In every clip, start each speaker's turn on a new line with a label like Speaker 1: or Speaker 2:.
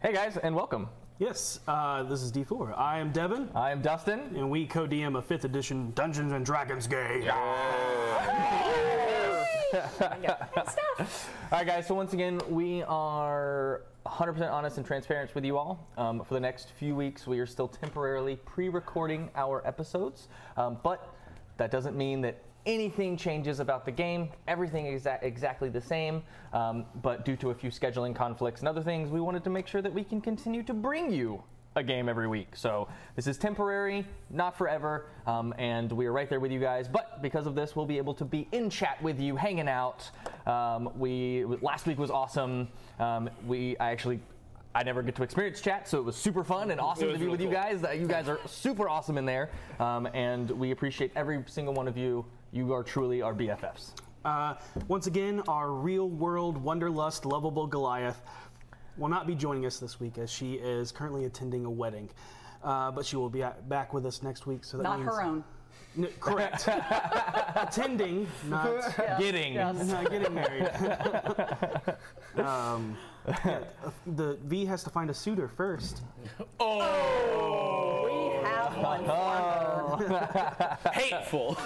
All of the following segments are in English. Speaker 1: Hey guys, and welcome.
Speaker 2: Yes, uh, this is D4. I am Devin,
Speaker 1: I am Dustin.
Speaker 2: and we co DM a 5th edition Dungeons and Dragons game.
Speaker 1: All right, guys. So once again, we are 100% honest and transparent with you all. Um, for the next few weeks, we are still temporarily pre-recording our episodes, um, but that doesn't mean that anything changes about the game. Everything is exa- exactly the same, um, but due to a few scheduling conflicts and other things, we wanted to make sure that we can continue to bring you a game every week. So this is temporary, not forever, um, and we are right there with you guys. But because of this, we'll be able to be in chat with you, hanging out. Um, we last week was awesome. Um, we I actually. I never get to experience chat, so it was super fun and awesome to be with you guys. Uh, You guys are super awesome in there, um, and we appreciate every single one of you. You are truly our BFFs.
Speaker 2: Uh, once again, our real world Wonderlust lovable Goliath will not be joining us this week as she is currently attending a wedding. Uh, but she will be at- back with us next week. So that
Speaker 3: Not
Speaker 2: means-
Speaker 3: her own.
Speaker 2: No, correct. attending, not,
Speaker 1: Getting.
Speaker 2: not getting married. um, yeah, the V has to find a suitor first.
Speaker 3: We have one.
Speaker 4: Oh. hateful.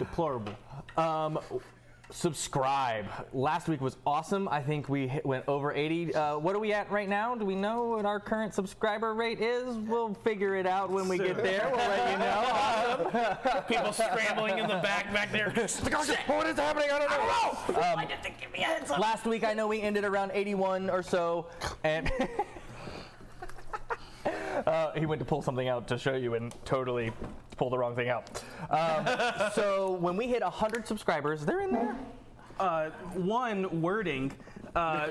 Speaker 2: Deplorable.
Speaker 1: Um, subscribe. Last week was awesome. I think we hit, went over 80. Uh, what are we at right now? Do we know what our current subscriber rate is? We'll figure it out when we get there. We'll let you know.
Speaker 4: People scrambling in the back back there.
Speaker 1: what is happening? I don't know.
Speaker 3: Why did they give me a heads up?
Speaker 1: Last week, I know we ended around 81 or so, and. Uh, he went to pull something out to show you and totally pulled the wrong thing out. Um, so when we hit 100 subscribers, they're in there.
Speaker 2: Uh, one wording, uh,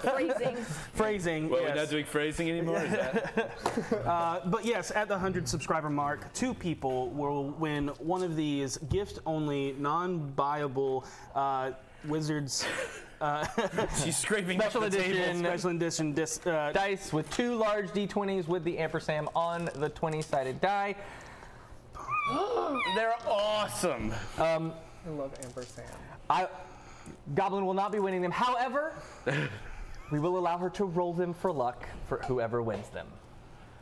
Speaker 3: Phrasing.
Speaker 2: phrasing.
Speaker 4: Well,
Speaker 2: yes.
Speaker 4: we're not doing phrasing anymore. Is that?
Speaker 2: Uh, But yes, at the 100 subscriber mark, two people will win one of these gift only, non buyable uh, Wizards uh,
Speaker 4: She's scraping
Speaker 1: Special
Speaker 4: up the
Speaker 1: edition.
Speaker 4: table.
Speaker 2: Special Edition dis- uh,
Speaker 1: dice with two large d20s with the ampersand on the 20 sided die.
Speaker 4: They're awesome.
Speaker 1: Um,
Speaker 5: I love ampersand.
Speaker 1: I, Goblin will not be winning them. However, we will allow her to roll them for luck for whoever wins them.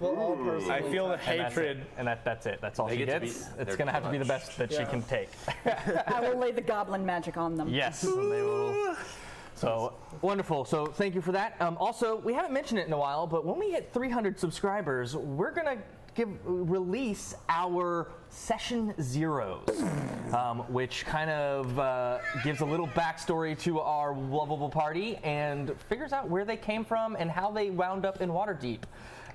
Speaker 5: Well, all personally,
Speaker 4: I feel the
Speaker 1: And that's it.
Speaker 4: hatred.
Speaker 1: And that, that's it. That's all she
Speaker 4: get to
Speaker 1: gets.
Speaker 4: be-
Speaker 1: It's
Speaker 4: they're
Speaker 1: going to have
Speaker 4: too
Speaker 1: to be the
Speaker 4: much.
Speaker 1: best that she
Speaker 5: Yeah.
Speaker 1: can take.
Speaker 3: I will lay the goblin magic on them.
Speaker 1: Yes. and they will- So wonderful. So thank you for that. Um, also, we haven't mentioned it in a while, but when we hit 300 subscribers, we're gonna give release our session zeros, um, which kind of uh, gives a little backstory to our lovable party and figures out where they came from and how they wound up in Waterdeep.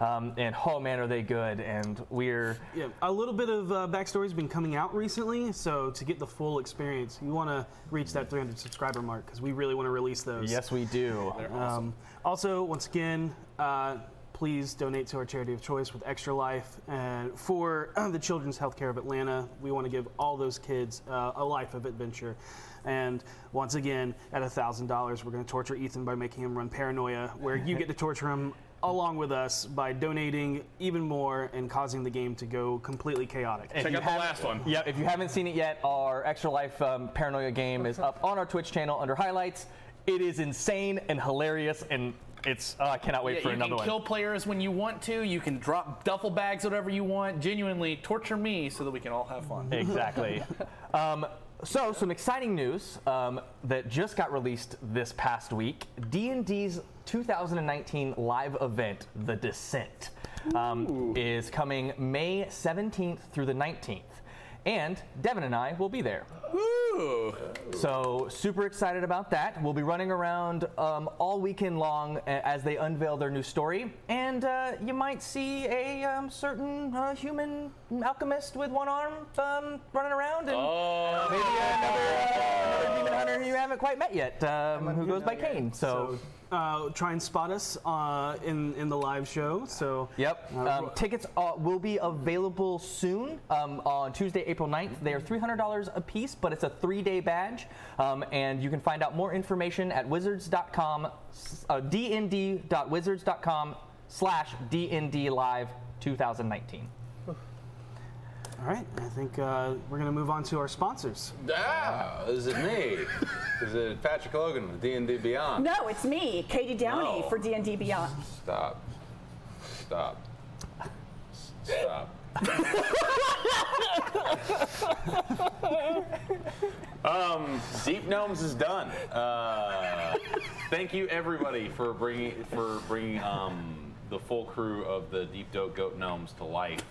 Speaker 1: Um, and oh man, are they good? And we're
Speaker 2: yeah, a little bit of uh, backstory has been coming out recently, so to get the full experience, you want to reach that 300 subscriber mark because we really want to release those.
Speaker 1: yes, we do.
Speaker 2: Um, also, once again, uh, please donate to our charity of choice with Extra Life and for uh, the Children's Healthcare of Atlanta. We want to give all those kids uh, a life of adventure. And once again, at thousand dollars, we're going to torture Ethan by making him run paranoia, where you get to torture him along with us by donating even more and causing the game to go completely chaotic.
Speaker 1: If
Speaker 4: Check
Speaker 1: you
Speaker 4: out the
Speaker 1: haven't-
Speaker 4: last one.
Speaker 1: Yeah, if you haven't seen it yet, our Extra Life um, Paranoia game is up on our Twitch channel under highlights. It is insane and hilarious, and it's uh, I cannot wait
Speaker 6: Yeah,
Speaker 1: for
Speaker 6: you
Speaker 1: another
Speaker 6: can
Speaker 1: one.
Speaker 6: kill players when you want to. You can drop duffel bags, whatever you want. Genuinely, torture me so that we can all have fun.
Speaker 1: exactly. um, so, some exciting news um, that just got released this past week: D&D's 2019 live event, The Descent, um, is coming May 17th through the 19th, and Devin and I will be there.
Speaker 4: Ooh.
Speaker 1: So super excited about that. We'll be running around um, all weekend long a- as they unveil their new story, and uh, you might see a um, certain uh, human alchemist with one arm um, running around, and maybe another, uh, another demon hunter you haven't quite met yet, um, who goes by Kane. So.
Speaker 2: Uh, try and spot us uh, in in the live show. So
Speaker 1: Yep.
Speaker 2: Uh,
Speaker 1: Um, tickets are, will be available soon um, on Tuesday, April 9th. They are $300 a piece, but it's a three-day badge. Um, and you can find out more information at wizards.com, s- uh, dnd.wizards.com slash dndlive2019.
Speaker 2: All right, I think uh, we're going to move on to our sponsors.
Speaker 7: Ah, is it me? is it Patrick Logan with D&D Beyond?
Speaker 8: No, it's me, Katie Downey
Speaker 7: No.
Speaker 8: for D&D Beyond.
Speaker 7: Stop. Stop. Stop. um, Deep Gnomes is done. Uh, thank you everybody for bringing for bringing um, the full crew of the Deep Dope Goat Gnomes to life.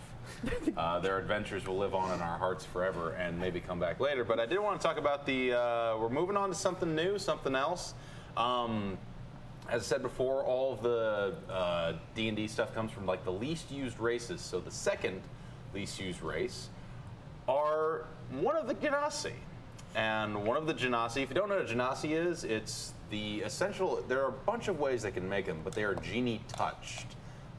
Speaker 7: Uh, their adventures will live on in our hearts forever, and maybe come back later. But I did want to talk about the. Uh, we're moving on to something new, something else. Um, as I said before, all of the uh, D&D stuff comes from like the least used races. So the second least used race are one of the Genasi. And one of the Genasi, if you don't know what a Genasi is, it's the essential, there are a bunch of ways they can make them, but they are genie touched.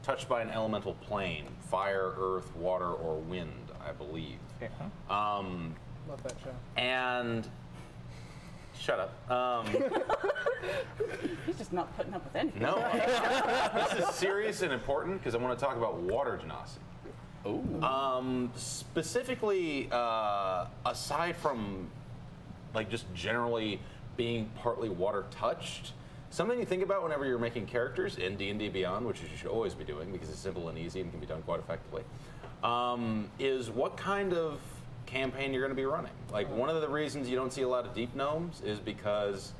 Speaker 7: Touched by an elemental plane fire, earth, water, or wind, I believe. Um,
Speaker 6: Love that show.
Speaker 7: and shut up. Um,
Speaker 8: He's just not putting up with anything.
Speaker 7: No. this is serious and important because I want to talk about water genasi. Um, specifically, uh, aside from like just generally being partly water touched, something you think about whenever you're making characters in D and D Beyond, which you should always be doing because it's simple and easy and can be done quite effectively, um, is what kind of campaign you're going to be running. Like one of the reasons you don't see a lot of deep gnomes is because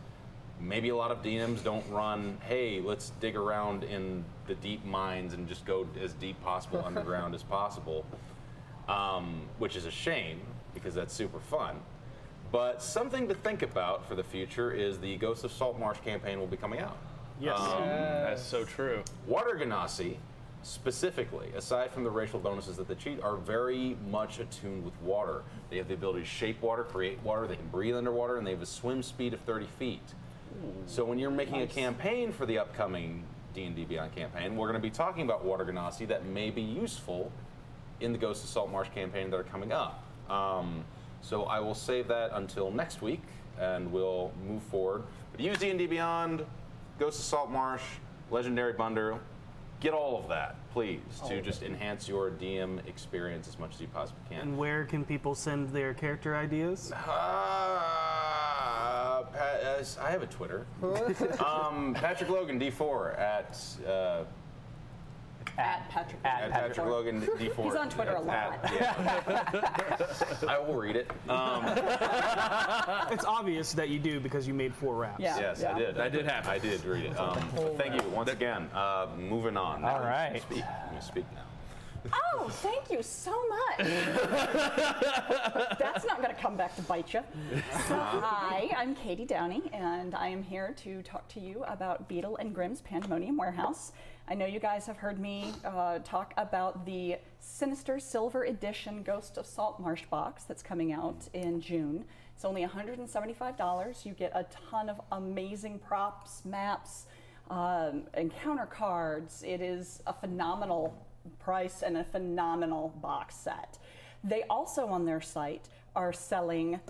Speaker 7: maybe a lot of DMs don't run, hey, let's dig around in the deep mines and just go as deep possible underground as possible, um, which is a shame because that's super fun. But something to think about for the future is the Ghost of Salt Marsh campaign will be coming out. Um,
Speaker 2: Yes.
Speaker 9: Mm, That's so true.
Speaker 7: Water Ganassi, specifically, aside from the racial bonuses that they cheat, are very much attuned with water. They have the ability to shape water, create water, they can breathe underwater, and they have a swim speed of 30 feet. So when you're making a campaign for the upcoming D&D Beyond campaign, we're going to be talking about water ganassi that may be useful in the Ghost of Salt Marsh campaign that are coming up. Um, so I will save that until next week, and we'll move forward. But use D&D Beyond, Ghost of Salt Marsh, Legendary Bundle, get all of that, please, to just enhance your DM experience as much as you possibly can.
Speaker 2: And where can people send their character ideas?
Speaker 7: Uh, Pat, uh, I have a Twitter. um, Patrick Logan D4 at, uh,
Speaker 8: At Patrick.
Speaker 7: at Patrick Logan D4.
Speaker 8: He's on Twitter a
Speaker 7: At- yeah. I will read it. Um,
Speaker 2: It's obvious that you do because you made four raps.
Speaker 8: Yeah.
Speaker 7: yes, I did.
Speaker 9: That did happen.
Speaker 7: I did read it. Um, but thank you once again. Uh, moving on. Now
Speaker 1: All right.
Speaker 7: You speak. You speak now.
Speaker 8: Oh, thank you so much. That's not going to come back to bite you. So, hi, I'm Katie Downey, and I am here to talk to you about Beetle and Grimm's Pandemonium Warehouse. I know you guys have heard me uh, talk about the Sinister Silver Edition Ghost of Salt Marsh box that's coming out in June. It's only $175. You get a ton of amazing props, maps, um, encounter cards. It is a phenomenal price and a phenomenal box set. They also on their site are selling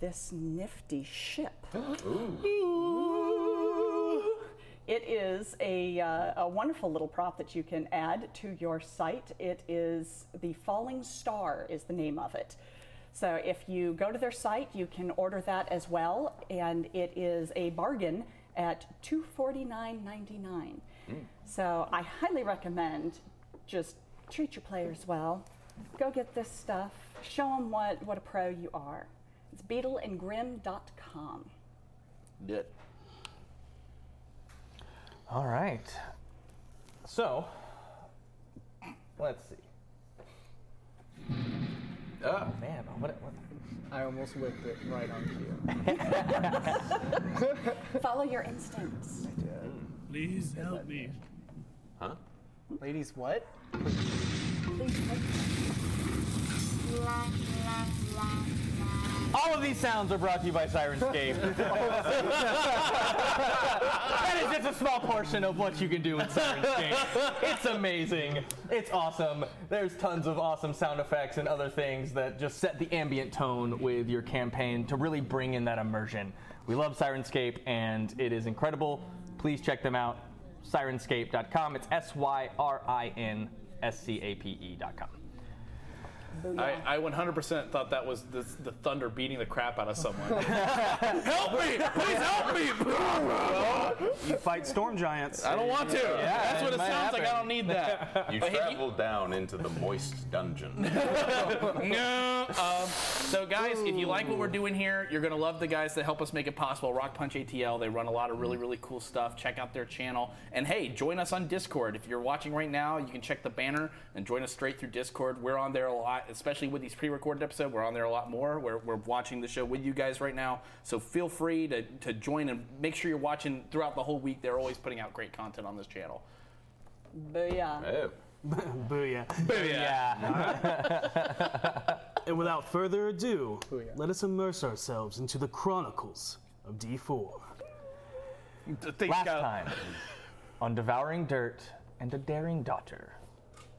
Speaker 8: this nifty ship. Ooh. It is a, uh, a wonderful little prop that you can add to your site. It is the Falling Star, is the name of it. So if you go to their site, you can order that as well, and it is a bargain at two forty nine ninety nine. So I highly recommend just treat your players well. Go get this stuff. Show them what, what a pro you are. It's beetleandgrim.com.
Speaker 1: All right. So, let's see.
Speaker 7: Ah,
Speaker 1: Oh, Man, what? what
Speaker 6: I almost whipped it right on cue.
Speaker 8: Follow your instincts.
Speaker 5: Please help me.
Speaker 7: huh?
Speaker 6: Ladies, what?
Speaker 1: All of these sounds are brought to you by Sirenscape. that is just a small portion of what you can do in Sirenscape. It's amazing. It's awesome. There's tons of awesome sound effects and other things that just set the ambient tone with your campaign to really bring in that immersion. We love Sirenscape and it is incredible. Please check them out. E Sirenscape.com. It's S Y R I N S C A P E.com.
Speaker 6: I, I 100% thought that was the, the thunder beating the crap out of someone. help me! Please help me!
Speaker 2: You fight storm giants.
Speaker 6: I don't want to. That's what
Speaker 1: it
Speaker 6: it
Speaker 1: might
Speaker 6: sounds like. I
Speaker 1: happen.
Speaker 6: don't need that.
Speaker 7: You
Speaker 6: But he-
Speaker 7: travel down into the moist dungeon.
Speaker 6: no. Um, so, guys, if you like what we're doing here, you're going to love the guys that help us make it possible. Rock Punch ATL, they run a lot of really, really cool stuff. Check out their channel. And hey, join us on Discord. If you're watching right now, you can check the banner and join us straight through Discord. We're on there a lot, especially with these pre recorded episodes. We're on there a lot more. We're, we're watching the show with you guys right now. So, feel free to, to join and make sure you're watching throughout the whole week. They're always putting out great content on this channel.
Speaker 3: Booyah.
Speaker 7: Oh.
Speaker 2: Booyah.
Speaker 1: Yeah.
Speaker 2: And without further ado, let us immerse ourselves into the chronicles of D4.
Speaker 6: Thanks,
Speaker 1: Last
Speaker 6: Kyle.
Speaker 1: time on Devouring Dirt and a Daring Daughter,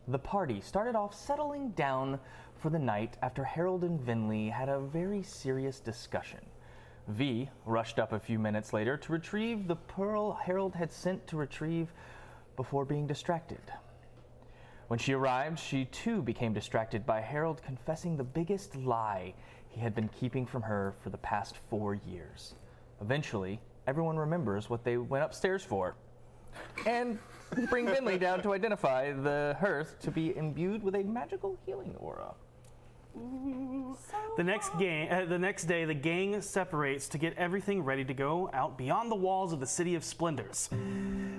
Speaker 1: the party started off settling down for the night after Harold and Vinley had a very serious discussion. V rushed up a few minutes later to retrieve the pearl Harold had sent to retrieve before being distracted. When she arrived, she too became distracted by Harold confessing the biggest lie he had been keeping from her for the past four years. Eventually, everyone remembers what they went upstairs for and bring Vinley down to identify the hearth to be imbued with a magical healing aura.
Speaker 2: The next game, uh, the next day, the gang separates to get everything ready to go out beyond the walls of the City of Splendors.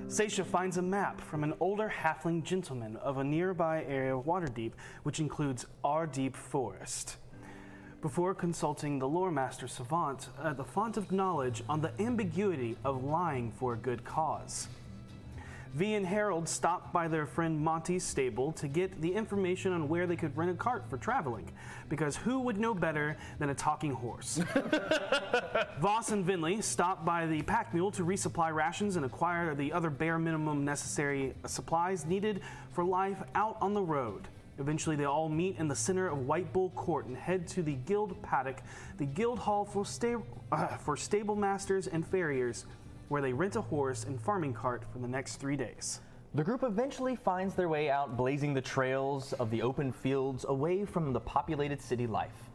Speaker 2: Seisha finds a map from an older halfling gentleman of a nearby area of Waterdeep, which includes our deep forest. Before consulting the lore master savant, uh, the font of knowledge on the ambiguity of lying for a good cause. V and Harold stopped by their friend Monty's stable to get the information on where they could rent a cart for traveling, because who would know better than a talking horse? Voss and Vinley stopped by the pack mule to resupply rations and acquire the other bare minimum necessary supplies needed for life out on the road. Eventually, they all meet in the center of White Bull Court and head to the guild paddock, the guild hall for, sta- uh, for stable masters and farriers, where they rent a horse and farming cart for the next three days.
Speaker 1: The group eventually finds their way out, blazing the trails of the open fields away from the populated city life.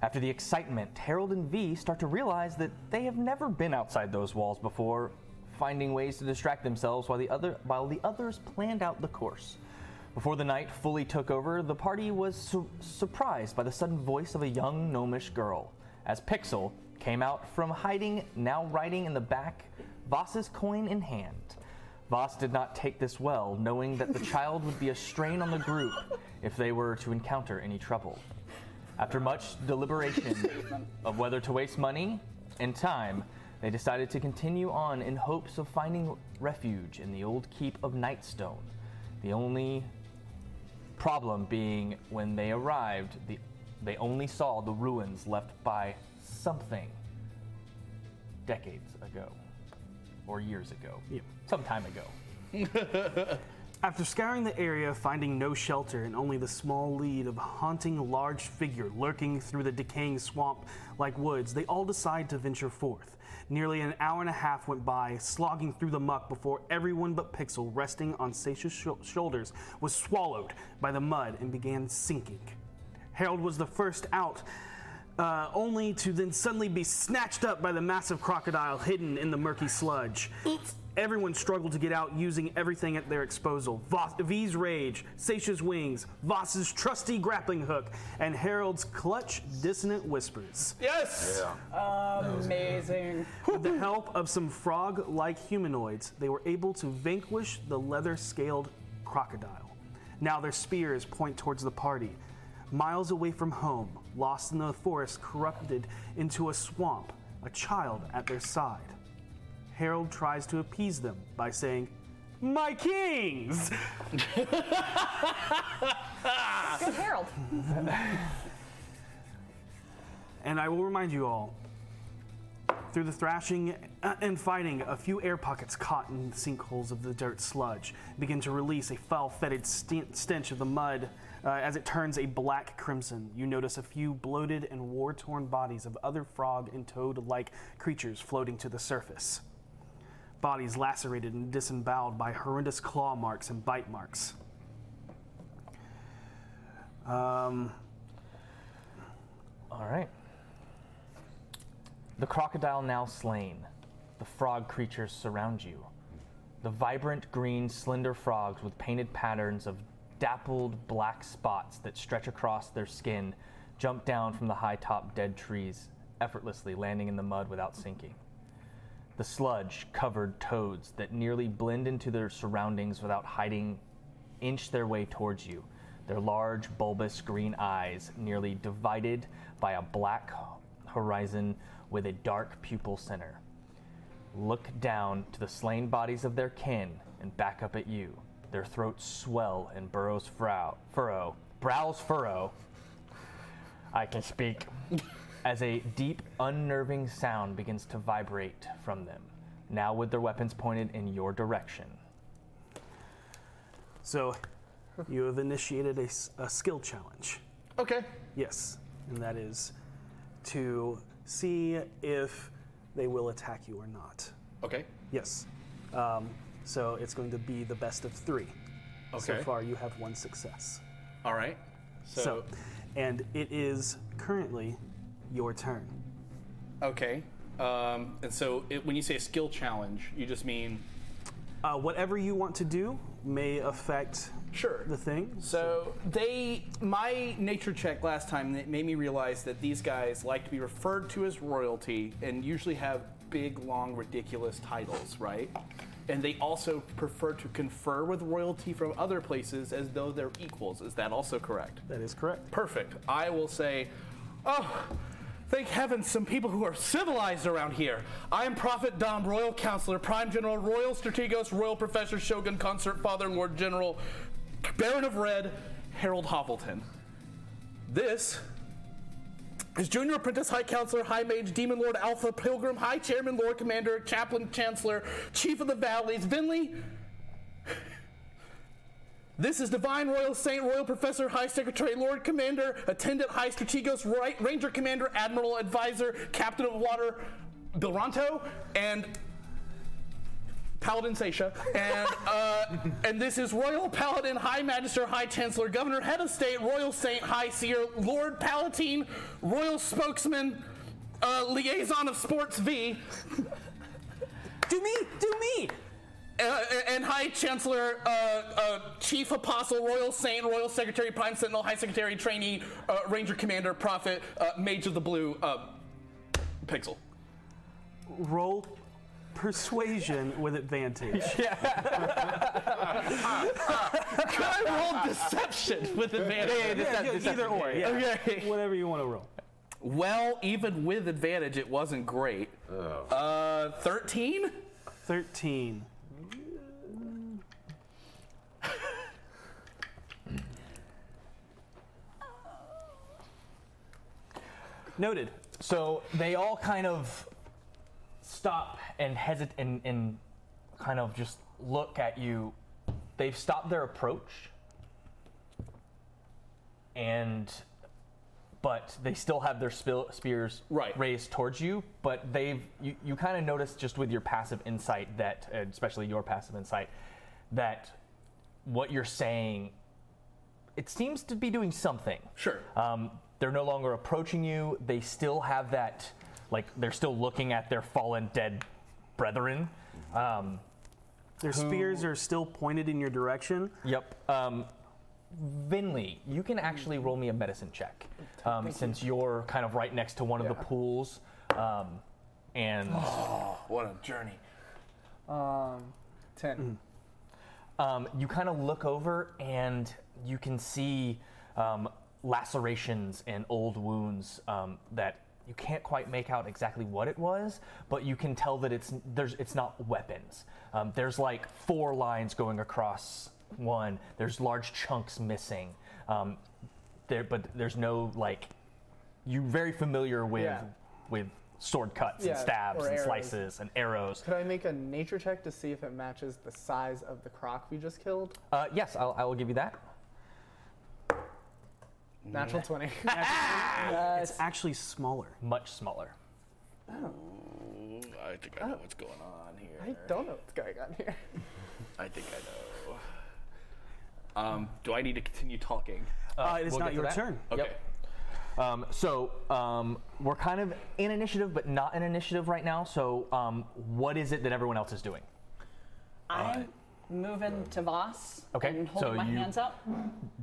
Speaker 1: After the excitement, Harold and V start to realize that they have never been outside those walls before, finding ways to distract themselves while the, other, while the others planned out the course. Before the night fully took over, the party was su- surprised by the sudden voice of a young gnomish girl. As Pixel came out from hiding, now riding in the back, Voss's coin in hand. Voss did not take this well, knowing that the child would be a strain on the group if they were to encounter any trouble. After much deliberation of whether to waste money and time, they decided to continue on in hopes of finding refuge in the old keep of Nightstone. The only problem being when they arrived, the, they only saw the ruins left by something decades ago or years ago, some time ago.
Speaker 2: After scouring the area, finding no shelter and only the small lead of a haunting large figure lurking through the decaying swamp like woods, they all decide to venture forth. Nearly an hour and a half went by, slogging through the muck before everyone but Pixel, resting on Seisha's shou- shoulders, was swallowed by the mud and began sinking. Harold was the first out, uh, only to then suddenly be snatched up by the massive crocodile hidden in the murky sludge. Everyone struggled to get out using everything at their disposal. Voss, V's rage, Seisha's wings, Voss's trusty grappling hook, and Harold's clutch dissonant whispers.
Speaker 6: Yes!
Speaker 3: Amazing.
Speaker 2: With the help of some frog like humanoids, they were able to vanquish the leather scaled crocodile. Now their spears point towards the party. Miles away from home, lost in the forest, corrupted into a swamp, a child at their side. Harold tries to appease them by saying, My kings!
Speaker 3: Go Harold.
Speaker 2: And I will remind you all through the thrashing uh, and fighting, a few air pockets caught in the sinkholes of the dirt sludge begin to release a foul fetid sten- stench of the mud uh, as it turns a black crimson. You notice a few bloated and war torn bodies of other frog and toad like creatures floating to the surface. Bodies lacerated and disemboweled by horrendous claw marks and bite marks. Um,
Speaker 1: All right. The crocodile now slain. The frog creatures surround you. The vibrant green, slender frogs with painted patterns of dappled black spots that stretch across their skin jump down from the high top dead trees, effortlessly landing in the mud without sinking. The sludge covered toads that nearly blend into their surroundings without hiding inch their way towards you, their large, bulbous green eyes nearly divided by a black horizon with a dark pupil center. Look down to the slain bodies of their kin and back up at you. Their throats swell and burrows frow, furrow, brows furrow. I can speak. As a deep, unnerving sound begins to vibrate from them, now with their weapons pointed in your direction.
Speaker 2: So, you have initiated a, s- a skill challenge.
Speaker 6: Okay.
Speaker 2: Yes, and that is to see if they will attack you or not.
Speaker 6: Okay.
Speaker 2: Yes. Um, so it's going to be the best of three. So
Speaker 6: Okay.
Speaker 2: far, you have one success.
Speaker 6: All right. So,
Speaker 2: So, and it is currently your turn.
Speaker 6: okay. Um, and so it, when you say skill challenge, you just mean
Speaker 2: Uh, whatever you want to do may affect
Speaker 6: sure
Speaker 2: the thing.
Speaker 6: So they, my nature check last time that made me realize that these guys like to be referred to as royalty and usually have big, long, ridiculous titles, right? And they also prefer to confer with royalty from other places as though they're equals. Is that also correct?
Speaker 2: that is correct.
Speaker 6: Perfect. I will say, oh, thank heavens, some people who are civilized around here. I am Prophet Dom, Royal Counselor, Prime General, Royal Strategos, Royal Professor, Shogun, Consort, Father, Lord General, Baron of Red, Harold Hovelton. This is Junior Apprentice, High Counselor, High Mage, Demon Lord, Alpha, Pilgrim, High Chairman, Lord Commander, Chaplain, Chancellor, Chief of the Valleys, Vinley, this is Divine Royal Saint, Royal Professor, High Secretary, Lord Commander, Attendant, High Strategos, Ri- Ranger Commander, Admiral, Advisor, Captain of Water, Bilronto, and Paladin Seisha. And, uh, and this is Royal Paladin, High Magister, High Chancellor, Governor, Head of State, Royal Saint, High Seer, Lord Palatine, Royal Spokesman, uh, Liaison of Sports V,
Speaker 2: Do me! Do me!
Speaker 6: uh, and High Chancellor, uh, uh, Chief Apostle, Royal Saint, Royal Secretary, Prime Sentinel, High Secretary, Trainee, uh, Ranger Commander, Prophet, uh, Mage of the Blue, uh, Pixel.
Speaker 2: Roll persuasion with advantage.
Speaker 6: Can I roll deception with advantage?
Speaker 2: Yeah, either or. Yeah.
Speaker 6: Okay.
Speaker 2: Whatever you want to roll.
Speaker 6: Well, even with advantage, it wasn't great.
Speaker 2: Oh.
Speaker 6: Uh, 13?
Speaker 2: 13. Noted.
Speaker 1: So they all kind of stop and hesitate and, and kind of just look at you. They've stopped their approach, and but they still have their spil- spears
Speaker 6: Right.
Speaker 1: raised towards you. But they've you, you kind of notice just with your passive insight that, and especially your passive insight, that what you're saying. It seems to be doing something.
Speaker 6: Sure.
Speaker 1: Um, they're no longer approaching you. They still have that, like, they're still looking at their fallen dead brethren. Um,
Speaker 2: Their spears are still pointed in your direction.
Speaker 1: yep. Um, Vinley, you can actually roll me a medicine check um, since you're kind of right next to one of the pools. Um, and
Speaker 6: Oh, What a journey.
Speaker 5: Um, ten.
Speaker 1: um, you kind of look over and you can see um, lacerations and old wounds um, that you can't quite make out exactly what it was, but you can tell that it's there's it's not weapons. Um, there's like four lines going across one. There's large chunks missing. Um, there, but there's no like you very familiar with
Speaker 5: Yeah.
Speaker 1: with sword cuts
Speaker 5: Yeah,
Speaker 1: and stabs
Speaker 5: or
Speaker 1: and
Speaker 5: arrows.
Speaker 1: slices and arrows.
Speaker 5: Could I make a nature check to see if it matches the size of the croc we just killed?
Speaker 1: Uh, yes, I'll, I will give you that.
Speaker 5: Natural twenty.
Speaker 2: It's actually smaller.
Speaker 1: Much smaller.
Speaker 6: Oh, I think I know what's going on here.
Speaker 5: I don't know what's going on here.
Speaker 6: I think I know. Um, do I need to continue talking?
Speaker 2: Uh, it is
Speaker 1: we'll
Speaker 2: not
Speaker 1: get to
Speaker 2: your
Speaker 1: that.
Speaker 2: turn.
Speaker 6: Okay.
Speaker 1: Yep. Um, so um, we're kind of in initiative, but not in initiative right now. So um, what is it that everyone else is doing?
Speaker 8: I'm moving to Voss
Speaker 1: Okay,
Speaker 8: and
Speaker 1: so
Speaker 8: holding my
Speaker 1: you-
Speaker 8: hands up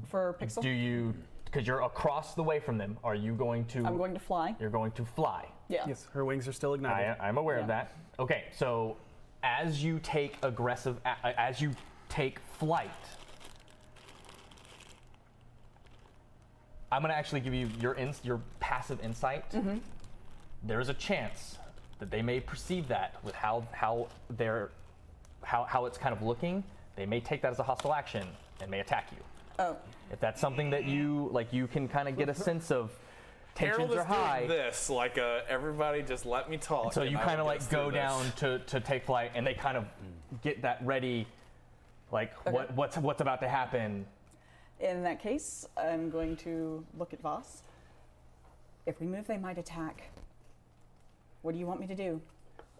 Speaker 8: for Pixel.
Speaker 1: Do you, because you're across the way from them, are you going to?
Speaker 8: I'm going to fly.
Speaker 1: You're going to fly.
Speaker 8: Yeah.
Speaker 2: Yes, her wings are still ignited.
Speaker 1: I, I'm aware of
Speaker 8: Yeah.
Speaker 1: that. Okay, so as you take aggressive, a- uh, as you take flight, I'm gonna actually give you your ins- your passive insight.
Speaker 8: Mm-hmm.
Speaker 1: There is a chance that they may perceive that with how how they're how how it's kind of looking. They may take that as a hostile action and may attack you.
Speaker 8: Oh,
Speaker 1: If that's something that you like, you can kind of get a sense of. Tensions
Speaker 10: Harold is
Speaker 1: are high.
Speaker 10: doing this, like uh, everybody just let me talk.
Speaker 1: So
Speaker 10: and
Speaker 1: you
Speaker 10: I
Speaker 1: kind
Speaker 10: will
Speaker 1: of like
Speaker 10: get through
Speaker 1: go
Speaker 10: this.
Speaker 1: down to, to take flight, and they kind of get that ready, like what what's what's about to happen.
Speaker 8: in that case, I'm going to look at Voss. If we move, they might attack. What do you want me to do?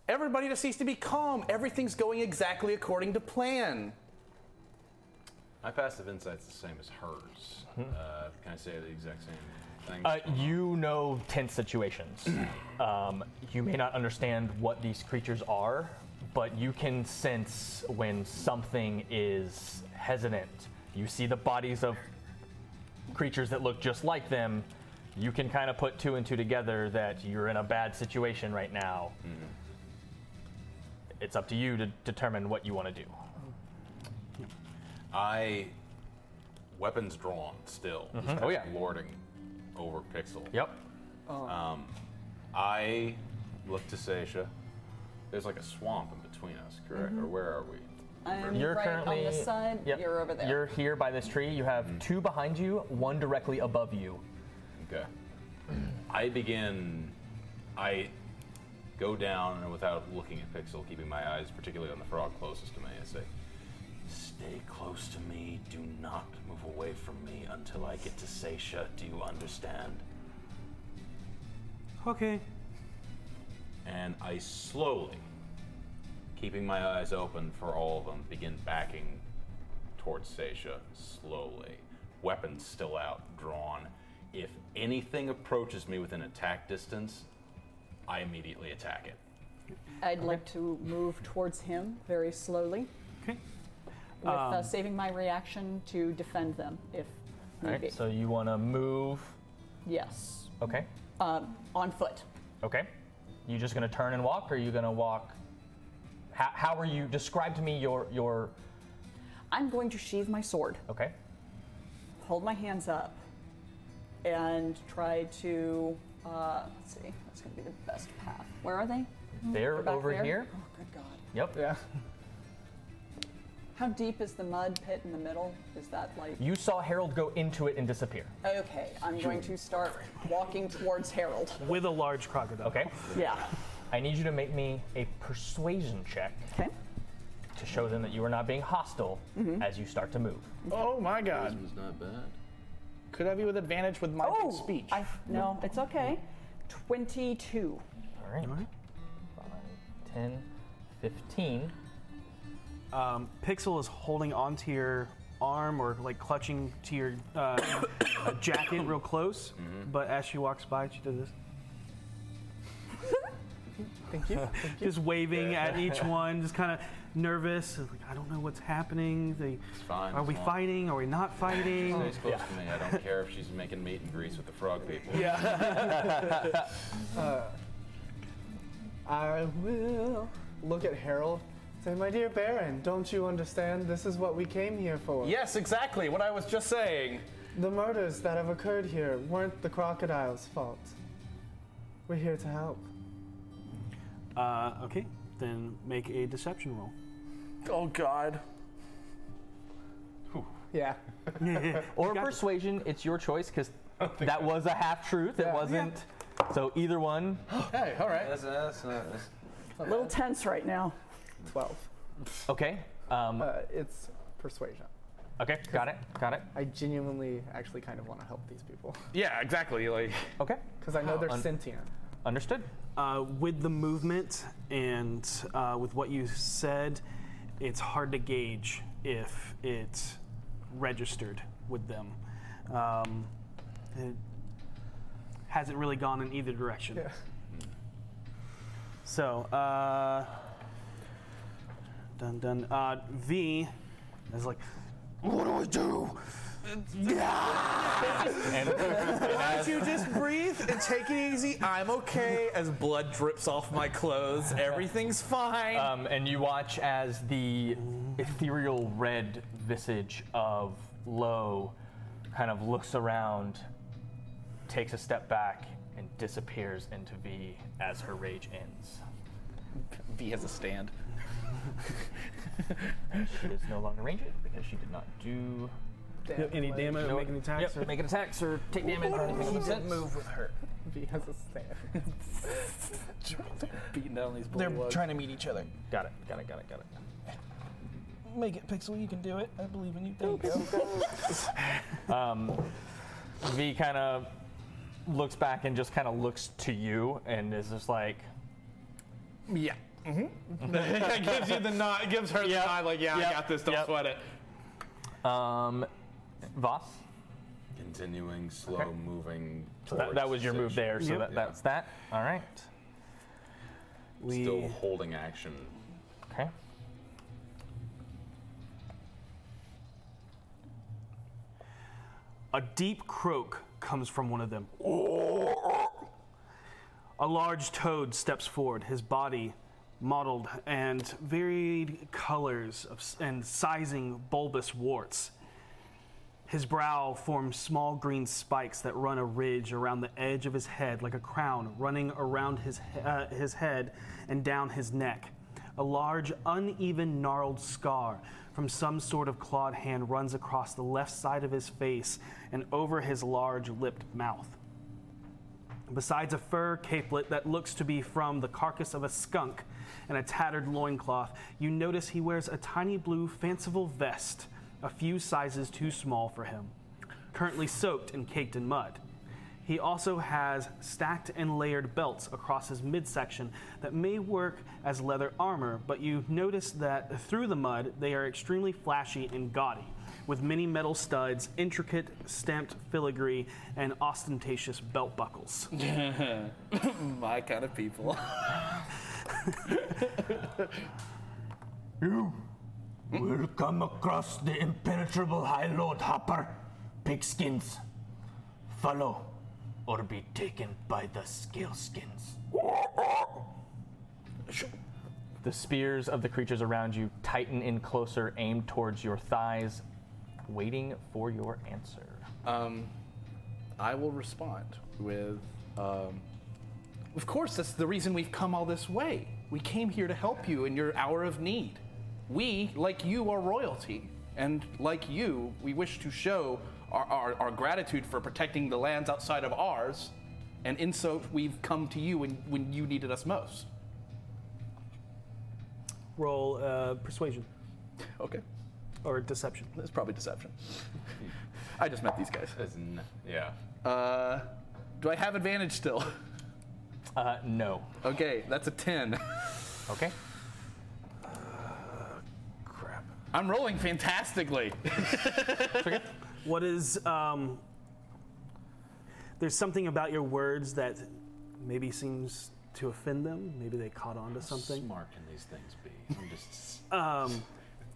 Speaker 6: Everybody just needs to be calm. Everything's going exactly according to plan.
Speaker 7: My passive insight's the same as hers. Uh, can I say the exact same thing?
Speaker 1: Uh, you know tense situations. um, you may not understand what these creatures are, but you can sense when something is hesitant. You see the bodies of creatures that look just like them. You can kind of put two and two together that you're in a bad situation right now. It's up to you to determine what you want to do.
Speaker 7: I weapons drawn still. just
Speaker 1: Oh, yeah.
Speaker 7: lording over Pixel. Um,
Speaker 1: Yep.
Speaker 8: Oh.
Speaker 7: I look to Seisha. There's like a swamp in between us, correct? Or where are we?
Speaker 8: I'm
Speaker 1: You're
Speaker 8: right
Speaker 1: currently
Speaker 8: on this side.
Speaker 1: Yep.
Speaker 8: You're over there.
Speaker 1: You're here by this tree. You have two behind you, one directly above you.
Speaker 7: Okay. I begin. I go down and without looking at Pixel, keeping my eyes particularly on the frog closest to me, I say, "Stay close to me. Do not move away from me until I get to Seisha. Do you understand?"
Speaker 2: Okay.
Speaker 7: and I slowly, keeping my eyes open for all of them, begin backing towards Seisha slowly. Weapons still out, drawn. If anything approaches me within attack distance, I immediately attack it.
Speaker 8: I'd like to move towards him very slowly,
Speaker 2: Okay.
Speaker 8: with
Speaker 1: Um,
Speaker 8: uh, saving my reaction to defend them if need be.
Speaker 1: So you want to move.
Speaker 8: yes,
Speaker 1: Okay.
Speaker 8: Um on foot.
Speaker 1: Okay. You just gonna turn and walk, or are you gonna walk? How, how are you? Describe to me your your.
Speaker 8: I'm going to sheathe my sword,
Speaker 1: Okay.
Speaker 8: hold my hands up, and try to. Uh, let's see, that's going to be the best path. Where are they? They're
Speaker 1: They're
Speaker 8: back
Speaker 1: over
Speaker 8: there?
Speaker 1: here.
Speaker 8: Oh, good God.
Speaker 1: Yep.
Speaker 5: Yeah.
Speaker 8: How deep is the mud pit in the middle? Is that like.
Speaker 1: You saw Harold go into it and disappear.
Speaker 8: Okay, I'm going to start walking towards Harold.
Speaker 2: With a large crocodile.
Speaker 1: Okay.
Speaker 8: Yeah.
Speaker 1: I need you to make me a persuasion check
Speaker 8: Okay. Mm-hmm.
Speaker 1: to show them that you are not being hostile as you start to move.
Speaker 6: Oh my god.
Speaker 7: was not bad.
Speaker 6: Could I be with advantage with my
Speaker 1: Oh,
Speaker 6: big speech?
Speaker 8: I, no, it's okay. 22.
Speaker 1: All right. Five, 10, 15.
Speaker 2: Um, Pixel is holding onto your arm or like clutching to your uh, uh, jacket real close,
Speaker 6: Mm-hmm.
Speaker 2: but as she walks by, she does this.
Speaker 5: Thank you.
Speaker 2: Just waving at each one, just kind of nervous. Like, I don't know what's happening. They,
Speaker 7: fine,
Speaker 2: Are
Speaker 7: it's
Speaker 2: we
Speaker 7: fine."
Speaker 2: fighting? Are we not fighting?
Speaker 7: Stays close to me. I don't care if she's making meat and grease with the frog people.
Speaker 1: Uh,
Speaker 5: I will look at Harold. Say, my dear Baron, don't you understand? This is what we came here for.
Speaker 6: yes, exactly. What I was just saying.
Speaker 5: The murders that have occurred here weren't the crocodile's fault. We're here to help.
Speaker 2: uh, okay, then make a deception roll.
Speaker 6: Oh god.
Speaker 5: Yeah.
Speaker 1: Or
Speaker 2: Got it.
Speaker 1: persuasion, it's your choice because that was a half truth. It
Speaker 5: Yeah.
Speaker 1: wasn't. So either one.
Speaker 6: Hey, all right.
Speaker 7: That's, that's not, that's
Speaker 8: A little tense right now.
Speaker 5: 12.
Speaker 1: Okay. Um,
Speaker 5: Uh, it's persuasion.
Speaker 1: okay. Got it. Got it.
Speaker 5: I genuinely actually kind of want to help these people
Speaker 6: Yeah, exactly. Like
Speaker 1: Okay.
Speaker 5: because I know they're
Speaker 1: Un-
Speaker 5: sentient.
Speaker 1: Understood.
Speaker 2: Uh, with the movement and uh, with what you said, it's hard to gauge if it's registered with them. Um, it- hasn't really gone in either direction.
Speaker 5: Yeah.
Speaker 2: So, uh, dun dun. Uh, v is like, what do I do?
Speaker 4: Why don't you just breathe and take it easy? I'm okay. As blood drips off my clothes, everything's fine.
Speaker 1: Um, and you watch as the ethereal red visage of Lo kind of looks around, takes a step back, and disappears into V as her rage ends.
Speaker 6: V has a stand.
Speaker 1: She is no longer ranged because she did not do
Speaker 2: Any damage?
Speaker 1: Nope.
Speaker 2: Make any attacks?
Speaker 1: Yep, make an attacks or take damage or anything. of that sense.
Speaker 6: with her.
Speaker 5: V has a stand.
Speaker 6: Beating down these
Speaker 11: They're
Speaker 6: bully lugs.
Speaker 11: trying to meet each other.
Speaker 1: Got it. Got it. Got it. Got it.
Speaker 11: Make it, Pixel. You can do it. I believe in you. There you go.
Speaker 1: Um, V kind of looks back and just kind of looks to you and is just like,
Speaker 4: yeah.
Speaker 11: Mm-hmm.
Speaker 4: it gives you the nod. It gives her the nod. Like, yeah,
Speaker 1: Yep.
Speaker 4: I got this. Don't
Speaker 1: Yep.
Speaker 4: sweat it.
Speaker 1: um, Voss.
Speaker 7: Continuing, slow moving.
Speaker 1: That, that was your move there, so
Speaker 2: Yep.
Speaker 1: that, that's that. All right.
Speaker 2: We
Speaker 7: Still holding action.
Speaker 1: Okay.
Speaker 2: A deep croak comes from one of them. A large toad steps forward, his body mottled and varied colors of, and sizing bulbous warts. His brow forms small green spikes that run a ridge around the edge of his head, like a crown running around his, he- uh, his head and down his neck. A large, uneven, gnarled scar from some sort of clawed hand runs across the left side of his face and over his large lipped mouth. Besides a fur capelet that looks to be from the carcass of a skunk and a tattered loincloth, you notice he wears a tiny blue fanciful vest, a few sizes too small for him, currently soaked and caked in mud. He also has stacked and layered belts across his midsection that may work as leather armor, but you notice that through the mud, they are extremely flashy and gaudy, with many metal studs, intricate stamped filigree, and ostentatious belt buckles.
Speaker 6: My kind of people.
Speaker 12: You will come across the impenetrable High Lord Hopper, pigskins. Follow, or be taken by the scaleskins.
Speaker 1: The spears of the creatures around you tighten in closer, aimed towards your thighs, waiting for your answer.
Speaker 6: Um, I will respond with, um, of course, that's the reason we've come all this way. We came here to help you in your hour of need. We, like you, are royalty. And like you, we wish to show our, our, our gratitude for protecting the lands outside of ours. And in so, we've come to you when, when you needed us most.
Speaker 2: Roll uh, persuasion
Speaker 6: Okay,
Speaker 2: or deception.
Speaker 6: that's probably deception. I just met these guys.
Speaker 7: That's n- yeah.
Speaker 6: Uh, do I have advantage still?
Speaker 1: Uh, no.
Speaker 6: Okay, that's a 10.
Speaker 1: Okay.
Speaker 6: I'm rolling fantastically.
Speaker 2: What is um? There's something about your words that maybe seems to offend them. Maybe they caught on to something.
Speaker 7: Smart can these things be? I'm just.
Speaker 2: Um,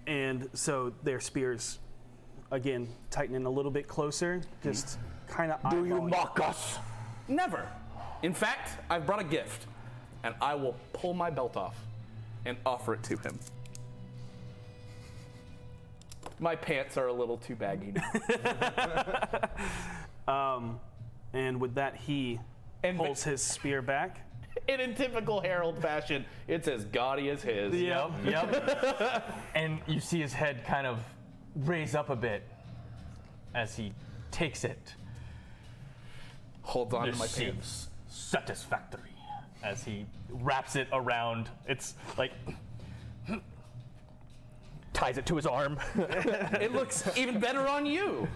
Speaker 2: and so their spears, again, tightening a little bit closer, just kind of.
Speaker 12: Do you mock us?
Speaker 6: Never. In fact, I've brought a gift, and I will pull my belt off and offer it to him. My pants are a little too baggy now.
Speaker 2: Um, And with that, he
Speaker 6: And
Speaker 2: pulls his spear back.
Speaker 6: and in typical Harold fashion, it's as gaudy as his.
Speaker 1: Yep. Yep. and you see his head kind of raise up a bit as he takes it.
Speaker 6: Holds on to my
Speaker 1: This
Speaker 6: pants.
Speaker 1: seems satisfactory. As he wraps it around, it's like ties it to his arm.
Speaker 6: It looks even better on you.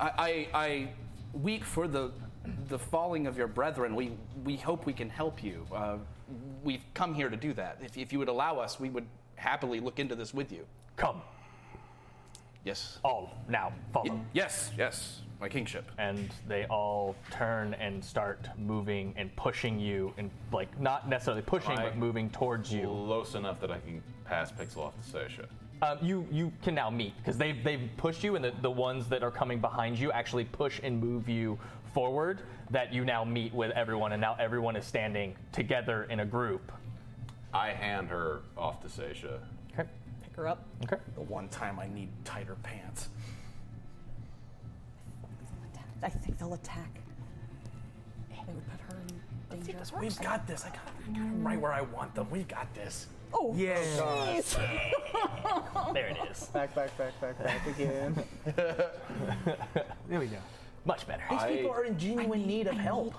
Speaker 6: I, I, I weep for the the falling of your brethren. We we hope we can help you. Uh, we've come here to do that. If, if you would allow us, we would happily look into this with you.
Speaker 1: Come.
Speaker 6: Yes.
Speaker 1: All now follow.
Speaker 6: yes, yes, my kingship.
Speaker 1: And they all turn and start moving and pushing you, and like not necessarily pushing,
Speaker 7: Am I
Speaker 1: but moving towards you.
Speaker 7: Close enough that I can pass Pixel off to Sasha.
Speaker 1: Um, you you can now meet because they they've pushed you, and the, the ones that are coming behind you actually push and move you forward. That you now meet with everyone, and now everyone is standing together in a group.
Speaker 7: I hand her off to Sasha.
Speaker 6: Pick
Speaker 1: her up. Okay.
Speaker 6: The one time I need tighter pants.
Speaker 13: I think they'll attack. They would put her in danger.
Speaker 6: We've got this. I got, I got 'em right where I want them. We've got this.
Speaker 13: Oh,
Speaker 6: Yeah.
Speaker 13: jeez.
Speaker 1: there it is.
Speaker 5: Back, back, back, back, back again.
Speaker 2: there we go.
Speaker 1: Much better.
Speaker 14: These
Speaker 5: I-
Speaker 14: people are in genuine need of help.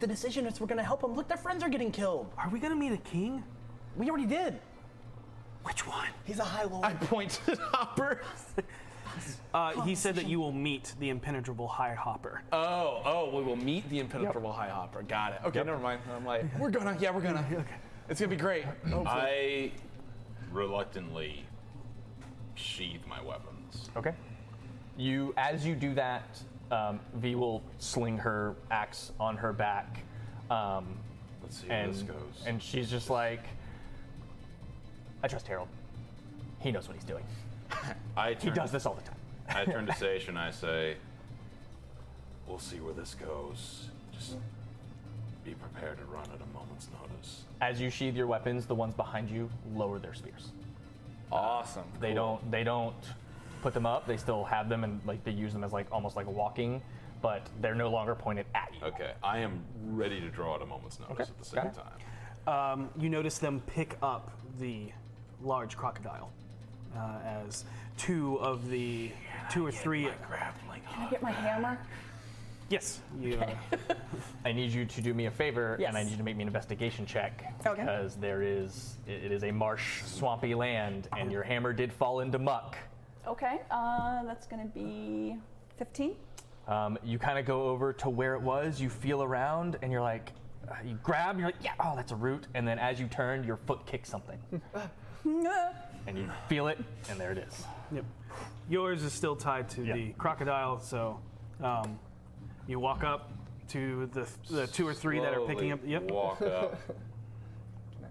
Speaker 14: The decision is we're gonna help them. Look, their friends are getting killed.
Speaker 2: Are we gonna meet a king?
Speaker 14: We already did.
Speaker 2: Which one?
Speaker 14: He's a high lord.
Speaker 6: I point to Hopper.
Speaker 2: Uh, he said that you will meet the impenetrable high hopper.
Speaker 6: Oh, oh, we will meet the impenetrable high hopper. Got it. Okay, never mind. I'm like, we're gonna, yeah, we're gonna. It's gonna be great.
Speaker 1: Oh,
Speaker 2: Oh,
Speaker 7: I reluctantly sheathe my weapons.
Speaker 1: Okay. You, as you do that, um, V will sling her axe on her back. Um,
Speaker 7: Let's see
Speaker 1: and,
Speaker 7: how this goes.
Speaker 1: And she's just like, I trust Harold. He knows what he's doing.
Speaker 7: I
Speaker 1: he does this all the time.
Speaker 7: I turn to Sage and I say, "We'll see where this goes. Just be prepared to run at a moment's notice."
Speaker 1: As you sheathe your weapons, the ones behind you lower their spears.
Speaker 6: Awesome.
Speaker 1: They
Speaker 6: Cool.
Speaker 1: don't. They don't put them up. They still have them and like they use them as like almost like walking, but they're no longer pointed at you.
Speaker 7: Okay, I am ready to draw at a moment's notice
Speaker 1: Okay,
Speaker 7: at the same
Speaker 1: got it.
Speaker 7: time.
Speaker 2: Um, you notice them pick up the large crocodile uh, as two of the two or three.
Speaker 8: Can I get my hammer?
Speaker 2: Yes. You,
Speaker 1: I need you to do me a favor, and I
Speaker 8: uh, Yes.
Speaker 1: need you to make me an investigation check
Speaker 8: Okay.
Speaker 1: because there is it it is a marsh, swampy land, and your hammer did fall into muck.
Speaker 8: Okay, uh, that's gonna be 15.
Speaker 1: Um, you kind of go over to where it was. You feel around, and you're like, uh, you grab, and you're like, yeah, oh, that's a root. And then as you turn, your foot kicks something, and you feel it, and there it is.
Speaker 2: Yep. Yours is still tied to the crocodile, so um, you walk up to the, the two or three that are picking up.
Speaker 7: Slowly
Speaker 2: Yep.
Speaker 7: Walk up.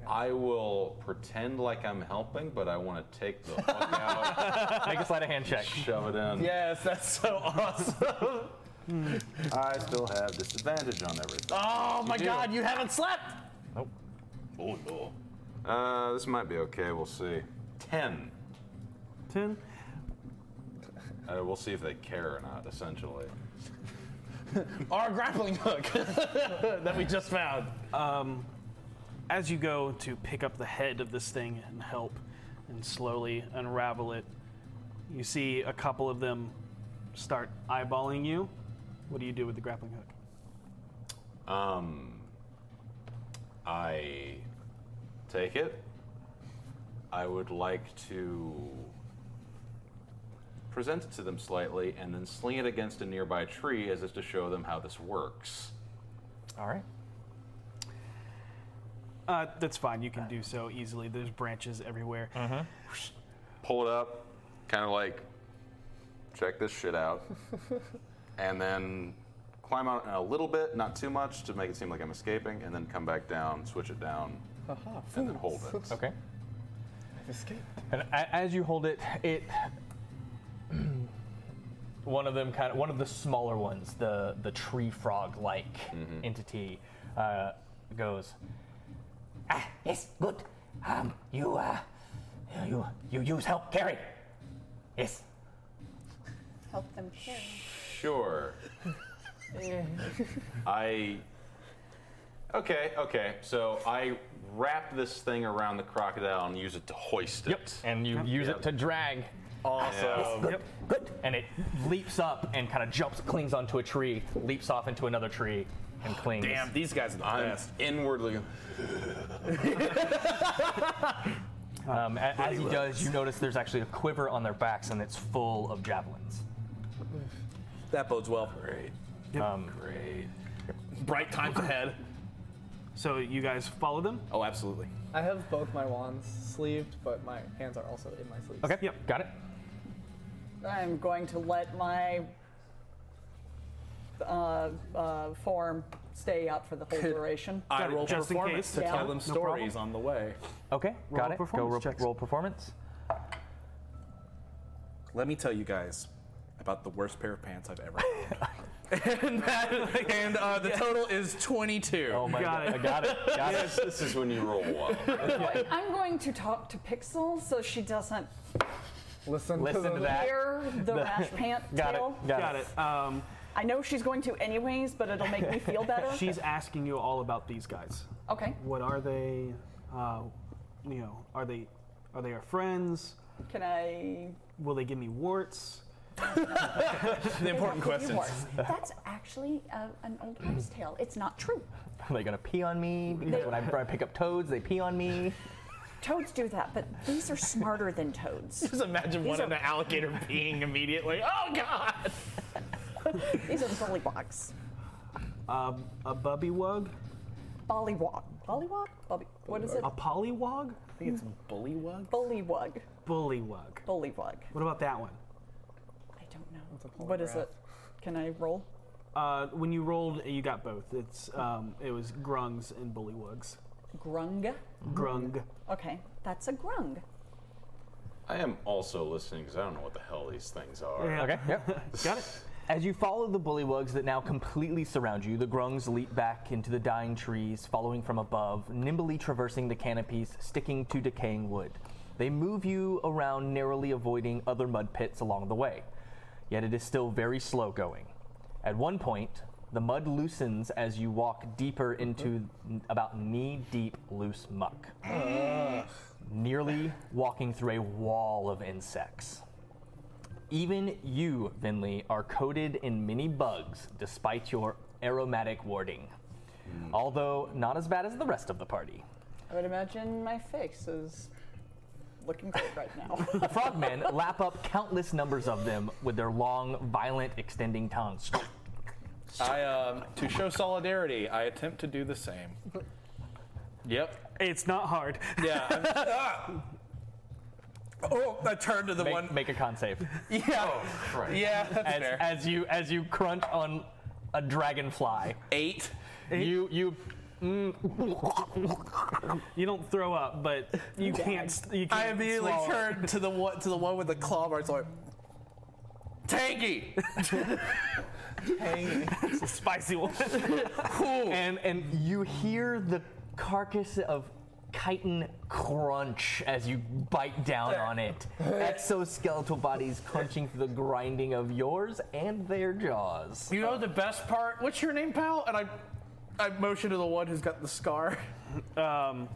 Speaker 7: I will pretend like I'm helping, but I want to take the hook out.
Speaker 1: Make a sleight of hand check.
Speaker 7: Shove it in.
Speaker 6: Yes, that's so
Speaker 2: Uh-huh.
Speaker 6: awesome.
Speaker 7: I still have disadvantage on everything.
Speaker 6: oh
Speaker 7: You
Speaker 6: my
Speaker 7: do.
Speaker 6: god, you haven't slept.
Speaker 7: Oh no. Uh, this might be okay. We'll see. Ten.
Speaker 2: Ten.
Speaker 7: Uh, we'll see if they care or not. Essentially.
Speaker 6: Our grappling hook that we just found.
Speaker 2: Um, as you go to pick up the head of this thing and help and slowly unravel it, you see a couple of them start eyeballing you. What do you do with the grappling hook?
Speaker 7: Um, I take it. I would like to present it to them slightly and then sling it against a nearby tree as if to show them how this works.
Speaker 1: All right.
Speaker 2: Uh, that's fine. You can do so easily. There's branches everywhere.
Speaker 1: Mm-hmm.
Speaker 7: Pull it up, kind of like check this shit out, and then climb out a little bit, not too much, to make it seem like I'm escaping, and then come back down, switch it down, and then hold it.
Speaker 1: Okay.
Speaker 5: I've escaped.
Speaker 1: And a- as you hold it, it one of them kind of one of the smaller ones, the the tree frog like
Speaker 7: Mm-hmm.
Speaker 1: entity, uh, goes.
Speaker 15: Ah, yes, good. Um, you, uh, you, you use help carry. Yes.
Speaker 13: Help them carry.
Speaker 7: Sure. I. Okay, okay. So I wrap this thing around the crocodile and use it to hoist it. Yep.
Speaker 1: And you use it to drag.
Speaker 7: Awesome.
Speaker 1: Yep. And it leaps up and kind of jumps, clings onto a tree, leaps off into another tree, and clings.
Speaker 6: Damn, these guys are the
Speaker 1: I'm
Speaker 6: best.
Speaker 7: Inwardly.
Speaker 1: Um, a- as he does, you notice there's actually a quiver on their backs, and it's full of javelins.
Speaker 6: That bodes well. Great.
Speaker 1: Um,
Speaker 7: Great.
Speaker 6: Bright times ahead.
Speaker 2: So you guys follow them?
Speaker 6: Oh, absolutely.
Speaker 5: I have both my wands sleeved, but my hands are also in my sleeves.
Speaker 2: Okay. Yep. Got it.
Speaker 3: I'm going to let my uh, uh, form stay up for the whole duration.
Speaker 6: I roll performance to
Speaker 3: Yeah.
Speaker 6: tell them stories on the way.
Speaker 1: Okay, got
Speaker 6: Roll
Speaker 1: it. Go
Speaker 6: performance
Speaker 1: roll,
Speaker 6: checks.
Speaker 1: roll performance.
Speaker 6: Let me tell you guys about the worst pair of pants I've ever had. and that- and, uh, the total is 22. Oh
Speaker 1: my Got God. it. I got it. Got
Speaker 7: Yes, this is when you roll well.
Speaker 3: I'm going to talk to Pixel so she doesn't
Speaker 5: Listen,
Speaker 1: Listen to that.
Speaker 3: hear the
Speaker 1: The-
Speaker 3: rash pant
Speaker 1: Got it,
Speaker 3: tale.
Speaker 1: got it. Got
Speaker 2: it. Um,
Speaker 3: I know she's going to anyways, but it'll make me feel better.
Speaker 2: She's asking you all about these guys.
Speaker 3: Okay.
Speaker 2: What are they? Uh, you know, are they are they our friends?
Speaker 3: Can I?
Speaker 2: Will they give me warts? the
Speaker 3: They don't give you warts. That's actually uh, an old wives' tale. It's not true.
Speaker 1: Are they gonna pee on me? Because when I, when I pick up toads, they pee on me.
Speaker 3: Toads do that, but these are smarter than toads.
Speaker 1: Just imagine
Speaker 3: these
Speaker 1: one
Speaker 3: are,
Speaker 1: of
Speaker 6: The alligator peeing immediately. Oh, God!
Speaker 3: These are bullywugs.
Speaker 2: Um, a bubby wug?
Speaker 3: Bollywog. Bollywog? Bobby, what is it?
Speaker 2: A pollywog?
Speaker 3: I think it's
Speaker 6: bullywug.
Speaker 3: Bullywug.
Speaker 2: Bullywug.
Speaker 3: Bullywug.
Speaker 2: What about that one?
Speaker 3: I don't know. What is
Speaker 2: polygraph.
Speaker 3: it? Can I roll?
Speaker 2: Uh, when you rolled, you got both. It's um, it was grungs and bullywugs.
Speaker 3: Grung.
Speaker 2: Grung.
Speaker 3: Okay, that's a grung.
Speaker 7: I am also listening because I don't know what the hell these things are.
Speaker 1: Okay. Yep. Got it. As you follow the bullywugs that now completely surround you, the grungs leap back into the dying trees, following from above, nimbly traversing the canopies, sticking to decaying wood. They move you around, narrowly avoiding other mud pits along the way. Yet it is still very slow going. At one point, the mud loosens as you walk deeper into n- about knee deep loose muck, nearly walking through a wall of insects. Even you, Vinley, are coated in many bugs despite your aromatic warding.
Speaker 6: Hmm.
Speaker 1: Although not as bad as the rest of the party.
Speaker 3: I would imagine my face is looking great right now.
Speaker 1: The frogmen lap up countless numbers of them with their long, violent, extending tongues.
Speaker 6: I, um, to show solidarity, I attempt to do the same. Yep.
Speaker 2: It's not hard.
Speaker 6: Yeah. I'm- Ah! Oh, I turned to the
Speaker 1: make,
Speaker 6: one.
Speaker 1: Make a con save. Oh,
Speaker 6: Yeah. Yeah, that's
Speaker 1: as,
Speaker 6: fair.
Speaker 1: as you as you crunch on a dragonfly.
Speaker 6: Eight.
Speaker 1: You you. mm.
Speaker 2: You don't throw up, but you can't. st- You
Speaker 6: I
Speaker 2: can't
Speaker 6: immediately
Speaker 2: swallow.
Speaker 6: turned to the one to the one with the claw marks. Like, tangy.
Speaker 2: It's a spicy one.
Speaker 1: and and you hear the carcass of chitin crunch as you bite down on it. Exoskeletal bodies crunching through the grinding of yours and their jaws.
Speaker 6: You know the best part? What's your name, pal? And I, I motion to the one who's got the scar.
Speaker 2: Um.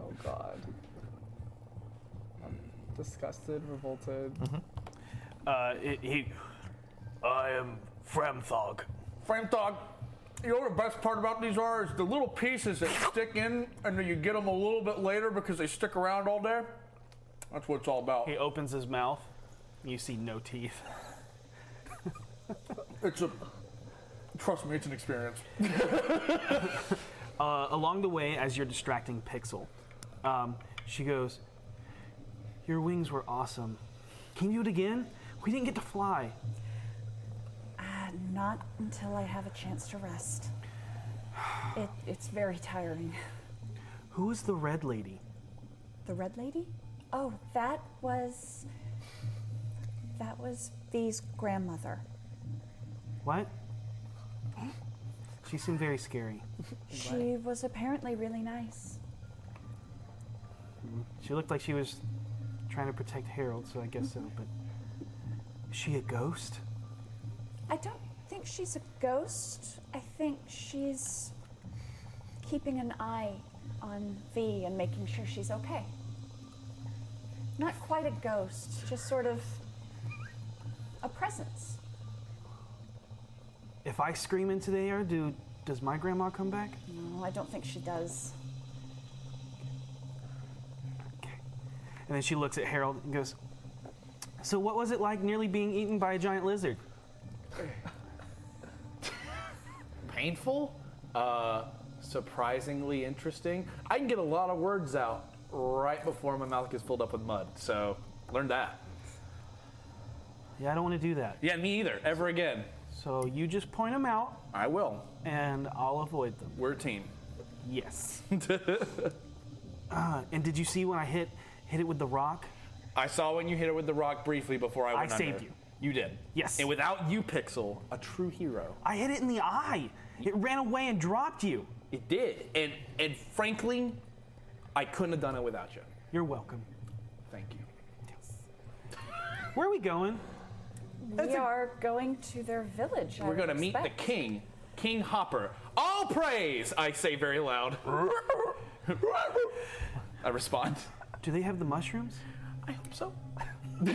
Speaker 5: Oh god.
Speaker 2: Hmm.
Speaker 5: I'm disgusted, revolted.
Speaker 2: Uh, it, he.
Speaker 6: I am Framthog. Framthog, you know what the best part about these are is the little pieces that stick in, and then you get them a little bit later because they stick around all day. That's what it's all about.
Speaker 2: He opens his mouth. You see no teeth.
Speaker 6: It's a. Trust me, it's an experience.
Speaker 2: Uh, along the way, as you're distracting Pixel, um, she goes, "Your wings were awesome. Can you do it again? We didn't get to fly.
Speaker 8: Uh, not until I have a chance to rest. It, it's very tiring.
Speaker 2: Who is the red lady?
Speaker 8: The red lady? Oh, that was. That was V's grandmother.
Speaker 2: What? She seemed very scary.
Speaker 8: She was apparently really nice.
Speaker 2: She looked like she was trying to protect Harold, so I guess so. But is she a ghost?
Speaker 8: I don't think she's a ghost. I think she's keeping an eye on V and making sure she's okay. Not quite a ghost, just sort of a presence.
Speaker 2: If I scream into the air, do does my grandma come back?
Speaker 8: No, I don't think she does.
Speaker 2: And then she looks at Harold and goes, "So
Speaker 1: Uh,
Speaker 2: what was it like nearly being eaten by a giant lizard?"
Speaker 6: painful, uh, surprisingly interesting. I can get a lot of words out right before my mouth gets filled up with mud. So learn that.
Speaker 2: Yeah, I don't want to do that.
Speaker 6: Yeah, me either. Ever again.
Speaker 2: So you just point them out.
Speaker 6: I will.
Speaker 2: And I'll avoid them.
Speaker 6: We're a team.
Speaker 2: Yes. uh, and did you see when I hit hit it with the rock?
Speaker 6: I saw when you hit it with the rock briefly before I
Speaker 2: I
Speaker 6: went under.
Speaker 2: saved you.
Speaker 6: You did.
Speaker 2: Yes.
Speaker 6: And without you, Pixel, a true hero.
Speaker 2: I hit it in the eye. It ran away and dropped you.
Speaker 6: It did. And and frankly, I couldn't have done it without you.
Speaker 2: You're welcome.
Speaker 6: Thank you.
Speaker 2: Where are we going?
Speaker 8: we are going to their village. I
Speaker 6: We're gonna
Speaker 8: would
Speaker 6: meet the
Speaker 8: expect.
Speaker 6: king, King Hopper. All praise! I say very loud. I respond.
Speaker 2: Do they have the mushrooms?
Speaker 6: I hope so. he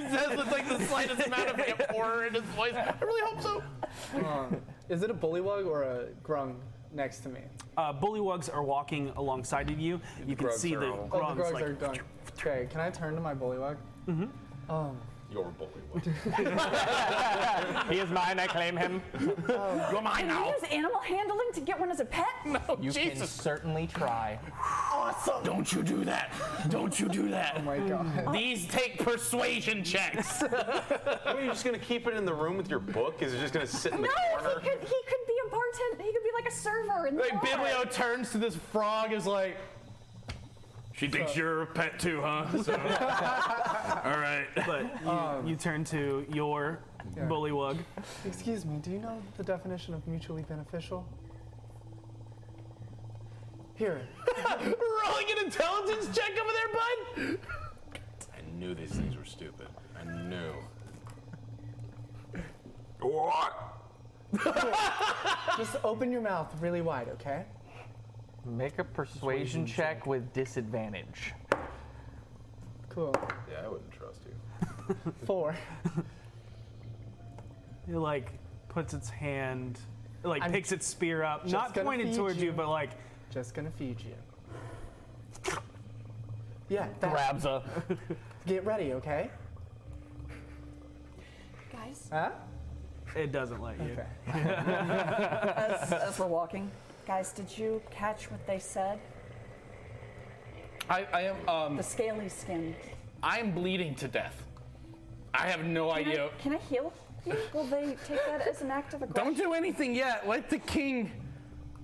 Speaker 6: says with like the slightest amount of like, horror in his voice. I really hope so.
Speaker 5: Um, is it a bullywug or a grung next to me?
Speaker 2: Uh, bullywugs are walking alongside of you. You can
Speaker 5: Grugs
Speaker 2: see
Speaker 5: are
Speaker 2: the
Speaker 5: all- Oh,
Speaker 2: grungs
Speaker 5: the grugs
Speaker 2: like
Speaker 5: are done. Okay, can I turn to my bullywug? Mm-hmm. Um,
Speaker 7: Your bullywug.
Speaker 16: he is mine. I claim him.
Speaker 6: You're
Speaker 8: Can you use animal handling to get one as Oh. a pet?
Speaker 6: No,
Speaker 16: You can certainly try.
Speaker 8: Awesome.
Speaker 6: Don't you do that. Don't you do that. Oh
Speaker 5: my god.
Speaker 6: These take persuasion checks.
Speaker 7: What, are you just gonna keep it in the room with your book? Is it just gonna sit in the
Speaker 8: No,
Speaker 7: corner?
Speaker 8: he could, he could be a bartender. He could be like a server in the
Speaker 6: Like
Speaker 8: bar.
Speaker 6: Biblio turns to this frog is like She thinks
Speaker 2: So-
Speaker 6: you're a pet too, huh? So- All right.
Speaker 2: But you,
Speaker 5: Um,
Speaker 2: you turn to your
Speaker 5: Yeah.
Speaker 2: bullywug.
Speaker 5: excuse me, do you know the definition of mutually beneficial? Here.
Speaker 6: Rolling an intelligence check over there, bud.
Speaker 7: I knew these things were stupid. I knew. What?
Speaker 5: Just open your mouth really wide, okay?
Speaker 16: Make a persuasion check with disadvantage.
Speaker 5: Cool.
Speaker 7: Yeah, I wouldn't trust you.
Speaker 5: Four.
Speaker 2: It like puts its hand, it, like
Speaker 5: I'm
Speaker 2: picks its spear up,
Speaker 5: just
Speaker 2: not
Speaker 5: gonna
Speaker 2: pointed
Speaker 5: feed
Speaker 2: towards you.
Speaker 5: you.
Speaker 2: but like
Speaker 5: just gonna feed you. Yeah. That,
Speaker 16: Grabs a.
Speaker 5: Get ready, okay?
Speaker 8: Guys,
Speaker 5: Huh?
Speaker 2: It doesn't let you.
Speaker 3: as, as we're walking.
Speaker 8: guys, did you catch what they said?
Speaker 6: I, I am um
Speaker 8: The scaly skin.
Speaker 6: I am bleeding to death. I have no
Speaker 8: Can
Speaker 6: idea.
Speaker 8: I, can I heal you? Will they take that as an act of aggression?
Speaker 6: Don't do anything yet. Let the king.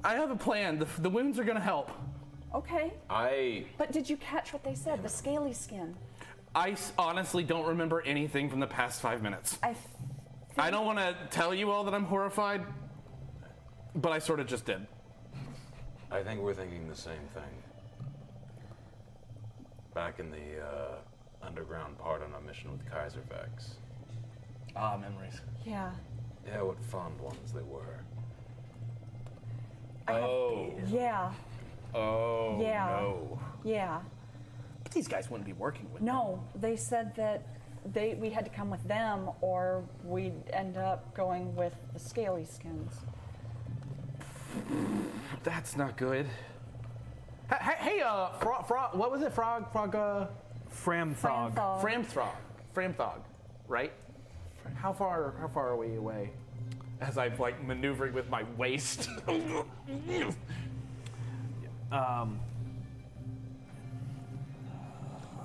Speaker 6: I have a plan. The, the wounds are gonna help.
Speaker 8: Okay.
Speaker 7: I
Speaker 8: But did you catch what they said? The scaly skin.
Speaker 6: I s- honestly don't remember anything from the past five minutes.
Speaker 8: I. f-
Speaker 6: I don't want to tell you all that I'm horrified, but I sort of just did.
Speaker 7: I think we're thinking the same thing. Back in the uh, underground part on a mission with Kaiser Vex.
Speaker 6: Ah, memories.
Speaker 8: Yeah.
Speaker 7: Yeah, what fond ones they were. Oh.
Speaker 8: Yeah.
Speaker 6: Oh.
Speaker 8: Yeah.
Speaker 6: No.
Speaker 8: Yeah.
Speaker 6: But these guys wouldn't be working with.
Speaker 8: No, they said that they we had to come with them or we'd end up going with the scaly skins.
Speaker 6: That's not good. Hey, hey uh, frog, frog, what was it? Frog, frog, uh,
Speaker 2: Framthog.
Speaker 8: Framthog.
Speaker 6: Framthog, Framthog, right? How far, how far are we away? As I'm like maneuvering with my waist.
Speaker 2: Um,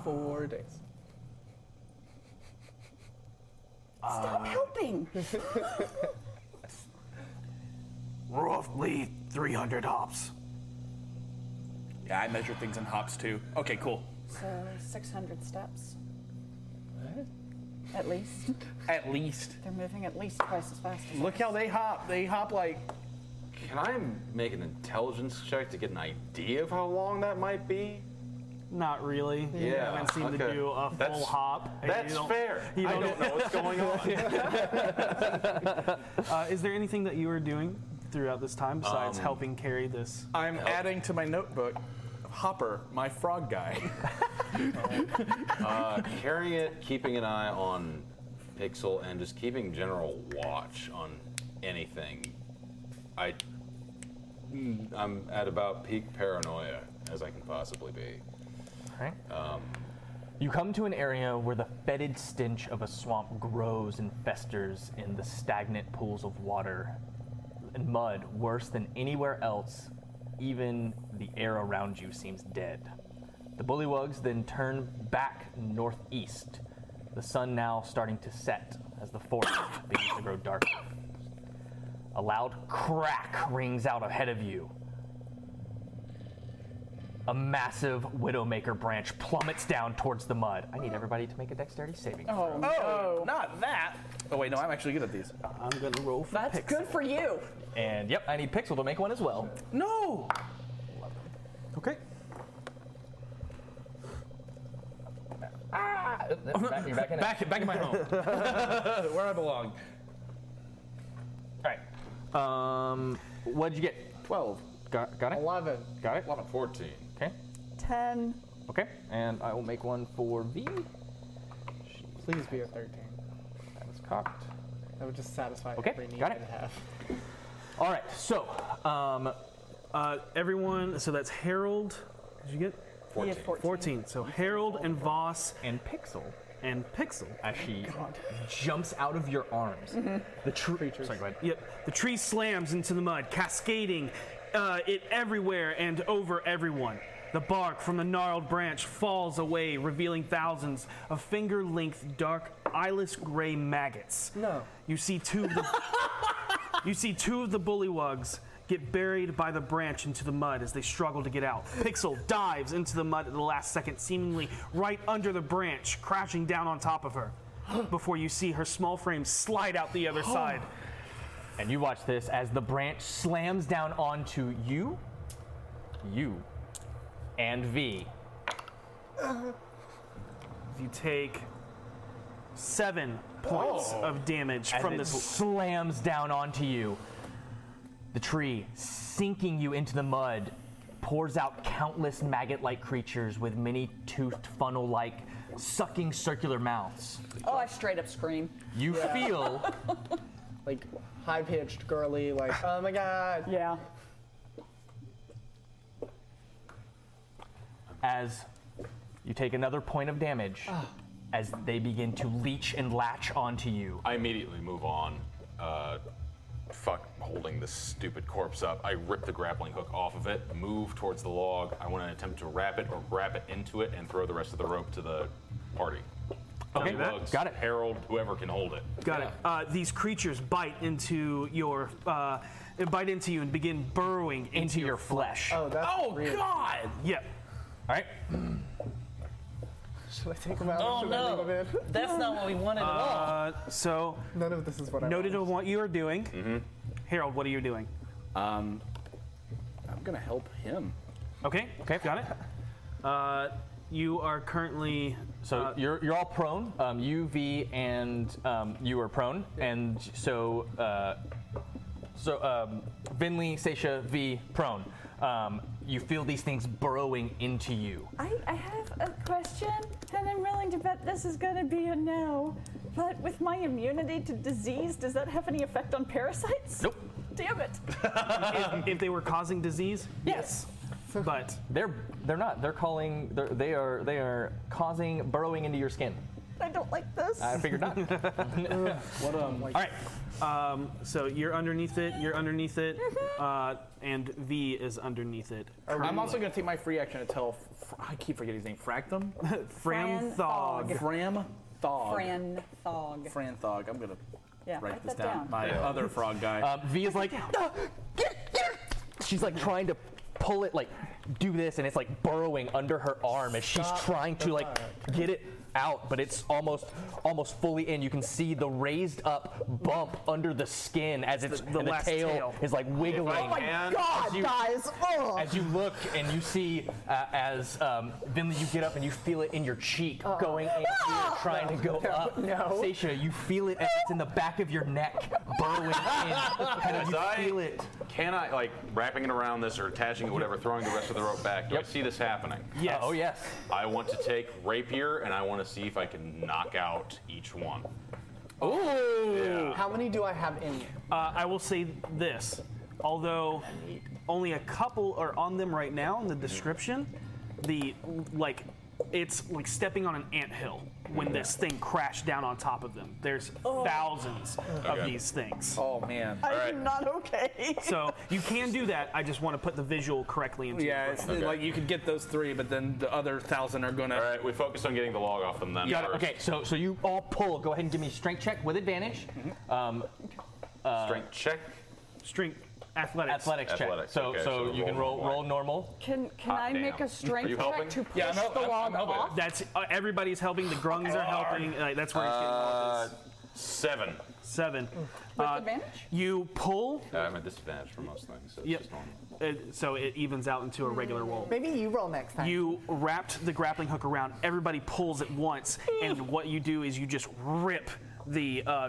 Speaker 5: Four days.
Speaker 3: Uh.
Speaker 8: Stop
Speaker 2: uh,
Speaker 8: helping!
Speaker 6: Roughly 300 hops. Yeah, I measure things in hops too. Okay, cool.
Speaker 8: So 600 steps. At least.
Speaker 6: At least.
Speaker 8: They're moving at least twice as fast as
Speaker 6: Look how they hop. They hop like.
Speaker 7: Can I make an intelligence check to get an idea of how long that might be?
Speaker 2: not really. You
Speaker 7: Yeah,
Speaker 2: haven't seen to
Speaker 7: okay.
Speaker 2: do a full
Speaker 7: That's-
Speaker 2: hop. and you
Speaker 7: that's
Speaker 2: don't-
Speaker 7: fair.
Speaker 2: you
Speaker 7: I don't know what's going
Speaker 2: uh, is there anything that you were doing throughout this time besides
Speaker 6: Um,
Speaker 2: helping carry this?
Speaker 6: I'm adding to my notebook Hopper, my frog guy.
Speaker 7: uh, carrying it, keeping an eye on Pixel, and just keeping general watch on anything. I, mm, I'm at about peak paranoia as I can possibly be.
Speaker 16: Right.
Speaker 7: Um,
Speaker 16: You come to an area where the fetid stench of a swamp grows and festers in the stagnant pools of water
Speaker 1: and mud worse than anywhere else. Even the air around you seems dead. The bullywugs then turn back northeast, the sun now starting to set as the forest begins to grow darker. A loud crack rings out ahead of you. A massive Widowmaker branch plummets down towards the mud. I need everybody to make a dexterity saving. throw.
Speaker 6: Oh, not that. Oh wait, no, I'm actually good at these.
Speaker 1: I'm gonna roll for
Speaker 8: That's good for you.
Speaker 1: And yep, I need Pixel to make one as well.
Speaker 6: No.
Speaker 1: Okay. Ah, back, you're back in it.
Speaker 6: Back, back in my home, where I belong.
Speaker 1: All right. Um, what'd you get? Twelve. Got, got it.
Speaker 5: Eleven.
Speaker 1: Got it. Eleven. Fourteen. Okay.
Speaker 8: 10.
Speaker 1: Okay. And I will make one for V.
Speaker 5: Please be a 13.
Speaker 1: That was cocked.
Speaker 5: That would just satisfy
Speaker 1: Okay,
Speaker 5: every need
Speaker 1: got
Speaker 5: I'd have.
Speaker 1: All right. So, um,
Speaker 2: uh, everyone. So that's Harold. Did you get?
Speaker 8: Fourteen. Yeah, 14.
Speaker 2: So Harold and Voss
Speaker 1: and Pixel
Speaker 2: and Pixel.
Speaker 8: Oh,
Speaker 1: As she jumps out of your arms,
Speaker 8: Mm-hmm.
Speaker 2: Mhm.
Speaker 1: the tree. Sorry, go ahead.
Speaker 2: Yep. The tree slams into the mud, cascading uh, it everywhere and over everyone. The bark from the gnarled branch falls away, revealing thousands of finger length, dark, eyeless gray maggots. No. You see two of the. You see two of the bullywugs get buried by the branch into the mud as they struggle to get out. Pixel dives into the mud at the last second, seemingly right under the branch, crashing down on top of her, before you see her small frame slide out the other side.
Speaker 1: And you watch this as the branch slams down onto you, you, E. and V.
Speaker 17: Uh-huh.
Speaker 2: You take seven points
Speaker 1: Oh.
Speaker 2: of damage
Speaker 1: As
Speaker 2: from
Speaker 1: it
Speaker 2: this.
Speaker 1: slams down onto you. The tree, sinking you into the mud, pours out countless maggot like creatures with many toothed, funnel like, sucking circular mouths.
Speaker 8: Oh, I straight up scream.
Speaker 1: You
Speaker 8: Yeah.
Speaker 1: feel
Speaker 5: like high pitched, girly, like, oh my god.
Speaker 8: Yeah.
Speaker 1: as you take another point of damage as they begin to leech and latch onto you.
Speaker 7: I immediately move on. Uh, fuck holding this stupid corpse up. I rip the grappling hook off of it, move towards the log. I want to attempt to wrap it or wrap it into it and throw the rest of the rope to the party.
Speaker 2: Okay,
Speaker 7: Three
Speaker 2: that-
Speaker 7: bugs,
Speaker 2: got it.
Speaker 7: Harold, whoever can hold it.
Speaker 2: Got it. Uh, these creatures bite into your, uh, bite into you and begin burrowing into, your,
Speaker 1: flesh.
Speaker 2: Oh,
Speaker 5: that's
Speaker 2: oh God! Yep.
Speaker 1: All right.
Speaker 5: Should I take him out?
Speaker 17: Oh,
Speaker 5: Should I
Speaker 17: no.
Speaker 5: leave him in?
Speaker 17: That's not what we wanted at all.
Speaker 2: Uh, so
Speaker 5: none of this is what I
Speaker 2: noted of what you are doing. Harold, what are you doing?
Speaker 6: Mm-hmm. Um, I'm gonna help him.
Speaker 2: Okay. Okay. Got it. Uh, you are currently. uh,
Speaker 1: So you're, you're all prone. Um, you, V, and um, you are prone. And so, uh, so um, Vinley, Seisha, V, prone. Um, you feel these things burrowing into you.
Speaker 18: I, I have a question, and I'm willing to bet this is going to be a no.
Speaker 8: But with my immunity to disease, does that have any effect on parasites?
Speaker 1: Nope.
Speaker 8: Damn it.
Speaker 2: if, if they were causing disease, yes. But
Speaker 1: they're they're not. They're calling. They're, they are they are causing burrowing into your skin.
Speaker 8: I don't like this.
Speaker 1: I figured not.
Speaker 2: what um? All right. Um, so you're underneath it. You're underneath it.
Speaker 17: Mm-hmm.
Speaker 2: Uh, and V is underneath it.
Speaker 6: I'm also gonna take my free action to tell. F- I keep forgetting his name. Fractum.
Speaker 2: Fran Thog. Thog.
Speaker 6: Fram Thog.
Speaker 8: Fran Thog.
Speaker 6: Fran Thog. I'm gonna
Speaker 8: Yeah,
Speaker 6: write
Speaker 8: write
Speaker 6: this
Speaker 8: that
Speaker 6: down.
Speaker 8: down.
Speaker 6: My
Speaker 1: Yeah.
Speaker 6: other frog guy.
Speaker 1: Um, v is like, "Ah, get- get it." she's like trying to pull it, like do this, and it's like burrowing under her arm as she's
Speaker 13: Stop
Speaker 1: trying to
Speaker 13: the
Speaker 1: like
Speaker 13: fuck.
Speaker 1: get it out, but it's almost almost fully in. You can see the raised up bump under the skin as it's
Speaker 13: The- the
Speaker 1: and the
Speaker 13: last
Speaker 1: tail,
Speaker 13: tail.
Speaker 1: is like wiggling.
Speaker 13: If I Oh my can- God,
Speaker 1: As you-
Speaker 13: guys, ugh.
Speaker 1: As you look and you see, uh, as um, Vinley, you get up and you feel it in your cheek going in,
Speaker 13: Ah.
Speaker 1: trying to go
Speaker 13: No,
Speaker 1: up.
Speaker 13: no.
Speaker 1: Seisha, you feel it as it's in the back of your neck, burrowing in. And
Speaker 7: As
Speaker 1: you
Speaker 7: I-
Speaker 1: feel it.
Speaker 7: Can I, like, wrapping it around this or attaching it, whatever, throwing the rest of the rope back? Do I see this happening?
Speaker 1: Yes. oh, yes.
Speaker 7: I want to take rapier and I want to see if I can knock out each one.
Speaker 2: Ooh.
Speaker 5: How many do I have in you?
Speaker 2: Uh, I will say this, although only a couple are on them right now in the description, the like it's like stepping on an anthill when this thing crashed down on top of them. There's
Speaker 19: Oh.
Speaker 2: thousands of
Speaker 19: Okay.
Speaker 2: these things. Oh man.
Speaker 19: I am not okay.
Speaker 2: so you can do that. I just want to put the visual correctly into
Speaker 6: Yeah,
Speaker 2: your
Speaker 6: it's
Speaker 2: brain.
Speaker 6: like you could get those three, but then the other thousand are gonna. All
Speaker 7: right, we focus on getting the log off them then.
Speaker 20: You got it.
Speaker 7: first.
Speaker 20: Okay, so so you all pull. Go ahead and give me a strength check with advantage. Um, uh,
Speaker 7: strength check.
Speaker 2: Strength. Athletics.
Speaker 20: Athletics check.
Speaker 7: Athletics,
Speaker 20: So
Speaker 7: okay,
Speaker 20: so
Speaker 7: so
Speaker 20: you can roll
Speaker 7: roll
Speaker 20: roll normal.
Speaker 8: Can can I make a strength check to push
Speaker 2: Yeah, I'm
Speaker 8: the
Speaker 2: help- I'm-
Speaker 8: log
Speaker 2: I'm helping.
Speaker 8: off?
Speaker 2: That's uh, everybody's helping. The grungs are helping. Like, that's where it's getting all
Speaker 7: Uh,
Speaker 2: this.
Speaker 7: seven.
Speaker 2: Seven. Uh,
Speaker 7: With
Speaker 6: uh,
Speaker 8: advantage?
Speaker 2: You pull.
Speaker 7: Uh, I'm at disadvantage for most things. So it's
Speaker 2: Yep.
Speaker 7: just normal.
Speaker 2: It- Uh, so it evens out into a regular roll.
Speaker 19: Maybe you roll next time.
Speaker 2: You wrapped the grappling hook around. Everybody pulls at once, and what you do is you just rip the uh,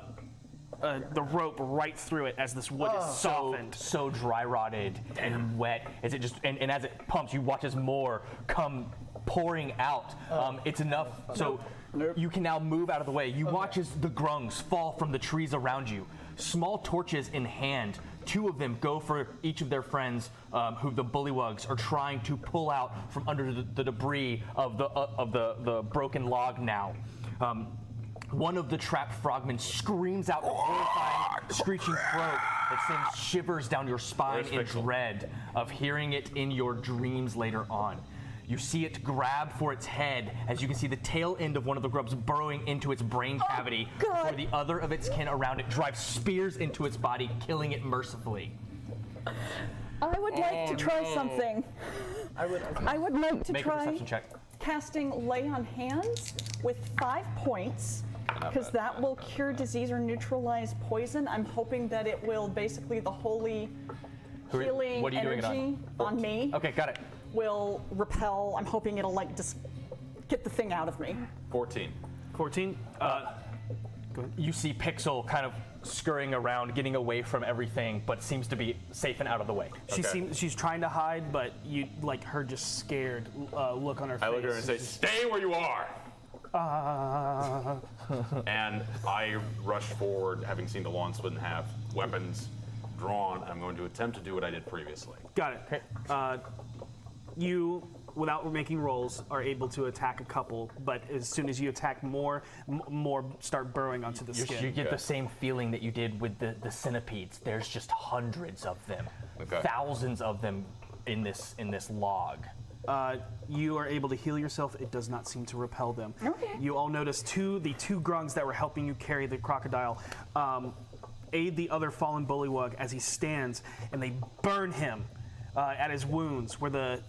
Speaker 2: uh, the rope right through it as this wood is softened.
Speaker 1: So dry rotted and wet. Is it just and, and as it pumps, you watch as more come pouring out. Um, it's enough. So you can now move out of the way. You watch as the grungs fall from the trees around you. Small torches in hand, two of them go for each of their friends, um, who the bullywugs are trying to pull out from under the, the debris of the uh, of the, the broken log. Now, um, one of the trapped frogmen screams out a horrifying, screeching throat that sends shivers down your spine in dread of hearing it in your dreams later on. You see it grab for its head as you can see the tail end of one of the grubs burrowing into its
Speaker 8: Oh,
Speaker 1: brain cavity before the other of its kin around it drives spears into its body, killing it mercifully.
Speaker 8: I would like
Speaker 1: Oh,
Speaker 8: to try
Speaker 1: no.
Speaker 8: something.
Speaker 5: I would.
Speaker 8: I would like to
Speaker 1: Make a
Speaker 8: try
Speaker 1: perception check.
Speaker 8: casting lay on hands with five points
Speaker 1: Not
Speaker 8: because
Speaker 1: bad.
Speaker 8: that will cure disease or neutralize poison. I'm hoping that it will basically the holy
Speaker 1: Who are-
Speaker 8: healing
Speaker 1: what are you doing
Speaker 8: energy
Speaker 1: it on?
Speaker 8: on me
Speaker 1: Okay, got it.
Speaker 8: will repel. I'm hoping it'll like just get the thing out of me.
Speaker 7: 14.
Speaker 2: 14. Uh,
Speaker 1: you see Pixel kind of scurrying around, getting away from everything, but seems to be safe and out of the way.
Speaker 2: She seems she's trying to hide, but you like her just scared uh, look on her face.
Speaker 7: I look at her and say, "Stay where you are."
Speaker 2: Uh,
Speaker 7: and I rush forward, having seen the lawn split in half, weapons drawn. I'm going to attempt to do what I did previously.
Speaker 2: Got it. Uh, you, without making rolls, are able to attack a couple, but as soon as you attack more, m- more start burrowing onto the
Speaker 1: You,
Speaker 2: skin.
Speaker 1: you get the same feeling that you did with the, the centipedes. There's just hundreds of them,
Speaker 2: Okay.
Speaker 1: thousands of them in this in this log.
Speaker 2: Uh, you are able to heal yourself. It does not seem to repel them. Okay. You all notice two the two grungs that were helping you carry the crocodile um, aid the other fallen bullywug as he stands, and they burn him uh, at his wounds where the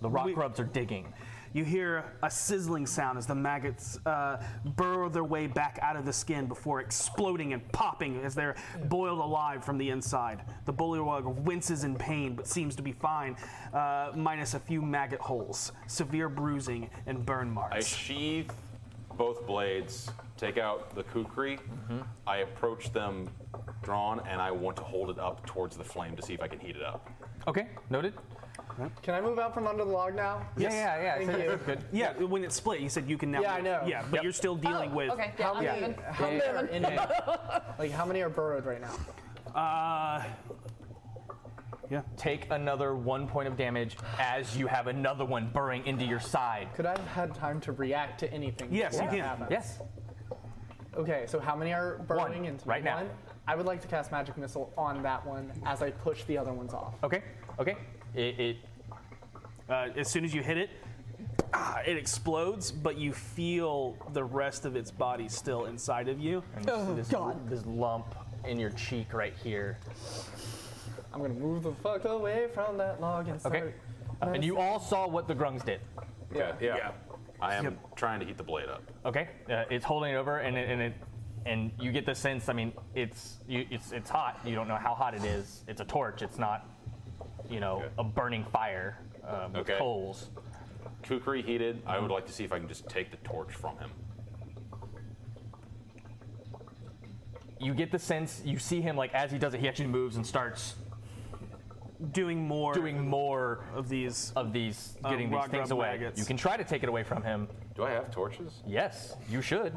Speaker 1: the rock grubs are digging.
Speaker 2: You hear a sizzling sound as the maggots uh, burrow their way back out of the skin before exploding and popping as they're boiled alive from the inside. The bullywug winces in pain but seems to be fine, uh, minus a few maggot holes, severe bruising, and burn marks.
Speaker 7: I sheath both blades, take out the kukri.
Speaker 1: Mm-hmm.
Speaker 7: I approach them drawn, and I want to hold it up towards the flame to see if I can heat it up.
Speaker 1: Okay, noted.
Speaker 5: Can I move out from under the log now? Thank you.
Speaker 2: Yeah, when it split, you said you can now.
Speaker 5: Yeah, I know.
Speaker 2: Yeah, but you're still
Speaker 17: Oh,
Speaker 2: dealing
Speaker 5: Oh,
Speaker 2: with.
Speaker 5: how many, how many are in here? Like how many are burrowed right now?
Speaker 2: Uh, yeah.
Speaker 1: Take another one point of damage as you have another one burrowing into your side.
Speaker 5: Could I have had time to react to anything?
Speaker 1: Yes,
Speaker 5: before
Speaker 1: you
Speaker 5: that
Speaker 1: can.
Speaker 5: happens?
Speaker 1: Yes.
Speaker 5: Okay, so how many are burrowing
Speaker 1: One,
Speaker 5: into
Speaker 1: right now.
Speaker 5: one? I would like to cast magic missile on that one as I push the other ones off.
Speaker 1: Okay. Okay. It. it
Speaker 2: uh, as soon as you hit it, ah, it explodes, but you feel the rest of its body still inside of you.
Speaker 1: And you see this, this lump in your cheek right here.
Speaker 5: I'm gonna move the fuck away from that log and start.
Speaker 1: Okay. Uh, and you all saw what the grungs did.
Speaker 7: Okay, yeah. I am trying to heat the blade up.
Speaker 1: Okay, uh, it's holding it over, and it, and it and you get the sense. I mean, it's you, it's it's hot. You don't know how hot it is. It's a torch. It's not, you know, a burning fire um, with
Speaker 7: Okay.
Speaker 1: coals. Mm-hmm.
Speaker 7: Kukri heated. I would like to see if I can just take the torch from him.
Speaker 1: You get the sense. You see him like as he does it. He actually moves and starts
Speaker 2: doing more,
Speaker 1: doing more
Speaker 2: of these
Speaker 1: of these,
Speaker 2: um,
Speaker 1: getting
Speaker 2: rock
Speaker 1: these things
Speaker 2: grub
Speaker 1: away.
Speaker 2: maggots.
Speaker 1: You can try to take it away from him.
Speaker 7: Do I have torches?
Speaker 1: Yes, you should.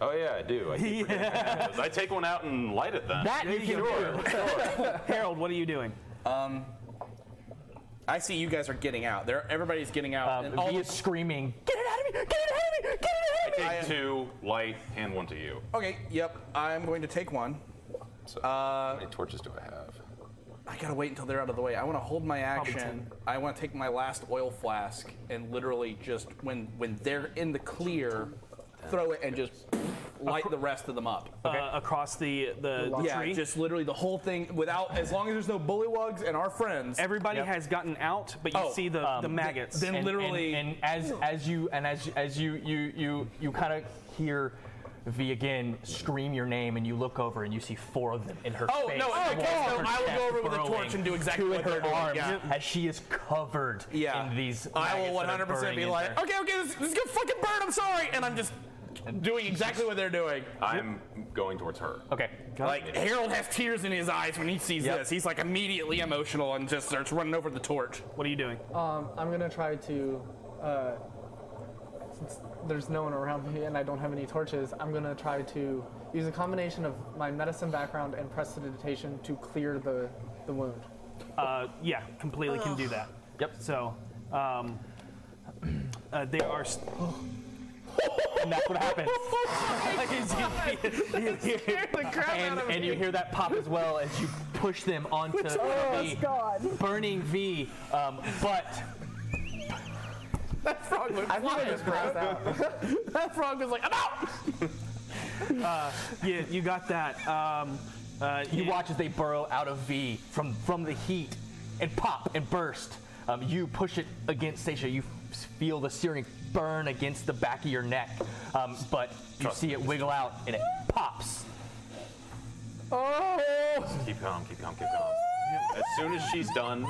Speaker 7: Oh yeah, I do. I, keep forgetting I have those. I take one out and light it then.
Speaker 1: That you can
Speaker 2: Harold, what are you doing?
Speaker 6: Um, I see you guys are getting out. There, everybody's getting out.
Speaker 1: Um, V is screaming, "Get it
Speaker 6: Get it heavy! Get
Speaker 7: I
Speaker 6: it
Speaker 7: take two light, hand one to you.
Speaker 6: Okay, yep. I'm going to take one. uh, how many
Speaker 7: torches do I have?
Speaker 6: I gotta wait until they're out of the way. I want to hold my
Speaker 7: Probably
Speaker 6: action. I want to take my last oil flask and literally just when when they're in the clear, throw it and just light the rest of them up.
Speaker 2: Uh, across the the, the
Speaker 6: yeah,
Speaker 2: tree.
Speaker 6: just literally the whole thing without as long as there's no bullywugs and our friends. Oh,
Speaker 2: Everybody has gotten out, but you
Speaker 21: Oh,
Speaker 2: see the,
Speaker 21: um,
Speaker 1: um,
Speaker 2: the maggots.
Speaker 1: And- And, and as as you and as as you you you you kind of hear V again scream your name, and you look over and you see four of them in her
Speaker 21: Oh,
Speaker 1: face.
Speaker 21: no, I
Speaker 1: one
Speaker 21: guess
Speaker 1: in
Speaker 21: no,
Speaker 1: her
Speaker 21: I will
Speaker 1: chest
Speaker 21: go over with a torch
Speaker 1: burrowing,
Speaker 21: and do exactly
Speaker 1: two
Speaker 21: what
Speaker 1: in her
Speaker 21: they're doing,
Speaker 1: arms
Speaker 21: yeah.
Speaker 1: as she is covered in these.
Speaker 21: I will
Speaker 1: maggots that are
Speaker 21: 100% be
Speaker 1: burrowing
Speaker 21: like,
Speaker 1: in her.
Speaker 21: okay, okay, this, this is gonna fucking burn. I'm sorry, and I'm just doing exactly what they're doing.
Speaker 7: I'm going towards her.
Speaker 1: Okay.
Speaker 21: Like Harold has tears in his eyes when he sees
Speaker 7: Yep.
Speaker 21: this. He's like immediately emotional and just starts running over the torch.
Speaker 2: What are you doing?
Speaker 5: Um, I'm gonna try to. Uh, since there's no one around me and I don't have any torches, I'm gonna try to use a combination of my medicine background and prestidigitation to clear the the wound.
Speaker 2: Uh, yeah, completely can do that. Yep. So, um, uh, they are. St- and that's what happens.
Speaker 1: and, and you hear that pop as well as you push them onto
Speaker 13: Oh,
Speaker 1: the
Speaker 13: God.
Speaker 1: burning V. Um, but
Speaker 21: That frog was
Speaker 13: I think I
Speaker 21: flying,
Speaker 13: just
Speaker 21: bro.
Speaker 13: passed out.
Speaker 21: that frog was like, I'm out.
Speaker 2: uh, yeah, you got that. Um, uh,
Speaker 1: you watch as they burrow out of V from from the heat and pop and burst. Um, you push it against Stacia. You f- feel the searing burn against the back of your neck, um, but you see it wiggle out and it pops.
Speaker 13: Oh!
Speaker 7: Keep calm, keep calm, keep calm. As soon as she's done,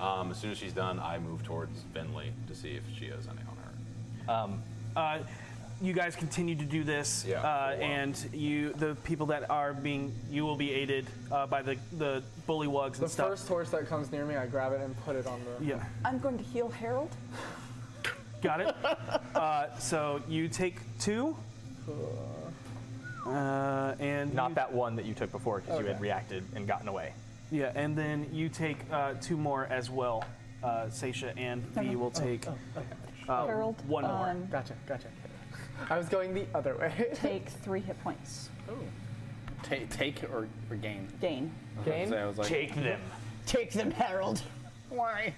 Speaker 7: um, as soon as she's done, I move towards Finley to see if she has any on her.
Speaker 2: Um, uh, you guys continue to do this,
Speaker 7: Yeah,
Speaker 2: uh, and you, the people that are being, you will be aided uh, by the the bullywugs and
Speaker 5: The
Speaker 2: stuff.
Speaker 5: first torch that comes near me, I grab it and put it on the.
Speaker 2: Yeah.
Speaker 13: I'm going to heal Harold.
Speaker 2: Got it. uh, so you take two. Uh, and
Speaker 1: not that one that you took before because you had
Speaker 2: Okay.
Speaker 1: reacted and gotten away.
Speaker 2: Yeah, and then you take uh, two more as well. Uh, Seisha and V will take uh, one more.
Speaker 5: Oh,
Speaker 8: um,
Speaker 5: Gotcha, gotcha. I was going the other way.
Speaker 8: take three hit points.
Speaker 21: Take, take or, or gain.
Speaker 8: Gain.
Speaker 21: I was gonna Gain? say, I was like- Take them.
Speaker 13: Take them, Harold. Why?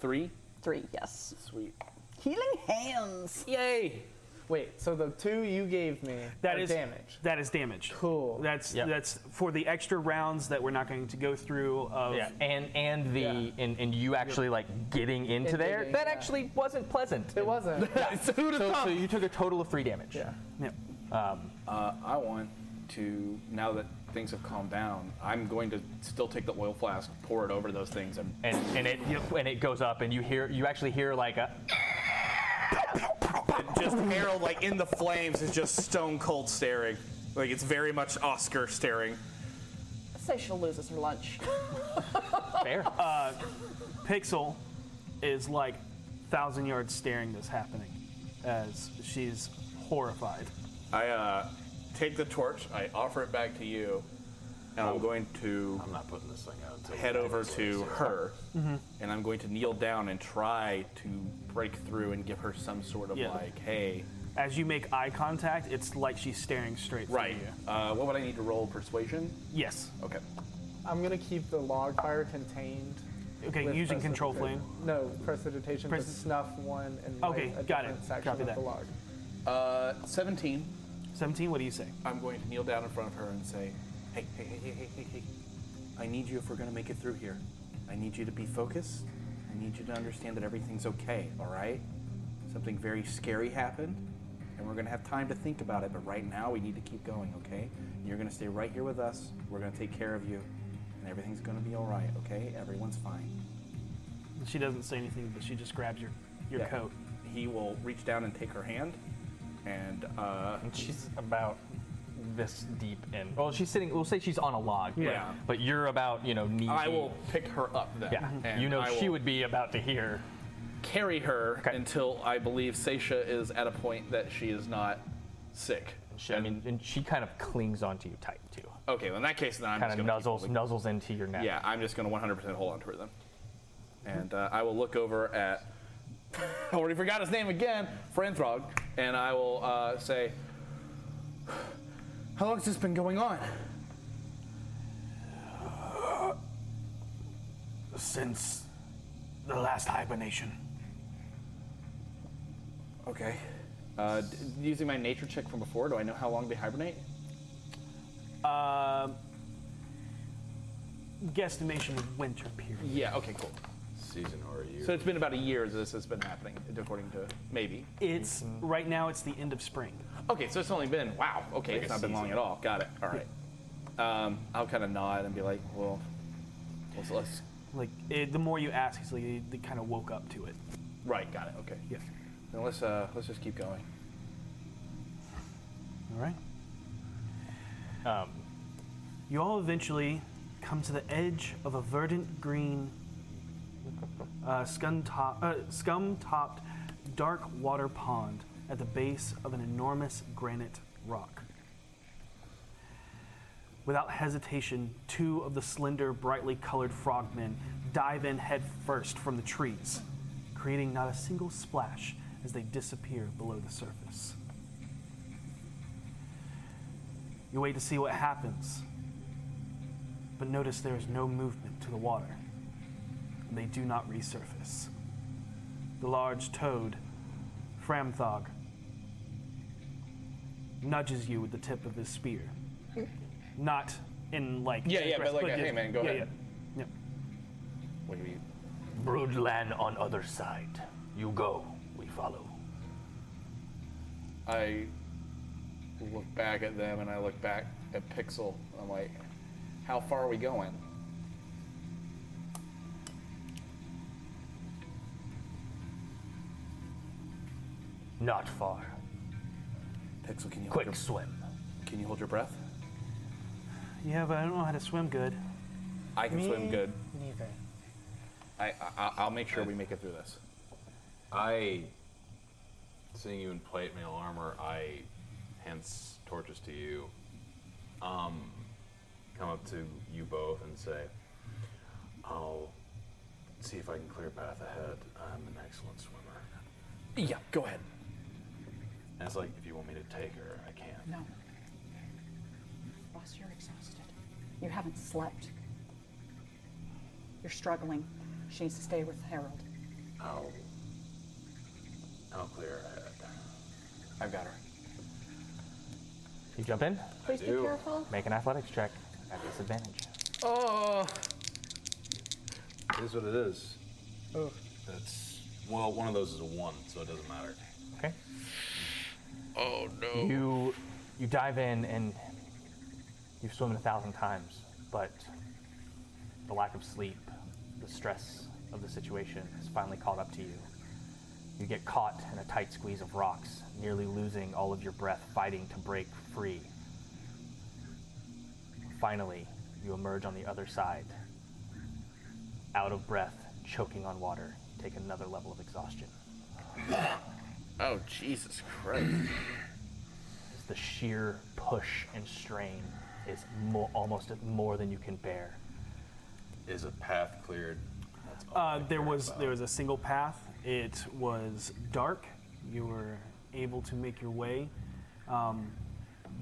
Speaker 21: Three.
Speaker 8: Three. Yes.
Speaker 21: Sweet.
Speaker 13: Healing hands.
Speaker 21: Yay!
Speaker 5: Wait, so the two you gave me
Speaker 2: That
Speaker 5: are
Speaker 2: is
Speaker 5: damage.
Speaker 2: That is damage. Cool. That's
Speaker 1: Yep.
Speaker 2: that's for the extra rounds that we're not going to go through. Of
Speaker 1: Yeah, and and the and, and you actually like getting into
Speaker 2: Into
Speaker 1: there.
Speaker 2: the-
Speaker 1: That actually wasn't pleasant. It
Speaker 5: wasn't.
Speaker 1: so, so you took a total of three damage. Yeah.
Speaker 21: Um, uh, I want to now that things have calmed down. I'm going to still take the oil flask, pour it over those things, and
Speaker 1: and, and it and it goes up, and you hear you actually hear like a
Speaker 21: just Harold like in the flames is just stone cold staring. Like it's very much Oscar staring.
Speaker 8: Say she loses her lunch.
Speaker 1: Fair.
Speaker 2: Uh, Pixel is like thousand yards staring this happening, as she's horrified.
Speaker 6: I uh, take the torch. I offer it back to you, and I'm going to. I'm
Speaker 7: not putting this thing out. Until
Speaker 6: head over to her,
Speaker 15: Mm-hmm.
Speaker 2: Mhm.
Speaker 6: and I'm going to kneel down and try to break through and give her some sort of
Speaker 2: Yeah.
Speaker 6: like, hey.
Speaker 2: As you make eye contact, it's like she's staring straight
Speaker 6: Right.
Speaker 2: through you.
Speaker 6: Uh, what would I need to roll? Persuasion.
Speaker 2: Yes.
Speaker 6: Okay.
Speaker 5: I'm gonna keep the log fire contained.
Speaker 2: Okay,
Speaker 5: with
Speaker 2: using control flame.
Speaker 5: prestidigitation. No, prestidigitation to
Speaker 2: Pres-
Speaker 5: snuff one and light
Speaker 2: Okay,
Speaker 5: a
Speaker 2: got it.
Speaker 5: different section
Speaker 2: Copy
Speaker 5: of
Speaker 2: that.
Speaker 5: the log.
Speaker 6: Uh, 17.
Speaker 2: 17, what do you say?
Speaker 6: I'm going to kneel down in front of her and say, hey, hey, hey, hey, hey, hey, hey. I need you if we're going to make it through here. I need you to be focused. I need you to understand that everything's okay, all right? Something very scary happened, and we're going to have time to think about it, but right now we need to keep going, okay? You're going to stay right here with us. We're going to take care of you, and everything's going to be all right, okay? Everyone's fine.
Speaker 2: She doesn't say anything, but she just grabs your, your
Speaker 6: Yeah.
Speaker 2: coat.
Speaker 6: He will reach down and take her hand, and uh,
Speaker 1: she's about this deep in. Well, she's sitting. We'll say she's on a log. but-
Speaker 6: Yeah.
Speaker 1: But you're about you know knee.
Speaker 6: I
Speaker 1: deep.
Speaker 6: will pick her up then.
Speaker 1: Yeah.
Speaker 6: and
Speaker 1: you know
Speaker 6: I
Speaker 1: she
Speaker 6: will
Speaker 1: would be about to hear.
Speaker 6: Carry her until I believe Seisha is at a point that she is not sick.
Speaker 1: She, I mean, and she kind of clings onto you tight too.
Speaker 6: Okay, well, in that case, then I'm
Speaker 1: Kind
Speaker 6: just
Speaker 1: of
Speaker 6: gonna
Speaker 1: nuzzles nuzzles into your neck.
Speaker 6: Yeah, I'm just gonna 100% hold on to her then, and uh, I will look over at I already forgot his name again, Franthrog, and I will uh, say, How long has this been going on?
Speaker 13: Since the last hibernation.
Speaker 6: Okay. Uh, d- using my nature check from before, do I know how long they hibernate?
Speaker 2: Uh, guesstimation of winter period.
Speaker 6: Yeah, okay, cool.
Speaker 22: Season or a year.
Speaker 6: So it's been about a year that this has been happening, according to maybe.
Speaker 2: It's right now. It's the end of spring.
Speaker 6: Okay, so it's only been wow. Okay,
Speaker 2: Like
Speaker 6: it's
Speaker 2: a
Speaker 6: not been long
Speaker 2: season.
Speaker 6: at all. Got it. All right. Um, I'll kind of nod and be like, well, let's, let's
Speaker 2: Like it, the more you ask, it's like they, they kind of woke up to it.
Speaker 6: right. Got it. Okay.
Speaker 2: Yeah.
Speaker 6: Then let's uh, let's just keep going.
Speaker 2: All right. Um, you all eventually come to the edge of a verdant green, uh, scum-top, uh, scum-topped, dark water pond at the base of an enormous granite rock. Without hesitation, two of the slender, brightly colored frogmen dive in headfirst from the trees, creating not a single splash as they disappear below the surface. You wait to see what happens, but notice there is no movement to the water, and they do not resurface. The large toad, Framthog, nudges you with the tip of his spear. Not in like.
Speaker 6: Yeah, yeah, but
Speaker 2: aggressive-
Speaker 6: like, hey, man, go
Speaker 2: yeah,
Speaker 6: ahead.
Speaker 2: Yeah. yeah.
Speaker 6: What do you mean?
Speaker 13: Broodland on other side. You go, we follow.
Speaker 6: I look back at them and I look back at Pixel. I'm like, how far are we going?
Speaker 13: Not far.
Speaker 6: Pixel, can you
Speaker 13: quick swim?
Speaker 6: Can you hold your breath?
Speaker 2: Yeah, but I don't know how to swim good.
Speaker 6: I can
Speaker 2: Me
Speaker 6: swim good.
Speaker 2: Neither.
Speaker 6: I, I I'll make sure we make it through this.
Speaker 22: I, seeing you in plate mail armor, I hands torches to you. Um, come up to you both and say, "I'll see if I can clear a path ahead. I'm an excellent swimmer."
Speaker 6: Yeah, go ahead.
Speaker 22: And it's like, if you want me to take her, I can.
Speaker 8: No. Ross, you're exhausted. You haven't slept. You're struggling. She needs to stay with Harold.
Speaker 22: I'll, I'll clear her ahead.
Speaker 6: I've got her.
Speaker 1: You jump in.
Speaker 8: Please be do. careful.
Speaker 1: Make an athletics check at disadvantage.
Speaker 6: Oh.
Speaker 22: It is what it is.
Speaker 5: Oh.
Speaker 22: That's well, one of those is a one, so it doesn't matter.
Speaker 1: Okay.
Speaker 22: Oh
Speaker 1: You you dive in and you've swum a thousand times, but the lack of sleep, the stress of the situation has finally caught up to you. You get caught in a tight squeeze of rocks, nearly losing all of your breath, fighting to break free. Finally, you emerge on the other side. Out of breath, choking on water, take another level of exhaustion.
Speaker 6: Oh Jesus Christ!
Speaker 1: the sheer push and strain is mo- almost more than you can bear.
Speaker 22: Is a path cleared?
Speaker 2: Uh, there was there was a single path. It was dark. You were able to make your way, um,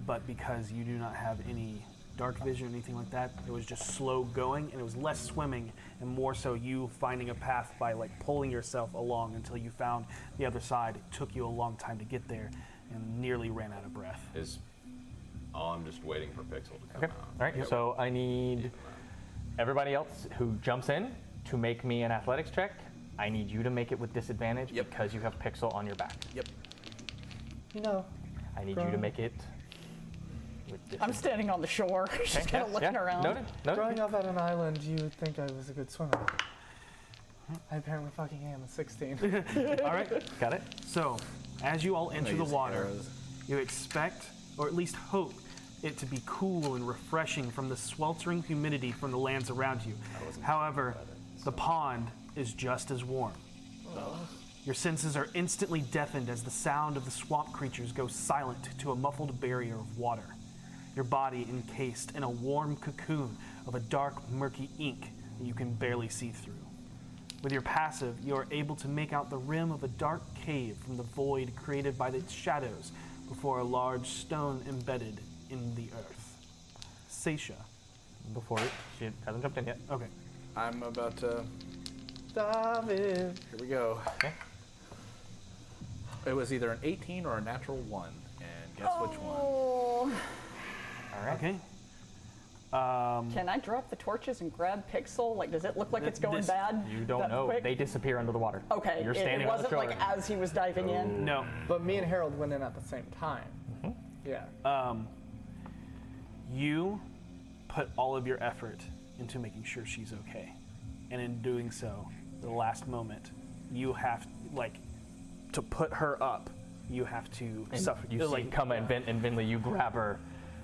Speaker 2: but because you do not have any dark vision or anything like that, it was just slow going, and it was less swimming and more so you finding a path by like pulling yourself along until you found the other side. It took you a long time to get there, and nearly ran out of breath.
Speaker 22: Is oh, I'm just waiting for Pixel to come
Speaker 1: Okay. All right. So I need everybody else who jumps in to make me an athletics check. I need you to make it with disadvantage because you have Pixel on your back.
Speaker 6: Yep.
Speaker 5: No.
Speaker 1: I need you to
Speaker 5: Grown.
Speaker 1: make it with disadvantage.
Speaker 23: I'm standing on the shore, just
Speaker 1: Okay,
Speaker 23: kind of
Speaker 1: yeah,
Speaker 23: looking
Speaker 1: yeah.
Speaker 23: around.
Speaker 1: Noted.
Speaker 5: Growing up on an island, you would think I was a good swimmer. I apparently fucking am at 16.
Speaker 2: all right, got it. So, as you all enter the
Speaker 5: use
Speaker 2: water,
Speaker 5: arrows.
Speaker 2: you expect, or at least hope, it to be cool and refreshing from the sweltering humidity from the lands around you. However, the pond is just as warm. Oh. Your senses are instantly deafened as the sound of the swamp creatures goes silent to a muffled barrier of water. Your body encased in a warm cocoon of a dark, murky ink that you can barely see through. With your passive, you are able to make out the rim of a dark cave from the void created by the shadows before a large stone embedded in the earth. Seisha.
Speaker 1: Before it, she hasn't jumped in yet.
Speaker 2: Okay.
Speaker 24: I'm about to.
Speaker 5: Dive in.
Speaker 24: Here we go. Okay. It was either an 18 or a natural one, and guess which one?
Speaker 8: Oh.
Speaker 2: All right. Okay. Um,
Speaker 8: Can I drop the torches and grab Pixel? Like, does it look like
Speaker 1: Th-
Speaker 8: it's going
Speaker 1: this-
Speaker 8: bad?
Speaker 1: You don't
Speaker 8: that
Speaker 1: know.
Speaker 8: quick?
Speaker 1: They disappear under the water.
Speaker 8: Okay,
Speaker 1: You're
Speaker 8: it-
Speaker 1: standing
Speaker 8: it,
Speaker 1: on the
Speaker 8: wasn't
Speaker 1: Oh. shore.
Speaker 8: like as he was diving in.
Speaker 2: No.
Speaker 5: But me and Harold went in at the same time. Yeah.
Speaker 2: Um, you put all of your effort into making sure she's okay, and in doing so, the last moment, you have like to put her up. You have to
Speaker 1: And
Speaker 2: suffer.
Speaker 1: You see
Speaker 2: like
Speaker 1: Kama and, Vin- and Vinley, you grab her,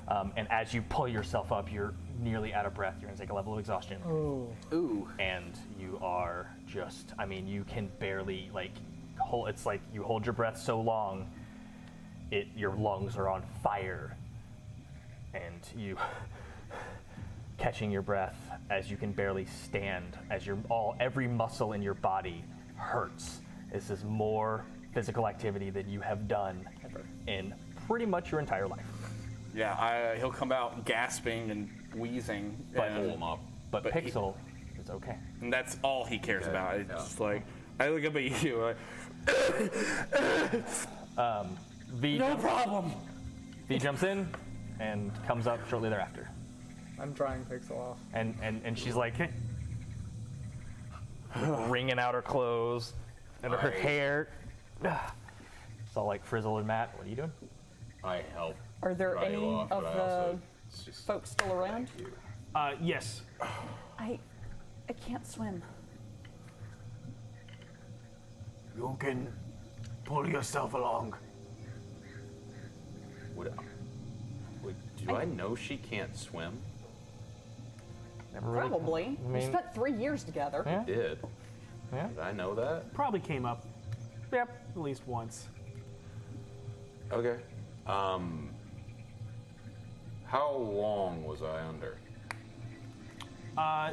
Speaker 1: um, and as you pull yourself up, you're nearly out of breath. You're gonna take a level of exhaustion.
Speaker 5: Oh.
Speaker 1: Ooh. And you are just, I mean, you can barely, like, hold, it's like you hold your breath so long, it, your lungs are on fire. And you, catching your breath as you can barely stand, as your, all, every muscle in your body hurts. This is more physical activity than you have done in pretty much your entire life.
Speaker 6: Yeah, I, he'll come out gasping and wheezing.
Speaker 1: But-
Speaker 6: and,
Speaker 1: but
Speaker 6: he-
Speaker 1: Pixel is okay.
Speaker 6: and that's all he cares about. It's just like I look up at you. Like,
Speaker 1: Um, v
Speaker 6: No problem.
Speaker 1: V jumps in and comes up shortly thereafter,
Speaker 5: I'm drying Pixel off.
Speaker 1: and and, and she's like "Hey." wringing out her clothes and her
Speaker 7: Right.
Speaker 1: hair. It's all like frizzled and matte. What are you doing?
Speaker 7: I help.
Speaker 8: Are there
Speaker 1: Right,
Speaker 8: any
Speaker 1: well,
Speaker 8: of
Speaker 1: but I also-
Speaker 8: the folks still around?
Speaker 2: Uh, yes.
Speaker 25: I, I can't swim.
Speaker 26: You can pull yourself along.
Speaker 7: Would, would, do I know she can't swim?
Speaker 1: Never
Speaker 8: Probably. we spent three years together.
Speaker 7: I did. Did I know that?
Speaker 2: Probably came up. Yep, at least once.
Speaker 7: Okay. Um, how long was I under?
Speaker 2: Uh,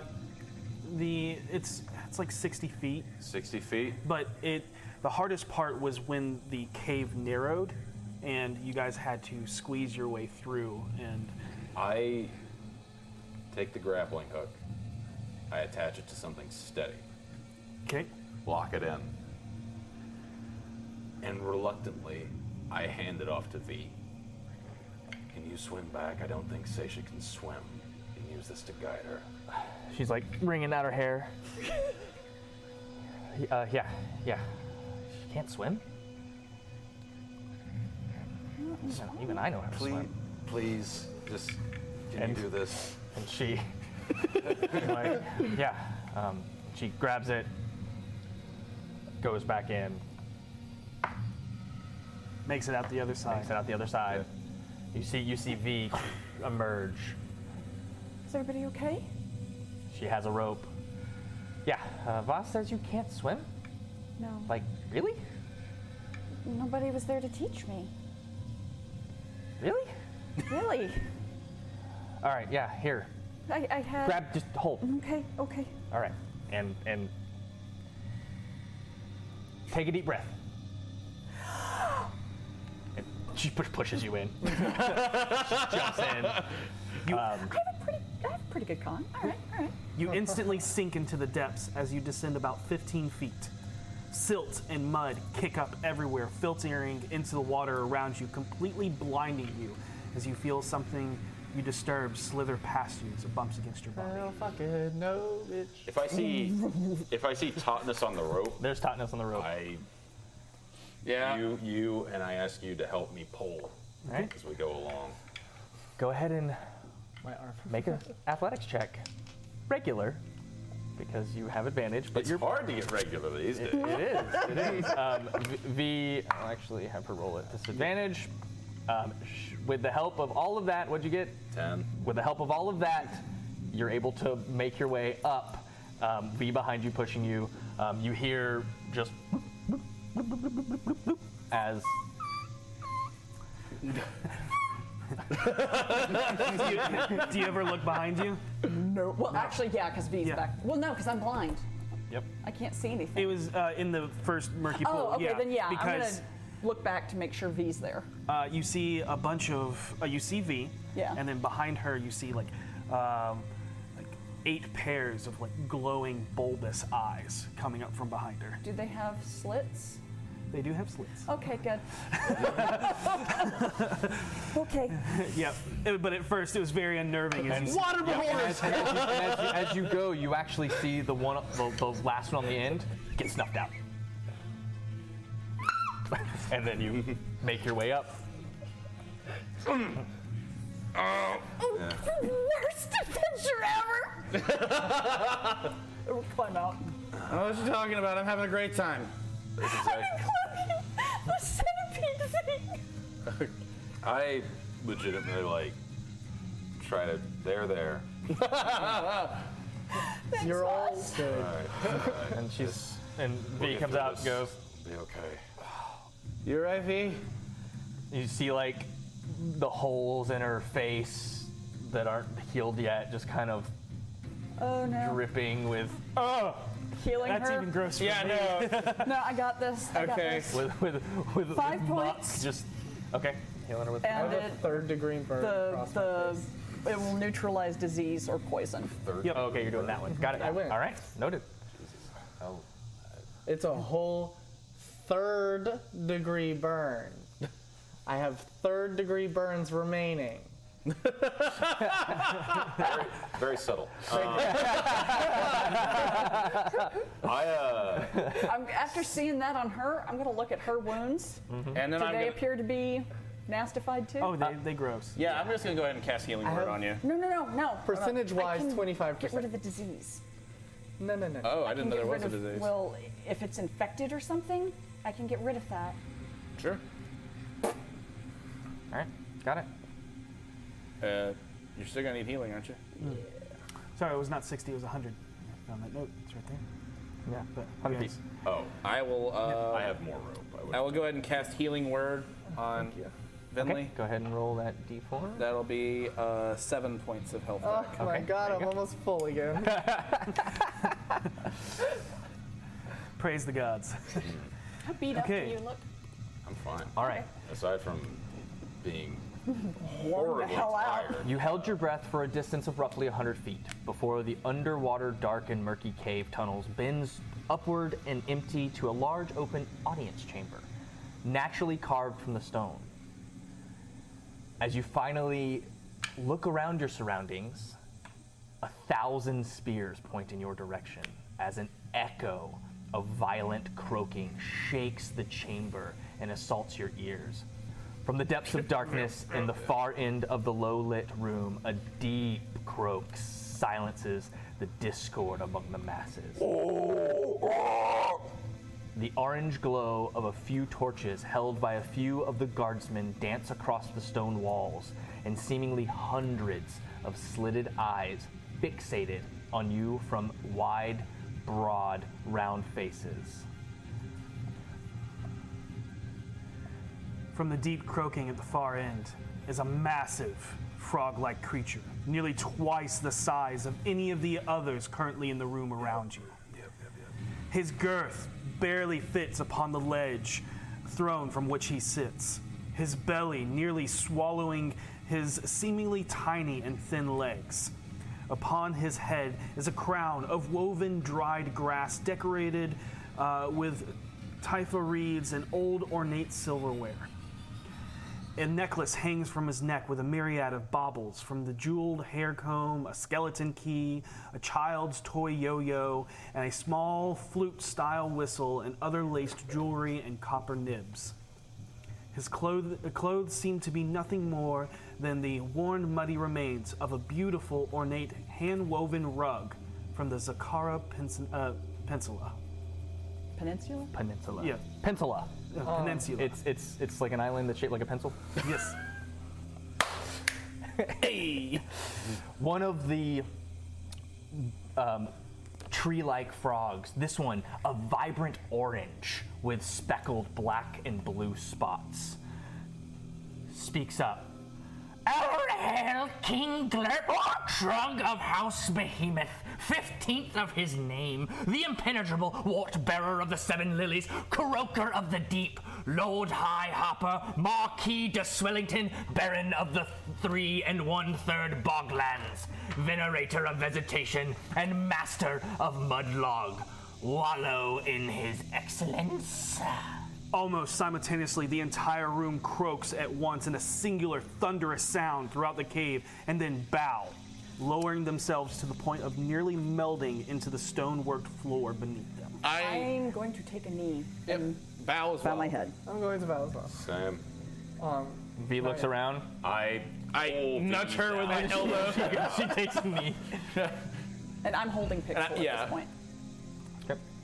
Speaker 2: the it's it's like 60 feet.
Speaker 7: 60 feet?
Speaker 2: But it the hardest part was when the cave narrowed and you guys had to squeeze your way through and
Speaker 7: I take the grappling hook. I attach it to something steady.
Speaker 2: Okay.
Speaker 7: Lock it in. And reluctantly, I hand it off to V. Can you swim back? I don't think Seisha can swim. You can use this to guide her.
Speaker 1: She's like wringing out her hair. Uh, yeah, yeah. She can't swim. No, even I know how to
Speaker 7: please,
Speaker 1: swim.
Speaker 7: Please, just can
Speaker 1: And-
Speaker 7: you do this?
Speaker 1: And she, like, yeah. Um, she grabs it, goes back in,
Speaker 2: makes it out the other side.
Speaker 1: Makes it out the other side. You see, you see V emerge.
Speaker 25: Is everybody okay?
Speaker 1: She has a rope. Yeah, uh, Voss says you can't swim.
Speaker 25: No.
Speaker 1: Like, really?
Speaker 25: Nobody was there to teach me.
Speaker 1: Really?
Speaker 25: Really?
Speaker 1: All right, yeah. Here,
Speaker 25: I, I had.
Speaker 1: grab, just hold.
Speaker 25: Okay, okay.
Speaker 1: All right, and and take a deep breath. And she push, pushes you in. jumps in.
Speaker 2: You,
Speaker 8: Pretty good con. All right, all right.
Speaker 2: you instantly sink into the depths as you descend about 15 feet. Silt and mud kick up everywhere, filtering into the water around you, completely blinding you as you feel something you disturb slither past you as it bumps against your body.
Speaker 5: Oh, fucking no, bitch.
Speaker 7: If I see, if I see tautness on the rope,
Speaker 1: there's tautness on the rope.
Speaker 7: I, yeah, you, you, and I ask you to help me pull
Speaker 1: Right.
Speaker 7: as we go along.
Speaker 1: Go ahead and
Speaker 5: My arm.
Speaker 1: make an athletics check. Regular, because you have advantage, but
Speaker 7: It's
Speaker 1: you're
Speaker 7: hard to get regular these
Speaker 1: It-
Speaker 7: days.
Speaker 1: it is. It is. Um, v, V- I'll actually have her roll at disadvantage. Um, sh- with the help of all of that, what'd you get?
Speaker 7: Ten.
Speaker 1: With the help of all of that, you're able to make your way up. Um, v behind you, pushing you. Um, you hear just as
Speaker 2: do, you, do you ever look behind you?
Speaker 8: No. Well, actually, yeah, because V's back. Well, no, because I'm blind.
Speaker 16: Yep.
Speaker 3: I can't see anything.
Speaker 2: It was uh, in the first murky pool.
Speaker 3: Oh, okay,
Speaker 2: yeah,
Speaker 3: then yeah, I'm gonna
Speaker 2: Because
Speaker 3: look back to make sure V's there.
Speaker 2: uh, you see a bunch of uh, you see V,
Speaker 3: Yeah.
Speaker 2: and then behind her you see like um, like eight pairs of like glowing bulbous eyes coming up from behind her.
Speaker 3: Do they have slits?
Speaker 2: They do have slits.
Speaker 3: Okay, good. okay.
Speaker 2: yep. Uh, But at first it was very unnerving. as you see-
Speaker 1: Water
Speaker 2: Yep.
Speaker 1: as, as, you, as you- as you go, you actually see the one, the, the last one on the end, get snuffed out, and then you make your way up.
Speaker 27: Worst adventure ever!
Speaker 3: Climb out.
Speaker 6: I don't know what you're talking about. I'm having a great time.
Speaker 27: the centipede thing!
Speaker 7: I legitimately like try to. They're there.
Speaker 5: You're all good.
Speaker 16: and she's and
Speaker 7: We'll
Speaker 16: V
Speaker 7: get
Speaker 16: comes
Speaker 7: through
Speaker 16: out and goes.
Speaker 7: Be okay.
Speaker 1: You're right, V. You see like the holes in her face that aren't healed yet, just kind of
Speaker 3: Oh no.
Speaker 1: dripping with
Speaker 2: Oh,
Speaker 3: Healing
Speaker 2: That's
Speaker 3: her.
Speaker 2: even grosser for Yeah, me.
Speaker 3: no, I got this. I got this.
Speaker 1: with with with
Speaker 3: Five
Speaker 1: with muck, Just okay. Healing her with
Speaker 3: And
Speaker 5: I have a
Speaker 3: it-
Speaker 5: third degree burn.
Speaker 3: The
Speaker 5: across my
Speaker 3: the it will neutralize disease or poison.
Speaker 1: Third. Okay, you're doing that one. Got it.
Speaker 5: I win.
Speaker 1: All right, noted. Oh.
Speaker 5: It's a whole third degree burn. I have third degree burns remaining.
Speaker 7: Very subtle. Um, I uh.
Speaker 3: I'm, after seeing that on her, I'm gonna look at her wounds.
Speaker 6: Mhm. And then
Speaker 3: Do
Speaker 6: I'm
Speaker 3: they
Speaker 6: gonna-
Speaker 3: appear to be nastified too?
Speaker 2: Oh, they, they gross.
Speaker 6: Yeah, I'm just gonna go ahead and cast healing word on you.
Speaker 3: No, no, no, no.
Speaker 5: Percentage wise,
Speaker 3: twenty
Speaker 5: five
Speaker 3: percent. Get rid of the disease.
Speaker 5: No, no, no.
Speaker 6: Oh, I
Speaker 3: can
Speaker 6: didn't know there
Speaker 3: get
Speaker 6: was
Speaker 3: rid
Speaker 6: a
Speaker 3: of-
Speaker 6: disease.
Speaker 3: Well, if it's infected or something, I can get rid of that.
Speaker 6: Sure.
Speaker 1: All right, got it.
Speaker 6: Uh, you're still gonna need healing, aren't you?
Speaker 2: Sorry, it was not 60, it was 100. On that note, it's right there. Yeah, but you guys-
Speaker 6: Oh, I will. Uh, I have
Speaker 7: more rope.
Speaker 6: I, will go ahead and cast healing word on Vinley.
Speaker 1: Go ahead and roll that d4.
Speaker 6: That'll be uh, seven points of health.
Speaker 5: Oh
Speaker 6: back.
Speaker 5: my god, I'm almost full again.
Speaker 2: Praise the gods.
Speaker 3: How beat up
Speaker 2: Okay.
Speaker 3: do you look?
Speaker 7: I'm fine.
Speaker 1: All right.
Speaker 7: Aside from being
Speaker 3: Warm the
Speaker 7: horribly
Speaker 3: hell out.
Speaker 7: tired.
Speaker 1: You held your breath for a distance of roughly 100 feet before the underwater, dark, and murky cave tunnels bends upward and empty to a large open audience chamber, naturally carved from the stone. As you finally look around your surroundings, a thousand spears point in your direction as an echo of violent croaking shakes the chamber and assaults your ears. From the depths of darkness in the far end of the low lit room, a deep croak silences the discord among the masses. The orange glow of a few torches held by a few of the guardsmen dance across the stone walls, and seemingly hundreds of slitted eyes fixated on you from wide, broad, round faces.
Speaker 2: From the deep croaking at the far end is a massive frog like creature, nearly twice the size of any of the others currently in the room around you. His girth barely fits upon the ledge throne from which he sits, his belly nearly swallowing his seemingly tiny and thin legs. Upon his head is a crown of woven dried grass decorated uh, with typha reeds and old ornate silverware. A necklace hangs from his neck with a myriad of baubles, from the jeweled hair comb, a skeleton key, a child's toy yo yo, and a small flute style whistle and other laced jewelry and copper nibs. His cloth- uh, clothes seem to be nothing more than the worn, muddy remains of a beautiful, ornate, hand woven rug from the Zakara Pens- uh, Peninsula.
Speaker 3: Peninsula?
Speaker 1: Peninsula.
Speaker 2: Yeah.
Speaker 1: Peninsula.
Speaker 2: Yeah, Um, peninsula.
Speaker 1: It's it's it's like an island that's shaped like a pencil.
Speaker 2: Yes.
Speaker 1: hey. One of the um, tree-like frogs. This one, a vibrant orange with speckled black and blue spots, speaks up
Speaker 28: Our Hail King Glurp, Shrug of House Behemoth, 15th of his name, the impenetrable wart bearer of the Seven Lilies, Croaker of the Deep, Lord High Hopper, Marquis de Swellington, Baron of the Three and One Third Boglands, Venerator of Vegetation, and Master of Mudlog. Wallow in his excellence.
Speaker 2: Almost simultaneously, the entire room croaks at once in a singular thunderous sound throughout the cave, and then bow, lowering themselves to the point of nearly melding into the stoneworked floor beneath them.
Speaker 8: I'm going to take a knee. and
Speaker 6: Bow as
Speaker 8: bow
Speaker 6: well.
Speaker 8: my head.
Speaker 5: I'm going to bow as well.
Speaker 29: Sam.
Speaker 5: Um,
Speaker 1: V looks
Speaker 5: Right.
Speaker 1: around.
Speaker 29: I
Speaker 6: I nudge her with my elbow.
Speaker 1: she, she takes me.
Speaker 8: And I'm holding Pixel
Speaker 2: And I-
Speaker 8: at
Speaker 2: yeah.
Speaker 8: this point.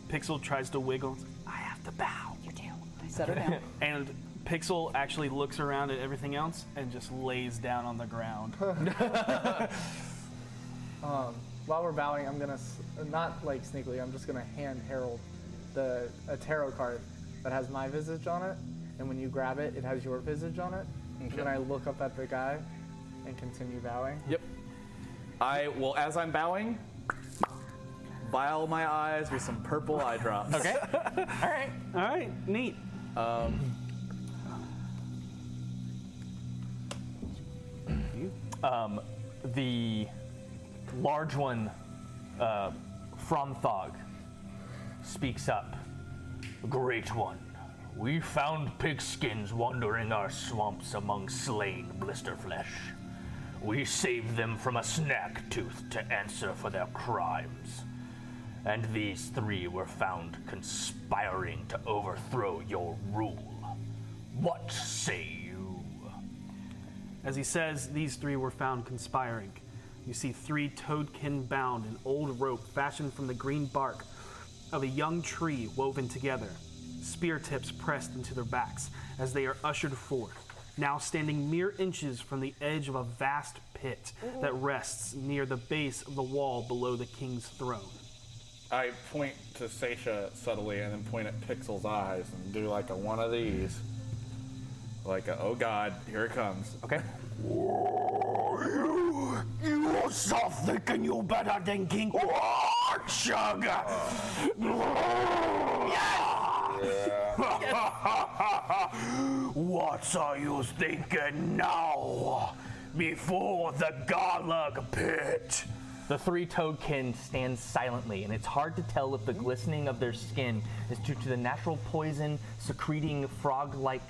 Speaker 2: Pixel tries to wiggle. I have to bow.
Speaker 8: You do. I set her down.
Speaker 2: and Pixel actually looks around at everything else and just lays down on the ground.
Speaker 5: Um, while we're bowing, I'm gonna s- not like sneakily. I'm just gonna hand Harold the a tarot card that has my visage on it, and when you grab it, it has your visage on it. And then
Speaker 6: Okay.
Speaker 5: I look up at the guy and continue bowing.
Speaker 6: Yep. I will, as I'm bowing, bile my eyes with some purple eye drops.
Speaker 2: Okay.
Speaker 6: All
Speaker 2: right. All right. Neat.
Speaker 6: Um,
Speaker 1: Um, the large one uh, from Thog speaks up.
Speaker 13: Great one. We found pigskins wandering our swamps among slain blisterflesh. We saved them from a snack tooth to answer for their crimes. And these three were found conspiring to overthrow your rule. What say you?
Speaker 2: As he says, these three were found conspiring. You see three toadkin bound in old rope fashioned from the green bark of a young tree woven together, spear tips pressed into their backs as they are ushered forth, now standing mere inches from the edge of a vast pit that rests near the base of the wall below the king's throne.
Speaker 6: I point to Sasha subtly and then point at Pixel's eyes and do like a one of these. Like a, oh god, here it comes.
Speaker 1: Okay.
Speaker 13: You, you are soft thinking you better than King What, sugar? what are you thinking now? Before the Garlug pit.
Speaker 1: The three toadkin stand silently, and it's hard to tell if the glistening of their skin is due to the natural poison secreting frog like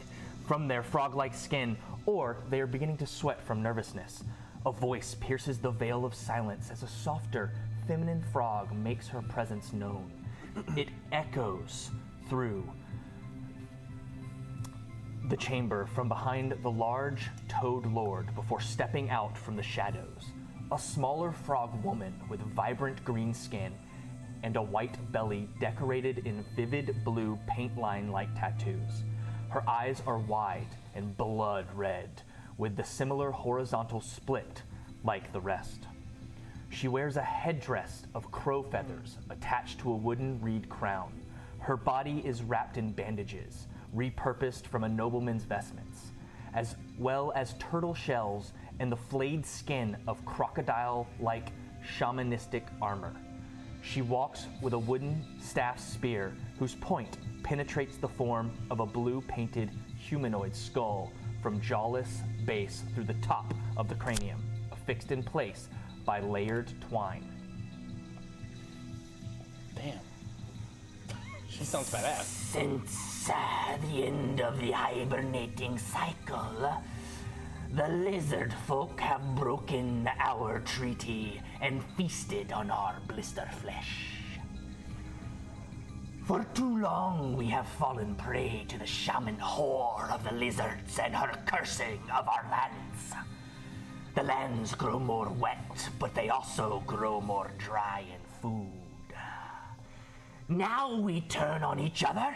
Speaker 1: from their frog like skin, or they are beginning to sweat from nervousness. A voice pierces the veil of silence as a softer, feminine frog makes her presence known. It echoes through the chamber from behind the large toad lord before stepping out from the shadows. A smaller frog woman with vibrant green skin and a white belly decorated in vivid blue paint line like tattoos. Her eyes are wide and blood red, with the similar horizontal split like the rest. She wears a headdress of crow feathers attached to a wooden reed crown. Her body is wrapped in bandages, repurposed from a nobleman's vestments, as well as turtle shells and the flayed skin of crocodile like shamanistic armor. She walks with a wooden staff spear whose point penetrates the form of a blue painted humanoid skull from jawless base through the top of the cranium, affixed in place by layered twine.
Speaker 30: Damn. She sounds badass.
Speaker 28: Since uh, the end of the hibernating cycle, the lizard folk have broken our treaty and feasted on our blister flesh. For too long, we have fallen prey to the shaman whore of the lizards and her cursing of our lands. The lands grow more wet, but they also grow more dry in food. Now we turn on each other.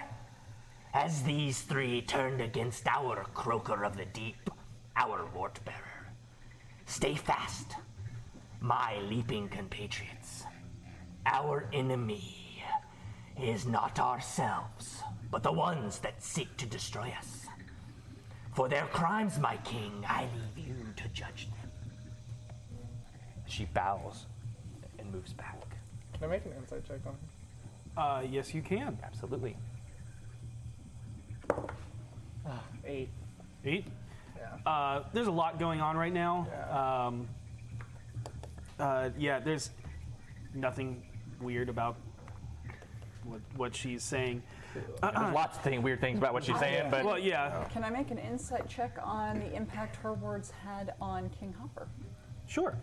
Speaker 28: As these three turned against our croaker of the deep, our wart bearer. Stay fast, my leaping compatriots. Our enemy is not ourselves, but the ones that seek to destroy us. For their crimes, my king, I leave you to judge them.
Speaker 1: She bows and moves back.
Speaker 5: Can I make an insight check on him?
Speaker 2: Uh, yes, you can.
Speaker 1: Absolutely.
Speaker 5: Eight.
Speaker 2: Ah, Eight? Yeah. Uh, there's a lot going on right now. Yeah. Um, uh, yeah, there's nothing weird about what, what she's saying.
Speaker 1: there's lots of thing, weird things about what she's saying, but
Speaker 2: Well, yeah.
Speaker 8: Can I make an insight check on the impact her words had on King Hopper?
Speaker 2: Sure.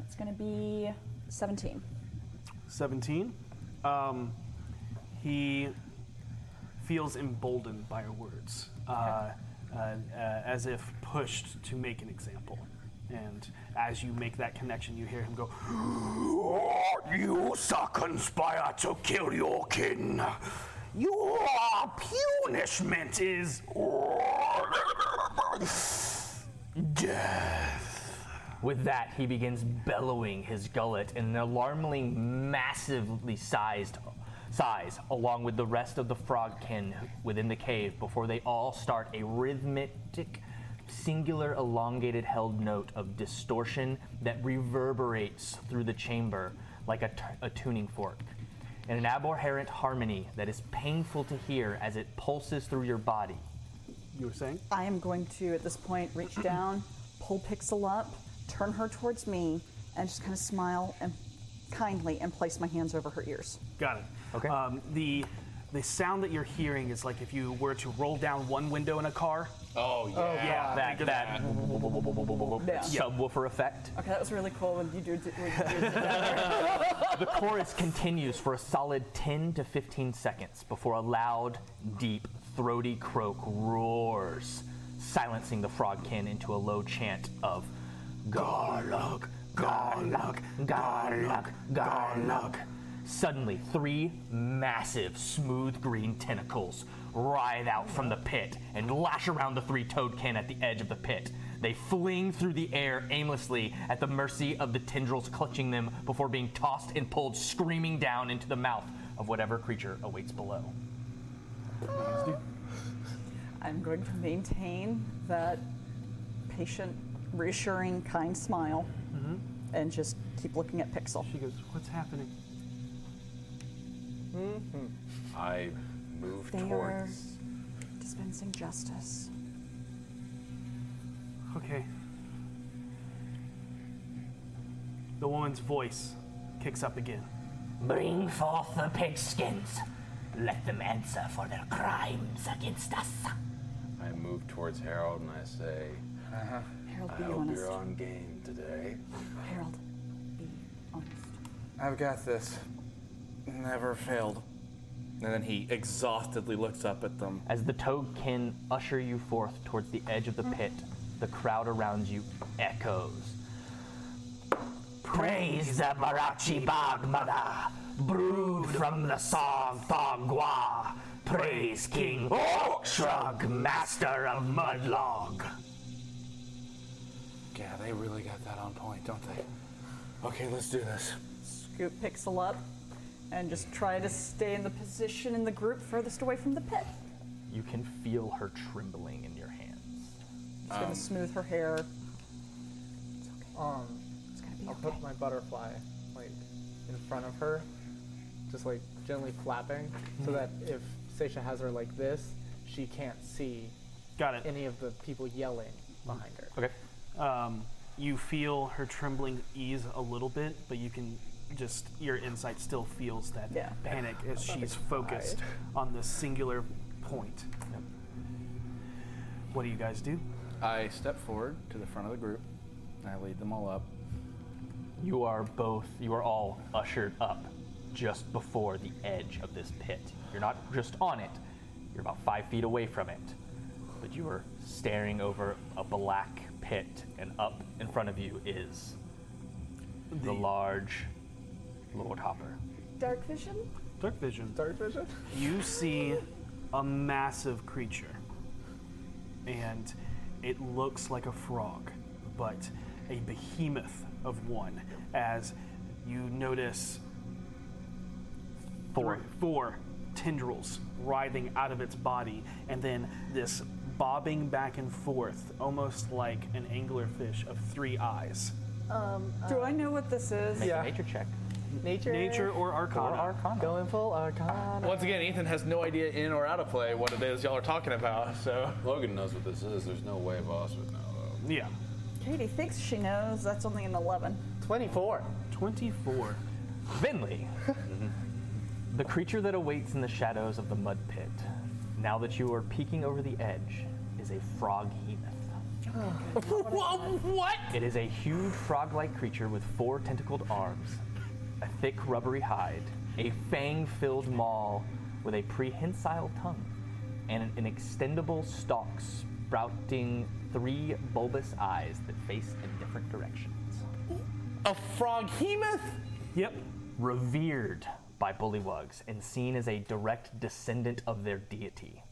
Speaker 8: It's going to be 17.
Speaker 2: 17. Um, he feels emboldened by her words, uh, uh, uh, as if pushed to make an example. And as you make that connection, you hear him go,
Speaker 13: You shall conspire to kill your kin. Your punishment is
Speaker 1: With that, he begins bellowing his gullet in an alarmingly massively sized size, along with the rest of the frogkin within the cave, before they all start a rhythmic, singular, elongated held note of distortion that reverberates through the chamber like a, t- a tuning fork. In an abhorrent harmony that is painful to hear as it pulses through your body.
Speaker 2: You were saying?
Speaker 8: I am going to, at this point, reach down, pull Pixel up, turn her towards me, and just kind of smile and kindly and place my hands over her ears.
Speaker 2: Got it. Okay. Um, the the sound that you're hearing is like if you were to roll down one window in a car.
Speaker 31: Oh
Speaker 2: yeah. yeah.
Speaker 1: that, that subwoofer effect.
Speaker 8: Okay, that was really cool when you dudes. when you dudes did
Speaker 1: the chorus continues for a solid 10 to 15 seconds before a loud, deep, throaty croak roars, silencing the frogkin into a low chant of Garlug, Garlug, Garlug, Garlug. Suddenly, three massive, smooth green tentacles writhe out from the pit and lash around the three toadkin at the edge of the pit. They fling through the air aimlessly at the mercy of the tendrils clutching them before being tossed and pulled screaming down into the mouth of whatever creature awaits below.
Speaker 8: I'm going to maintain that patient, reassuring, kind smile and just keep looking at Pixel.
Speaker 2: Mm-hmm. She goes, What's happening?
Speaker 22: I Mm-hmm. move
Speaker 8: They are
Speaker 22: towards.
Speaker 8: dispensing justice.
Speaker 2: Okay. The woman's voice kicks up again.
Speaker 28: Bring forth the pigskins. Let them answer for their crimes against us.
Speaker 22: I move towards Harold and I say,
Speaker 8: Harold,
Speaker 22: I
Speaker 8: be
Speaker 22: hope
Speaker 8: honest.
Speaker 22: you're on game today.
Speaker 8: Harold, be honest.
Speaker 6: I've got this. Never failed. And then he exhaustedly looks up at them.
Speaker 1: As the toadkin usher you forth towards the edge of the pit, the crowd around you echoes.
Speaker 28: Praise the Marachi Bog Mother, brewed from the song Thong Gua. Praise King Shrug, master of Mudlog.
Speaker 6: Yeah, they really got that on point, don't they? Okay, let's do this.
Speaker 8: Scoop Pixel up and just try to stay in the position in the group furthest away from the pit.
Speaker 1: You can feel her trembling in your hands. Um,
Speaker 8: Just gonna smooth her hair.
Speaker 5: Um, I'll put my butterfly like in front of her, just like gently flapping, so
Speaker 2: Mhm.
Speaker 5: that if Seisha has her like this, she can't see.
Speaker 2: Got it.
Speaker 5: Any of the people yelling behind her.
Speaker 1: Okay.
Speaker 2: Um, you feel her trembling ease a little bit, but you can just your insight still feels that
Speaker 5: Yeah.
Speaker 2: panic as
Speaker 5: I'm about to
Speaker 2: she's focused
Speaker 5: cry.
Speaker 2: on this singular point. What do you guys do?
Speaker 6: I step forward to the front of the group. And I lead them all up.
Speaker 1: You are both, you are all ushered up just before the edge of this pit. You're not just on it, you're about five feet away from it. But you are staring over a black pit, and up in front of you is the large Lord Hopper.
Speaker 8: Dark vision?
Speaker 2: Dark vision.
Speaker 5: Dark vision.
Speaker 2: You see a massive creature, and it looks like a frog, but a behemoth of one. As you notice
Speaker 1: Four.
Speaker 2: three- four tendrils writhing out of its body, and then this bobbing back and forth, almost like an anglerfish of three eyes.
Speaker 5: Um,
Speaker 32: Do I know what this is?
Speaker 2: Make a Yeah.
Speaker 33: nature check.
Speaker 5: Nature.
Speaker 2: Nature or Arcana.
Speaker 5: Going full Arcana.
Speaker 33: Once again, Ethan has no idea in or out of play what it is y'all are talking about. So
Speaker 22: Logan knows what this is. There's no way Boss would know though.
Speaker 2: Yeah.
Speaker 32: Katie thinks she knows. That's only an 11.
Speaker 5: 24.
Speaker 2: 24.
Speaker 1: Vinley, the creature that awaits in the shadows of the mud pit, now that you are peeking over the edge, is a frog hemoth.
Speaker 34: what?
Speaker 1: It is a huge frog like creature with four tentacled arms, a thick rubbery hide, a fang filled maw with a prehensile tongue, and an extendable stalk sprouting three bulbous eyes that face in different directions.
Speaker 33: A frog hemoth?
Speaker 2: Yep.
Speaker 1: Revered by bullywugs and seen as a direct descendant of their deity.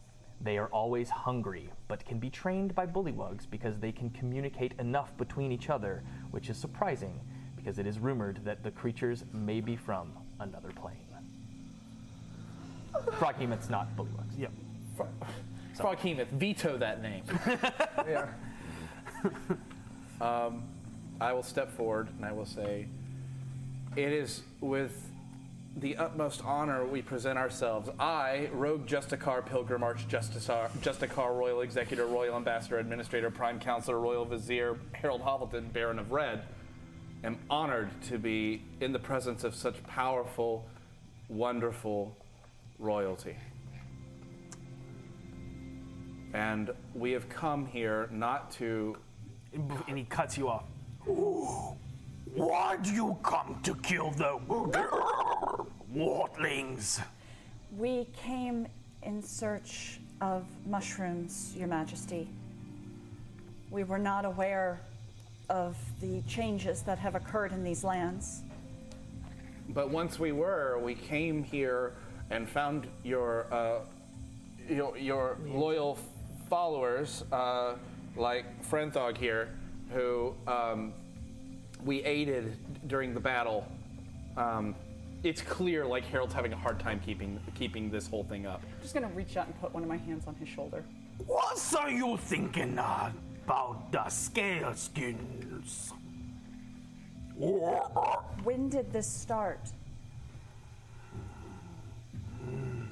Speaker 1: They are always hungry, but can be trained by bullywugs because they can communicate enough between each other, which is surprising because it is rumored that the creatures may be from another plane. Frog hemoth's not bullywugs.
Speaker 2: Yep.
Speaker 33: Frog hemoth. Veto that name.
Speaker 6: Um, I will step forward and I will say, It is with the utmost honor we present ourselves. I, Rogue Justicar, Pilgrim Arch Justicar, Justicar, Royal Executor, Royal Ambassador, Administrator, Prime Counselor, Royal Vizier, Harold Hovelton, Baron of Red, am honored to be in the presence of such powerful, wonderful royalty. And we have come here not to.
Speaker 2: And he cuts you off.
Speaker 13: Why do you come to kill the wartlings?
Speaker 8: We came in search of mushrooms, Your Majesty. We were not aware of the changes that have occurred in these lands.
Speaker 6: But once we were, we came here and found your uh, your, your loyal followers, uh, like Frenthog here, who um, we aided during the battle. Um,
Speaker 33: it's clear like Harold's having a hard time keeping keeping this whole thing up.
Speaker 32: I'm just going to reach out and put one of my hands on his shoulder.
Speaker 13: What are you thinking about the scale skins?
Speaker 8: When did this start?
Speaker 13: Hmm.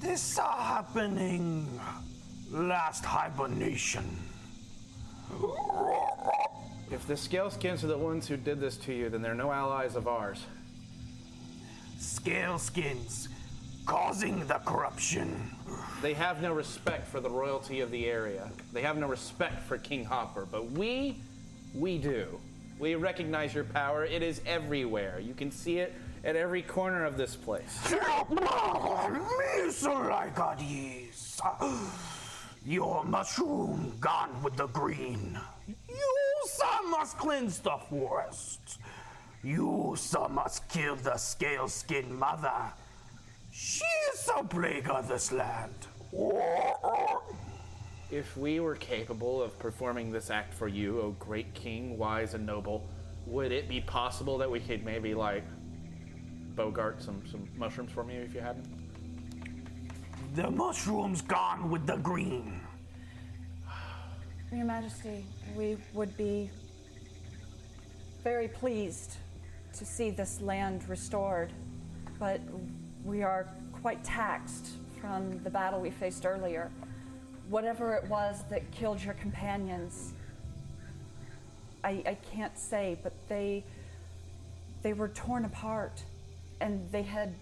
Speaker 13: This are happening last hibernation.
Speaker 6: if the scale skins are the ones who did this to you, then they're no allies of ours.
Speaker 13: Scale skins causing the corruption.
Speaker 6: They have no respect for the royalty of the area. They have no respect for King Hopper, but we, we do. We recognize your power. It is everywhere. You can see it at every corner of this place.
Speaker 13: Misericordis. Your mushroom gone with the green. You some must cleanse the forest. You some must kill the scale skin mother. She is a plague of this land.
Speaker 6: If we were capable of performing this act for you, O great king, wise and noble, would it be possible that we could maybe, like, Bogart some, some mushrooms for me if you had them?
Speaker 13: The mushroom's gone with the green.
Speaker 8: Your Majesty, we would be very pleased to see this land restored, but we are quite taxed from the battle we faced earlier. Whatever it was that killed your companions, I, I can't say, but they they were torn apart, and they had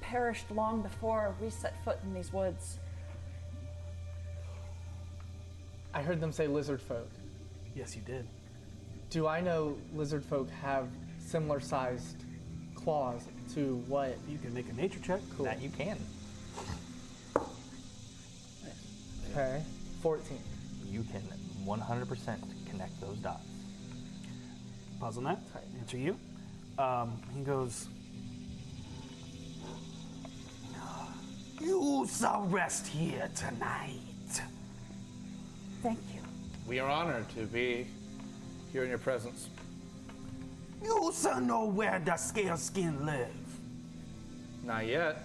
Speaker 8: perished long before we set foot in these woods.
Speaker 5: I heard them say lizard folk.
Speaker 2: Yes, you did.
Speaker 5: Do I know lizard folk have similar sized claws to what?
Speaker 2: You can make a nature check. Cool.
Speaker 5: That you can. Okay. 14.
Speaker 1: You can 100% connect those dots.
Speaker 2: Pause on that. Answer you. Um, he goes,
Speaker 13: You shall rest here tonight.
Speaker 8: Thank you.
Speaker 6: We are honored to be here in your presence.
Speaker 13: You sir know where the scale skin live.
Speaker 35: Not yet.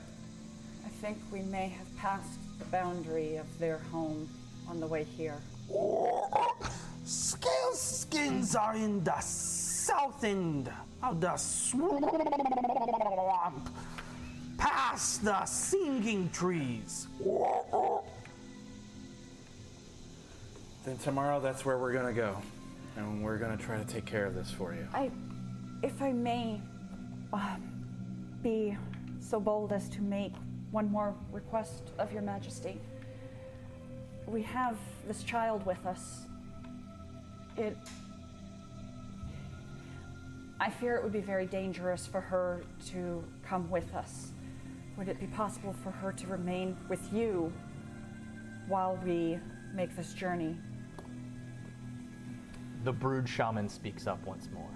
Speaker 36: I think we may have passed the boundary of their home on the way here.
Speaker 13: Scale skins are in the south end of the swamp, past the singing trees.
Speaker 37: Oh.
Speaker 6: Then tomorrow, that's where we're gonna go, and we're gonna try to take care of this for you.
Speaker 8: I, if I may, um, be so bold as to make one more request of Your Majesty. We have this child with us. It. I fear it would be very dangerous for her to come with us. Would it be possible for her to remain with you while we make this journey?
Speaker 1: The brood shaman speaks up once more.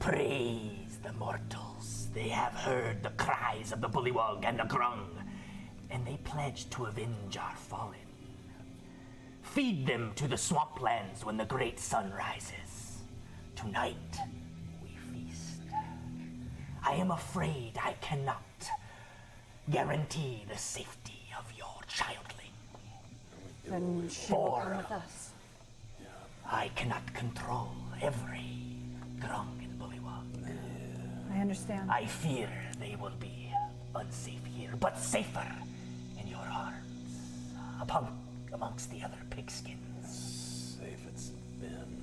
Speaker 28: Praise the mortals. They have heard the cries of the Bullywug and the Grung, and they pledge to avenge our fallen. Feed them to the swamplands when the great sun rises. Tonight, we feast. I am afraid I cannot guarantee the safety of your childling.
Speaker 8: Then she will
Speaker 28: Four
Speaker 8: come with
Speaker 28: of
Speaker 8: us.
Speaker 28: I cannot control every Grung and Bullywug.
Speaker 8: I understand.
Speaker 28: I fear they will be unsafe here, but safer in your arms, upon, amongst the other pigskins. Safe it's been.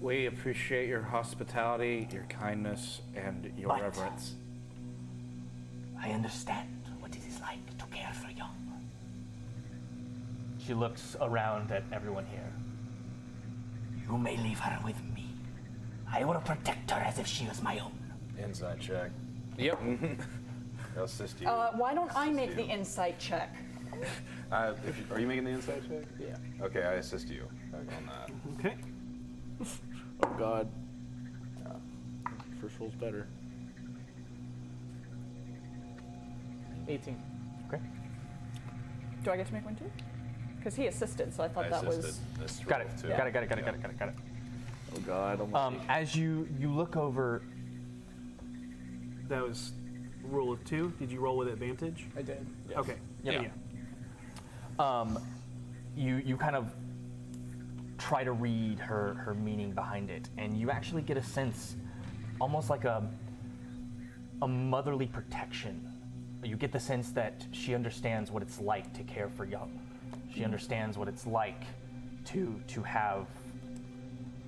Speaker 6: We appreciate your hospitality, your kindness, and your
Speaker 28: But-
Speaker 6: reverence.
Speaker 28: I understand what it is like to care for young.
Speaker 1: She looks around at everyone here.
Speaker 28: You may leave her with me. I will protect her as if she was my own.
Speaker 7: Inside check.
Speaker 35: Yep.
Speaker 7: I'll assist you.
Speaker 36: Uh, why don't I make the insight check?
Speaker 7: I- Uh, if you- are you making the inside check? Yeah. Okay, I assist you on that.
Speaker 2: Okay.
Speaker 6: Oh God. First roll's better.
Speaker 38: 18.
Speaker 1: Okay.
Speaker 36: Do I get to make one too? Because he assisted, so I thought
Speaker 1: I
Speaker 36: that was.
Speaker 1: assisted. Got it.
Speaker 36: too.
Speaker 1: Got it. Got it. Got it. Got it. Got it. Got it.
Speaker 6: Oh God.
Speaker 1: Um, as you you look over,
Speaker 2: That was rule of two. Did you roll with advantage?
Speaker 38: I did.
Speaker 2: Okay.
Speaker 1: Yeah. um, you you kind of try to read her her meaning behind it, and you actually get a sense, almost like a a motherly protection. You get the sense that she understands what it's like to care for young. She understands what it's like to to have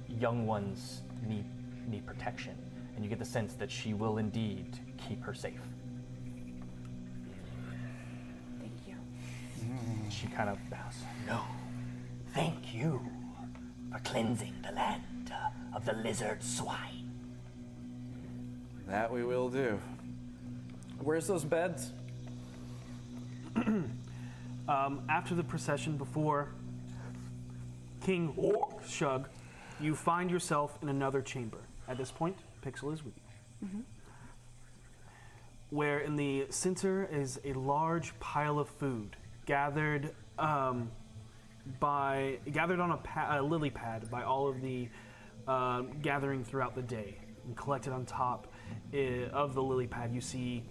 Speaker 1: young ones need need protection, and you get the sense that she will indeed keep her safe.
Speaker 8: Thank you.
Speaker 1: She kind of bows.
Speaker 28: No. Thank you for cleansing the land uh, of the lizard swine.
Speaker 6: That we will do. Where's those beds?
Speaker 2: Um, after the procession before King Shug, you find yourself in another chamber. At this point, Pixel is with you.
Speaker 8: Mm-hmm.
Speaker 2: where in the center is a large pile of food gathered um, by gathered on a, pa- a lily pad by all of the um gathering throughout the day and collected on top uh, of the lily pad you see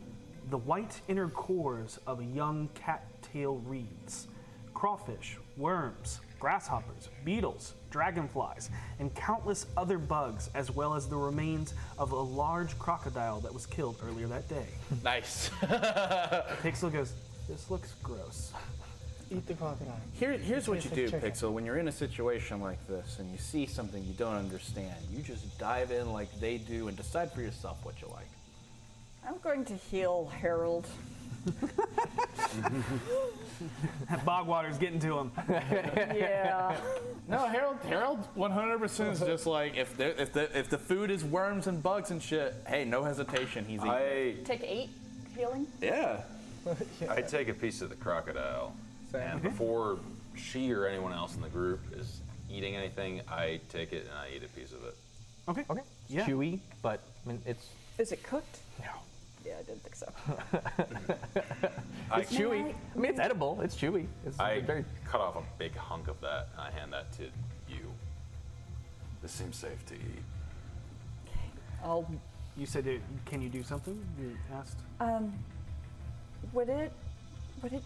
Speaker 2: the white inner cores of young cattail reeds crawfish worms grasshoppers beetles dragonflies and countless other bugs as well as the remains of a large crocodile that was killed earlier that day
Speaker 35: Nice.
Speaker 2: Pixel goes, This looks gross.
Speaker 38: Eat the crocodile.
Speaker 6: Here, here's what you
Speaker 38: Tastes
Speaker 6: do,
Speaker 38: like chicken.
Speaker 6: Pixel. When you're in a situation like this and you see something you don't understand, you just dive in like they do and decide for yourself what you like.
Speaker 36: I'm going to heal Harold.
Speaker 2: That bog water's getting to him.
Speaker 36: Yeah.
Speaker 35: No, Harold. Harold, 100% is just like if there, if the if the food is worms and bugs and shit. Hey, no hesitation. He's eating.
Speaker 7: I
Speaker 36: Take eight healing.
Speaker 7: yeah. I take a piece of the crocodile, and before she or anyone else in the group is eating anything, I take it and I eat a piece of it.
Speaker 2: Okay.
Speaker 1: Okay.
Speaker 2: Yeah.
Speaker 1: Chewy, but I mean, it's
Speaker 36: Is it cooked?
Speaker 1: No.
Speaker 36: Yeah, I didn't think so.
Speaker 7: I-
Speaker 1: it's chewy. I mean, it's edible. It's chewy. It's
Speaker 7: I
Speaker 1: very
Speaker 7: cut off a big hunk of that and I hand that to you.
Speaker 37: This seems safe to eat.
Speaker 2: I'll. You said, it, can you do something? You asked.
Speaker 8: Um, would it would it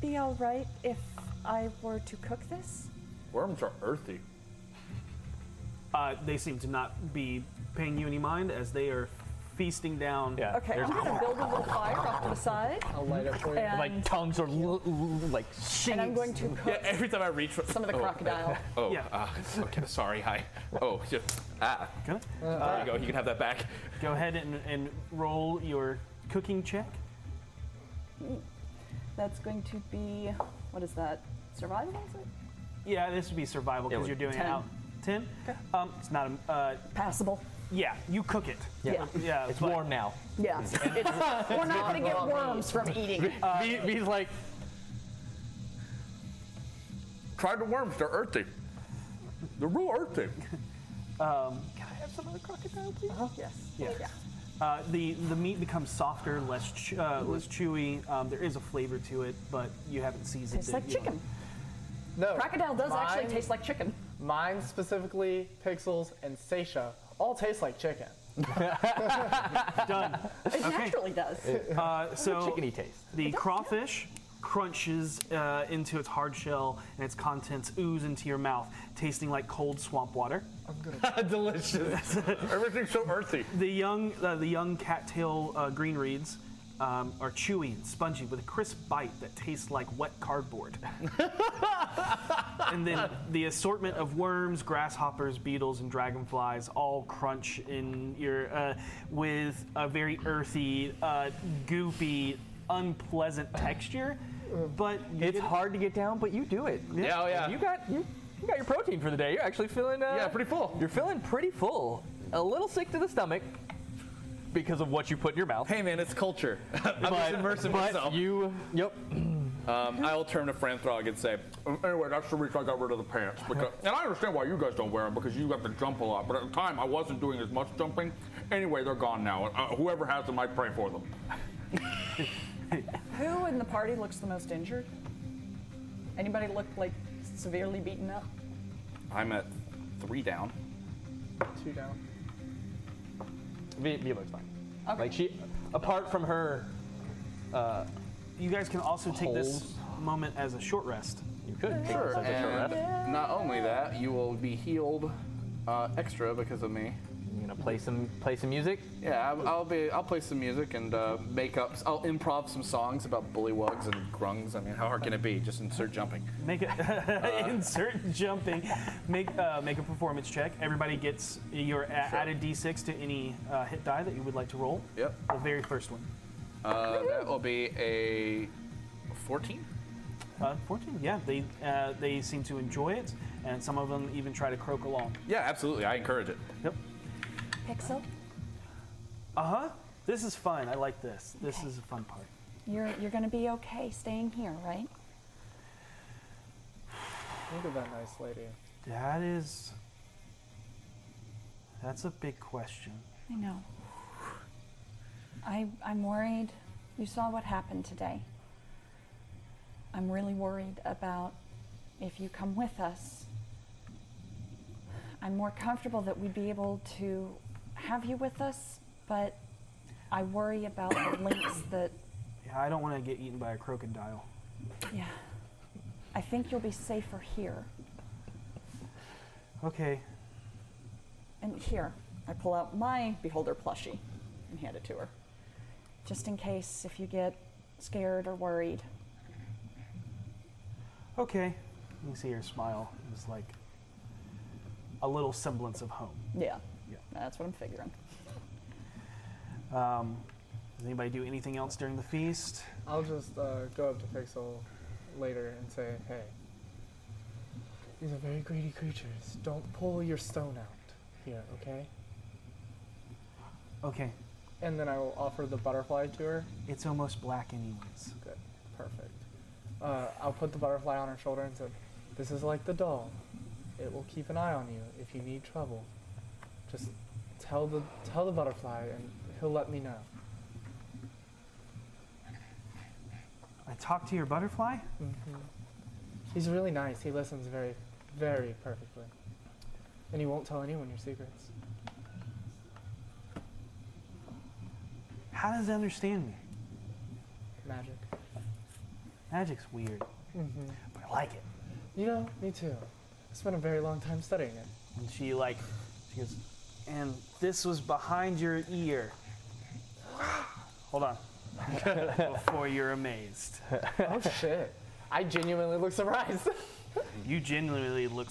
Speaker 8: be all right if I were to cook this?
Speaker 4: Worms are earthy.
Speaker 2: Uh, they seem to not be paying you any mind as they are feasting down. Yeah.
Speaker 3: Okay, I'm gonna build a little fire off to the side.
Speaker 2: I'll light it for
Speaker 3: you. And- Like,
Speaker 2: tongues are like.
Speaker 3: And I'm going to cook.
Speaker 6: Yeah, every time I reach for
Speaker 3: Some of the crocodile.
Speaker 6: Oh, yeah. okay, sorry, hi. Oh, yeah. ah.
Speaker 2: Can
Speaker 6: I? there you go. You can have that back.
Speaker 2: Go ahead and, and roll your cooking check.
Speaker 3: That's going to be what is that? Survival? Is it?
Speaker 2: Yeah, this would be survival
Speaker 6: It
Speaker 2: because
Speaker 6: would-
Speaker 2: you're doing it
Speaker 3: Ten.
Speaker 2: out. Ten. Um, it's not a uh,
Speaker 3: passable.
Speaker 2: Yeah, you cook it.
Speaker 3: Yeah. Yeah.
Speaker 2: yeah it's warm
Speaker 16: now.
Speaker 3: Yeah. It's- we're not gonna get worms from eating.
Speaker 16: He's like,
Speaker 4: Try the worms. They're earthy. They're real earthy.
Speaker 2: Um,
Speaker 27: Can I have some of the crocodile, please?
Speaker 3: Yes.
Speaker 2: Yeah. Uh, the the meat becomes softer, less ch- uh,
Speaker 3: Mm-hmm.
Speaker 2: less chewy. Um, there is a flavor to it, but you haven't seasoned
Speaker 3: Tastes
Speaker 2: it.
Speaker 3: like
Speaker 2: You don't-
Speaker 3: chicken.
Speaker 5: No.
Speaker 3: Crocodile does actually taste like chicken.
Speaker 5: Mine specifically, Pixels and Seisha all taste like chicken.
Speaker 2: Done.
Speaker 3: It naturally does.
Speaker 2: Uh, so
Speaker 16: Chickeny taste.
Speaker 2: The crawfish crunches uh, into its hard shell, and its contents ooze into your mouth, tasting like cold swamp water.
Speaker 4: Delicious. Everything's so earthy.
Speaker 2: The young, uh, the young cattail uh, green reeds um, are chewy and spongy with a crisp bite that tastes like wet cardboard. and then the assortment of worms, grasshoppers, beetles, and dragonflies all crunch in your uh, with a very earthy, uh, goopy, unpleasant texture. But it's
Speaker 16: hard to get down, but you do it.
Speaker 6: Yeah, oh, yeah.
Speaker 16: You got you, you got your protein for the day. You're actually feeling uh, yeah, pretty full. You're feeling pretty full. A little sick to the stomach because of what you put in your mouth. Hey
Speaker 6: man, it's culture. I'm
Speaker 16: But-
Speaker 6: just immersing
Speaker 16: but
Speaker 6: myself.
Speaker 16: you, yep.
Speaker 4: Um, I will turn to Franthrog and say, "Um, anyway, that's the reason I got rid of the pants.
Speaker 6: Uh-huh.
Speaker 4: Because, and I understand why you guys don't wear them because you have to jump a lot. But at the time, I wasn't doing as much jumping. Anyway, they're gone now. Uh, whoever has them, I pray for them.
Speaker 3: Who in the party looks the most injured? Anybody look like severely beaten up?
Speaker 6: I'm at three down.
Speaker 5: Two down.
Speaker 16: V, v looks fine.
Speaker 3: Okay.
Speaker 16: Like she, apart from her, uh,
Speaker 2: you guys can also take this moment as a short rest.
Speaker 16: You could.
Speaker 6: Sure. And not only that, you will be healed uh, extra because of me.
Speaker 16: You gonna play some play some music?
Speaker 6: Yeah, I'll, I'll be. I'll play some music and uh, make up. I'll improv some songs about bullywugs and grungs. I mean, how hard can it be? Just insert jumping.
Speaker 2: Make a insert jumping. Make uh, make a performance check. Everybody gets your a- added d6 to any uh, hit die that you would like to roll.
Speaker 6: Yep.
Speaker 2: The very first one.
Speaker 6: Uh, that will be a 14.
Speaker 2: Uh, 14. Yeah, they uh, they seem to enjoy it, and some of them even try to croak along.
Speaker 6: Yeah, absolutely. I encourage it.
Speaker 2: Yep.
Speaker 8: Pixel,
Speaker 2: Uh huh. This is fun. I like this. This is a fun part.
Speaker 8: you're you're gonna be okay staying here, right?
Speaker 5: Look at that nice lady.
Speaker 2: That is. That's a big question.
Speaker 8: I know. I I'm worried. You saw what happened today. I'm really worried about if you come with us. I'm more comfortable that we'd be able to have you with us, but I worry about the links that
Speaker 2: Yeah, I don't want to get eaten by a crocodile.
Speaker 8: yeah. I think you'll be safer here.
Speaker 2: Okay.
Speaker 3: And here, I pull out my beholder plushie and hand it to her.
Speaker 8: just in case if you get scared or worried.
Speaker 2: Okay. You can see her smile. It was like a little semblance of home.
Speaker 3: Yeah. That's what I'm figuring.
Speaker 2: Um, does anybody do anything else during the feast?
Speaker 5: I'll just uh, go up to Pixel later and say, hey, these are very greedy creatures. Don't pull your stone out here, okay?
Speaker 2: Okay.
Speaker 5: And then I will offer the butterfly to her.
Speaker 2: It's almost black, anyways.
Speaker 5: Good. Perfect. Uh, I'll put the butterfly on her shoulder and say, this is like the doll. It will keep an eye on you if you need trouble. Just tell the tell the butterfly and he'll let me know.
Speaker 2: I talked to your butterfly.
Speaker 5: hmm He's really nice. He listens very, very perfectly. And you won't tell anyone your secrets.
Speaker 2: How does it understand me?
Speaker 5: Magic.
Speaker 2: Magic's weird.
Speaker 5: Mm-hmm.
Speaker 2: But I like it.
Speaker 5: You know, me too. I spent a very long time studying it.
Speaker 2: And she like, she goes, and this was behind your ear. Hold on. Before you're amazed.
Speaker 5: Oh shit! I genuinely look surprised.
Speaker 2: You genuinely look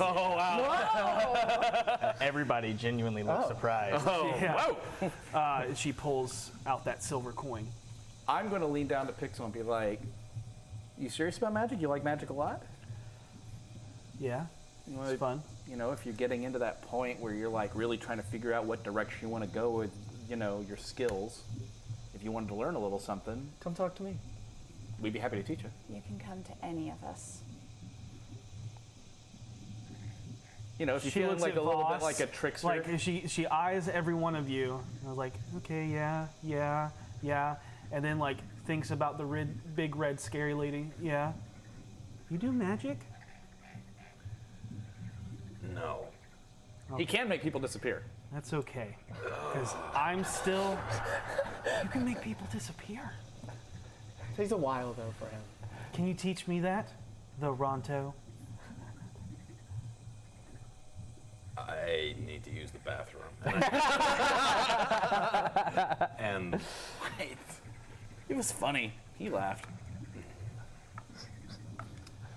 Speaker 6: Oh, wow.
Speaker 2: Everybody genuinely
Speaker 6: looks Oh. surprised. Oh,
Speaker 2: whoa. Uh, she pulls out that silver coin.
Speaker 4: I'm going to lean down to Pixel and be like, "You serious about magic? You like magic a lot?
Speaker 2: Yeah.
Speaker 4: You wanna- You know, if you're getting into that point where you're like really trying to figure out what direction you want to go with, you know, your skills. If you wanted to learn a little something,
Speaker 5: Come talk to me.
Speaker 4: we'd be happy to teach you.
Speaker 8: You can come to any of us.
Speaker 4: You know, if you're
Speaker 2: She
Speaker 4: feeling
Speaker 2: looks
Speaker 4: like
Speaker 2: at
Speaker 4: a little
Speaker 2: Voss,
Speaker 4: bit like a trickster,
Speaker 2: Like she she eyes every one of you. And I was like, okay, yeah, yeah, yeah, and then like thinks about the red, big red scary lady. Yeah, you do magic.
Speaker 7: No.
Speaker 6: He can make people disappear.
Speaker 2: That's okay, because I'm still. You can make people disappear.
Speaker 5: Takes a while though for him.
Speaker 2: Can you teach me that, the Ronto?
Speaker 7: I need to use the bathroom. And, I- and
Speaker 6: It was funny. He laughed.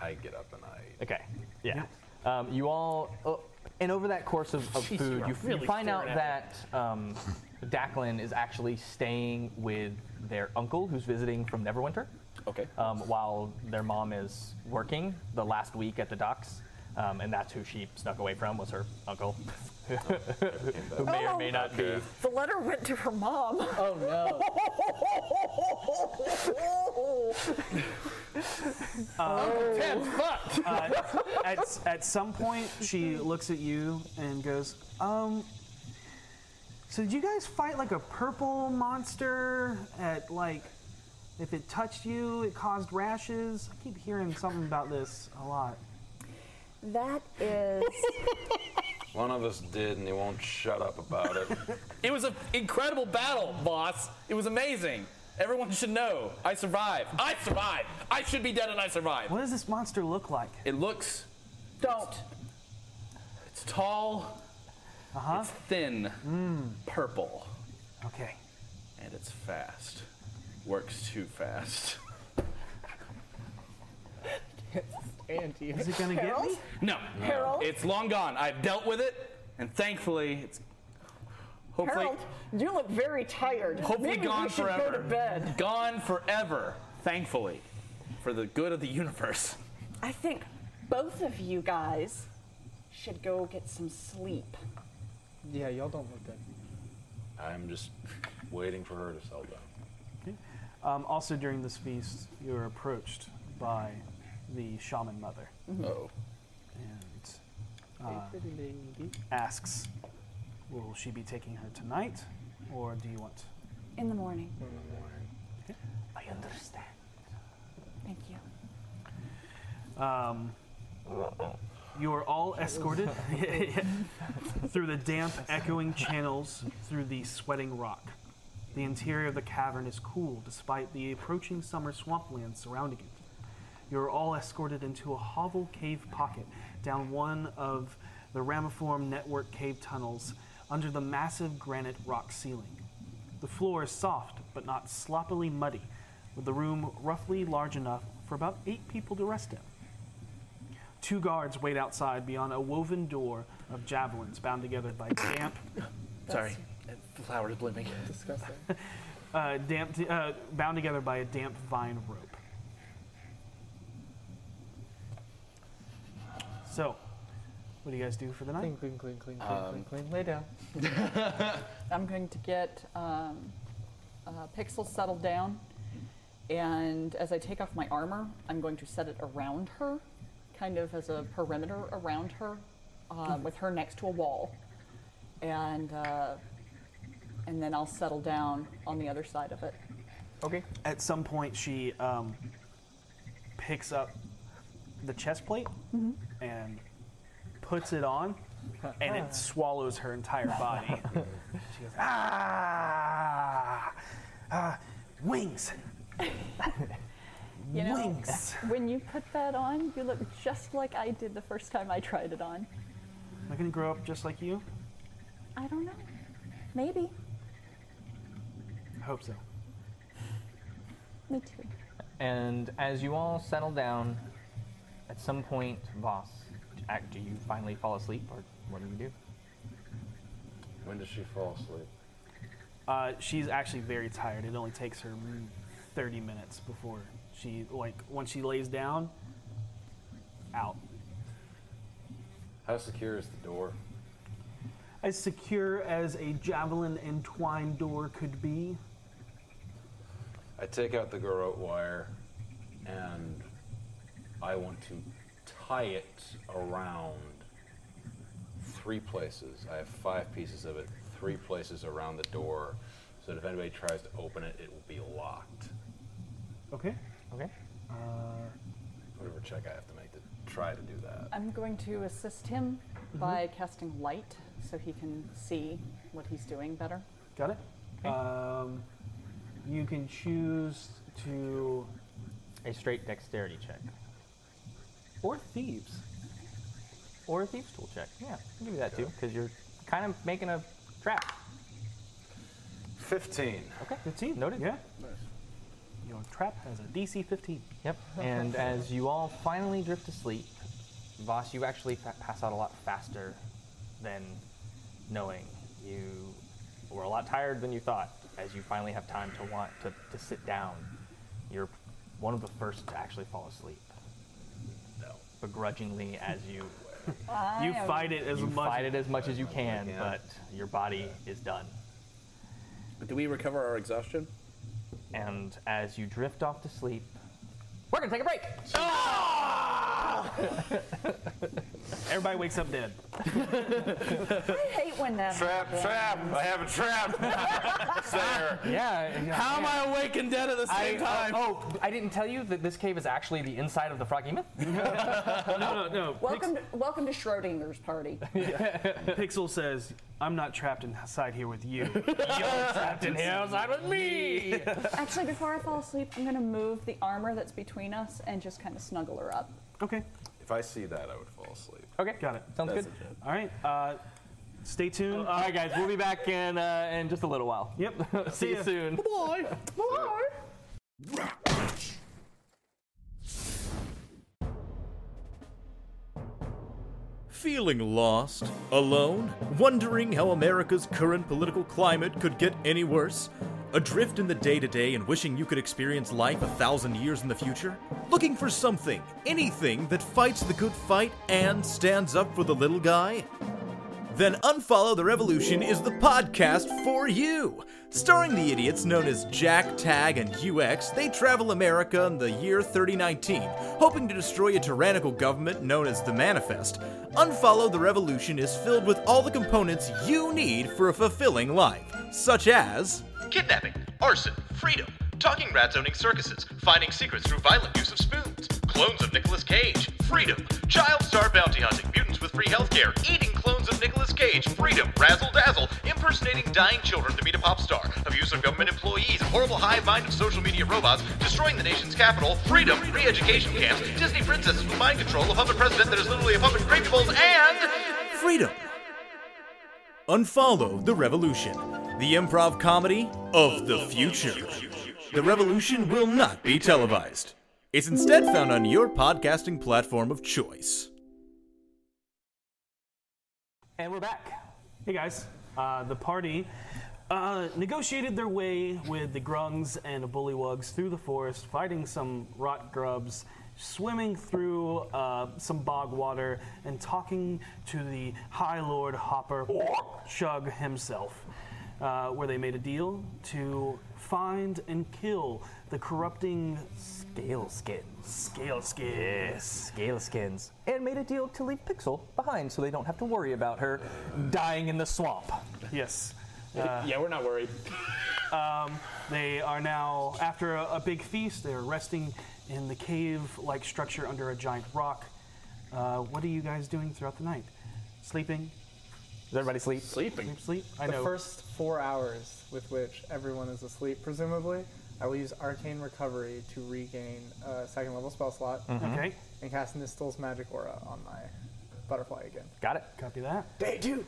Speaker 7: I get up and I
Speaker 1: Okay. Yeah. Um, you all, oh, and over that course of, of
Speaker 16: Jeez,
Speaker 1: food,
Speaker 16: you are
Speaker 1: you, f- you
Speaker 16: really
Speaker 1: find out
Speaker 16: staring at
Speaker 1: that um, Declan is actually staying with their uncle, who's visiting from Neverwinter.
Speaker 4: Okay.
Speaker 1: Um, while their mom is working the last week at the docks, um, and that's who she snuck away from was her uncle, who may or may
Speaker 5: Oh,
Speaker 1: not
Speaker 16: Oh.
Speaker 1: be.
Speaker 27: The letter went to her mom. Oh no.
Speaker 2: Uncle
Speaker 27: Tim's
Speaker 2: fucked.
Speaker 13: Uh,
Speaker 2: Uh, at, at some point, she looks at you and goes, um, so did you guys fight like a purple monster at like, if it touched you, it caused rashes? I keep hearing something about this a lot.
Speaker 8: That is.
Speaker 7: One of us did, and he won't shut up about it.
Speaker 6: It was an incredible battle, boss. It was amazing. Everyone should know. I survived. I survived. I should be dead and I survived.
Speaker 2: What does this monster look like?
Speaker 6: It looks. Don't. It's, tall.
Speaker 2: Uh huh.
Speaker 6: It's thin. Purple.
Speaker 2: Hmm. Okay.
Speaker 6: And it's fast. Works too fast.
Speaker 5: And you.
Speaker 2: Is it gonna get me?
Speaker 6: No.
Speaker 5: Harold?
Speaker 6: It's long gone. I've dealt with it, and thankfully, it's hopefully
Speaker 27: Harold, you look very tired.
Speaker 6: hopefully
Speaker 27: Maybe
Speaker 6: gone
Speaker 27: we should
Speaker 6: forever.
Speaker 27: go to bed.
Speaker 6: Gone forever. Thankfully, for the good of the universe.
Speaker 3: I think both of you guys should go get some sleep.
Speaker 5: Yeah, y'all don't look good.
Speaker 7: I'm just waiting for her to settle down.
Speaker 2: Um, also, during this feast, you're approached by the shaman mother.
Speaker 7: Mhm. Oh.
Speaker 2: And uh, asks, will she be taking her tonight, or do you want?
Speaker 8: In the morning.
Speaker 2: I understand.
Speaker 8: Thank you.
Speaker 2: Um, you are all escorted through the damp, echoing channels through the sweating rock. The interior of the cavern is cool despite the approaching summer swampland surrounding it. You are all escorted into a hovel cave pocket down one of the ramiform network cave tunnels under the massive granite rock ceiling. The floor is soft but not sloppily muddy, with the room roughly large enough for about eight people to rest in. Two guards wait outside beyond a woven door of javelins bound together by damp.
Speaker 6: Sorry, the flower is blooming.
Speaker 5: Disgusting.
Speaker 2: uh, damp, uh, bound together by a damp vine rope. So, what do you guys do for the night?
Speaker 5: Clean, clean, clean,
Speaker 2: Um,
Speaker 5: clean, clean, clean, clean. Lay down.
Speaker 37: I'm going to get um, uh, Pixel settled down, and as I take off my armor, I'm going to set it around her, kind of as a perimeter around her, um, with her next to a wall, and uh, and then I'll settle down on the other side of it.
Speaker 2: Okay. At some point, she um, picks up the chest plate and puts it on and it swallows her entire body. she goes,
Speaker 13: Ah, ah, wings.
Speaker 37: You know,
Speaker 13: Wings.
Speaker 37: When you put that on, you look just like I did the first time I tried it on.
Speaker 2: Am I gonna grow up just like you?
Speaker 8: I don't know. Maybe.
Speaker 2: I hope so.
Speaker 8: Me too.
Speaker 1: And as you all settle down, at some point, Voss, act- do you finally fall asleep, or what do you do?
Speaker 7: When does she fall asleep?
Speaker 2: Uh, she's actually very tired. It only takes her mm, 30 minutes before she, like, once she lays down, out.
Speaker 7: How secure is the door?
Speaker 2: As secure as a javelin and twine door could be.
Speaker 7: I take out the garrote wire and I want to tie it around three places. I have five pieces of it, three places around the door, so that if anybody tries to open it, it will be locked.
Speaker 2: Okay.
Speaker 1: Okay.
Speaker 2: Uh,
Speaker 7: Whatever check I have to make to try to do that.
Speaker 37: I'm going to assist him by casting light so he can see what he's doing better.
Speaker 2: Got it? Um, you can choose to.
Speaker 1: A straight dexterity check.
Speaker 2: Or thieves.
Speaker 1: Or a thieves tool check. Yeah, I'll give you that too, because you're kind of making a trap.
Speaker 7: 15.
Speaker 1: Okay.
Speaker 2: 15.
Speaker 1: Noted.
Speaker 2: Yeah. Your trap has a DC 15.
Speaker 1: Yep. And as you all finally drift to sleep, Voss, you actually fa- pass out a lot faster than knowing. You were a lot tired than you thought. As you finally have time to want to, to sit down, you're one of the first to actually fall asleep. Begrudgingly, as you
Speaker 2: You fight it as
Speaker 1: you
Speaker 2: much-
Speaker 1: fight it as much as you can, but your body is done.
Speaker 6: Do we recover our exhaustion?
Speaker 1: And as you drift off to sleep, we're gonna take a break.
Speaker 7: Ah!
Speaker 2: Everybody wakes up dead.
Speaker 27: I hate when that
Speaker 7: Trap,
Speaker 27: happens.
Speaker 7: trap! I have a trap! there.
Speaker 1: Yeah.
Speaker 6: How am I awake and dead at the
Speaker 1: I-
Speaker 6: same time?
Speaker 1: oh, I didn't tell you that this cave is actually the inside of the Froggy Myth. no,
Speaker 2: no, no.
Speaker 27: Welcome to, welcome to Schrodinger's party.
Speaker 2: Pixel says, I'm not trapped inside here with you. You're trapped in here outside with me.
Speaker 37: Actually, before I fall asleep, I'm going to move the armor that's between us and just kind of snuggle her up.
Speaker 2: Okay.
Speaker 7: If I see that, I would fall asleep.
Speaker 1: Okay,
Speaker 2: got it.
Speaker 1: Sounds
Speaker 7: That's
Speaker 1: good.
Speaker 7: legit.
Speaker 2: All right. Uh, stay tuned.
Speaker 1: All right, guys, we'll be back in uh, in just a little while.
Speaker 2: Yep.
Speaker 1: See you soon.
Speaker 2: Bye.
Speaker 27: Bye.
Speaker 39: Feeling lost? Alone? Wondering how America's current political climate could get any worse? Adrift in the day to day and wishing you could experience life a thousand years in the future? Looking for something, anything that fights the good fight and stands up for the little guy? Then Unfollow the Revolution is the podcast for you! Starring the idiots known as Jack, Tag, and UX, they travel America in the year 3019, hoping to destroy a tyrannical government known as the Manifest. Unfollow the Revolution is filled with all the components you need for a fulfilling life, such as.
Speaker 40: Kidnapping, arson, freedom, talking rats owning circuses, finding secrets through violent use of spoons, clones of Nicolas Cage, freedom, child star bounty hunting, mutants with free healthcare, eating clones of Nicolas Cage, freedom, razzle dazzle, impersonating dying children to meet a pop star, abuse of government employees, a horrible hive mind of social media robots, destroying the nation's capital, freedom, re education camps, Disney princesses with mind control, a puppet president that is literally a puppet in gravy bowls, and.
Speaker 39: Freedom. Unfollow the Revolution, the improv comedy of the future. The revolution will not be televised. It's instead found on your podcasting platform of choice.
Speaker 2: And we're back. Hey guys, uh, the party uh, negotiated their way with the Grungs and the Bullywugs through the forest, fighting some rot grubs, swimming through uh, some bog water, and talking to the High Lord Hopper Chug himself, uh, where they made a deal to find and kill the corrupting scale skins. Scale skins.
Speaker 1: scale skins. And made a deal to leave Pixel behind so they don't have to worry about her dying in the swamp.
Speaker 2: Yes.
Speaker 6: yeah, we're not worried.
Speaker 2: Um, they are now, after a, a big feast, they're resting in the cave like structure under a giant rock. Uh, what are you guys doing throughout the night? Sleeping?
Speaker 1: Does everybody sleep?
Speaker 6: Sleeping.
Speaker 1: Sleep. I
Speaker 5: the
Speaker 1: know.
Speaker 5: first four hours with which everyone is asleep, presumably, I will use Arcane Recovery to regain a second level spell slot.
Speaker 2: Mhm. Okay.
Speaker 5: And cast Nistel's Magic Aura on my butterfly again.
Speaker 1: Got it.
Speaker 2: Copy that.
Speaker 5: Day two.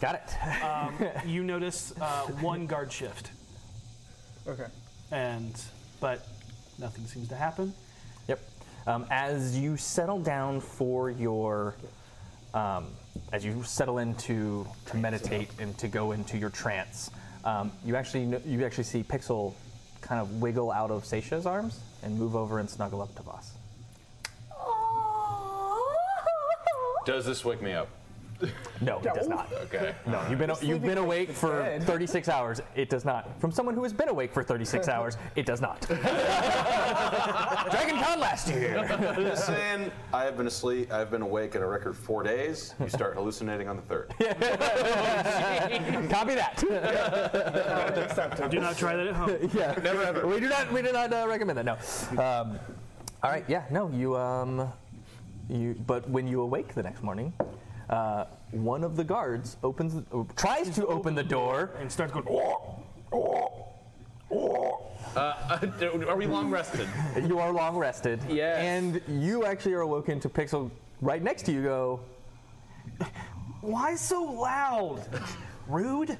Speaker 1: Got it.
Speaker 2: Um, you notice uh, one guard shift,
Speaker 5: Okay.
Speaker 2: and but nothing seems to happen.
Speaker 1: Yep. Um, as you settle down for your, um, as you settle into to meditate and to go into your trance, um, you actually kn- you actually see Pixel kind of wiggle out of Seisha's arms and move over and snuggle up to Voss.
Speaker 7: Does this wake me up?
Speaker 1: No, it does
Speaker 7: No.
Speaker 1: not.
Speaker 7: Okay.
Speaker 1: No, you've been
Speaker 7: He's
Speaker 1: you've
Speaker 7: sleeping
Speaker 1: been
Speaker 7: like
Speaker 1: awake
Speaker 7: the
Speaker 1: for
Speaker 7: dead.
Speaker 1: 36 hours. It does not. From someone who has been awake for 36 hours, it does not. Dragon Con last year.
Speaker 22: Just saying, I have been asleep. I've been awake at a record four days. You start hallucinating on the third.
Speaker 1: Copy that.
Speaker 2: Do not try that at home.
Speaker 1: yeah, never ever. We do not. We do not uh, recommend that. No. Um, all right. Yeah. No. You. Um, you. But when you awake the next morning, uh, one of the guards opens, uh, tries to open the door,
Speaker 2: and starts going.
Speaker 6: Uh, are we long rested?
Speaker 1: You are long rested.
Speaker 6: Yes.
Speaker 1: And you actually are awoken to Pixel right next to you. Go.
Speaker 2: Why so loud? Rude.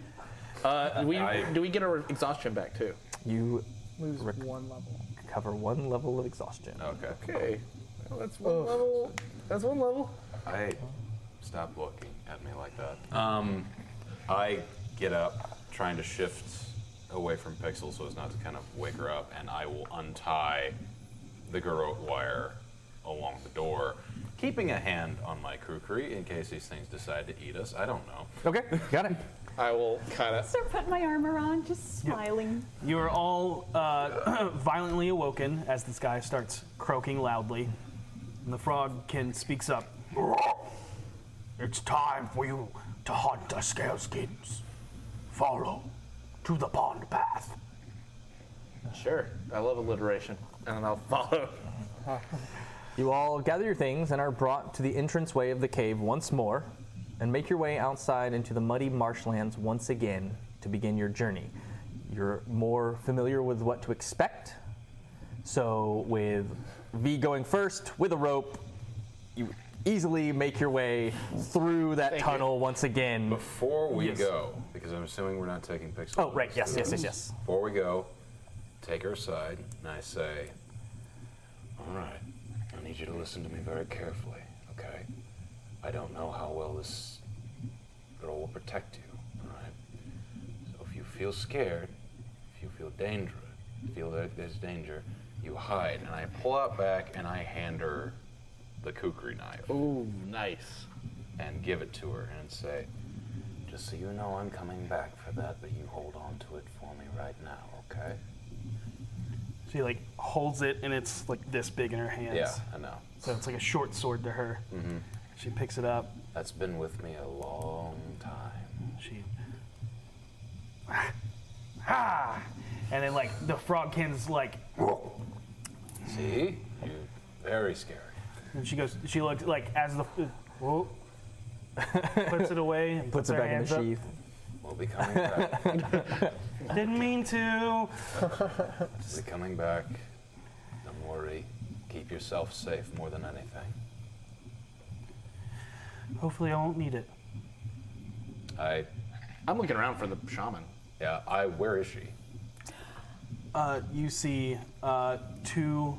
Speaker 6: Uh, we, do we get our exhaustion back too?
Speaker 1: You
Speaker 5: lose one level.
Speaker 1: Cover one level of exhaustion.
Speaker 7: Okay.
Speaker 22: Okay.
Speaker 4: Well, that's one level. That's one level.
Speaker 22: I stop looking at me like that.
Speaker 7: Um, I get up, trying to shift away from Pixel so as not to kind of wake her up, and I will untie the garrote wire along the door, keeping a hand on my kukri in case these things decide to eat us. I don't know.
Speaker 1: Okay, got it.
Speaker 7: I will kind of.
Speaker 8: Start putting my armor on, just smiling.
Speaker 2: You are all uh, violently awoken as this guy starts croaking loudly, and the frogkin speaks up.
Speaker 13: It's time for you to hunt the scaleskins. Follow to the pond path.
Speaker 4: Sure. I love alliteration, and I'll follow.
Speaker 1: You all gather your things and are brought to the entranceway of the cave once more, and make your way outside into the muddy marshlands once again to begin your journey. You're more familiar with what to expect, so with V going first with a rope, you easily make your way through that
Speaker 7: Thank you.
Speaker 1: tunnel once again.
Speaker 7: Before we go, because I'm assuming we're not taking Pixel.
Speaker 1: Oh,
Speaker 7: with
Speaker 1: right.
Speaker 7: us
Speaker 1: Yes,
Speaker 7: to
Speaker 1: yes,
Speaker 7: the-
Speaker 1: yes, yes.
Speaker 7: Before we go, take her aside, and I say, All right, I need you to listen to me very carefully, okay? I don't know how well this girl will protect you, all right? So if you feel scared, if you feel dangerous, feel that there's danger, you hide. And I pull out back and I hand her the kukri knife.
Speaker 6: Ooh, nice.
Speaker 7: And give it to her and say, just so you know, I'm coming back for that, but you hold on to it for me right now, okay?
Speaker 2: She like holds it, and it's like this big in her hands.
Speaker 7: Yeah, I know.
Speaker 2: So it's like a short sword to her.
Speaker 7: Mm-hmm.
Speaker 2: She picks it up.
Speaker 7: That's been with me a long time.
Speaker 2: She. Ha! ah! And then like the frogkin's like,
Speaker 7: See? You very scary.
Speaker 2: and she goes. She looks like as the. Whoa. Puts it away and puts, her hands up.
Speaker 7: We'll be coming back.
Speaker 2: Didn't mean to.
Speaker 7: we'll be coming back. Don't worry. Keep yourself safe more than anything.
Speaker 2: Hopefully, I won't need it.
Speaker 7: I.
Speaker 6: I'm looking around for the shaman.
Speaker 7: Yeah, I. Where is she?
Speaker 2: Uh, you see uh, two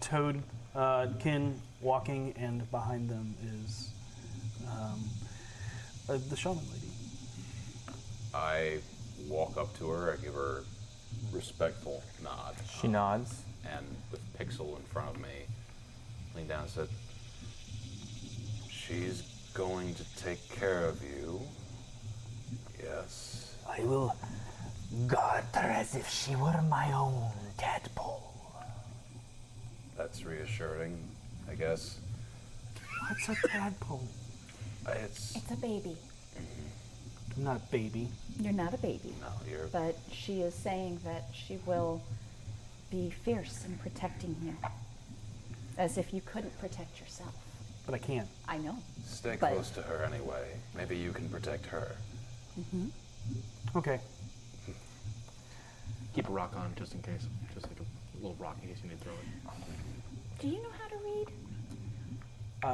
Speaker 2: toad uh, kin walking, and behind them is um, uh, the shaman lady.
Speaker 7: I walk up to her. I give her respectful nod. uh,
Speaker 1: She nods.
Speaker 7: And with Pixel in front of me, lean down and said, "She's going to take care of you. Yes.
Speaker 11: I will guard her as if she were my own tadpole.
Speaker 7: That's reassuring, I guess.
Speaker 2: What's a tadpole?
Speaker 7: I- It's
Speaker 8: It's a baby.
Speaker 2: I'm not a baby.
Speaker 8: You're not a baby.
Speaker 7: No, you're.
Speaker 8: But she is saying that she will be fierce in protecting you, as if you couldn't protect yourself.
Speaker 2: but I can.
Speaker 3: I know.
Speaker 22: Stay
Speaker 3: But-
Speaker 22: close to her anyway. Maybe you can protect her.
Speaker 3: Mm-hmm.
Speaker 2: Okay.
Speaker 4: Keep a rock on just in case. Just like a little rock in case you need to throw it.
Speaker 8: Do you know how to read?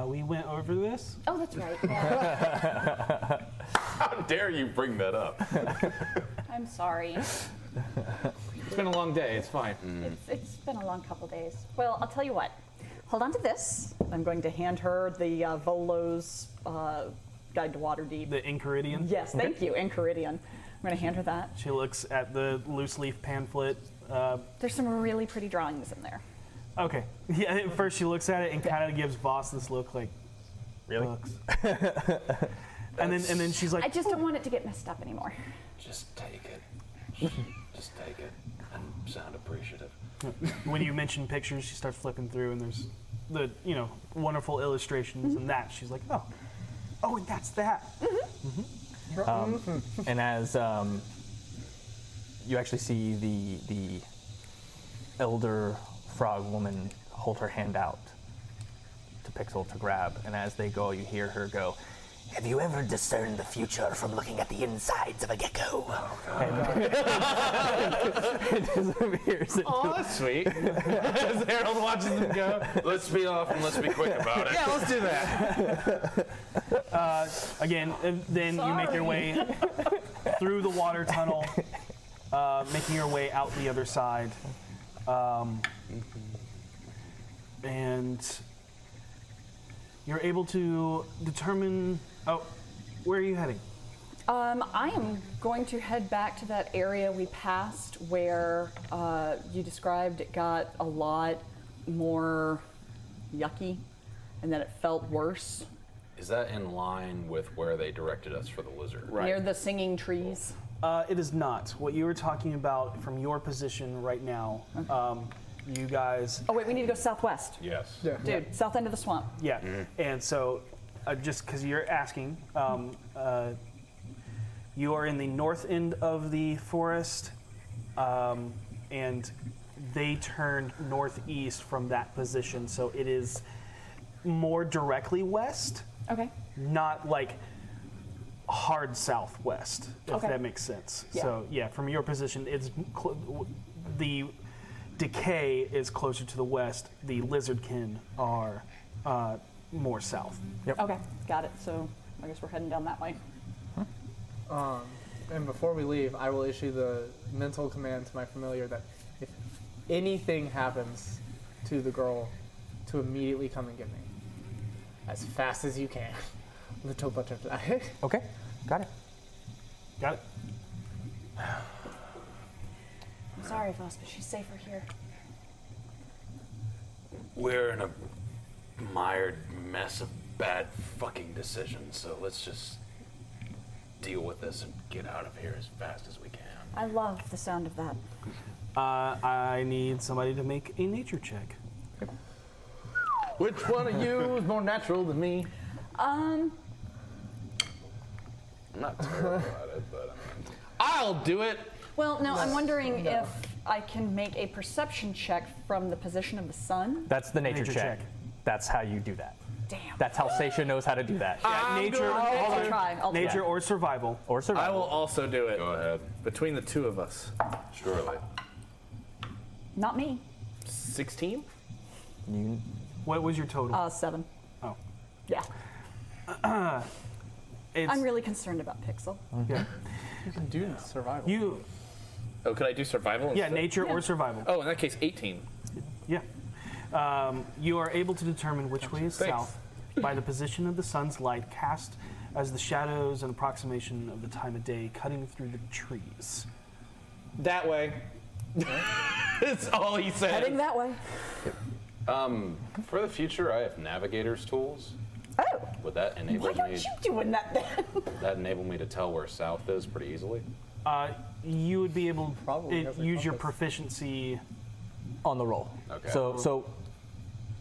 Speaker 2: Uh, we went over this.
Speaker 8: Oh, that's right. yeah.
Speaker 7: How dare you bring that up?
Speaker 8: I'm sorry.
Speaker 6: It's been a long day. It's fine.
Speaker 22: Mm.
Speaker 8: It's been a long couple days.
Speaker 3: Well, I'll tell you what. Hold on to this. I'm going to hand her the uh, Volo's uh, Guide to Waterdeep.
Speaker 2: The Incaridian?
Speaker 3: Yes, thank you, Enchiridion. I'm going to hand her that.
Speaker 2: She looks at the loose leaf pamphlet. Uh,
Speaker 3: There's some really pretty drawings in there.
Speaker 2: okay. Yeah, at first she looks at it and kind of gives Voss this look like, really? and then and then she's like, "Oh."
Speaker 8: I just don't want it to get messed up anymore.
Speaker 22: Just take it. Just take it and sound appreciative.
Speaker 2: when you mention pictures, she starts flipping through, and there's the you know wonderful illustrations and that. She's like, oh, oh, and that's that. Mm-hmm.
Speaker 16: Um, and as um, you actually see the the elder frog woman hold her hand out to Pixel to grab, and as they go, you hear her go.
Speaker 28: Have you ever discerned the future from looking at the insides of a gecko?
Speaker 16: it disappears. into-
Speaker 28: Aw,
Speaker 6: Oh, that's sweet. As Harold watches them go,
Speaker 7: let's be off and let's be quick about it.
Speaker 2: Yeah, let's do
Speaker 7: that.
Speaker 2: Uh, again, and then you make your way through the water tunnel, uh, making your way out the other side. Um, and you're able to determine. Oh, where are you heading?
Speaker 37: Um, I am going to head back to that area we passed where uh, you described it got a lot more yucky and then it felt worse
Speaker 7: Is that in line with where they directed us for the lizard?
Speaker 37: near the singing trees.
Speaker 2: Uh, it is not. What you were talking about from your position right now, um, you guys.
Speaker 37: Oh, wait, we need to go southwest.
Speaker 7: Yes.
Speaker 37: Dude, south end of the swamp.
Speaker 2: Yeah, and so uh, just because you're asking, um, uh, you are in the north end of the forest, um, and they turned northeast from that position, so it is more directly west.
Speaker 37: Okay.
Speaker 2: Not like hard southwest, if
Speaker 37: Okay.
Speaker 2: that makes sense.
Speaker 37: Yeah.
Speaker 2: So yeah, from your position, it's cl- w- the decay is closer to the west. The lizardkin are uh, more south.
Speaker 37: Okay, got it. So I guess we're heading down that way.
Speaker 5: Um, and before we leave, I will issue the mental command to my familiar that if anything happens to the girl, to immediately come and get me. As fast as you can, little butterfly.
Speaker 16: okay, got it.
Speaker 2: Got it.
Speaker 8: I'm sorry, Voss, but she's safer here.
Speaker 22: We're in a mired mess of bad fucking decisions, so let's just deal with this and get out of here as fast as we can.
Speaker 8: I love the sound of that.
Speaker 2: Uh, I need somebody to make a nature check.
Speaker 41: Which one of you is more natural than me?
Speaker 8: Um,
Speaker 22: I'm not terrible at it, but
Speaker 6: I'll do it.
Speaker 37: Well, no, I'm wondering
Speaker 6: No.
Speaker 37: if I can make a perception check from the position of the sun.
Speaker 16: That's the nature,
Speaker 37: Nature
Speaker 16: check. That's how you do that.
Speaker 37: Damn.
Speaker 16: That's how Seisha knows how to do that.
Speaker 2: nature,
Speaker 37: I'll
Speaker 2: or,
Speaker 37: try, I'll try.
Speaker 2: nature or survival.
Speaker 16: Or
Speaker 6: I will also do it. Go ahead. Between the two of us.
Speaker 7: Surely.
Speaker 37: Not me.
Speaker 6: 16?
Speaker 2: What was your total?
Speaker 37: Uh, seven.
Speaker 2: Oh.
Speaker 37: Yeah.
Speaker 2: It's-
Speaker 37: I'm really concerned about Pixel.
Speaker 2: Yeah.
Speaker 5: You can do survival.
Speaker 2: You.
Speaker 6: Oh, could I do survival?
Speaker 2: Yeah,
Speaker 6: instead?
Speaker 2: nature or survival.
Speaker 6: Oh, in that case, 18.
Speaker 2: Yeah. Um, you are able to determine which way is
Speaker 6: Thanks.
Speaker 2: south by the position of the sun's light cast as the shadows and approximation of the time of day cutting through the trees.
Speaker 6: That way. That's all he said.
Speaker 37: Heading that way.
Speaker 7: Um, for the future, I have navigator's tools.
Speaker 37: Oh.
Speaker 7: Would that enable
Speaker 3: Why aren't
Speaker 7: me?
Speaker 3: you doing that then?
Speaker 7: That enable me to tell where south is pretty easily.
Speaker 2: Uh, you would be able
Speaker 7: Probably
Speaker 2: to
Speaker 7: has a
Speaker 2: use your proficiency
Speaker 16: on the roll.
Speaker 7: Okay.
Speaker 16: So, so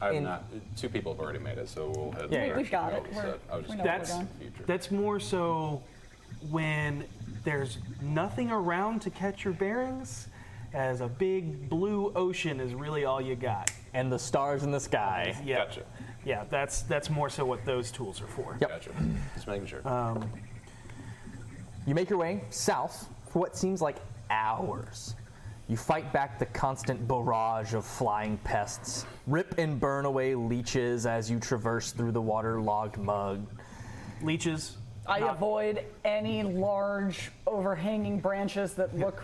Speaker 7: I've
Speaker 16: in-
Speaker 7: not. Two people have already made it, so we'll head.
Speaker 2: Yeah,
Speaker 7: in
Speaker 2: yeah.
Speaker 7: the
Speaker 2: We've got
Speaker 7: direction
Speaker 2: it. We're-
Speaker 7: Elvis said. I was
Speaker 2: we
Speaker 7: just
Speaker 2: know
Speaker 7: thinking
Speaker 2: where we're
Speaker 7: about the future.
Speaker 2: That's more so when there's nothing around to catch your bearings, as a big blue ocean is really all you got.
Speaker 16: And the stars in the sky.
Speaker 2: Yeah.
Speaker 7: Gotcha.
Speaker 2: yeah, that's that's more so what those tools are for.
Speaker 7: Gotcha. Just making sure.
Speaker 1: Um, you make your way south for what seems like hours. You fight back the constant barrage of flying pests, rip and burn away leeches as you traverse through the waterlogged mud.
Speaker 2: Leeches.
Speaker 8: I avoid any large overhanging branches that look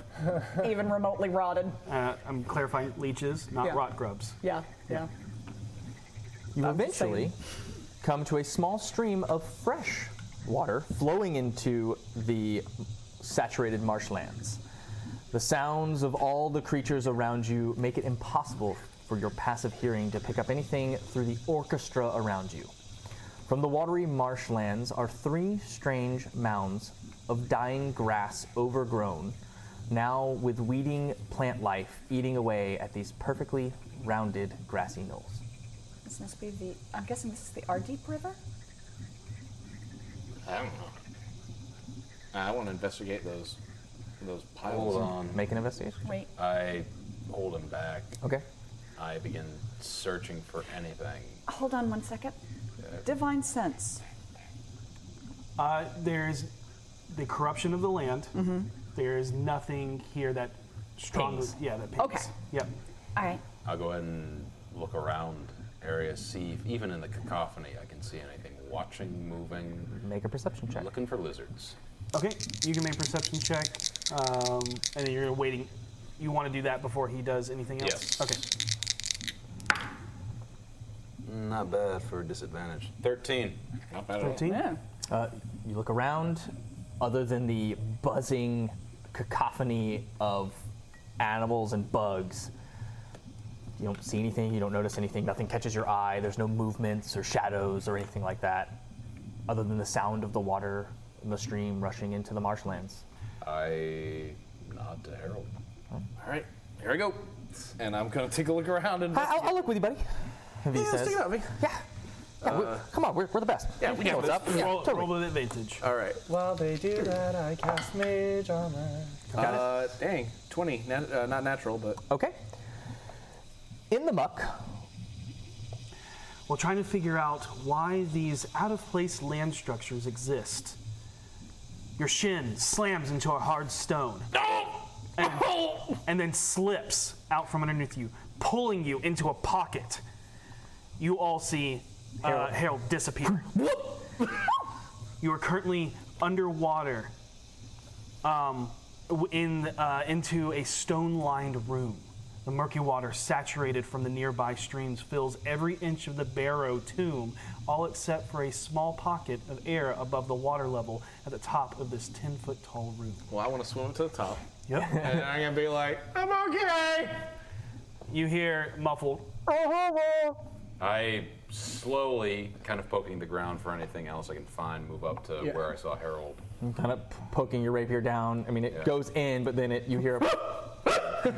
Speaker 8: even remotely rotted.
Speaker 2: Uh, I'm clarifying leeches, not
Speaker 8: Yeah.
Speaker 2: rot grubs.
Speaker 8: Yeah, yeah.
Speaker 1: You eventually come to a small stream of fresh water flowing into the saturated marshlands. The sounds of all the creatures around you make it impossible for your passive hearing to pick up anything through the orchestra around you. From the watery marshlands are three strange mounds of dying grass overgrown, now with weeding plant life eating away at these perfectly rounded grassy knolls.
Speaker 42: This must be the. I'm guessing this is the Ardeep River.
Speaker 13: I don't know. I want to investigate those those piles.
Speaker 43: Hold on.
Speaker 1: Make an investigation.
Speaker 42: Wait.
Speaker 7: I hold him back.
Speaker 1: Okay.
Speaker 7: I begin searching for anything.
Speaker 44: Hold on one second.
Speaker 45: Divine sense.
Speaker 2: Uh, there's the corruption of the land. There is nothing here that strongly.
Speaker 7: Pings.
Speaker 2: Yeah, that pings.
Speaker 44: Okay.
Speaker 2: Yep.
Speaker 44: All right.
Speaker 7: I'll go ahead and look around areas, see if even in the cacophony I can see anything watching, moving.
Speaker 1: Make a perception check.
Speaker 7: Looking for lizards.
Speaker 2: Okay, you can make a perception check, um, and then you're waiting. You want to do that before he does anything else.
Speaker 7: Yes.
Speaker 2: Okay.
Speaker 7: Not bad for a disadvantage. Thirteen. Not bad at all.
Speaker 1: Uh, you look around. Other than the buzzing cacophony of animals and bugs, you don't see anything. You don't notice anything. Nothing catches your eye. There's no movements or shadows or anything like that. Other than the sound of the water, and the stream rushing into the marshlands.
Speaker 7: I nod to Harold.
Speaker 6: All right, here I go. And I'm going to take a look around and.
Speaker 1: I'll, I'll look with you, buddy. V
Speaker 6: Yeah, let's
Speaker 1: says.
Speaker 6: take it out,
Speaker 1: Yeah. Yeah, we-
Speaker 6: Uh,
Speaker 1: come on, we're, we're the best.
Speaker 6: yeah,
Speaker 1: You
Speaker 6: we
Speaker 1: know
Speaker 6: got
Speaker 1: what's
Speaker 6: this.
Speaker 1: up. Yeah,
Speaker 6: Roll-
Speaker 1: totally.
Speaker 2: Roll with advantage.
Speaker 13: All right.
Speaker 5: While they do that, I cast mage armor.
Speaker 13: Uh, dang, twenty. Nat- uh, not natural, but
Speaker 1: okay. In the muck.
Speaker 2: While trying to figure out why these out of place land structures exist, your shin slams into a hard stone. And, and then slips out from underneath you, pulling you into a pocket. You all see uh,
Speaker 46: Harold.
Speaker 2: Harold disappear. you are currently underwater um, w- in, uh, into a stone lined room. The murky water, saturated from the nearby streams, fills every inch of the barrow tomb, all except for a small pocket of air above the water level at the top of this 10 foot tall room.
Speaker 13: well, I want to swim to the top.
Speaker 2: Yep.
Speaker 13: and I'm gonna be like, I'm okay.
Speaker 2: You hear muffled.
Speaker 41: Oh,
Speaker 7: I slowly, kind of poking the ground for anything else I can find, move up to
Speaker 1: Yeah.
Speaker 7: where I saw Harold.
Speaker 1: Kind of p- poking your rapier down. I mean, it
Speaker 7: Yeah.
Speaker 1: goes in, but then it you hear a.
Speaker 6: I'm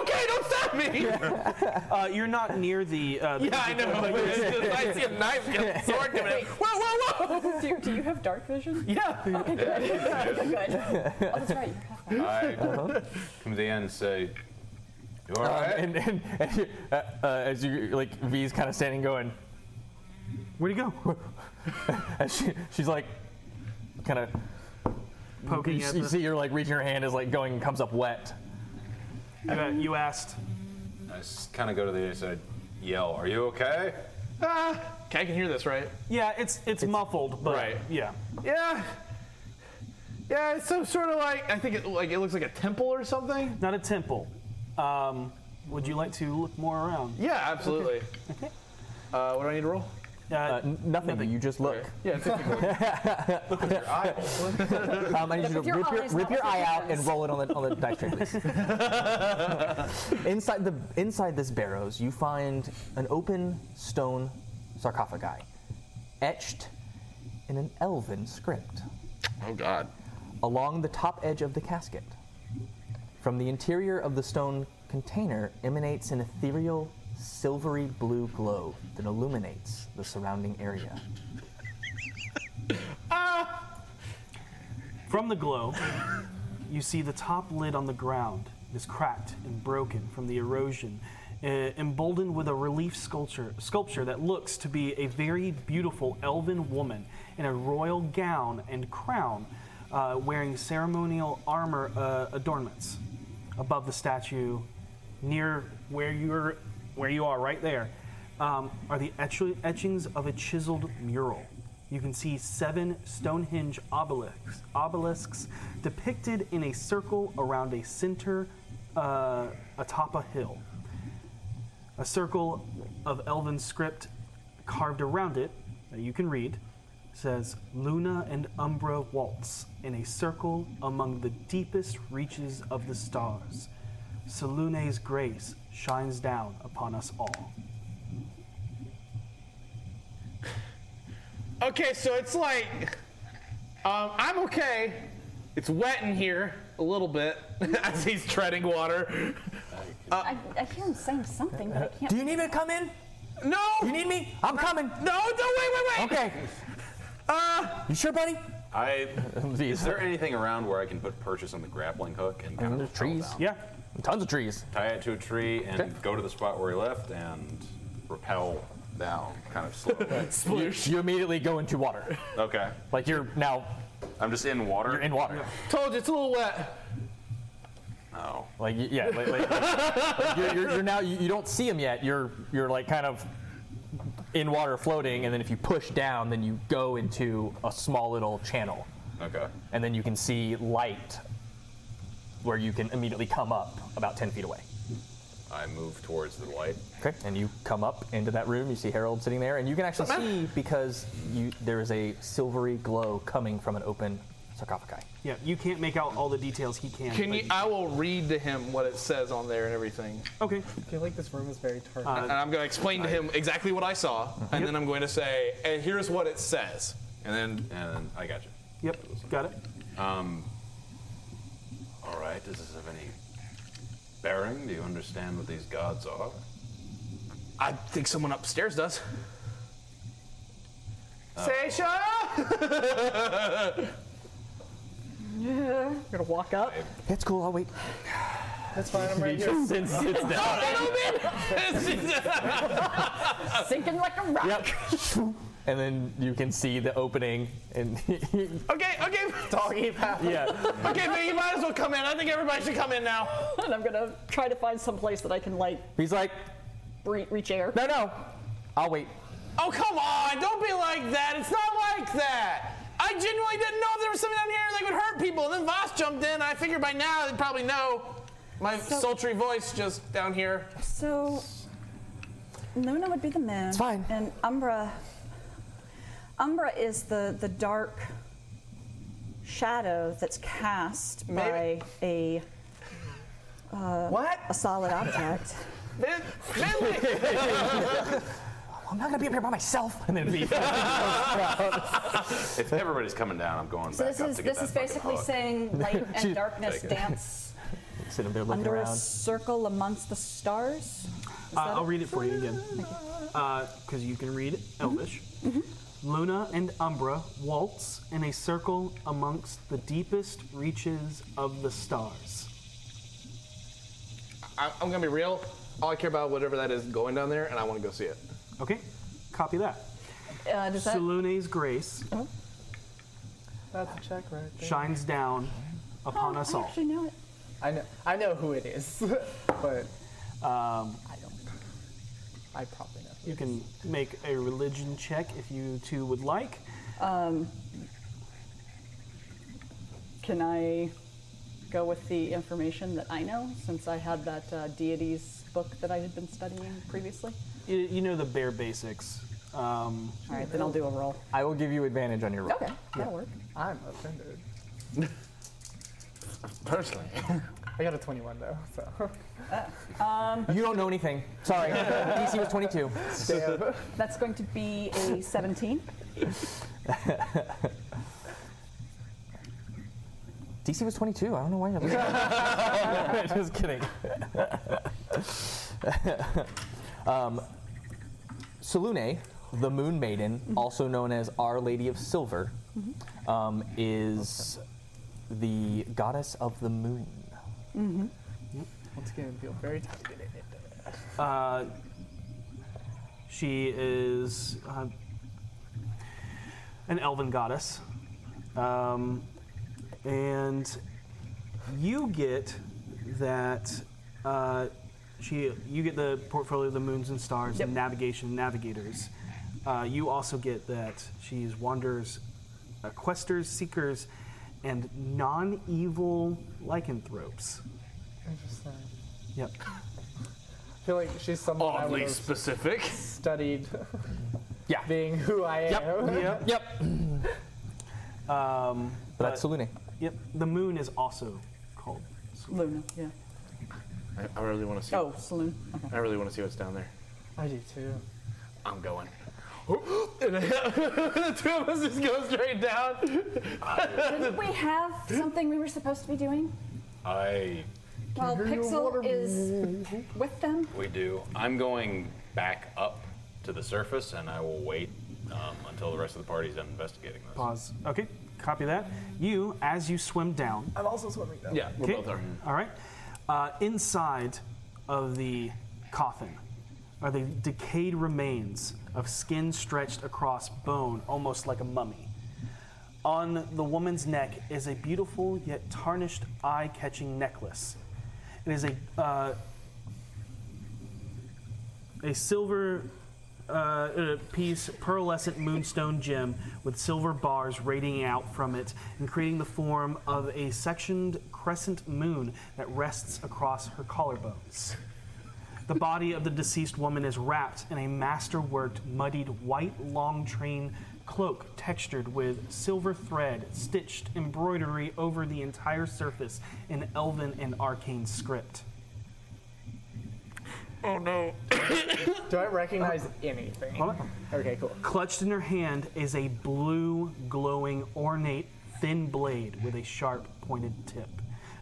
Speaker 6: okay. Don't stab me.
Speaker 2: Uh, you're not near the. Uh, the
Speaker 6: Yeah, I know. but it's just- I see a knife, get a sword coming. out. Whoa, whoa, whoa!
Speaker 42: do, you, do you have dark vision?
Speaker 6: Yeah.
Speaker 42: Okay, good.
Speaker 7: Yeah.
Speaker 42: Okay, good. Oh, that's right.
Speaker 7: I come to the end and say, You all
Speaker 1: Um,
Speaker 7: right?
Speaker 1: Uh-huh. and, and, and you- uh, uh, as you like, V's kind of standing, going,
Speaker 2: "Where'd he go?"
Speaker 1: and she, she's like, kind of
Speaker 2: Poking
Speaker 1: You,
Speaker 2: at
Speaker 1: you
Speaker 2: the-
Speaker 1: see, her like reaching her hand is like going and comes up wet.
Speaker 2: You, uh, you asked.
Speaker 7: I kind of go to the end and say, Yell, are you okay?
Speaker 6: Ah. Okay, I can hear this, right?
Speaker 2: Yeah, it's it's, muffled, but
Speaker 6: right.
Speaker 2: yeah.
Speaker 6: Yeah. Yeah, it's so sort of like I think it like it looks like a temple or something.
Speaker 2: Not a temple. Um, would you like to look more around?
Speaker 6: Yeah, absolutely. Uh, what do I need to roll?
Speaker 2: Uh,
Speaker 1: nothing. You just look.
Speaker 6: Yeah, it's
Speaker 1: look with your eye. um, I need you to
Speaker 6: With your
Speaker 1: rip your,
Speaker 6: eyes,
Speaker 1: rip
Speaker 6: not
Speaker 1: your
Speaker 6: with
Speaker 1: eye
Speaker 6: your
Speaker 1: out and
Speaker 6: hands.
Speaker 1: roll it on the on the dice tray, please. inside the inside this barrows, you find an open stone sarcophagi, etched in an elven script.
Speaker 6: Oh God.
Speaker 1: Along the top edge of the casket, from the interior of the stone container emanates an ethereal silvery blue glow that illuminates the surrounding area.
Speaker 13: Ah,
Speaker 2: From the glow, you see the top lid on the ground is cracked and broken from the erosion uh, emboldened with a relief sculpture, sculpture that looks to be a very beautiful elven woman in a royal gown and crown, uh, wearing ceremonial armor uh, adornments. Above the statue, near where you're, where you are, right there, um, are the etch- etchings of a chiseled mural. You can see seven Stonehenge obelisks, obelisks depicted in a circle around a center uh, atop a hill. A circle of elven script carved around it that you can read says Luna and Umbra waltz in a circle among the deepest reaches of the stars. Salune's grace shines down upon us all.
Speaker 6: Okay, so it's like um, I'm okay. It's wet in here a little bit as he's treading water.
Speaker 28: I, I hear him saying something, but I can't.
Speaker 6: Do you need me to come in? No. You need me? I'm coming. No, don't wait, wait, wait. Okay. Uh,
Speaker 7: You sure, buddy? I. Is there anything around where I can put purchase on the grappling hook and kind of trees?
Speaker 2: Yeah,
Speaker 7: tons of trees. Tie it to a tree and go to the spot where he left and rappel down, kind of slow.
Speaker 1: You, you immediately go into water.
Speaker 7: okay.
Speaker 1: Like you're now.
Speaker 7: I'm just in water. You're
Speaker 1: in water.
Speaker 6: told you it's a little wet.
Speaker 7: Oh.
Speaker 1: Like y- yeah. Like, like, like you're, you're, you're now. You, you don't see him yet. You're you're like kind of in water floating, and then if you push down, then you go into a small little channel,
Speaker 7: Okay.
Speaker 1: and then you can see light where you can immediately come up about ten feet away.
Speaker 7: I move towards the light.
Speaker 1: Okay, and you come up into that room. You see Harold sitting there, and you can actually see because you, there is a silvery glow coming from an open sarcophagi.
Speaker 2: Yeah, you can't make out all the details. He can.
Speaker 6: Can
Speaker 2: but
Speaker 6: you? I will read to him what it says on there and everything.
Speaker 2: Okay.
Speaker 5: I feel like this room is very
Speaker 2: Uh,
Speaker 5: target.
Speaker 6: and I'm going to explain to him exactly what I saw, and then I'm going to say, and here's what it says. And then,
Speaker 7: and I got you.
Speaker 2: Yep, got it.
Speaker 7: Um. All right. Does this have any bearing? Do you understand what these gods are?
Speaker 6: I think someone upstairs does. Uh,
Speaker 22: Say shut up!
Speaker 8: You're gonna walk up.
Speaker 1: That's cool. I'll wait.
Speaker 5: That's fine. I'm right here.
Speaker 1: Just sits- sits down.
Speaker 8: Sinking like a rock.
Speaker 1: and then you can see the opening, and
Speaker 6: Okay, okay.
Speaker 5: Doggy paddle.
Speaker 1: Yeah.
Speaker 6: Okay, but you might as well come in. I think everybody should come in now.
Speaker 8: and I'm gonna try to find some place that I can like
Speaker 1: he's like,
Speaker 8: re- reach air.
Speaker 1: No, no. I'll wait.
Speaker 6: Oh, come on. Don't be like that. It's not like that. I genuinely didn't know if there was something down here that could hurt people. And then Voss jumped in. I figured by now they'd probably know. My sultry voice just down here.
Speaker 28: So, Luna would be the moon. It's fine. And Umbra. Umbra is the the dark shadow that's cast by a. Uh,
Speaker 22: What?
Speaker 28: A solid object.
Speaker 13: I'm not gonna be up here by myself.
Speaker 1: and then leave.
Speaker 7: if everybody's coming down, I'm going
Speaker 28: So
Speaker 7: back
Speaker 28: this
Speaker 7: up
Speaker 28: is-
Speaker 7: to get
Speaker 28: this is
Speaker 7: that fucking
Speaker 28: basically
Speaker 7: hook.
Speaker 28: saying light and She- darkness
Speaker 7: Take it.
Speaker 28: dance
Speaker 1: sitting there looking
Speaker 28: under a
Speaker 1: around.
Speaker 28: circle amongst the stars. Is
Speaker 2: Uh,
Speaker 28: that
Speaker 2: I'll read it for you again. Because you can read
Speaker 5: Mm-hmm.
Speaker 2: Elvish. Luna and Umbra waltz in a circle amongst the deepest reaches of the stars.
Speaker 6: I, I'm going to be real. All I care about whatever that is going down there, and I want to go see it.
Speaker 2: Okay, copy that.
Speaker 8: Uh, does that-
Speaker 2: Salune's grace
Speaker 5: That's a check right there.
Speaker 2: shines down upon
Speaker 8: Oh,
Speaker 2: us all.
Speaker 28: know it.
Speaker 5: Oh, I know. I know who it is, but
Speaker 2: um,
Speaker 5: I don't. I probably know.
Speaker 2: You can make a religion check if you two would like.
Speaker 8: Um, can I go with the information that I know since I had that uh, deities book that I had been studying previously?
Speaker 2: You, you know the bare basics. Um,
Speaker 8: All right, then I'll do a roll.
Speaker 1: I will give you advantage on your roll.
Speaker 8: Okay, that'll work.
Speaker 5: I'm offended.
Speaker 6: Personally.
Speaker 5: I got a 21 though, so.
Speaker 8: Um,
Speaker 1: You don't know anything. Sorry. DC was 22.
Speaker 8: that's going to be a 17.
Speaker 1: DC was 22. I don't know why you're looking. at me. Just kidding. um, Salune, the Moon Maiden, also known as Our Lady of Silver,
Speaker 8: Mm-hmm.
Speaker 1: um, is the goddess of the moon.
Speaker 5: Mm-hmm. Once again, feel very targeted.
Speaker 2: Uh, she is uh, an elven goddess. Um, and you get that uh, she you get the portfolio of the moons and stars and navigation navigators. Uh, you also get that she's wanderers, uh, questers, seekers, and non-evil lycanthropes.
Speaker 5: Interesting.
Speaker 2: Yep.
Speaker 5: I feel like she's someone I
Speaker 6: Oddly
Speaker 5: would've
Speaker 6: specific.
Speaker 5: studied.
Speaker 16: Yeah.
Speaker 5: Being who I am.
Speaker 2: Yep.
Speaker 16: Yep.
Speaker 2: Um,
Speaker 1: But that's Selene.
Speaker 2: Yep. The moon is also called
Speaker 37: Luna, yeah.
Speaker 4: I, I really want to see.
Speaker 37: Oh, saloon.
Speaker 4: I really want to see what's down there.
Speaker 5: I do too.
Speaker 4: I'm going.
Speaker 41: And the two of us just go straight down.
Speaker 8: Didn't we have something we were supposed to be doing?
Speaker 7: I.
Speaker 8: Well, Pixel is with them.
Speaker 7: We do. I'm going back up to the surface, and I will wait um, until the rest of the party's done investigating this.
Speaker 2: Pause. Okay, copy that. You, as you swim down.
Speaker 5: I'm also swimming down.
Speaker 7: Yeah, we're
Speaker 2: Okay,
Speaker 7: both are.
Speaker 2: All right. Uh, inside of the coffin are the decayed remains of skin stretched across bone, almost like a mummy. On the woman's neck is a beautiful yet tarnished eye catching necklace. It is a, uh, a silver uh, uh, piece, pearlescent moonstone gem with silver bars radiating out from it and creating the form of a sectioned crescent moon that rests across her collarbones. The body of the deceased woman is wrapped in a masterworked, muddied white long train cloak textured with silver thread, stitched embroidery over the entire surface in elven and arcane script.
Speaker 5: Oh no. do I recognize anything? Okay, cool.
Speaker 2: Clutched in her hand is a blue, glowing, ornate, thin blade with a sharp, pointed tip.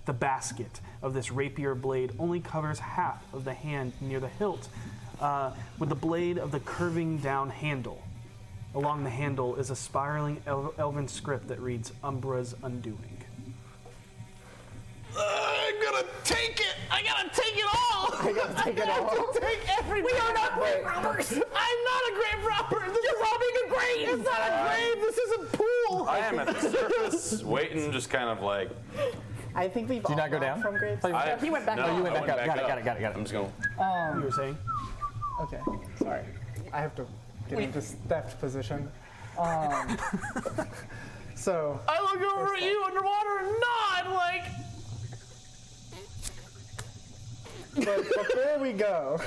Speaker 2: The basket of this rapier blade only covers half of the hand near the hilt, uh, with the blade of the curving down handle. Along the handle is a spiraling el- elven script that reads Umbra's Undoing.
Speaker 41: I'm gonna take it. I gotta take it all. I gotta take it all. take everything. We are not grave robbers. I'm not a grave robber. This is robbing a grave. It's not a grave. This is a pool.
Speaker 7: I am at the surface, waiting, just kind of like.
Speaker 5: I think we've
Speaker 1: Do you
Speaker 5: all
Speaker 1: not go
Speaker 5: gone
Speaker 1: down?
Speaker 5: from graves.
Speaker 7: I- no,
Speaker 1: Oh, you went
Speaker 7: I
Speaker 1: back up. Got it,
Speaker 7: up.
Speaker 1: got it, got it, got it.
Speaker 7: I'm just going.
Speaker 5: Um,
Speaker 2: you were saying?
Speaker 5: Okay, sorry. I have to get into theft position. Um, so,
Speaker 41: I look over at you underwater and nod like.
Speaker 5: but before we go,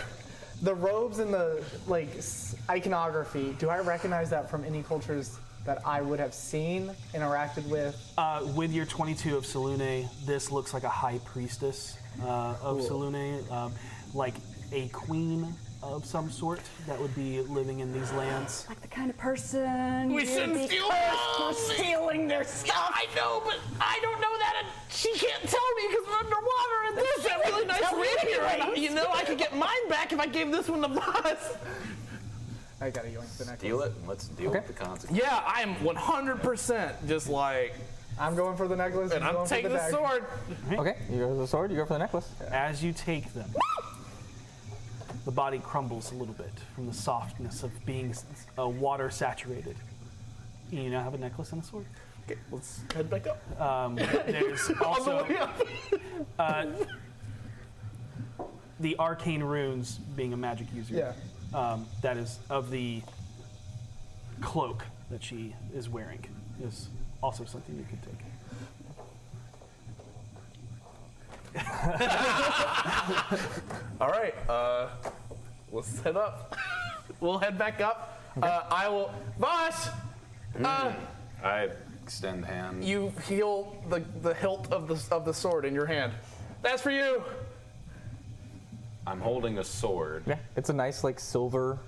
Speaker 5: the robes and the like s- iconography. Do I recognize that from any cultures that I would have seen, interacted with?
Speaker 2: Uh, with your 22 of Salune, this looks like a high priestess uh, of
Speaker 5: Cool.
Speaker 2: Salune, um, like a queen of some sort that would be living in these lands.
Speaker 8: The kind of person
Speaker 41: We
Speaker 8: you'd
Speaker 41: shouldn't
Speaker 8: be
Speaker 41: steal
Speaker 8: cursed for
Speaker 41: from me.
Speaker 8: stealing their stuff.
Speaker 41: I know, but I don't know that, and she can't tell me because I'm underwater. And this is a really nice
Speaker 5: Tell me
Speaker 41: rapier. and I-
Speaker 5: anyways.
Speaker 41: You know, I could get mine back if I gave this one to Boss.
Speaker 5: I gotta yoink the next.
Speaker 7: Deal it and let's deal with the consequences.
Speaker 6: Yeah, I'm 100% just like.
Speaker 5: I'm going for the necklace.
Speaker 6: And
Speaker 5: he's
Speaker 6: I'm
Speaker 5: going for
Speaker 6: taking
Speaker 5: the
Speaker 6: the,
Speaker 5: dagger.
Speaker 6: sword.
Speaker 1: Okay, you go for the sword, you go for the necklace.
Speaker 2: As you take them, the body crumbles a little bit from the softness of being s- uh, water saturated. You now have a necklace and a sword.
Speaker 41: Okay, let's head back up.
Speaker 2: Um, there's
Speaker 41: On the
Speaker 2: also
Speaker 41: way up.
Speaker 2: uh, the arcane runes being a magic user. Yeah. Um, that is of the cloak that she is wearing is also something you could take.
Speaker 6: All right, uh, let's head up. we'll head back up. Uh, I will. Boss! Uh,
Speaker 7: I extend hand.
Speaker 6: you feel the, the hilt of the, of the sword in your hand. That's for you!
Speaker 7: I'm holding a sword.
Speaker 1: Yeah, it's a nice like silver,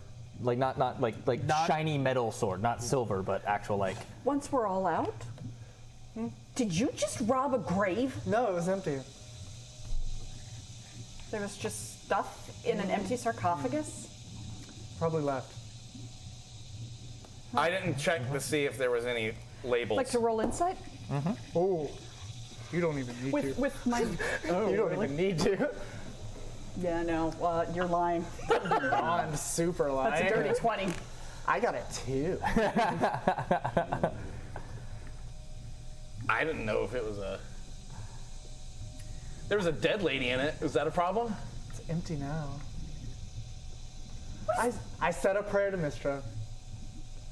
Speaker 1: like not not like like shiny metal sword, not silver, but actual like.
Speaker 8: Once we're all out, did you just rob a grave?
Speaker 5: No, it was empty.
Speaker 3: There was just stuff in an empty sarcophagus.
Speaker 5: Probably left.
Speaker 6: I didn't check to see if there was any labels.
Speaker 37: Like to roll insight
Speaker 4: Mm-hmm.
Speaker 5: Oh, you don't even need
Speaker 37: with with my.
Speaker 5: Oh, you don't even need to.
Speaker 37: Yeah, no, uh, you're lying.
Speaker 5: I'm super lying.
Speaker 47: That's a dirty 20.
Speaker 5: I got it too.
Speaker 6: I didn't know if it was a. There was a dead lady in it. Is that a problem?
Speaker 5: It's empty now. I, I said a prayer to Mistra.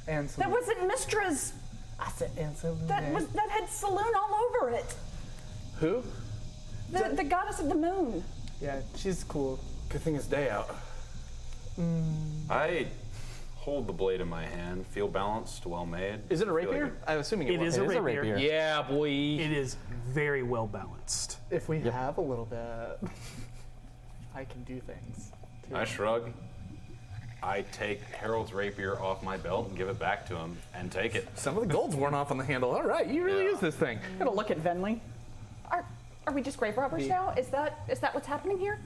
Speaker 5: And
Speaker 47: That
Speaker 5: salute.
Speaker 47: wasn't Mistra's.
Speaker 5: I said and salute.
Speaker 47: That was that had saloon all over it.
Speaker 6: Who?
Speaker 47: The, the goddess of the moon.
Speaker 5: Yeah, she's cool.
Speaker 4: Good thing it's day out.
Speaker 7: I hold the blade in my hand, feel balanced, well made.
Speaker 6: Is it a
Speaker 7: Feel like
Speaker 6: rapier? I'm assuming it,
Speaker 2: It
Speaker 6: was.
Speaker 2: is a It is a rapier. rapier.
Speaker 6: Yeah, boy.
Speaker 2: It is very well balanced.
Speaker 5: If we have a little bit, I can do things. too.
Speaker 7: I shrug. I take Harold's rapier off my belt and give it back to him and take it.
Speaker 6: Some of the gold's worn off on the handle. All right, you really use this thing.
Speaker 37: Gonna look at Venley.
Speaker 8: Are are we just grave robbers
Speaker 1: V.
Speaker 8: now? Is that is that what's happening here?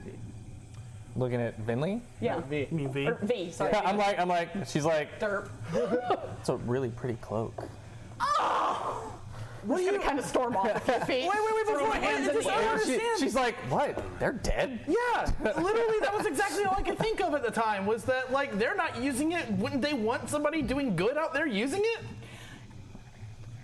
Speaker 1: Looking at Vinley?
Speaker 8: Yeah.
Speaker 1: V.
Speaker 2: mean V?
Speaker 8: Or V, sorry.
Speaker 1: I'm like, I'm like, she's like,
Speaker 8: derp.
Speaker 1: it's a really pretty cloak.
Speaker 37: What are you gonna kind of storm off a few feet?
Speaker 41: Wait, wait, wait,
Speaker 37: throw
Speaker 41: before-
Speaker 37: my hands
Speaker 41: wait,
Speaker 37: in
Speaker 41: just-
Speaker 37: the
Speaker 41: I
Speaker 37: air.
Speaker 41: don't
Speaker 1: She-
Speaker 41: understand.
Speaker 1: she's like, what? They're dead?
Speaker 6: Yeah, literally, that was exactly all I could think of at the time. Was that like they're not using it? Wouldn't they want somebody doing good out there using it?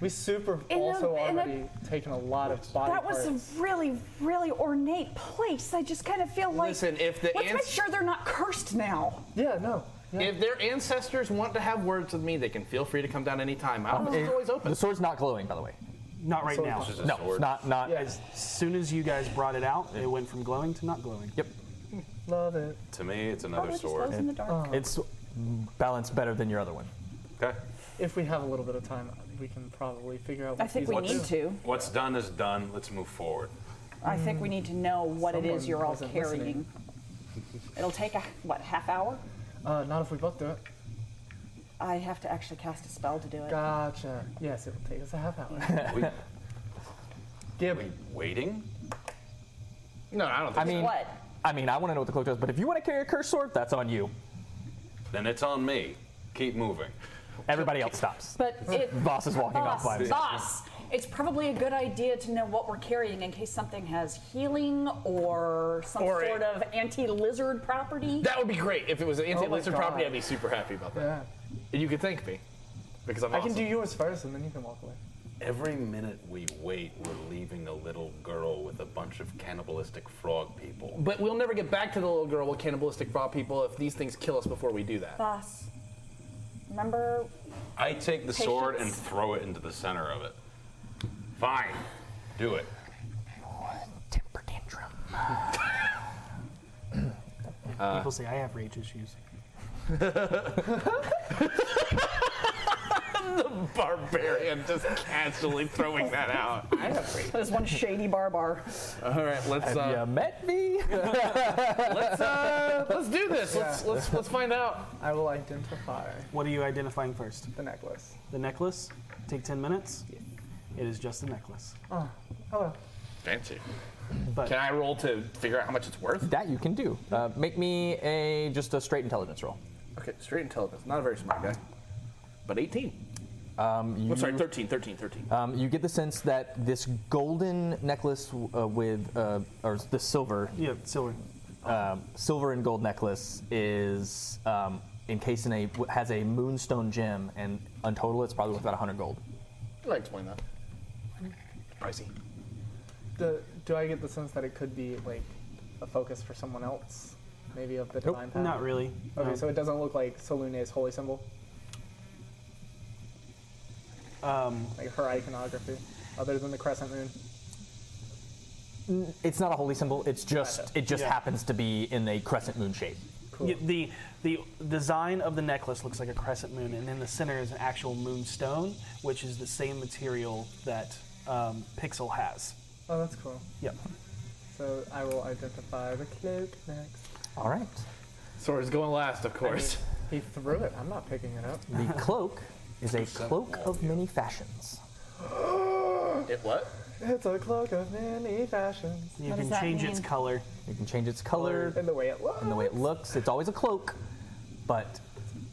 Speaker 5: We super
Speaker 8: In a-
Speaker 5: also
Speaker 8: in a-
Speaker 5: already taken a lot of body
Speaker 8: That was
Speaker 5: parts.
Speaker 8: a really, really ornate place. I just kind of feel like.
Speaker 6: Listen, if the
Speaker 8: let's make
Speaker 6: ans-
Speaker 8: sure they're not cursed now.
Speaker 5: Yeah, no.
Speaker 6: If their ancestors want to have words with me, they can feel free to come down anytime. My office is
Speaker 2: it-
Speaker 6: always open.
Speaker 1: The sword's not glowing, by the way.
Speaker 2: Not right
Speaker 6: So
Speaker 2: now.
Speaker 6: it's just a No, sword. not- not-
Speaker 2: As soon as you guys brought it out, it went from glowing to not glowing.
Speaker 1: Yep.
Speaker 5: Love Oh, it.
Speaker 7: To me, it's
Speaker 5: Probably
Speaker 7: another
Speaker 5: just
Speaker 7: sword.
Speaker 5: glows in the dark. Oh.
Speaker 1: It's balanced better than your other one.
Speaker 7: Okay.
Speaker 5: If we have a little bit of time, we can probably figure out. What
Speaker 37: I think
Speaker 5: these
Speaker 37: we
Speaker 5: are.
Speaker 37: need to.
Speaker 7: What's done is done. Let's move forward.
Speaker 37: I think we need to know what it is
Speaker 5: Someone
Speaker 37: you're all
Speaker 5: wasn't
Speaker 37: carrying.
Speaker 5: listening.
Speaker 37: It'll take a what half hour?
Speaker 5: Uh, not if we both do it.
Speaker 37: I have to actually cast a spell to do it.
Speaker 5: Gotcha. Yes, it will take us a half hour.
Speaker 7: We,
Speaker 5: Gib.
Speaker 7: Waiting?
Speaker 6: No, I don't
Speaker 1: I mean, I mean, I want to know what the cloak does, but if you want to carry a cursed sword, that's on you.
Speaker 7: Then it's on me. Keep moving.
Speaker 1: Everybody else stops.
Speaker 8: But it,
Speaker 1: Boss is walking
Speaker 8: boss,
Speaker 1: off by me.
Speaker 8: Boss,
Speaker 37: It's probably a good idea to know what we're carrying in case something has healing or
Speaker 8: some sort of
Speaker 37: anti-lizard property.
Speaker 6: That would be great. If it was an
Speaker 5: Oh my
Speaker 6: anti-lizard property,
Speaker 5: God.
Speaker 6: I'd be super happy about that.
Speaker 5: Yeah.
Speaker 6: And you could thank me because I'm
Speaker 5: I can
Speaker 6: awesome.
Speaker 5: do yours first, and then you can walk away.
Speaker 7: Every minute we wait, we're leaving a little girl with a bunch of cannibalistic frog people.
Speaker 6: But we'll never get back to the little girl with cannibalistic raw people if these things kill us before we do that.
Speaker 37: Boss, remember?
Speaker 7: I take the sword and
Speaker 37: Patience.
Speaker 7: throw it into the center of it. Fine. Do it.
Speaker 2: People say I have rage issues.
Speaker 6: the barbarian just casually throwing that out.
Speaker 47: That is one shady barbar.
Speaker 6: All right, let's.
Speaker 47: Have
Speaker 6: uh,
Speaker 47: ya
Speaker 1: met me?
Speaker 6: let's uh, let's do this. Let's
Speaker 2: Yeah.
Speaker 6: let's let's find out.
Speaker 5: I will identify.
Speaker 2: What are you identifying first?
Speaker 5: The necklace.
Speaker 2: The necklace. Take ten minutes. It is just a necklace.
Speaker 5: Oh, hello.
Speaker 6: Fancy.
Speaker 2: But
Speaker 6: Can I roll to figure out how much it's worth?
Speaker 1: That you can do. Uh, make me a just a straight intelligence roll.
Speaker 6: Okay, straight intelligence. Not a very smart guy, but 18.
Speaker 1: Um, you,
Speaker 6: I'm Oh, sorry, 13, 13, 13.
Speaker 1: Um, you get the sense that this golden necklace uh, with, uh, or the silver.
Speaker 2: Yeah, silver.
Speaker 1: Um, silver and gold necklace is um, encased in a has a moonstone gem, and in total, it's probably worth about 100 gold.
Speaker 6: I'd like to explain that. Pricey.
Speaker 5: Do, do I get the sense that it could be like a focus for someone else? Maybe of the
Speaker 2: Nope,
Speaker 5: divine power?
Speaker 2: not really,
Speaker 5: Okay,
Speaker 2: no.
Speaker 5: so it doesn't look like Salune's holy symbol,
Speaker 2: Um,
Speaker 5: like her iconography, other than the crescent moon.
Speaker 1: N- It's not a holy symbol. It's just it just
Speaker 2: Yeah.
Speaker 1: happens to be in a crescent moon shape.
Speaker 2: y- the the design of the necklace looks like a crescent moon, and in the center is an actual moonstone, which is the same material that um, Pixel has.
Speaker 5: Oh, that's cool.
Speaker 2: Yep.
Speaker 5: So I will identify the cloak next.
Speaker 1: All right.
Speaker 6: Sora's going last, of course.
Speaker 5: He threw it. I'm not picking it up.
Speaker 1: The cloak is a cloak of many fashions.
Speaker 6: It what?
Speaker 5: It's a cloak of many fashions.
Speaker 1: You What can does that change its mean?
Speaker 2: color.
Speaker 1: You can change its color
Speaker 5: and the way it looks.
Speaker 1: and the way it looks. It's always a cloak, but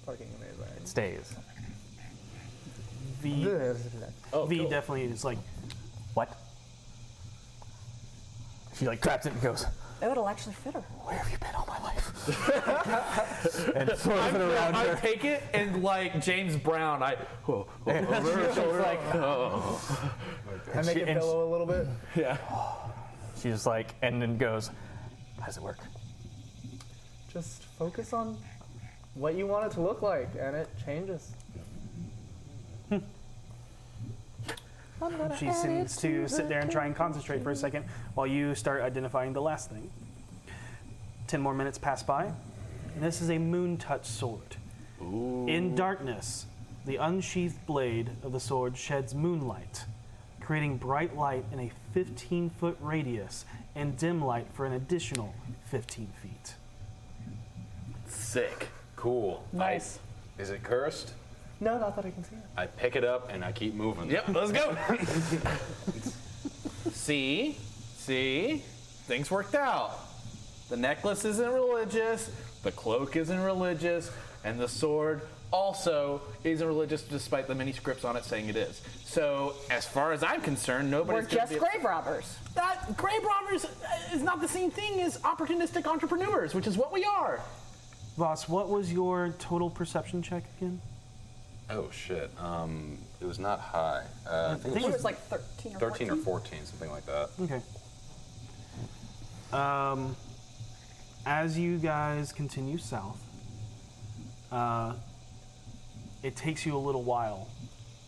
Speaker 5: Fucking amazing.
Speaker 1: it stays.
Speaker 2: V. v definitely is like.
Speaker 1: What? She like grabs it and goes,
Speaker 8: Oh, it'll actually fit her. Where have you been all my life?
Speaker 1: and throws
Speaker 6: I'm-
Speaker 1: it around
Speaker 6: I
Speaker 1: her. Oh,
Speaker 6: take it and like James Brown, I. Whoa, whoa, whoa, whoa,
Speaker 1: She's
Speaker 6: whoa,
Speaker 1: like-
Speaker 6: whoa.
Speaker 1: oh.
Speaker 5: I make
Speaker 1: She-
Speaker 5: it
Speaker 1: and
Speaker 5: billow a little bit.
Speaker 1: Yeah. She's just like, and then goes, how does it work?
Speaker 5: Just focus on what you want it to look like, and it changes.
Speaker 2: She seems to sit there and try and concentrate for a second while you start identifying the last thing. Ten more minutes pass by, and this is a moon touch sword. In darkness, the unsheathed blade of the sword sheds moonlight, creating bright light in a 15 foot radius and dim light for an additional 15 feet.
Speaker 7: Sick. Cool.
Speaker 5: Nice.
Speaker 7: I, is it cursed?
Speaker 5: No, not that I can see it.
Speaker 7: I pick it up and I keep moving.
Speaker 6: Yep, let's go. See, see, things worked out. The necklace isn't religious, the cloak isn't religious, and the sword also isn't religious, despite the many scripts on it saying it is. So, as far as I'm concerned, nobody's
Speaker 27: We're
Speaker 6: gonna
Speaker 27: just
Speaker 6: be-
Speaker 27: grave robbers.
Speaker 6: That grave robbers is not the same thing as opportunistic entrepreneurs, which is what we are.
Speaker 2: Voss, what was your total perception check again?
Speaker 7: Oh shit. Um, it was not high. Uh,
Speaker 2: I think it was like
Speaker 27: 13
Speaker 2: or
Speaker 7: 13 or 14, something like that.
Speaker 2: Okay. Um, as you guys continue south, uh, it takes you a little while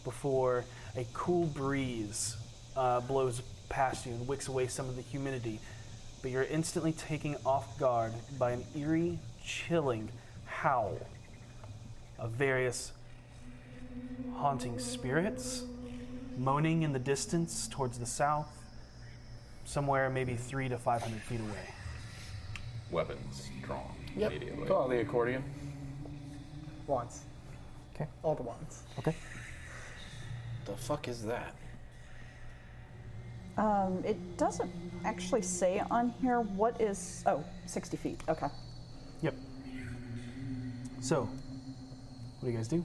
Speaker 2: before a cool breeze uh, blows past you and wicks away some of the humidity. But you're instantly taken off guard by an eerie, chilling howl of various haunting spirits moaning in the distance towards the south, somewhere maybe three to five hundred feet away.
Speaker 7: Weapons drawn
Speaker 5: Yep.
Speaker 7: immediately.
Speaker 5: Go on. The
Speaker 6: accordion.
Speaker 5: Once. Okay. All the ones.
Speaker 1: Okay.
Speaker 4: The fuck is that?
Speaker 27: Um, it doesn't actually say on here what is. Oh, 60 feet. Okay.
Speaker 2: Yep. So, what do you guys do?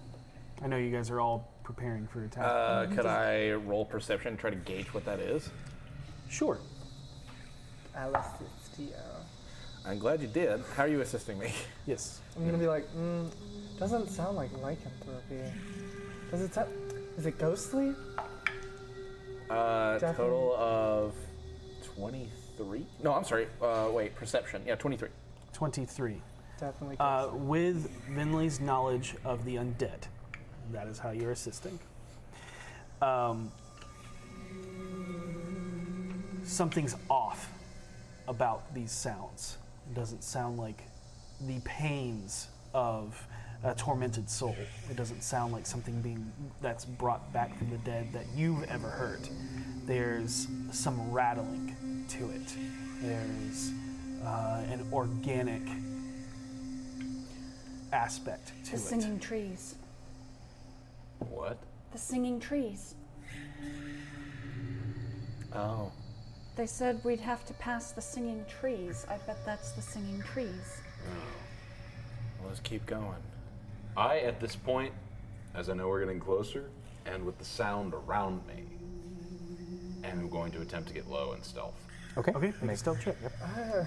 Speaker 2: I know you guys are all preparing for attack.
Speaker 6: Uh, could I roll perception and try to gauge what that is?
Speaker 2: Sure.
Speaker 5: Alestistia.
Speaker 6: I'm glad you did. How are you assisting me?
Speaker 2: Yes.
Speaker 5: I'm gonna be like, mm, doesn't sound like lycanthropy. Does it sound? Is it ghostly?
Speaker 6: Uh,
Speaker 5: Definitely.
Speaker 6: total of 23? No, I'm sorry. Uh, wait, perception. Yeah, 23.
Speaker 2: 23.
Speaker 5: Definitely.
Speaker 2: Uh, with Vinley's knowledge of the undead, that is how you're assisting. Um, something's off about these sounds. It doesn't sound like the pains of a tormented soul. It doesn't sound like something being that's brought back from the dead that you've ever heard. There's some rattling to it. There's uh, an organic aspect to
Speaker 8: The
Speaker 2: it.
Speaker 8: singing trees.
Speaker 7: What?
Speaker 8: The singing trees.
Speaker 6: Oh.
Speaker 8: They said we'd have to pass the singing trees. I bet that's the singing trees.
Speaker 6: Let's keep going.
Speaker 7: I, at this point, as I know we're getting closer, and with the sound around me, am going to attempt to get low and stealth.
Speaker 1: Okay.
Speaker 2: Okay. Make a stealth check. Yep.
Speaker 5: Uh,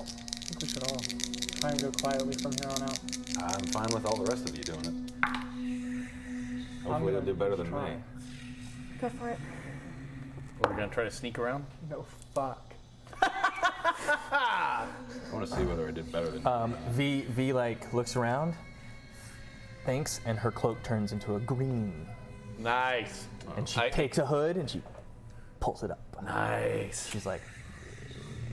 Speaker 5: I think we should all try and go quietly from here on out.
Speaker 7: I'm fine with all the rest of you doing it. Hopefully,
Speaker 5: gonna
Speaker 7: you'll do better than
Speaker 5: try.
Speaker 7: me.
Speaker 8: Go for it.
Speaker 6: We're going to try to sneak around?
Speaker 5: No fuck.
Speaker 7: I want to see whether I did better than
Speaker 1: Um, v V like looks around, thanks, and her cloak turns into a green,
Speaker 6: Nice.
Speaker 1: and she takes a hood and she pulls it up.
Speaker 6: Nice.
Speaker 1: She's like,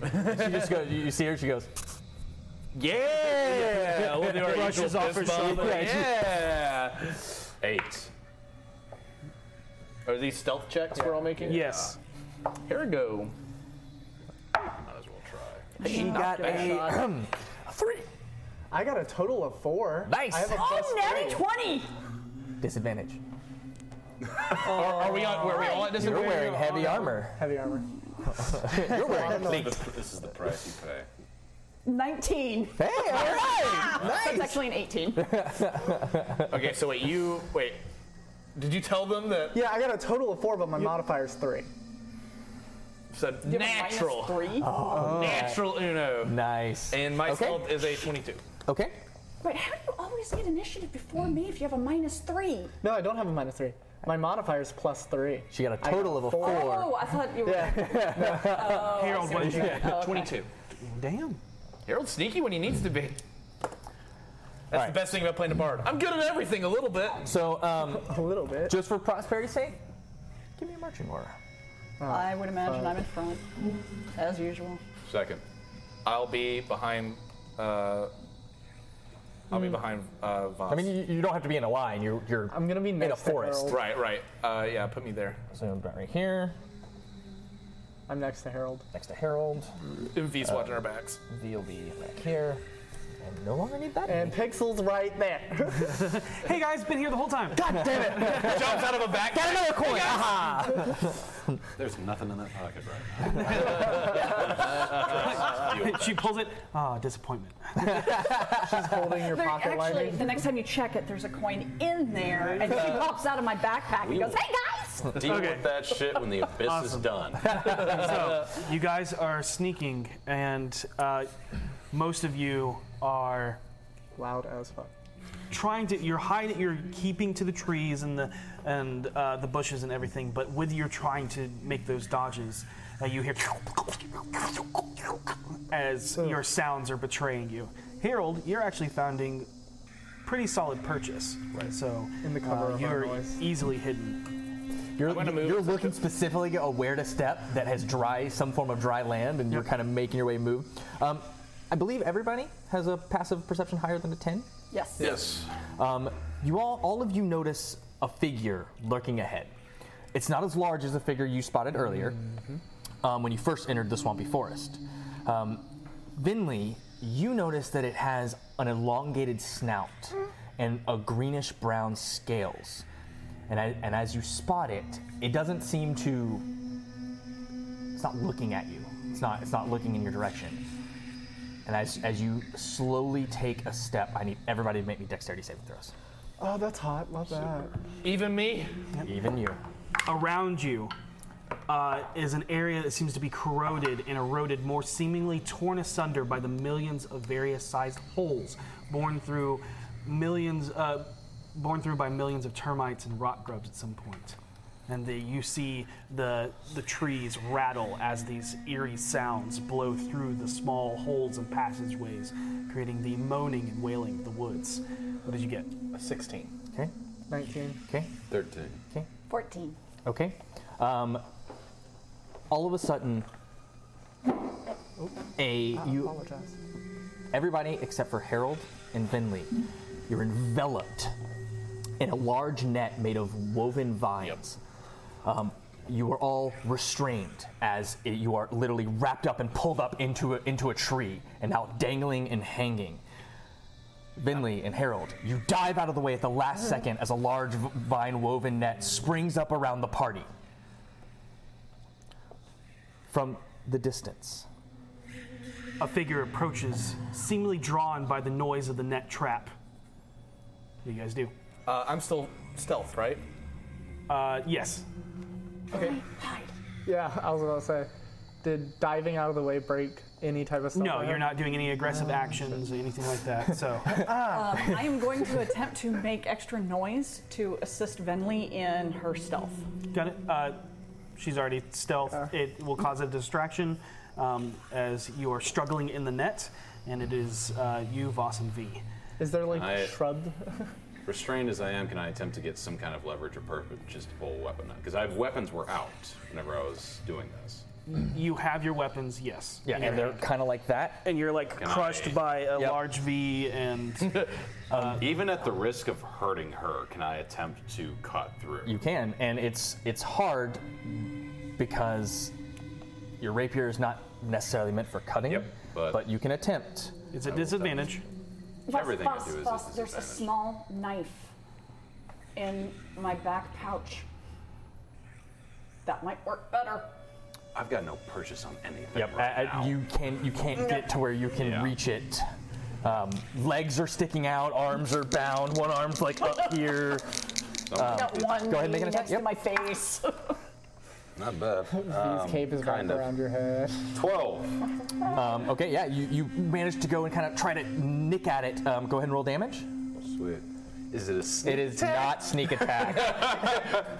Speaker 1: she just goes. You you see her? She goes.
Speaker 6: Yeah. we'll do our
Speaker 1: Brushes
Speaker 6: usual
Speaker 1: off
Speaker 6: fist
Speaker 1: her
Speaker 6: bump.
Speaker 1: shoulder.
Speaker 6: Yeah.
Speaker 7: Eight.
Speaker 6: Are these stealth checks we're all making? Uh,
Speaker 2: Yes.
Speaker 6: Here we go.
Speaker 7: Might as well try.
Speaker 6: She got
Speaker 5: a,
Speaker 1: three.
Speaker 5: I got a total of four.
Speaker 1: Nice.
Speaker 5: I have a plus
Speaker 1: Oh, natty
Speaker 5: three.
Speaker 1: 20. Disadvantage.
Speaker 7: Oh.
Speaker 6: Are, are we on? Were we all at
Speaker 1: You're
Speaker 6: disadvantage?
Speaker 1: wearing heavy armor.
Speaker 5: Heavy armor.
Speaker 1: You're wearing
Speaker 7: This
Speaker 1: plate.
Speaker 7: is the- This is the price you pay.
Speaker 27: 19.
Speaker 1: Hey, all
Speaker 27: right. That's actually an 18.
Speaker 6: okay, so wait, you wait. Did you tell them that?
Speaker 5: Yeah, I got a total of four, but my modifier's three.
Speaker 6: So
Speaker 41: You have a minus
Speaker 6: natural.
Speaker 41: three?
Speaker 1: Oh.
Speaker 6: Natural Uno.
Speaker 1: Nice.
Speaker 6: And my
Speaker 1: Okay.
Speaker 6: stealth is a 22.
Speaker 1: Okay.
Speaker 8: Wait, how do you always get initiative before me if you have a minus three?
Speaker 5: No, I don't have a minus three. My modifier is plus three.
Speaker 1: She got a
Speaker 5: I
Speaker 1: total of a four.
Speaker 37: Oh, I thought you were.
Speaker 5: Yeah.
Speaker 6: Harold, what did you get?
Speaker 5: Oh, okay.
Speaker 6: 22.
Speaker 5: Damn.
Speaker 6: Harold's sneaky when he needs to be. That's
Speaker 1: right.
Speaker 6: the best thing about playing a bard. I'm good at everything a little bit.
Speaker 1: So, um,
Speaker 5: a little bit.
Speaker 1: Just for prosperity's sake, give me a marching order.
Speaker 37: I would imagine
Speaker 1: fuck.
Speaker 37: I'm in front, as usual.
Speaker 7: Second.
Speaker 6: I'll be behind. Uh, I'll be behind uh, Voss.
Speaker 1: I mean, you, you don't have to be in a line. You're you're. I'm gonna be in a forest.
Speaker 6: Right, right. Uh, yeah, put me there.
Speaker 1: So I'm right here.
Speaker 5: I'm next to Harold.
Speaker 1: Next to Harold.
Speaker 6: And V's watching our backs.
Speaker 1: V will be back here. And no longer need that.
Speaker 5: And Pixel's right there. hey guys, been here the whole time. God damn it!
Speaker 6: Jumps out of a back.
Speaker 41: Got another coin.
Speaker 5: Uh-huh.
Speaker 22: There's nothing in that pocket right now.
Speaker 2: she pulls it. Ah, disappointment.
Speaker 5: She's holding your
Speaker 37: There-
Speaker 5: pocket
Speaker 37: actually,
Speaker 5: lightning.
Speaker 37: the next time you check it, there's a coin in there, and she pops out of my backpack and
Speaker 22: We-
Speaker 37: goes, "Hey guys!"
Speaker 22: Deal with that shit when the abyss is done.
Speaker 2: so you guys are sneaking, and uh, most of you are
Speaker 5: loud as fuck.
Speaker 2: Trying to, you're hiding, you're keeping to the trees and the and uh, the bushes and everything. But with your trying to make those dodges, uh, you hear as your sounds are betraying you. Harold, you're actually finding pretty solid purchase. Right. So uh,
Speaker 5: in the cover of our
Speaker 2: you're
Speaker 5: noise.
Speaker 2: easily hidden.
Speaker 1: You're, you're looking specifically at where to step that has dry, some form of dry land, and you're kind of making your way move. Um, I believe everybody has a passive perception higher than a 10.
Speaker 37: Yes.
Speaker 1: Yes. Um, you all, all of you notice a figure lurking ahead. It's not as large as the figure you spotted earlier um, when you first entered the swampy forest. Um, Vinley, you notice that it has an elongated snout and a greenish brown scales. And, I, and as you spot it, it doesn't seem to. It's not looking at you. It's not. It's not looking in your direction. And as, as you slowly take a step, I need everybody to make me dexterity saving throws.
Speaker 5: Oh, that's hot. Love that.
Speaker 6: Even me.
Speaker 1: Even you.
Speaker 2: Around you uh, is an area that seems to be corroded and eroded, more seemingly torn asunder by the millions of various sized holes born through millions, uh, born through by millions of termites and rock grubs at some point. And the, you see the the trees rattle as these eerie sounds blow through the small holes and passageways, creating the moaning and wailing of the woods. What did you get? A sixteen.
Speaker 1: Okay.
Speaker 5: 19.
Speaker 1: Okay.
Speaker 22: 13.
Speaker 1: Okay.
Speaker 8: 14.
Speaker 1: Okay. Um, all of a sudden, a
Speaker 5: I
Speaker 1: you
Speaker 5: apologize.
Speaker 1: everybody except for Harold and Finley, you're enveloped in a large net made of woven vines. Um, you are all restrained as i- you are literally wrapped up and pulled up into a, into a tree and now dangling and hanging. Vinley and Harold, you dive out of the way at the last second as a large v- vine woven net springs up around the party. From the distance,
Speaker 2: A figure approaches, seemingly drawn by the noise of the net trap. What do you guys do?
Speaker 6: Uh, I'm still stealth, right?
Speaker 2: Uh, yes.
Speaker 5: Okay. Yeah, I was about to say. Did diving out of the way break any type of stuff?
Speaker 2: No, you're not doing any aggressive actions or anything like that. So
Speaker 37: Um, I am going to attempt to make extra noise to assist Venly in her stealth.
Speaker 2: got it. Uh, she's already stealth. It will cause a distraction um, as you are struggling in the net, and it is uh, you, Voss, and V.
Speaker 5: Is there like
Speaker 22: I-
Speaker 5: shrub?
Speaker 22: Restrained as I am, can I attempt to get some kind of leverage or purposeful weapon? Because I weapons were out whenever I was doing this.
Speaker 2: You have your weapons, yes.
Speaker 22: Yeah,
Speaker 2: in your
Speaker 22: and they're
Speaker 2: hand.
Speaker 1: kind of like that.
Speaker 2: And you're like
Speaker 22: Can
Speaker 2: crushed
Speaker 22: I-
Speaker 2: by a large V and. uh,
Speaker 22: Even at the risk of hurting her, can I attempt to cut through?
Speaker 1: you can, and it's it's hard because your rapier is not necessarily meant for cutting,
Speaker 22: but,
Speaker 1: you can attempt.
Speaker 2: It's a disadvantage.
Speaker 22: Everything I
Speaker 8: Boss,
Speaker 22: do is
Speaker 8: boss,
Speaker 22: this
Speaker 8: there's a
Speaker 22: disadvantage.
Speaker 8: small knife in my back pouch.
Speaker 37: That might work better.
Speaker 22: I've got no purchase on anything.
Speaker 1: Yep, I- I- you can you can't get to where you can reach it. Um, legs are sticking out, arms are bound, one arm's like up here. Um,
Speaker 47: Got one
Speaker 1: go ahead and make an
Speaker 47: next
Speaker 1: attack. Yep.
Speaker 47: to my face.
Speaker 22: Not bad. Um, kind of.
Speaker 1: your head. Twelve. um, okay, yeah, you, you managed to go and kind of try to nick at it. Um, go ahead and roll damage.
Speaker 22: Sweet. Is it a sneak
Speaker 1: It is not sneak attack.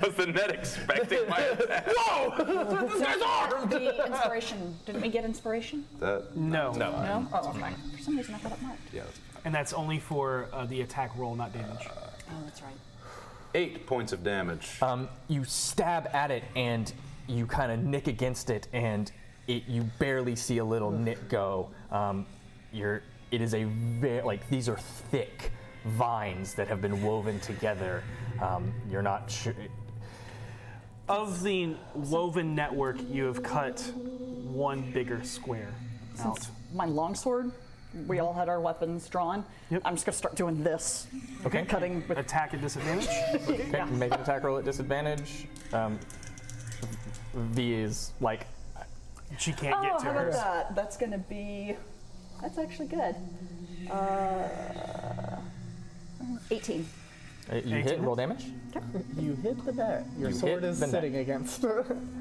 Speaker 7: Was the net expecting my attack?
Speaker 3: Whoa!
Speaker 7: This guy's armed!
Speaker 3: The inspiration. Didn't we get inspiration?
Speaker 22: That,
Speaker 2: no.
Speaker 22: No.
Speaker 3: No? Oh, okay. For some reason I thought it marked.
Speaker 22: Yeah.
Speaker 2: And that's only for uh, the attack roll, not damage.
Speaker 3: Oh, that's right.
Speaker 22: Eight points of damage.
Speaker 1: Um, you stab at it and you kind of nick against it, and it you barely see a little nick go. Um, you're it is a very like these are thick vines that have been woven together. Um, you're not sure.
Speaker 2: Of the woven network, you have cut one bigger square out.
Speaker 37: Since my longsword, we all had our weapons drawn. I'm just gonna start doing this.
Speaker 1: Okay.
Speaker 37: Cutting with
Speaker 2: attack at disadvantage.
Speaker 1: Okay,
Speaker 37: yeah.
Speaker 1: make an attack roll at disadvantage. Um, v is like
Speaker 2: she can't
Speaker 3: oh, how about that? That's going to be. That's actually good. Uh, 18.
Speaker 1: Uh, You hit. Roll damage.
Speaker 5: You hit the net. Your
Speaker 22: You
Speaker 5: sword
Speaker 22: hit
Speaker 5: is
Speaker 22: the net.
Speaker 5: sitting against.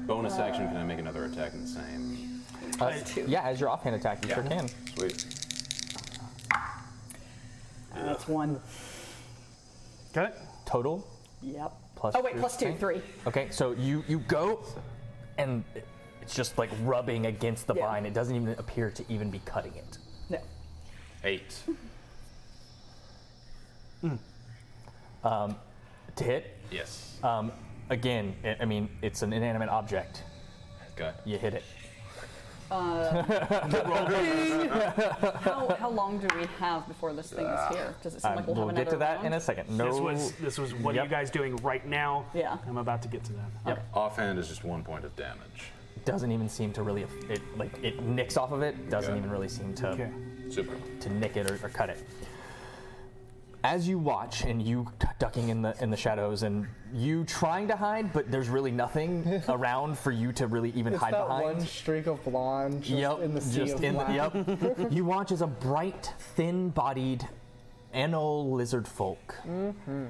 Speaker 22: Bonus action, can I make another attack in the same?
Speaker 1: Uh, yeah, as your offhand attack, you sure can.
Speaker 22: Sweet.
Speaker 37: That's one.
Speaker 2: Got it.
Speaker 1: Total.
Speaker 37: Yep.
Speaker 1: Plus
Speaker 37: oh wait,
Speaker 1: your
Speaker 37: plus two,
Speaker 1: strength?
Speaker 37: three.
Speaker 1: Okay, so you you go, and it's just like rubbing against the vine. It doesn't even appear to even be cutting it.
Speaker 37: No.
Speaker 7: Eight.
Speaker 1: Mm. Um, to hit.
Speaker 7: Yes.
Speaker 1: Um, again, I- I mean it's an inanimate object.
Speaker 7: Okay.
Speaker 1: You hit it.
Speaker 37: Uh, how, how long do we have before this thing is here? Does it seem
Speaker 1: Uh,
Speaker 37: like we'll,
Speaker 1: we'll
Speaker 37: have
Speaker 1: get
Speaker 37: another
Speaker 1: to that
Speaker 37: round?
Speaker 1: in a second. No.
Speaker 2: This was this was what you guys doing right now.
Speaker 37: Yeah.
Speaker 2: I'm about to get to that.
Speaker 1: Yep.
Speaker 22: Offhand is just one point of damage.
Speaker 1: Doesn't even seem to really it like it nicks off of it. Doesn't
Speaker 22: Okay.
Speaker 1: even really seem to
Speaker 22: Okay. Super.
Speaker 1: to nick it or, or cut it. As you watch and you t- ducking in the in the shadows and you trying to hide, but there's really nothing around for you to really even
Speaker 5: it's
Speaker 1: hide
Speaker 5: that
Speaker 1: behind.
Speaker 5: one streak of blonde just
Speaker 1: yep,
Speaker 5: in the sea
Speaker 1: just
Speaker 5: of
Speaker 1: in the,
Speaker 5: black.
Speaker 1: yep. you watch as a bright, thin-bodied, an old lizard folk
Speaker 5: Mm-hmm.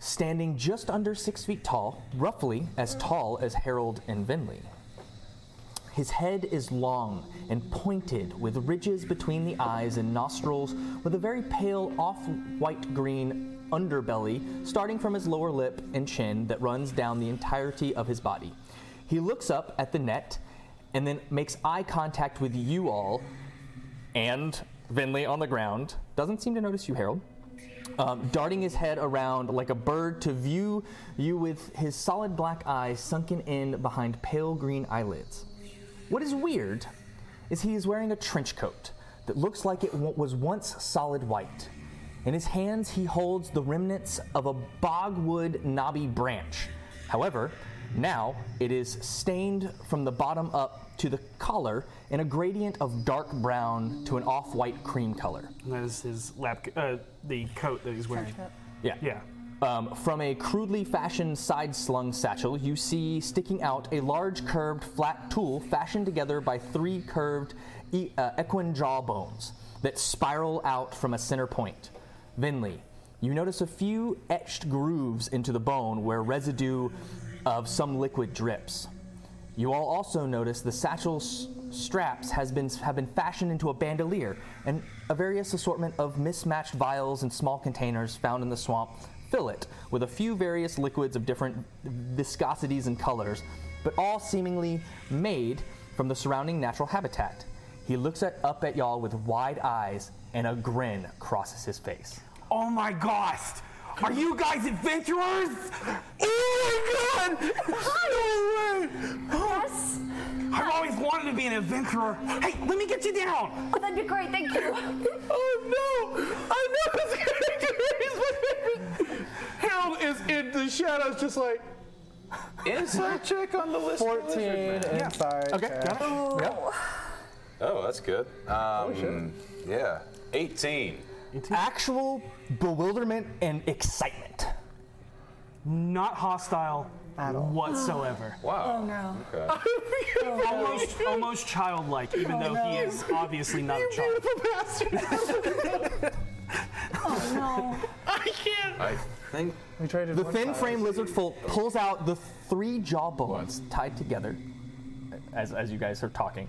Speaker 1: standing just under six feet tall, roughly as tall as Harold and Vinley. His head is long and pointed, with ridges between the eyes and nostrils, with a very pale off white green underbelly starting from his lower lip and chin that runs down the entirety of his body. He looks up at the net and then makes eye contact with you all and Vinley on the ground. Doesn't seem to notice you, Harold. Um, darting his head around like a bird to view you with his solid black eyes sunken in behind pale green eyelids. What is weird is he is wearing a trench coat that looks like it wa- was once solid white. In his hands, he holds the remnants of a bogwood knobby branch. However, now it is stained from the bottom up to the collar in a gradient of dark brown to an off white cream color.
Speaker 2: And that is his lap, co- uh, the coat that he's wearing.
Speaker 1: Yeah.
Speaker 2: Yeah.
Speaker 1: Um, from a crudely fashioned side slung satchel, you see sticking out a large curved flat tool fashioned together by three curved e- uh, equine jawbones that spiral out from a center point. Vinley, you notice a few etched grooves into the bone where residue of some liquid drips. You all also notice the satchel's straps has been have been fashioned into a bandolier and a various assortment of mismatched vials and small containers found in the swamp fill it with a few various liquids of different viscosities and colors, but all seemingly made from the surrounding natural habitat. He looks at, up at y'all with wide eyes and a grin crosses his face.
Speaker 13: Oh my gosh! Are you guys adventurers? Oh my god! No way! Yes? I've always wanted to be an adventurer. Hey, let me get you down!
Speaker 41: Oh, that'd be great, thank you. oh no! I know it's gonna do it. Harold is in the shadows, just like.
Speaker 22: Inside check on the list.
Speaker 5: 14 inside.
Speaker 22: Okay,
Speaker 5: check.
Speaker 22: got it.
Speaker 5: Yep.
Speaker 22: Oh, that's good. Um, yeah. 18.
Speaker 1: Actual bewilderment and excitement.
Speaker 2: Not hostile whatsoever.
Speaker 22: Wow.
Speaker 2: Oh no.
Speaker 22: Okay.
Speaker 2: almost, almost childlike, even
Speaker 41: Oh,
Speaker 2: though he
Speaker 41: no.
Speaker 2: is obviously not a
Speaker 41: You
Speaker 2: child.
Speaker 41: beautiful bastard! oh no. I I can't.
Speaker 1: I
Speaker 4: think
Speaker 5: we traded.
Speaker 1: The
Speaker 5: one
Speaker 1: thin
Speaker 5: size.
Speaker 1: frame lizard folk pulls out the three jaw bones tied together. As, as you guys are talking,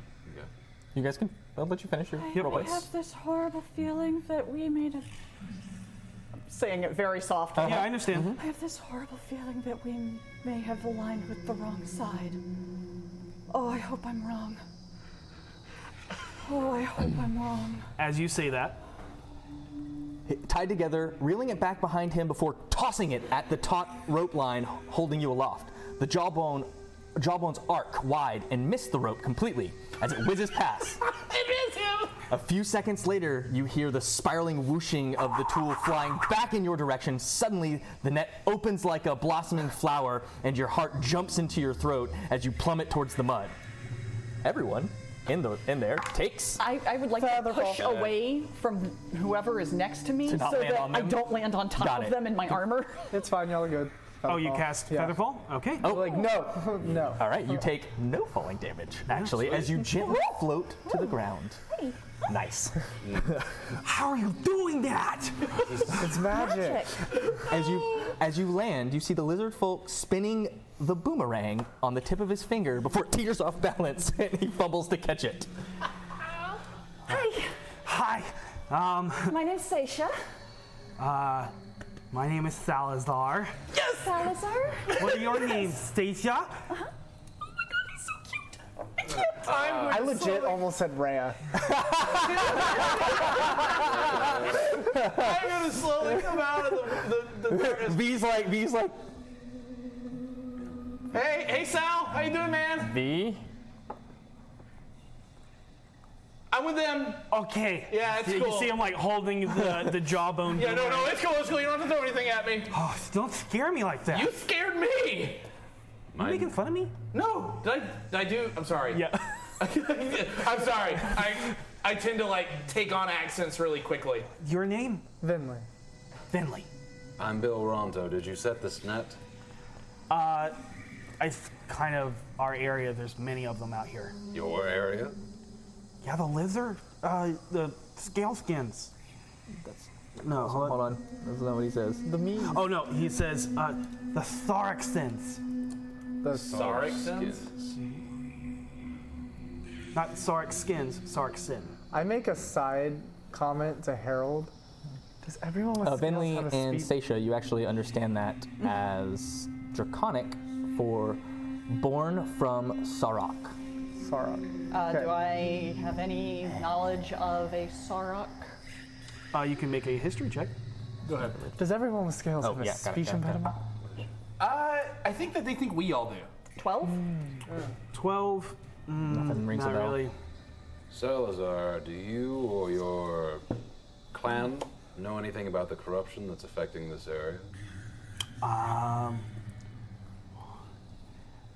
Speaker 1: you guys can. I'll let you finish your
Speaker 37: I
Speaker 1: roll plates.
Speaker 37: have this horrible feeling that we made a. I'm saying it very softly.
Speaker 2: Yeah, I understand.
Speaker 1: Mm-hmm.
Speaker 37: I have this horrible feeling that we may have aligned with the wrong side.
Speaker 8: Oh, I hope I'm wrong. Oh, I hope I'm wrong.
Speaker 2: As you say that,
Speaker 1: tied together, reeling it back behind him before tossing it at the taut rope line holding you aloft. The jawbone jawbones arc wide and miss the rope completely as it whizzes past.
Speaker 41: It is him.
Speaker 1: A few seconds later, you hear the spiraling whooshing of the tool flying back in your direction. Suddenly, the net opens like a blossoming flower, and your heart jumps into your throat as you plummet towards the mud. Everyone in the in there takes
Speaker 37: I, I would like to push
Speaker 1: fall.
Speaker 37: away from whoever is next to me
Speaker 1: To not
Speaker 37: so
Speaker 1: land
Speaker 37: that
Speaker 1: on
Speaker 37: I
Speaker 1: them?
Speaker 37: don't land on top
Speaker 1: Got
Speaker 37: of
Speaker 1: it.
Speaker 37: them in my armor.
Speaker 5: It's fine. Y'all are good.
Speaker 1: Oh, you cast
Speaker 2: Featherfall? Okay.
Speaker 1: Oh.
Speaker 5: Like no, no.
Speaker 1: All right, you take no falling damage, actually, as you gently float to the ground. Nice.
Speaker 41: How are you doing that?
Speaker 5: It's magic.
Speaker 1: As you as you land, you see the lizard folk spinning the boomerang on the tip of his finger before it teeters off balance and he fumbles to catch it.
Speaker 8: Hi,
Speaker 2: hi. Um,
Speaker 8: my name's Seisha.
Speaker 2: uh, my name is Salazar.
Speaker 8: Yes! Salazar?
Speaker 2: What are your names, Stacia?
Speaker 5: I legit almost said Rhea.
Speaker 41: I'm gonna slowly come out of the. the, the
Speaker 1: V's like V's like
Speaker 6: Hey, hey Sal, how you doing, man?
Speaker 1: V.
Speaker 6: I'm with them.
Speaker 2: Okay.
Speaker 6: Yeah, it's
Speaker 2: you,
Speaker 6: cool.
Speaker 2: You see him like holding the, the jawbone.
Speaker 6: Yeah, no, no,
Speaker 2: boomerang.
Speaker 6: it's cool, it's cool. You don't have to throw anything at me.
Speaker 2: Oh, don't scare me like that.
Speaker 6: You scared me.
Speaker 2: You making fun of me?
Speaker 6: No. Did I, did I do? I'm sorry.
Speaker 2: Yeah.
Speaker 6: I'm sorry. I I tend to like take on accents really quickly.
Speaker 2: Your name?
Speaker 5: Vinley.
Speaker 2: Vinley.
Speaker 22: I'm Bill Ronto. Did you set this net?
Speaker 2: Uh, I th- kind of our area. There's many of them out here.
Speaker 22: Your area?
Speaker 2: Yeah, the lizard, uh, the scale skins. No, hold,
Speaker 1: on. That's not what he says.
Speaker 5: The mean.
Speaker 2: Oh no, he says uh, the Sarixins.
Speaker 5: The
Speaker 2: Sarixins? Not Sarix skins, Sarixin.
Speaker 5: I make a side comment to Harold. Does everyone with
Speaker 1: Uh,
Speaker 5: scales
Speaker 1: Vinley
Speaker 5: have a
Speaker 1: and
Speaker 5: speech?
Speaker 1: Seisha, you actually understand that as draconic for born from Sarok.
Speaker 5: Sarok.
Speaker 37: Uh, Do I have any knowledge of a Sarok?
Speaker 2: Uh, you can make a history check.
Speaker 6: Go ahead.
Speaker 5: Does everyone with scales have a speech impediment?
Speaker 6: Uh, I think that they think we all do.
Speaker 37: Twelve.
Speaker 2: Mm. Twelve. Mm,
Speaker 1: Nothing rings
Speaker 2: not
Speaker 1: a bell.
Speaker 2: really.
Speaker 22: Salazar, do you or your clan know anything about the corruption that's affecting this area?
Speaker 2: Um,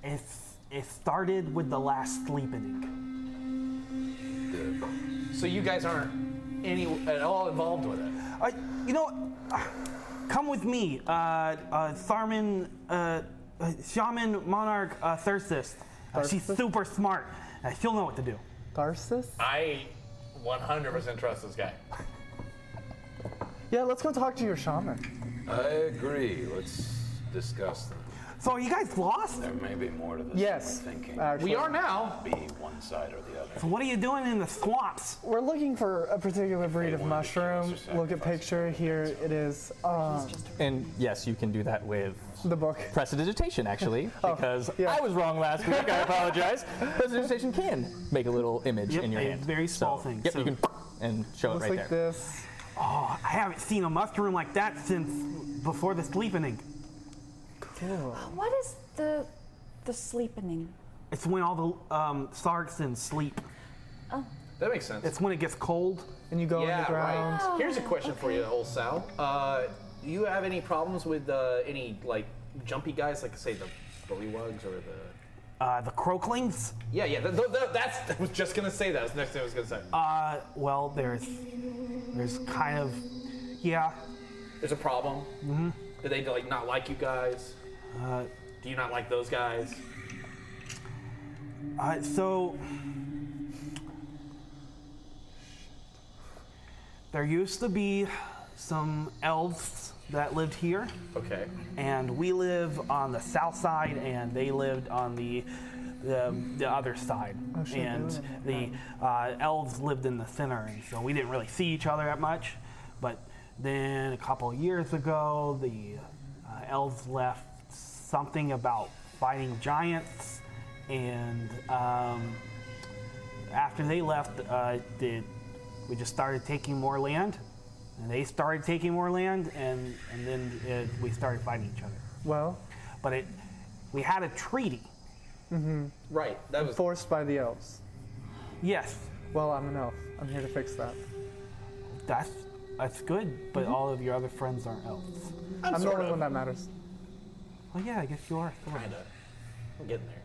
Speaker 2: it's it started with the last sleeping.
Speaker 6: So you guys aren't any at all involved with it.
Speaker 2: Uh, you know, what? come with me, uh, uh, Tharman, uh, uh, Shaman Monarch uh, Thyrsis. Uh, she's
Speaker 6: Thyrsis?
Speaker 2: super smart. Uh, she'll know what to do.
Speaker 5: Tharsis?
Speaker 6: I 100% trust this guy.
Speaker 5: Yeah, let's go talk to your shaman.
Speaker 22: I agree. Let's discuss them.
Speaker 2: So are you guys lost? uh,
Speaker 22: There may be more to this.
Speaker 5: Yes.
Speaker 22: Than we're thinking.
Speaker 5: actually. We are
Speaker 6: now.
Speaker 22: Be one side or the other.
Speaker 2: So what are you doing in the swamps?
Speaker 5: We're looking for a particular breed of mushroom.
Speaker 1: cancer
Speaker 5: Look at picture. Here it is. Um,
Speaker 1: And yes, you can do that with
Speaker 5: the book.
Speaker 1: Prestidigitation, actually,
Speaker 41: Oh,
Speaker 1: because I was wrong last week. I apologize. Prestidigitation can make a little image
Speaker 2: Yep,
Speaker 1: in your
Speaker 2: a
Speaker 1: hand.
Speaker 2: very small thing,
Speaker 1: Yep,
Speaker 2: so-
Speaker 1: you can and show it
Speaker 2: Looks
Speaker 1: right
Speaker 2: like
Speaker 1: there.
Speaker 5: this.
Speaker 2: Oh, I haven't seen a mushroom like that since before the sleeping.
Speaker 8: What is the the sleepening?
Speaker 2: It's when all the um, Sarksins sleep.
Speaker 6: That makes sense.
Speaker 2: It's when it gets cold.
Speaker 5: And you go
Speaker 6: yeah, right. Here's a question for you, old Sal. Uh, do you have any problems with uh, any like jumpy guys, like say the bullywugs or the?
Speaker 2: Uh, the croaklings?
Speaker 6: Yeah, yeah. Th- th- th- that's. I was just gonna say that. That's the next thing I was gonna say.
Speaker 2: Uh, well, there's, there's kind of, yeah.
Speaker 6: There's a problem.
Speaker 2: hmm
Speaker 6: Do they like not like you guys?
Speaker 2: Uh,
Speaker 6: Do you not like those guys?
Speaker 2: Uh, so there used to be some elves that lived here.
Speaker 7: Okay.
Speaker 2: And we live on the south side, and they lived on the the, the other side.
Speaker 5: Oh, shit, they
Speaker 2: and
Speaker 5: live
Speaker 2: the uh, elves lived in the center, and so we didn't really see each other that much. But then a couple years ago, the uh, elves left something about fighting giants, and um, after they left, uh, the, we just started taking more land, and they started taking more land, and, and then it, we started fighting each other.
Speaker 5: Well,
Speaker 2: But it, we had a treaty.
Speaker 5: mm-hmm.
Speaker 2: Right.
Speaker 5: Enforced by the elves.
Speaker 2: Yes.
Speaker 5: Well, I'm an elf. I'm here to fix that.
Speaker 2: That's that's good, but all of your other friends aren't elves.
Speaker 5: Mm-hmm. I'm, the only one that matters.
Speaker 2: Well, yeah, I guess you are. Kinda.
Speaker 16: I'm getting there.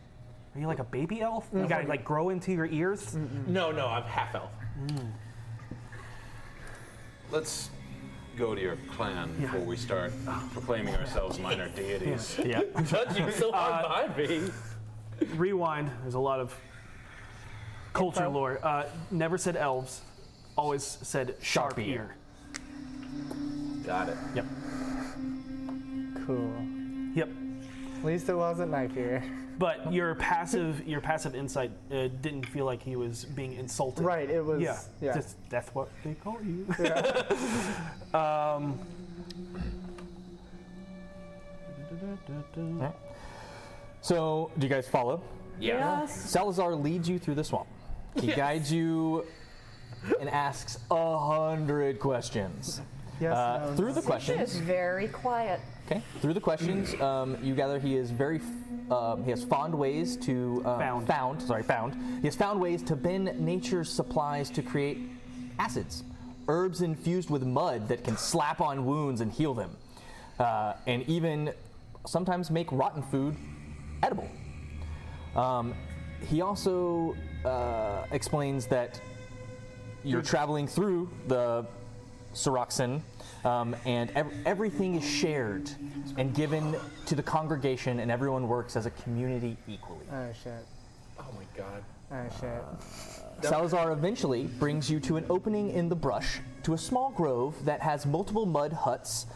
Speaker 2: Are you like a baby elf? You
Speaker 16: Mhm.
Speaker 2: gotta like grow into your ears. Mm.
Speaker 16: No, no, I'm half elf.
Speaker 7: Let's go to your plan before we start proclaiming ourselves minor deities.
Speaker 2: Yeah.
Speaker 16: Judging so hard
Speaker 2: behind me. Uh, Rewind. There's a lot of culture lore. Uh, never said elves. Always said sharp ear.
Speaker 16: Got it.
Speaker 2: Yep.
Speaker 5: Cool.
Speaker 2: Yep.
Speaker 5: At least it wasn't knife ear.
Speaker 2: But your passive, your passive insight uh, didn't feel like he was being insulted.
Speaker 5: Right, it was-
Speaker 2: Yeah.
Speaker 5: yeah.
Speaker 2: Just, that's what they call you. um.
Speaker 1: So, do you guys follow?
Speaker 41: Yeah. Yes.
Speaker 1: Salazar leads you through the swamp. He
Speaker 41: Yes.
Speaker 1: guides you and asks a hundred questions.
Speaker 41: Yes,
Speaker 1: Uh,
Speaker 41: no,
Speaker 1: through
Speaker 41: no.
Speaker 1: the
Speaker 41: It's
Speaker 1: questions.
Speaker 41: just
Speaker 47: Very quiet.
Speaker 1: Okay. Through the questions, um, you gather he is very. f- Um, he has fond ways to um, found. Sorry, found. He has found ways to bend nature's supplies to create acids, herbs infused with mud that can slap on wounds and heal them, uh, and even sometimes make rotten food edible. Um, he also uh, explains that you're traveling through the Soroxen, um, and ev- everything is shared and given to the congregation, and everyone works as a community equally.
Speaker 5: Oh shit.
Speaker 16: Oh my god.
Speaker 5: Oh shit.
Speaker 1: Salazar eventually brings you to an opening in the brush to a small grove that has multiple mud huts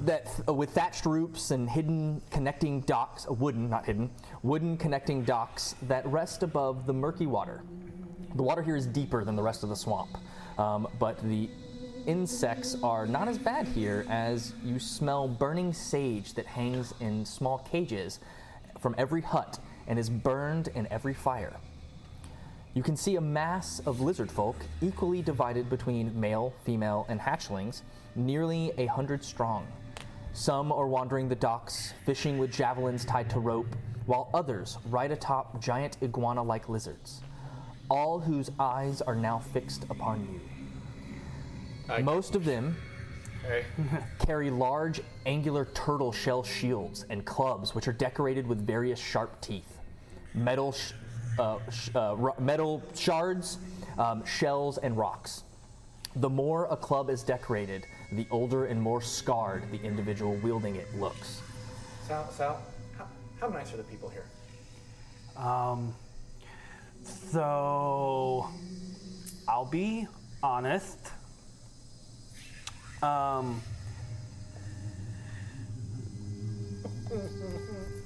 Speaker 1: that uh, with thatched roofs and hidden connecting docks, uh, wooden, not hidden, wooden connecting docks that rest above the murky water. The water here is deeper than the rest of the swamp, um, but the insects are not as bad here as you smell burning sage that hangs in small cages from every hut and is burned in every fire. You can see a mass of lizard folk, equally divided between male, female, and hatchlings, nearly a hundred strong. Some are wandering the docks, fishing with javelins tied to rope, while others ride atop giant iguana like lizards, all whose eyes are now fixed upon you. Most of them carry large, angular turtle shell shields and clubs, which are decorated with various sharp teeth, metal, sh- uh, sh- uh, ro- metal shards, um, shells, and rocks. The more a club is decorated, the older and more scarred the individual wielding it looks.
Speaker 16: Sal, Sal, how, how nice are the people here?
Speaker 2: Um, so I'll be honest. Um,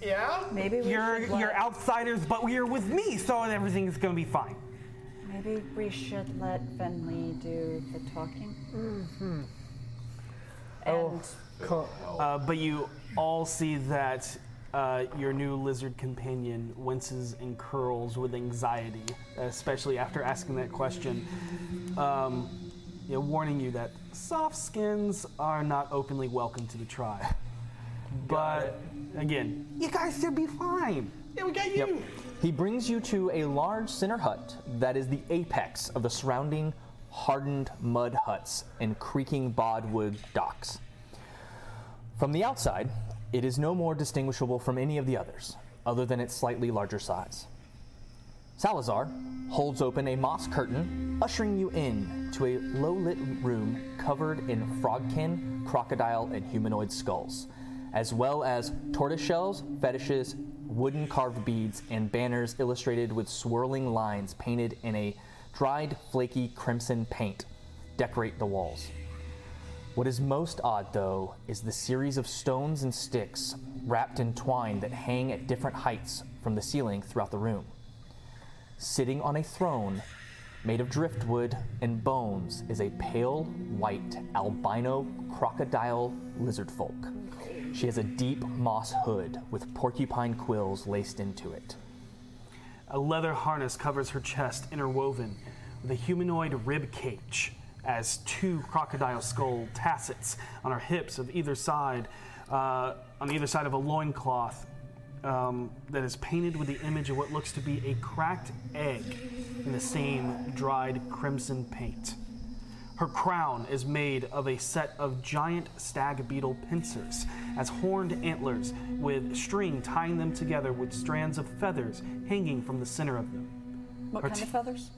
Speaker 41: Yeah?
Speaker 47: Maybe we
Speaker 2: you're
Speaker 47: should let-
Speaker 2: you're outsiders, but you're with me, so everything's gonna be fine.
Speaker 47: Maybe we should let Venli do the talking. Mm-hmm. And
Speaker 2: Uh, but you all see that uh, your new lizard companion winces and curls with anxiety, especially after asking that question. Um, yeah, warning you that soft skins are not openly welcome to the tribe. But again, you guys should be fine. Yeah, we got you.
Speaker 1: He brings you to a large center hut that is the apex of the surrounding hardened mud huts and creaking bodwood docks. From the outside, it is no more distinguishable from any of the others, other than its slightly larger size. Salazar holds open a moss curtain, ushering you in to a low lit room covered in frogkin, crocodile, and humanoid skulls, as well as tortoise shells, fetishes, wooden carved beads, and banners illustrated with swirling lines painted in a dried, flaky crimson paint decorate the walls. What is most odd, though, is the series of stones and sticks wrapped in twine that hang at different heights from the ceiling throughout the room. Sitting on a throne made of driftwood and bones is a pale white albino crocodile lizard folk. She has a deep moss hood with porcupine quills laced into it.
Speaker 2: A leather harness covers her chest, interwoven with a humanoid rib cage, as two crocodile skull tassets on her hips of either side, uh, on either side of a loincloth um, that is painted with the image of what looks to be a cracked egg in the same dried crimson paint. Her crown is made of a set of giant stag beetle pincers, as horned antlers with string tying them together with strands of feathers hanging from the center of them.
Speaker 8: What
Speaker 2: Her
Speaker 8: kind
Speaker 2: te-
Speaker 8: of feathers?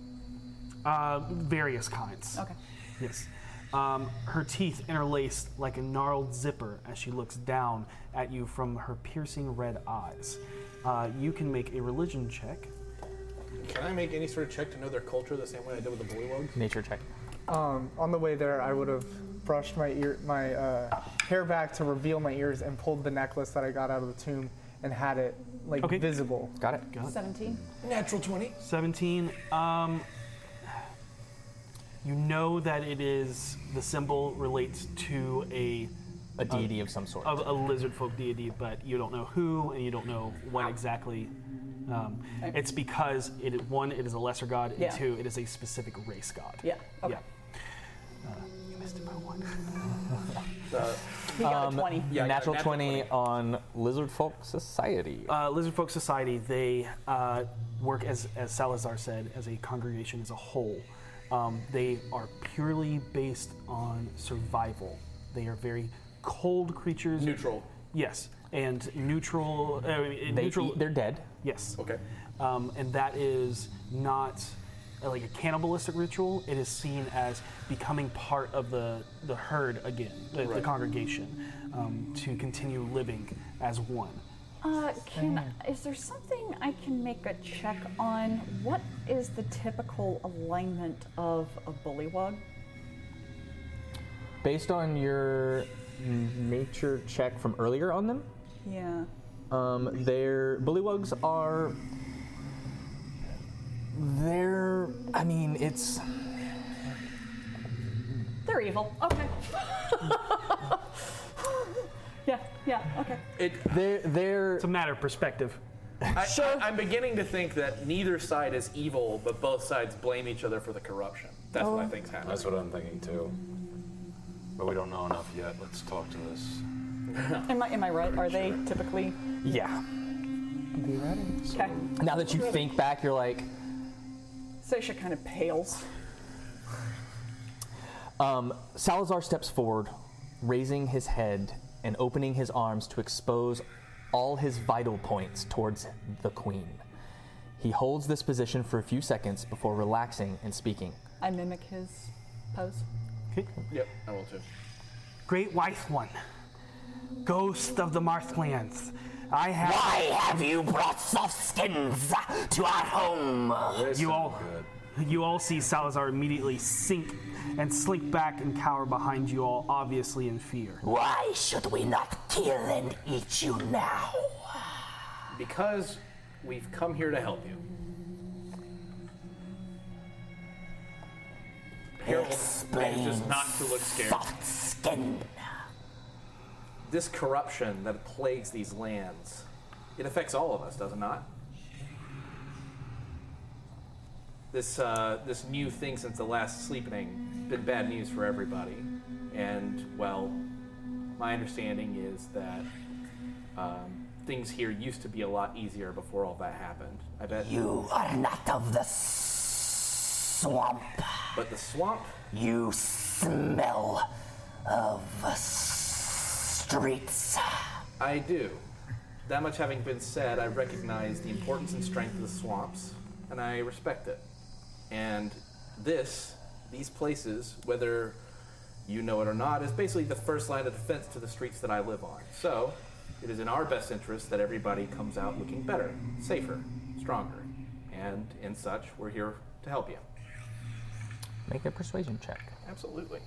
Speaker 2: Uh, various kinds.
Speaker 8: Okay.
Speaker 2: Yes. Um, her teeth interlaced like a gnarled zipper as she looks down at you from her piercing red eyes. Uh, you can make a religion check.
Speaker 6: Can I make any sort of check to know their culture the same way I did with the bullywug?
Speaker 1: Nature check.
Speaker 5: Um, on the way there, I would have brushed my ear, my uh, hair back to reveal my ears, and pulled the necklace that I got out of the tomb and had it like visible.
Speaker 1: Got it.
Speaker 2: Got it.
Speaker 8: 17.
Speaker 6: Natural 20.
Speaker 2: 17. Um, you know that it is the symbol relates to a
Speaker 1: A deity of some sort.
Speaker 2: of a lizard folk deity, but you don't know who and you don't know what exactly. Um, it's because it one, it is a lesser god, and
Speaker 8: Yeah.
Speaker 2: two, it is a specific race god.
Speaker 8: Yeah. Okay.
Speaker 2: You missed it by one. Uh,
Speaker 8: He got a 20.
Speaker 2: Yeah, I got a
Speaker 1: Um, natural
Speaker 2: natural
Speaker 1: 20, on Lizard Folk Society.
Speaker 2: Uh, Lizard Folk Society, they uh, work, as, as Salazar said, as a congregation as a whole. Um, they are purely based on survival. They are very cold creatures.
Speaker 6: Neutral.
Speaker 2: Yes, and neutral. Uh,
Speaker 1: They
Speaker 2: neutral.
Speaker 1: eat their dead.
Speaker 2: Yes.
Speaker 6: Okay.
Speaker 2: Um, and that is not uh, like a cannibalistic ritual. It is seen as becoming part of the, the herd again, the, the
Speaker 6: Right.
Speaker 2: congregation, um, to continue living as one.
Speaker 48: Uh, can is there something I can make a check on?
Speaker 49: What is the typical alignment of a bullywug?
Speaker 1: Based on your nature check from earlier on them,
Speaker 49: Yeah.
Speaker 1: um, their bullywugs are. They're. I mean, it's.
Speaker 8: They're evil. Okay. yeah, yeah, okay.
Speaker 6: It,
Speaker 1: they're, they're,
Speaker 2: it's a matter of perspective.
Speaker 6: I, sure. I, am beginning to think that neither side is evil, but both sides blame each other for the corruption. That's what I
Speaker 22: Oh.
Speaker 6: think's happening.
Speaker 22: That's what I'm thinking too. But we don't know enough yet. Let's talk to this.
Speaker 8: Am I, am I right? Are they typically.
Speaker 1: Yeah.
Speaker 5: Be ready.
Speaker 8: Okay.
Speaker 1: Now that you think back, you're like,
Speaker 8: Sasha kind of pales.
Speaker 1: Um, Salazar steps forward, raising his head and opening his arms to expose all his vital points towards the queen. He holds this position for a few seconds before relaxing and speaking.
Speaker 8: I mimic his pose.
Speaker 6: Yep, I will too.
Speaker 2: Great White One, Ghost of the Marthlands, I have.
Speaker 28: Why have you brought soft skins to our home?
Speaker 2: You all, you all see Salazar immediately sink and slink back and cower behind you all, obviously in fear.
Speaker 28: Why should we not kill and eat you now?
Speaker 6: Because we've come here to help you. Harold manages not to look scared. This corruption that plagues these lands, it affects all of us, does it not? This uh, this new thing since the last sleeping been bad news for everybody, and well, my understanding is that um, things here used to be a lot easier before all that happened. I bet
Speaker 28: You are not of the swamp.
Speaker 6: But the swamp.
Speaker 28: You smell of streets.
Speaker 6: I do. That much having been said, I recognize the importance and strength of the swamps, and I respect it. And this, these places, whether you know it or not, is basically the first line of defense to the streets that I live on. So, it is in our best interest that everybody comes out looking better, safer, stronger, and in such, we're here to help you.
Speaker 1: Make a persuasion check.
Speaker 6: Absolutely.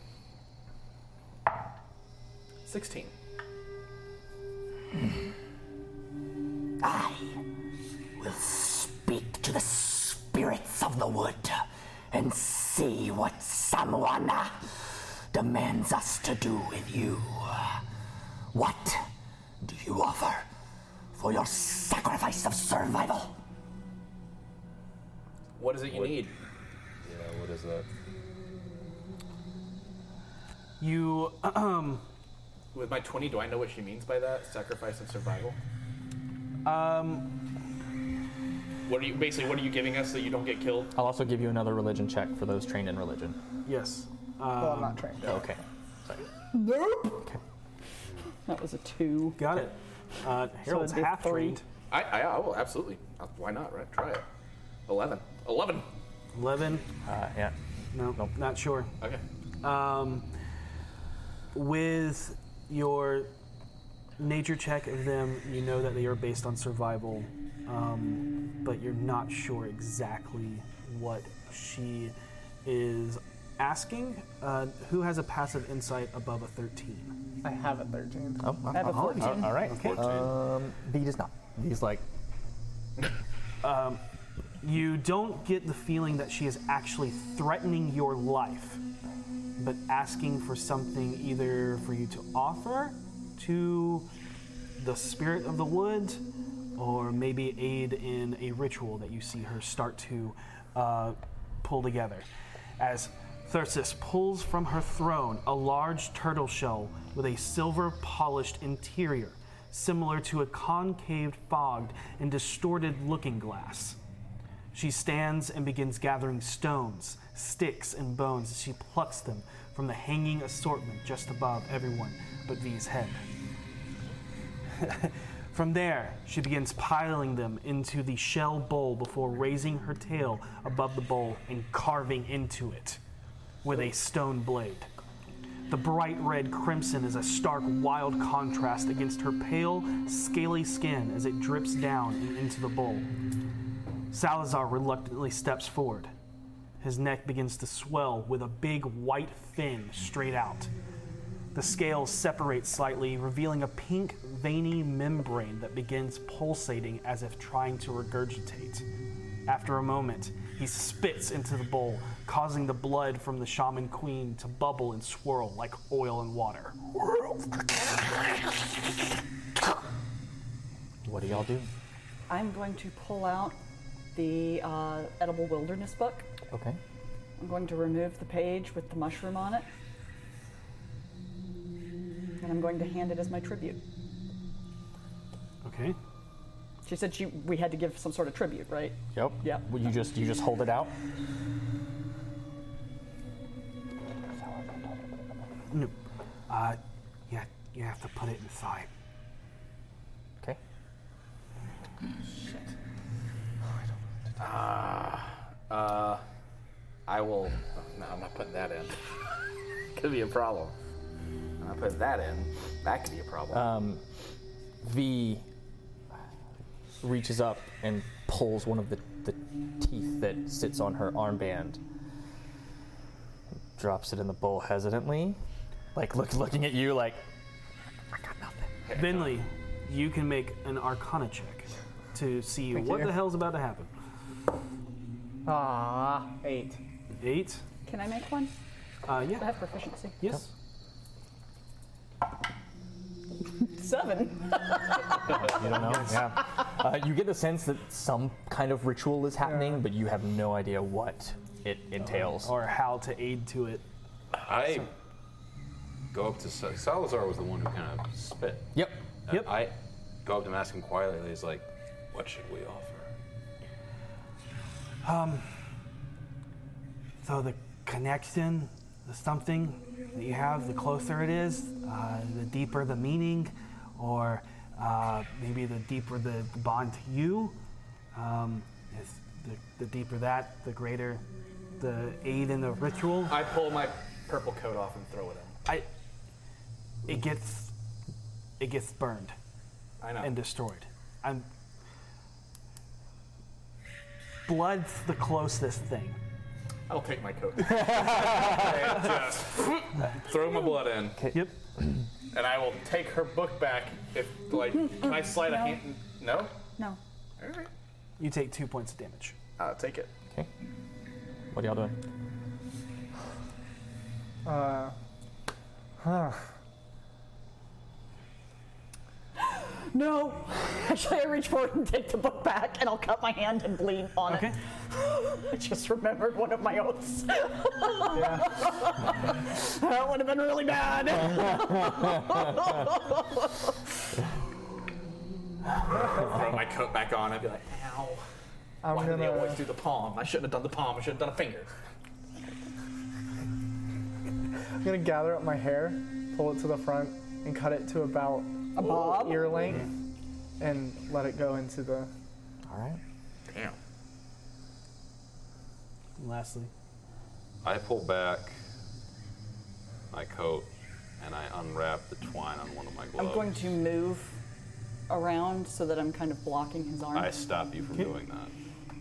Speaker 6: 16.
Speaker 22: Hmm.
Speaker 28: I will speak to the spirits of the wood and see what Samwana demands us to do with you. What do you offer for your sacrifice of survival?
Speaker 6: What is it you need?
Speaker 22: Yeah, what is that?
Speaker 2: You. Um,
Speaker 6: With my 20, do I know what she means by that? Sacrifice and survival?
Speaker 2: um,
Speaker 6: What are you basically what are you giving us so you don't get killed?
Speaker 16: I'll also give you another religion check for those trained in religion.
Speaker 2: yes.
Speaker 16: Well, I'm
Speaker 2: Um,
Speaker 16: not trained. Okay.
Speaker 2: Nope.
Speaker 37: That was a two.
Speaker 2: Got it. Uh, Harold's
Speaker 6: it'd be
Speaker 2: half
Speaker 6: three.
Speaker 2: trained.
Speaker 6: I, I, I will absolutely. Uh, Why not? Right? Try it. Eleven. Eleven.
Speaker 2: Eleven.
Speaker 16: Uh, yeah.
Speaker 2: No, not sure.
Speaker 6: Okay.
Speaker 2: Um, with your nature check of them, you know that they are based on survival, um, but you're not sure exactly what she is asking. Uh, who has a passive insight above a 13?
Speaker 5: I have a 13.
Speaker 2: Oh, I have a 14.
Speaker 16: All right.
Speaker 2: Okay.
Speaker 1: Uh,
Speaker 16: Um, V does not. He's like,
Speaker 2: Um, you don't get the feeling that she is actually threatening your life, but asking for something either for you to offer to the spirit of the wood, or maybe aid in a ritual that you see her start to uh, pull together. As Thyrsis pulls from her throne a large turtle shell with a silver polished interior, similar to a concave, fogged, and distorted looking glass. She stands and begins gathering stones, sticks, and bones as she plucks them from the hanging assortment just above everyone but V's head. From there, she begins piling them into the shell bowl before raising her tail above the bowl and carving into it with a stone blade. The bright red crimson is a stark, wild contrast against her pale, scaly skin as it drips down and into the bowl. Salazar reluctantly steps forward. His neck begins to swell with a big white fin straight out. The scales separate slightly, revealing a pink, veiny membrane that begins pulsating as if trying to regurgitate. After a moment, he spits into the bowl, causing the blood from the shaman queen to bubble and swirl like oil and water.
Speaker 16: what do y'all do?
Speaker 37: I'm going to pull out the uh, Edible Wilderness book.
Speaker 16: Okay.
Speaker 37: I'm going to remove the page with the mushroom on it. And I'm going to hand it as my tribute.
Speaker 2: Okay.
Speaker 37: She said she, we had to give some sort of tribute, right?
Speaker 16: Yep.
Speaker 37: Yep.
Speaker 16: Well, you just you just hold it out.
Speaker 2: No. Uh, yeah, you have to put it inside.
Speaker 16: Okay.
Speaker 6: Shit. Ah. Uh, I will. oh, no, I'm not putting that in. could be a problem. I put that in. That could be a problem.
Speaker 16: Um, v reaches up and pulls one of the, the teeth that sits on her armband. Drops it in the bowl hesitantly, like look, looking at you, like
Speaker 2: Benley, you can make an Arcana check to see
Speaker 5: Thank
Speaker 2: what
Speaker 5: you.
Speaker 2: the hell's about to happen.
Speaker 5: Ah, eight.
Speaker 2: Eight?
Speaker 37: Can I make one?
Speaker 2: Uh, yeah.
Speaker 37: I have proficiency.
Speaker 2: Yes.
Speaker 37: Seven.
Speaker 16: you don't know. Yeah. Uh, you get the sense that some kind of ritual is happening, but you have no idea what it entails.
Speaker 2: Or how to aid to it.
Speaker 7: I go up to Sa- Salazar was the one who kind of spit.
Speaker 16: Yep.
Speaker 7: And yep. I go up to him, ask him quietly. He's like, "What should we offer?"
Speaker 2: Um, so the connection, the something that you have, the closer it is, uh, the deeper the meaning, or uh, maybe the deeper the bond to you. Um, is the, the deeper that, the greater the aid in the ritual.
Speaker 6: I pull my purple coat off and throw it in.
Speaker 2: I, it gets, it gets burned,
Speaker 6: I know.
Speaker 2: and destroyed. I'm. Blood's the closest thing.
Speaker 6: I'll take my coat.
Speaker 41: And
Speaker 6: just throw my blood in.
Speaker 2: Yep.
Speaker 6: And I will take her book back if, like, can I slide
Speaker 3: No.
Speaker 6: a hand? No?
Speaker 3: No.
Speaker 2: You take two points of damage.
Speaker 6: I'll take it.
Speaker 1: Okay. What are y'all doing?
Speaker 5: Uh, huh.
Speaker 47: No. Actually, I reach forward and take the book back, and I'll cut my hand and bleed on it. I just remembered one of my oaths. that would have been really bad.
Speaker 6: throw my coat back on. I'd be like, ow.
Speaker 5: I'm
Speaker 6: Why do they
Speaker 5: gonna-
Speaker 6: always do the palm? I shouldn't have done the palm. I should have done a finger.
Speaker 5: I'm gonna gather up my hair, pull it to the front, and cut it to about
Speaker 47: A bob?
Speaker 5: ear length, and let it go into the.
Speaker 1: All right.
Speaker 6: Damn.
Speaker 2: Lastly,
Speaker 7: I pull back my coat and I unwrap the twine on one of my gloves.
Speaker 37: I'm going to move around so that I'm kind of blocking his arm.
Speaker 7: I stop you from doing that.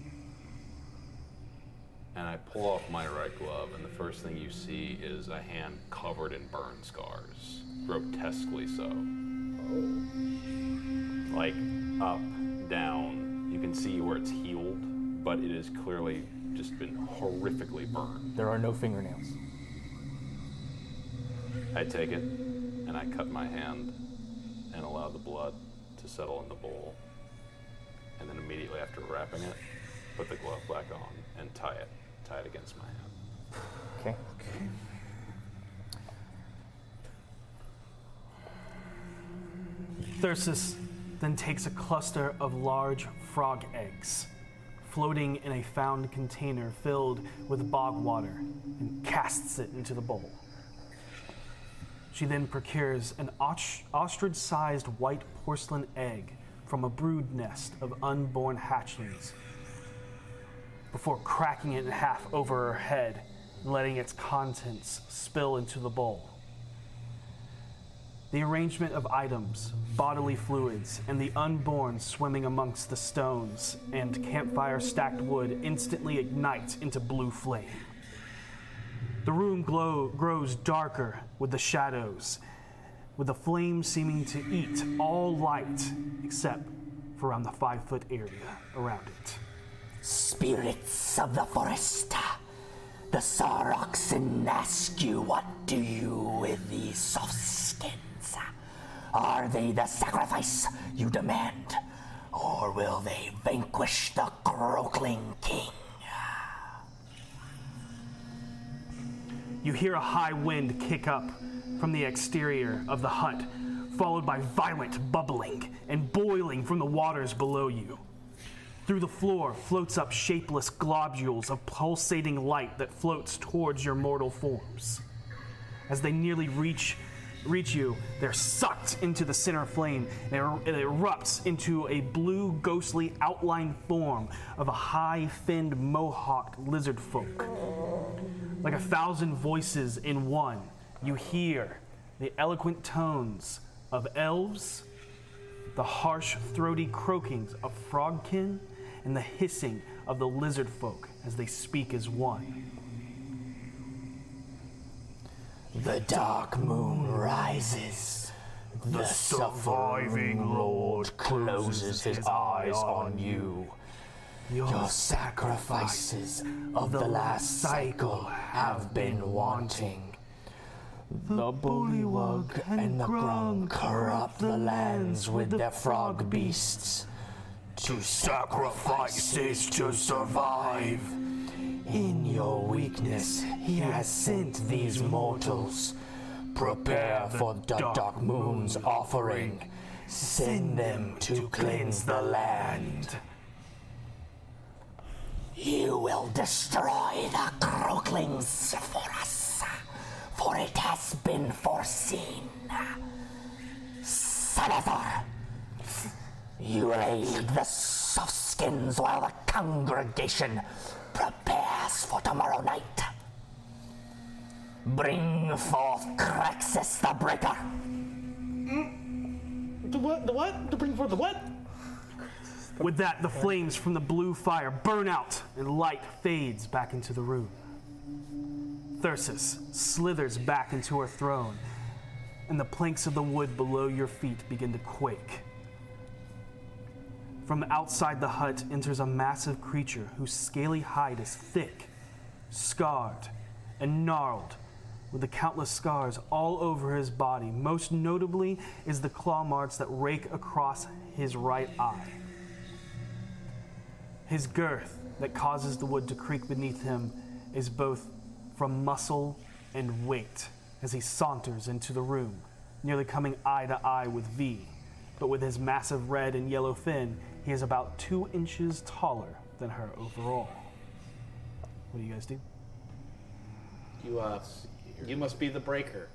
Speaker 7: And I pull off my right glove, and the first thing you see is a hand covered in burn scars, grotesquely so. Oh. Like up, down. You can see where it's healed, but it has clearly just been horrifically burned.
Speaker 1: There are no fingernails.
Speaker 7: I take it and I cut my hand and allow the blood to settle in the bowl. And then immediately after wrapping it, put the glove back on and tie it. Tie it against my hand.
Speaker 1: Okay.
Speaker 2: Thyrsus then takes a cluster of large frog eggs, floating in a found container filled with bog water, and casts it into the bowl. She then procures an ostr- ostrich sized white porcelain egg from a brood nest of unborn hatchlings before cracking it in half over her head and letting its contents spill into the bowl. The arrangement of items, bodily fluids, and the unborn swimming amongst the stones and campfire stacked wood instantly ignites into blue flame. The room glow- grows darker with the shadows, with the flame seeming to eat all light except for around the five foot area around it.
Speaker 28: Spirits of the forest, the Saroxen ask you what do you with these soft skins? Are they the sacrifice you demand, or will they vanquish the croakling king?
Speaker 2: You hear a high wind kick up from the exterior of the hut, followed by violent bubbling and boiling from the waters below you. Through the floor floats up shapeless globules of pulsating light that floats towards your mortal forms. As they nearly reach reach you, they're sucked into the center flame and it, it erupts into a blue, ghostly outline form of a high-finned mohawked lizard folk. Like a thousand voices in one, you hear the eloquent tones of elves, the harsh, throaty croakings of frogkin, and the hissing of the lizard folk as they speak as one.
Speaker 28: The dark moon rises.
Speaker 13: The surviving lord closes his eyes on you.
Speaker 28: Your sacrifices of the last cycle have been wanting. The bullywug and the grung corrupt the lands with their frog beasts. To sacrifices to survive. In your weakness, he has sent these mortals. Prepare for the Dark Moon's offering. Send them to cleanse the land.
Speaker 41: You will destroy the croaklings for us, for it has been foreseen.
Speaker 28: Senator! You raid the soft skins while the congregation prepares for tomorrow night. Bring forth Craxus the Breaker.
Speaker 2: The what? The what? To bring forth the what? With that, the flames from the blue fire burn out and light fades back into the room. Thyrsis slithers back into her throne, and the planks of the wood below your feet begin to quake. From outside the hut enters a massive creature whose scaly hide is thick, scarred, and gnarled, with the countless scars all over his body. Most notably is the claw marks that rake across his right eye. His girth that causes the wood to creak beneath him is both from muscle and weight as he saunters into the room, nearly coming eye to eye with V. But with his massive red and yellow fin, he is about two inches taller than her overall. What do you guys do?
Speaker 6: You uh, you must be the breaker.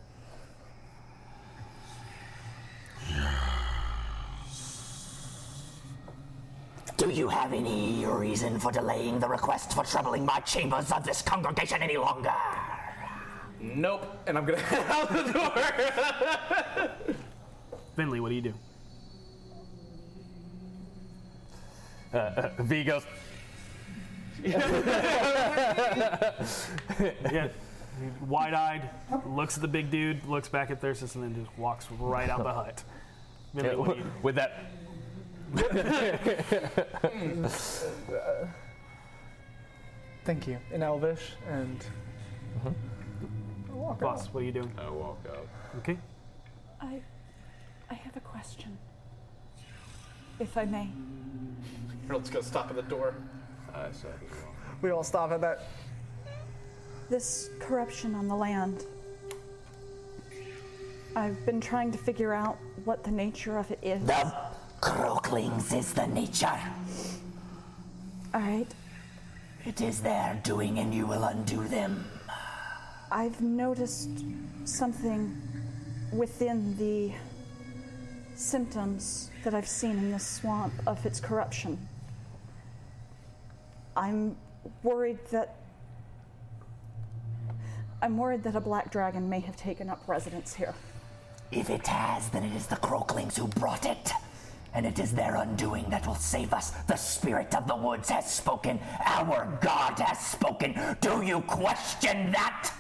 Speaker 28: Do you have any reason for delaying the request for troubling my chambers of this congregation any longer?
Speaker 6: Nope. And I'm gonna head out the door.
Speaker 2: Finley, what do you do?
Speaker 16: Uh, uh, v goes.
Speaker 2: yeah. Wide eyed, looks at the big dude, looks back at Thyrsis, and then just walks right out the hut. Vinley,
Speaker 16: Yeah,
Speaker 2: what do you do?
Speaker 16: with that.
Speaker 5: Uh, Thank you. In Elvish and.
Speaker 2: Mm-hmm.
Speaker 8: Walk
Speaker 2: Boss,
Speaker 8: out.
Speaker 2: what are you doing?
Speaker 7: I walk up.
Speaker 2: Okay.
Speaker 8: I, I have a question, if I may.
Speaker 6: Harold's gonna stop at the door. Uh, I said
Speaker 5: We all stop at that.
Speaker 8: This corruption on the land. I've been trying to figure out what the nature of it is.
Speaker 28: The croaklings is the nature.
Speaker 8: All right.
Speaker 28: It is their doing, and you will undo them.
Speaker 8: I've noticed something within the symptoms that I've seen in this swamp of its corruption. I'm worried that. I'm worried that a black dragon may have taken up residence here.
Speaker 28: If it has, then it is the croaklings who brought it. And it is their undoing that will save us. The spirit of the woods has spoken. Our God has spoken. Do you question that?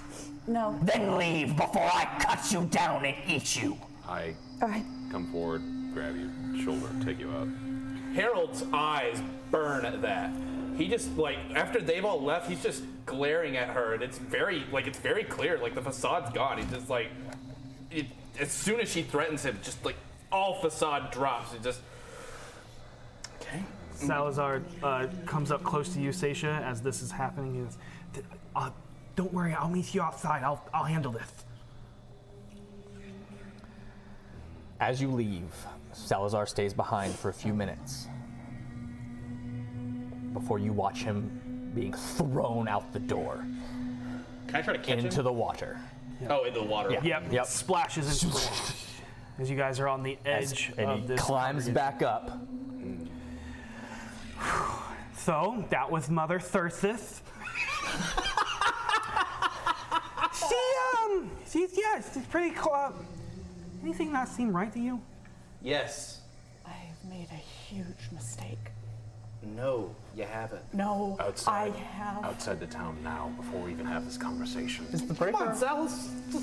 Speaker 8: No.
Speaker 28: Then leave before I cut you down and eat you.
Speaker 7: I
Speaker 8: Alright.
Speaker 7: come forward, grab your shoulder, take you out.
Speaker 6: Harold's eyes burn at that. He just like after they've all left, he's just glaring at her, and it's very like it's very clear. Like the facade's gone. He's just like, it, as soon as she threatens him, just like all facade drops. It just
Speaker 2: Salazar uh, comes up close to you, Sasha, as this is happening. He goes, "Th- uh, Don't worry, I'll meet you outside. I'll, I'll handle this.
Speaker 1: As you leave, Salazar stays behind for a few minutes before you watch him being thrown out the door
Speaker 6: can I try to catch him?
Speaker 1: into the water.
Speaker 6: Oh, into the water.
Speaker 1: Yeah.
Speaker 2: Yep.
Speaker 1: Yep.
Speaker 2: Splashes into as you guys are on the
Speaker 1: As-
Speaker 2: edge
Speaker 1: and
Speaker 2: of
Speaker 1: he
Speaker 2: this.
Speaker 1: climbs back up.
Speaker 2: So that was Mother Thyrsis. she um, she's yeah, she's pretty cool. Uh, anything not seem right to you?
Speaker 6: Yes.
Speaker 47: I've made a huge mistake.
Speaker 22: No, you haven't.
Speaker 47: No,
Speaker 22: Outside,
Speaker 47: I have.
Speaker 22: Outside the town now, before we even have this conversation.
Speaker 5: Is the breaker?
Speaker 2: let's,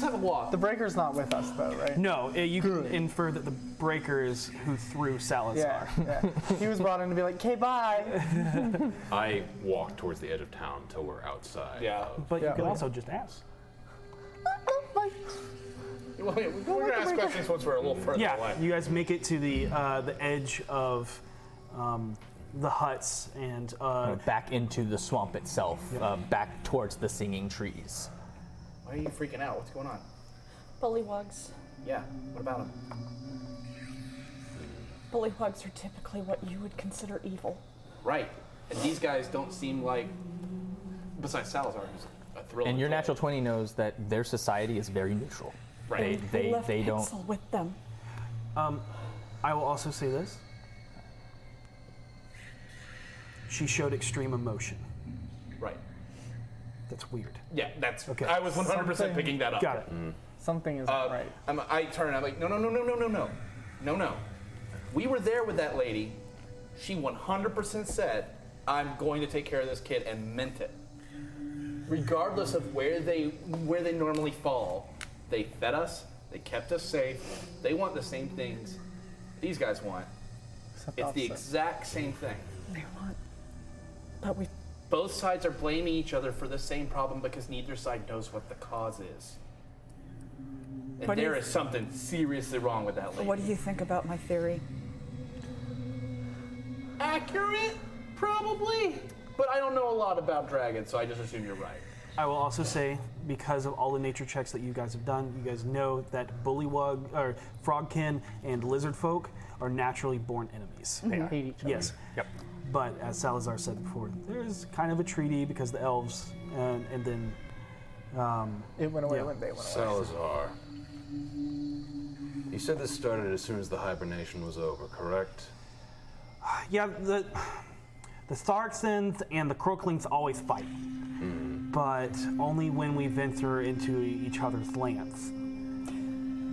Speaker 2: have a walk.
Speaker 5: The breaker's not with us, though, right?
Speaker 2: No, uh, you can infer that the breaker is who threw Salazar.
Speaker 5: Yeah, yeah. he was brought in to be like, okay, bye.
Speaker 7: I walk towards the edge of town till we're outside.
Speaker 6: Yeah.
Speaker 2: But you
Speaker 7: Yeah.
Speaker 2: can also just ask.
Speaker 6: Well, yeah, we- We're gonna ask questions once we're a little further
Speaker 2: yeah,
Speaker 6: away.
Speaker 2: you guys make it to the uh, the edge of um, the huts and uh,
Speaker 1: back into the swamp itself, uh, back towards the singing trees.
Speaker 4: Why are you freaking out? What's going on?
Speaker 37: Bullywugs.
Speaker 4: Yeah. What about him?
Speaker 37: Bullywugs are typically what you would consider evil.
Speaker 6: Right. And these guys don't seem like, besides Salazar, who's a thriller.
Speaker 1: And your natural 20 knows that their society is very neutral.
Speaker 6: Right.
Speaker 1: They,
Speaker 6: I
Speaker 1: they,
Speaker 6: left
Speaker 1: they don't.
Speaker 8: Pencil with them.
Speaker 2: Um, I will also say this. She showed extreme emotion.
Speaker 6: Right.
Speaker 2: That's weird.
Speaker 6: Yeah, that's okay. I was 100% picking that up.
Speaker 2: Got it. Mm.
Speaker 5: Something is
Speaker 6: Uh, I'm, I turn. I'm like, no, no, no, no, no, no, no, no, no. We were there with that lady. She 100% said, "I'm going to take care of this kid," and meant it. regardless of where they where they normally fall, they fed us, they kept us safe. They want the same things these guys want. it's the
Speaker 41: opposite.
Speaker 6: exact same thing.
Speaker 41: They want. But we.
Speaker 6: Both sides are blaming each other for the same problem because neither side knows what the cause is. And
Speaker 41: What do you
Speaker 6: there is
Speaker 41: th-
Speaker 6: something seriously wrong with that lady.
Speaker 41: What do you think about my theory?
Speaker 6: Accurate, probably. But I don't know a lot about dragons, so I just assume you're right.
Speaker 2: I will also say, because of all the nature checks that you guys have done, you guys know that bullywug or frogkin and lizard folk are naturally born enemies.
Speaker 5: They Mhm. hate each other.
Speaker 2: Yes. Yep. But as Salazar said before, there's kind of a treaty because the elves and, and then um,
Speaker 5: it went away when they went
Speaker 22: Salazar. You said this started as soon as the hibernation was over, correct?
Speaker 2: Yeah, the the Tharksons and the Crooklings always fight, but only when we venture into each other's lands.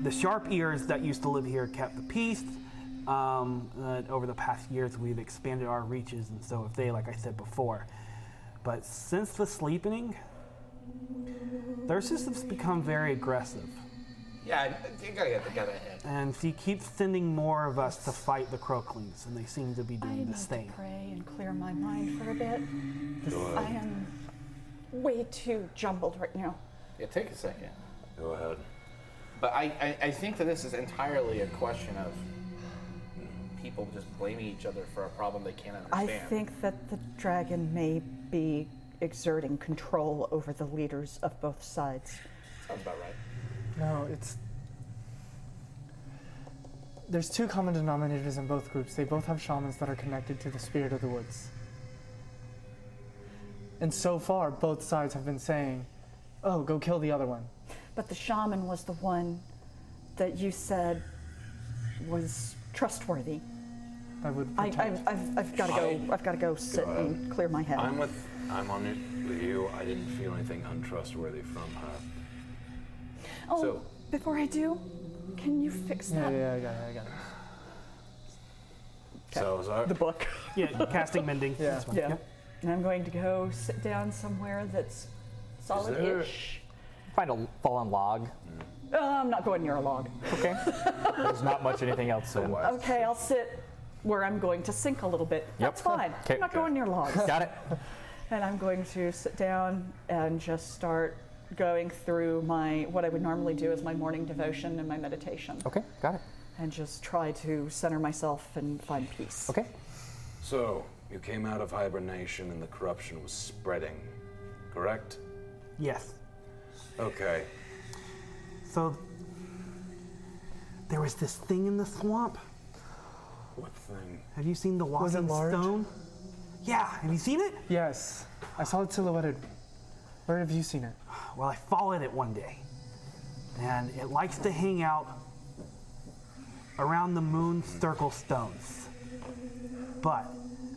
Speaker 2: The sharp ears that used to live here kept the peace. Um, uh, over the past years, we've expanded our reaches, and so have they, like I said before. But since the sleepening, their system's become very aggressive,
Speaker 6: Yeah, you gotta get the gun ahead.
Speaker 2: and he keeps sending more of us to fight the Crooklings, and they seem to be doing this thing.
Speaker 8: Pray and clear my mind for a bit.
Speaker 22: Go
Speaker 8: I
Speaker 22: ahead.
Speaker 8: am way too jumbled right now.
Speaker 6: Yeah, take a second.
Speaker 22: Go ahead.
Speaker 6: But I, I, I think that this is entirely a question of people just blaming each other for a problem they can't
Speaker 47: I
Speaker 6: understand.
Speaker 47: think that the dragon may be exerting control over the leaders of both sides.
Speaker 6: Sounds about right.
Speaker 5: No, it's. There's two common denominators in both groups. They both have shamans that are connected to the spirit of the woods. And so far, both sides have been saying, oh, go kill the other one.
Speaker 8: But the shaman was the one that you said was trustworthy.
Speaker 5: That would
Speaker 47: I-
Speaker 8: I, I've, I've, I've got to go. I've got to go sit
Speaker 22: Go ahead.
Speaker 47: and clear my head.
Speaker 22: I'm with I'm on it with you. I didn't feel anything untrustworthy from her.
Speaker 8: Oh,
Speaker 22: So-
Speaker 8: before I do, can you fix that?
Speaker 5: I got it, I got it.
Speaker 22: Salazar.
Speaker 47: The book.
Speaker 2: Yeah, casting mending.
Speaker 5: Yeah.
Speaker 2: That's fine.
Speaker 47: Yeah.
Speaker 2: Yep.
Speaker 8: And I'm
Speaker 37: going to go sit down somewhere that's
Speaker 6: solid ish.
Speaker 1: Find a fallen log.
Speaker 37: Uh, I'm not going near a log.
Speaker 1: Okay. There's not much anything else in.
Speaker 37: Okay, I'll sit where I'm going to sink a little bit.
Speaker 1: Yep.
Speaker 37: That's fine.
Speaker 1: Okay.
Speaker 37: I'm not going near logs.
Speaker 1: Got it.
Speaker 37: And I'm going to sit down and just start going through my what I would normally do is my morning devotion and my meditation.
Speaker 1: Okay, got it.
Speaker 37: And just try to center myself and find peace.
Speaker 1: Okay.
Speaker 22: So you came out of hibernation and the corruption was spreading, correct?
Speaker 2: Yes.
Speaker 22: Okay.
Speaker 2: So there was this thing in the swamp.
Speaker 22: What thing?
Speaker 2: Have you seen the walking
Speaker 5: Was it large?
Speaker 2: stone? Yeah, have you seen it?
Speaker 5: Yes. I saw it silhouetted. Where have you seen it?
Speaker 2: Well, I followed it one day. And it likes to hang out around the moon circle stones. But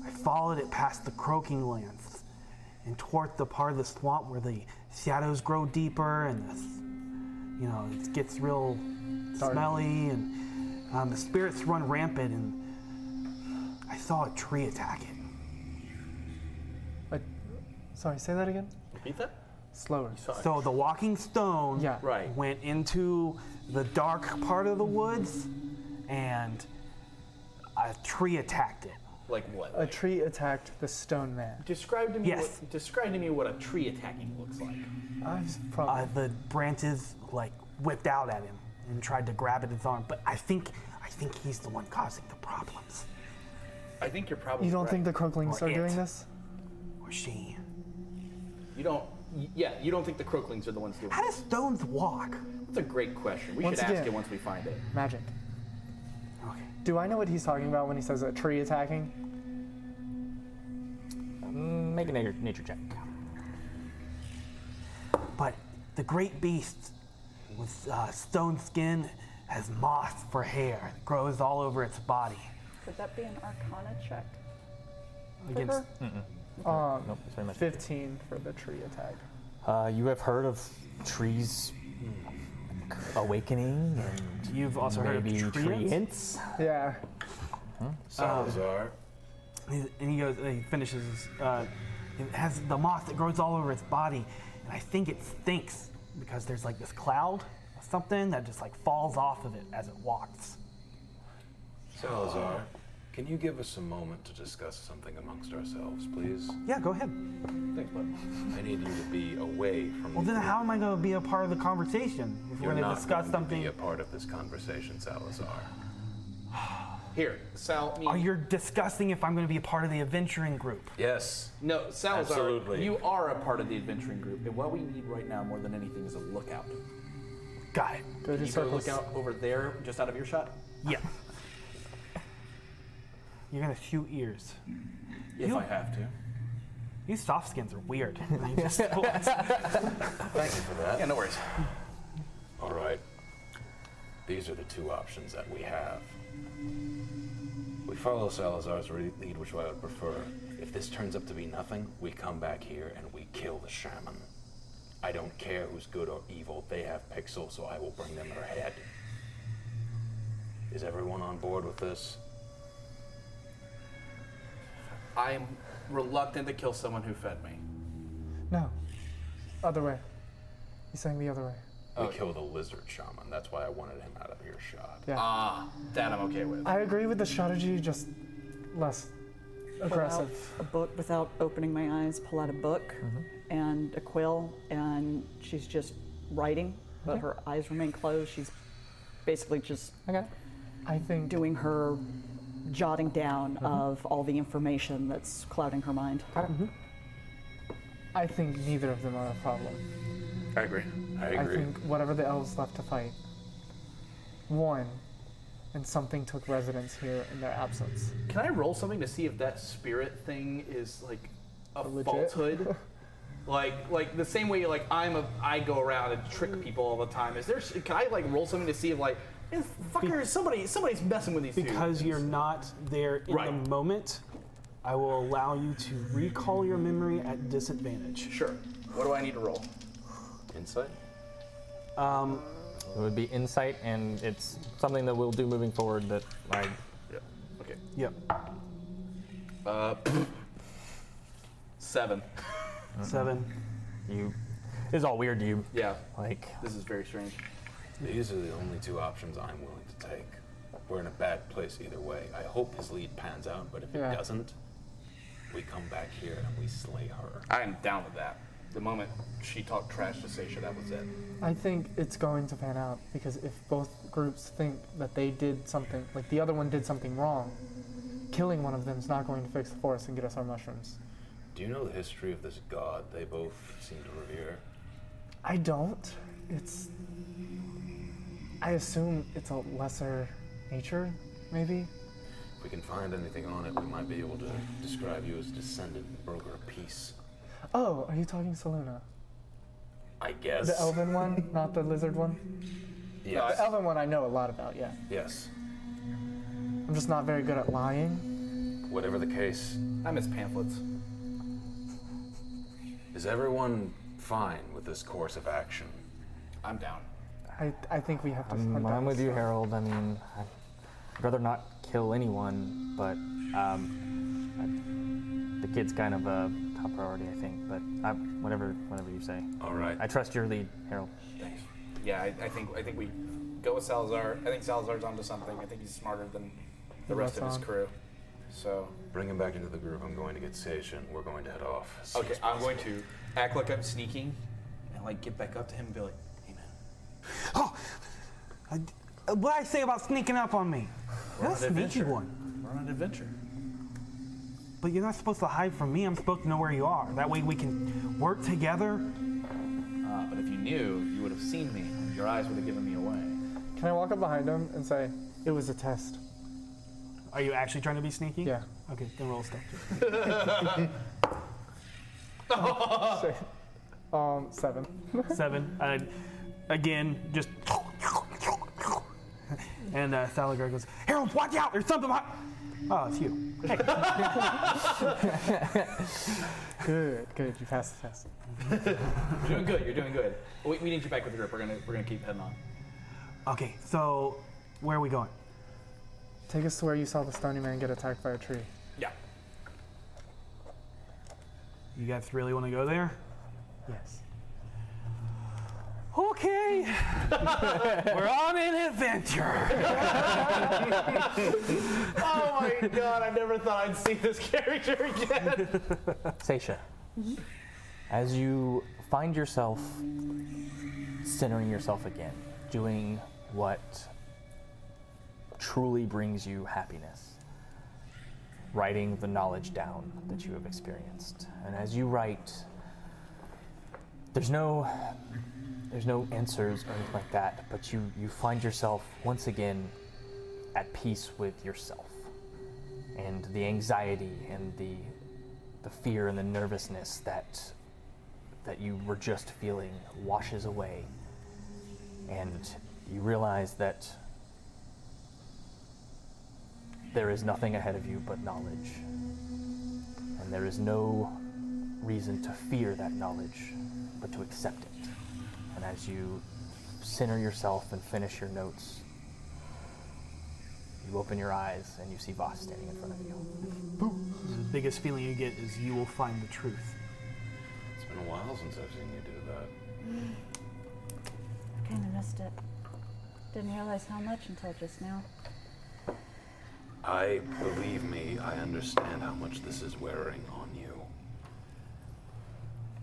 Speaker 2: I followed it past the croaking lands and toward the part of the swamp where the shadows grow deeper and the, s- you know it gets real smelly and um, the spirits run rampant and I saw a tree attack it.
Speaker 5: Sorry, say that again?
Speaker 6: Repeat that?
Speaker 5: Slower.
Speaker 2: So the walking stone
Speaker 6: Right.
Speaker 2: went into the dark part of the woods and a tree attacked it.
Speaker 6: Like what?
Speaker 2: Uh,
Speaker 5: A tree attacked the stone man.
Speaker 6: Describe to me
Speaker 2: Yes.
Speaker 6: what describe to me what a tree attacking looks like.
Speaker 2: Uh, the branches like whipped out at him and tried to grab at his arm, but I think I think he's the one causing the problems.
Speaker 6: I think you're probably
Speaker 5: You don't
Speaker 6: right.
Speaker 5: think the Crooklings
Speaker 2: Or
Speaker 5: are
Speaker 2: it.
Speaker 5: doing this?
Speaker 2: Or she.
Speaker 6: You don't y- yeah, you don't think the crooklings are the ones doing How
Speaker 2: does stones walk?
Speaker 6: That's a great question. We
Speaker 5: Once
Speaker 6: should ask
Speaker 5: again-
Speaker 6: it once we find it.
Speaker 5: Magic. Okay. Do I know what he's talking about when he says a tree attacking?
Speaker 1: Make a nature, nature check.
Speaker 2: But the great beast with uh, stone skin has moss for hair. It grows all over its body.
Speaker 3: Would that be an Arcana check?
Speaker 2: Against
Speaker 1: Hmm.
Speaker 5: Um,
Speaker 1: Nope, it's very much.
Speaker 5: 15 for the tree attack.
Speaker 1: Uh, you have heard of trees awakening, and
Speaker 2: you've also heard of
Speaker 1: maybe
Speaker 2: treants?
Speaker 1: tree hints.
Speaker 5: Yeah. Hmm? Um,
Speaker 2: Um, Salazar. And he goes, and he finishes his, uh, It has the moss that grows all over its body, and I think it stinks because there's like this cloud of something that just like falls off of it as it walks. Uh,
Speaker 22: Salazar, can you give us a moment to discuss something amongst ourselves, please?
Speaker 2: Yeah, go ahead.
Speaker 22: Thanks, bud. I need you to be away from.
Speaker 2: Well,
Speaker 22: the
Speaker 2: then
Speaker 22: group.
Speaker 2: how am I going to be a part of the conversation if
Speaker 22: You're
Speaker 2: we're going
Speaker 22: not
Speaker 2: to discuss
Speaker 22: going
Speaker 2: something?
Speaker 22: To be a part of this conversation, Salazar. Here, Sal.
Speaker 2: Oh, you're discussing if I'm going to be a part of the adventuring group.
Speaker 22: Yes.
Speaker 6: No, Salazar,
Speaker 22: Absolutely.
Speaker 6: you are a part of the adventuring group, and what we need right now more than anything is a lookout.
Speaker 2: Got it.
Speaker 6: Can you go look out over there, just out of your shot?
Speaker 2: Yeah. You're gonna shoot ears.
Speaker 6: If I have to.
Speaker 2: These soft skins are weird.
Speaker 22: Thank you for that.
Speaker 6: Yeah, no worries.
Speaker 22: All right. These are the two options that we have. We follow Salazar's re- lead, which I would prefer. If this turns up to be nothing, we come back here and we kill the shaman. I don't care who's good or evil. They have Pixel, so I will bring them her head. Is everyone on board with this?
Speaker 6: I'm reluctant to kill someone who fed me.
Speaker 5: No. Other way. He's saying the other way.
Speaker 6: Oh.
Speaker 22: We kill the lizard shaman. That's why I wanted him out of your shot.
Speaker 5: Yeah.
Speaker 6: Ah, that I'm okay with.
Speaker 5: I agree with the strategy, just less aggressive. Mm-hmm.
Speaker 8: Pull out a book without opening my eyes. Pull out a book and a quill, and she's just writing, but
Speaker 5: Okay.
Speaker 8: her eyes remain closed. She's basically just
Speaker 5: I think Mm-hmm.
Speaker 8: doing her jotting down of all the information that's clouding her mind.
Speaker 5: I think neither of them are a problem.
Speaker 22: I agree. I
Speaker 5: I
Speaker 22: agree.
Speaker 5: think whatever the elves left to fight won, and something took residence here in their absence.
Speaker 6: Can I roll something to see if that spirit thing is like a
Speaker 5: Legit.
Speaker 6: falsehood? like, like the same way like I'm a I go around and trick people all the time. Is there? Can I like roll something to see if like, this fucker, somebody, somebody's messing with these two.
Speaker 2: Because you're not there in
Speaker 6: Right.
Speaker 2: the moment, I will allow you to recall your memory at disadvantage.
Speaker 6: Sure. What do I need to roll?
Speaker 22: Insight.
Speaker 2: Um,
Speaker 1: it would be insight, and it's something that we'll do moving forward. That I.
Speaker 6: Yeah. Okay.
Speaker 2: Yep.
Speaker 6: Uh, seven.
Speaker 2: Seven.
Speaker 1: You. This is all weird to you.
Speaker 6: Yeah.
Speaker 1: Like.
Speaker 6: This is very strange.
Speaker 22: These are the only two options I'm willing to take. We're in a bad place either way. I hope his lead pans out, but if
Speaker 6: Yeah.
Speaker 22: it doesn't, we come back here and we slay her.
Speaker 6: I am down with that. The moment she talked trash to Seisha, that was it.
Speaker 5: I think it's going to pan out because if both groups think that they did something, like the other one did something wrong, killing one of them is not going to fix the forest and get us our mushrooms.
Speaker 22: Do you know the history of this god they both seem to revere?
Speaker 5: I don't. It's. I assume it's a lesser nature, maybe.
Speaker 22: If we can find anything on it, we might be able to describe you as descendant and broker of peace.
Speaker 5: Oh, are you talking Saluna?
Speaker 22: I guess.
Speaker 5: The elven one, not the lizard one?
Speaker 22: Yes.
Speaker 5: The elven one I know a lot about, yeah.
Speaker 22: Yes.
Speaker 5: I'm just not very good at lying.
Speaker 22: Whatever the case.
Speaker 6: I miss pamphlets.
Speaker 22: Is everyone fine with this course of action?
Speaker 6: I'm down.
Speaker 5: I, I think we have to
Speaker 1: I'm,
Speaker 5: hunt down
Speaker 1: Mm, I'm with you,
Speaker 5: this stuff.
Speaker 1: Harold. I mean, I'd rather not kill anyone, but um, I, the kid's kind of a top priority, I think. But I, whatever, whatever you say.
Speaker 22: All right.
Speaker 1: I trust your lead, Harold.
Speaker 6: Thanks. Yeah, I, I think I think we go with Salazar. I think Salazar's onto something. I think he's smarter than the
Speaker 22: Yeah,
Speaker 6: rest of
Speaker 22: that's
Speaker 6: his
Speaker 22: on.
Speaker 6: crew. So
Speaker 22: Bring him back into the group. I'm going to get Station. We're going to head off. as soon
Speaker 6: okay,
Speaker 22: as
Speaker 6: I'm going
Speaker 22: possible.
Speaker 6: to act like I'm sneaking and like get back up to him and be like, "Hey man,
Speaker 2: Uh, What I say about sneaking up on me?
Speaker 6: We're
Speaker 2: You're
Speaker 6: on
Speaker 2: a
Speaker 6: an
Speaker 2: sneaky
Speaker 6: adventure.
Speaker 2: one.
Speaker 6: We're on an adventure."
Speaker 2: But you're not supposed to hide from me. I'm supposed to know where you are. That way we can work together.
Speaker 6: Uh, but if you knew, you would have seen me. Your eyes would have given me away.
Speaker 5: Can I walk up behind him and say, it was a test?
Speaker 2: Are you actually trying to be sneaky?
Speaker 5: Yeah.
Speaker 2: Okay, then roll stuff.
Speaker 5: um, seven.
Speaker 2: Seven. Uh, again, just. And uh, Thalagar goes, Harold, watch out! There's something behind. Oh, it's you.
Speaker 5: Good, good. You passed the test.
Speaker 6: You're doing good. You're doing good. We, we need you back with the group. We're gonna we're gonna keep heading on.
Speaker 2: Okay, so where are we going?
Speaker 5: Take us to where you saw the stony man get attacked by a tree.
Speaker 6: Yeah.
Speaker 2: You guys really want to go there? Yes. Okay. We're on an adventure.
Speaker 41: oh my god, I never thought I'd see this character again.
Speaker 1: Seisha, as you find yourself centering yourself again, doing what truly brings you happiness, writing the knowledge down that you have experienced. And as you write, there's no there's no answers or anything like that, but you, you find yourself once again at peace with yourself. And the anxiety and the the fear and the nervousness that that you were just feeling washes away. And you realize that there is nothing ahead of you but knowledge. And there is no reason to fear that knowledge, but to accept it. And as you center yourself and finish your notes, you open your eyes and you see Voss standing in front of you.
Speaker 2: the biggest feeling you get is you will find the truth.
Speaker 22: It's been a while since I've seen you do that.
Speaker 8: Kind of missed it. Didn't realize how much until just now.
Speaker 22: I believe me, I understand how much this is wearing on you.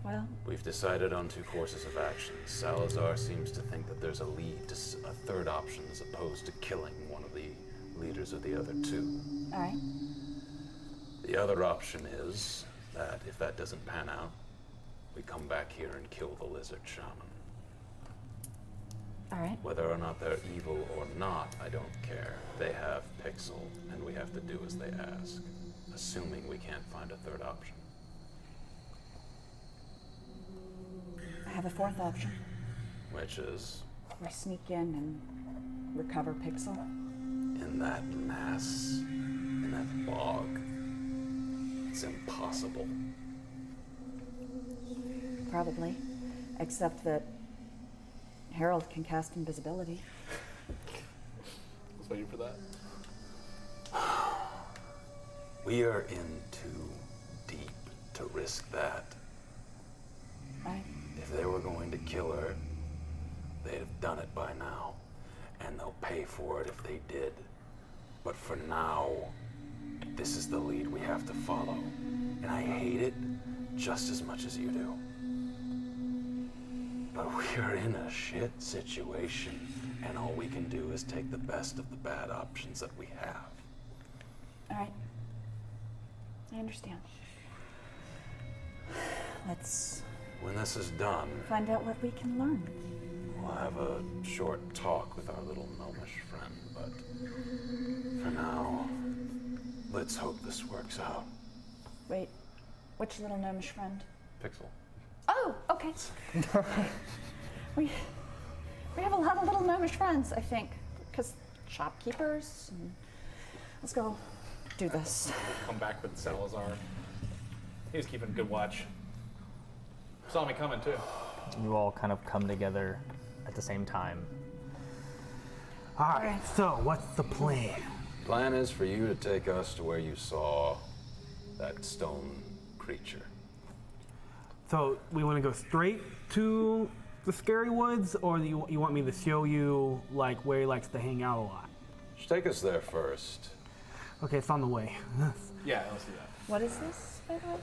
Speaker 8: Well,
Speaker 22: We've decided on two courses of action. Salazar seems to think that there's a lead to s- a third option as opposed to killing one of the leaders of the other two.
Speaker 8: all right.
Speaker 22: The other option is that if that doesn't pan out, we come back here and kill the lizard shaman.
Speaker 8: All right.
Speaker 22: Whether or not they're evil or not, I don't care. They have Pixel, and we have to do as they ask, assuming we can't find a third option.
Speaker 8: I have a fourth option.
Speaker 22: Which is
Speaker 8: I sneak in and recover Pixel.
Speaker 22: in that mass, in that bog. It's impossible.
Speaker 8: Probably. Except that Harold can cast invisibility.
Speaker 22: was waiting for that. We are in too deep to risk that.
Speaker 8: Right.
Speaker 22: If they were going to kill her, they'd have done it by now. And they'll pay for it if they did. But for now, this is the lead we have to follow. And I hate it just as much as you do. But we are in a shit situation, and all we can do is take the best of the bad options that we have.
Speaker 8: All right. I understand. Let's
Speaker 22: When this is done,
Speaker 8: find out what we can learn.
Speaker 22: We'll have a short talk with our little gnomish friend, but for now, let's hope this works out.
Speaker 8: Wait, which little gnomish friend?
Speaker 22: Pixel.
Speaker 8: Oh, okay. we, we have a lot of little gnomish friends, I think, because shopkeepers. And let's go do this.
Speaker 40: Come back with Salazar. He's keeping good watch. Saw me coming too.
Speaker 1: You all kind of come together at the same time.
Speaker 2: All right. So, what's the plan?
Speaker 22: Plan is for you to take us to where you saw that stone creature.
Speaker 2: So, we want to go straight to the scary woods, or you, you want me to show you like where he likes to hang out a lot?
Speaker 22: Just take us there first.
Speaker 2: Okay, it's on the way.
Speaker 22: Yeah, let's do that.
Speaker 8: What is this, by the way?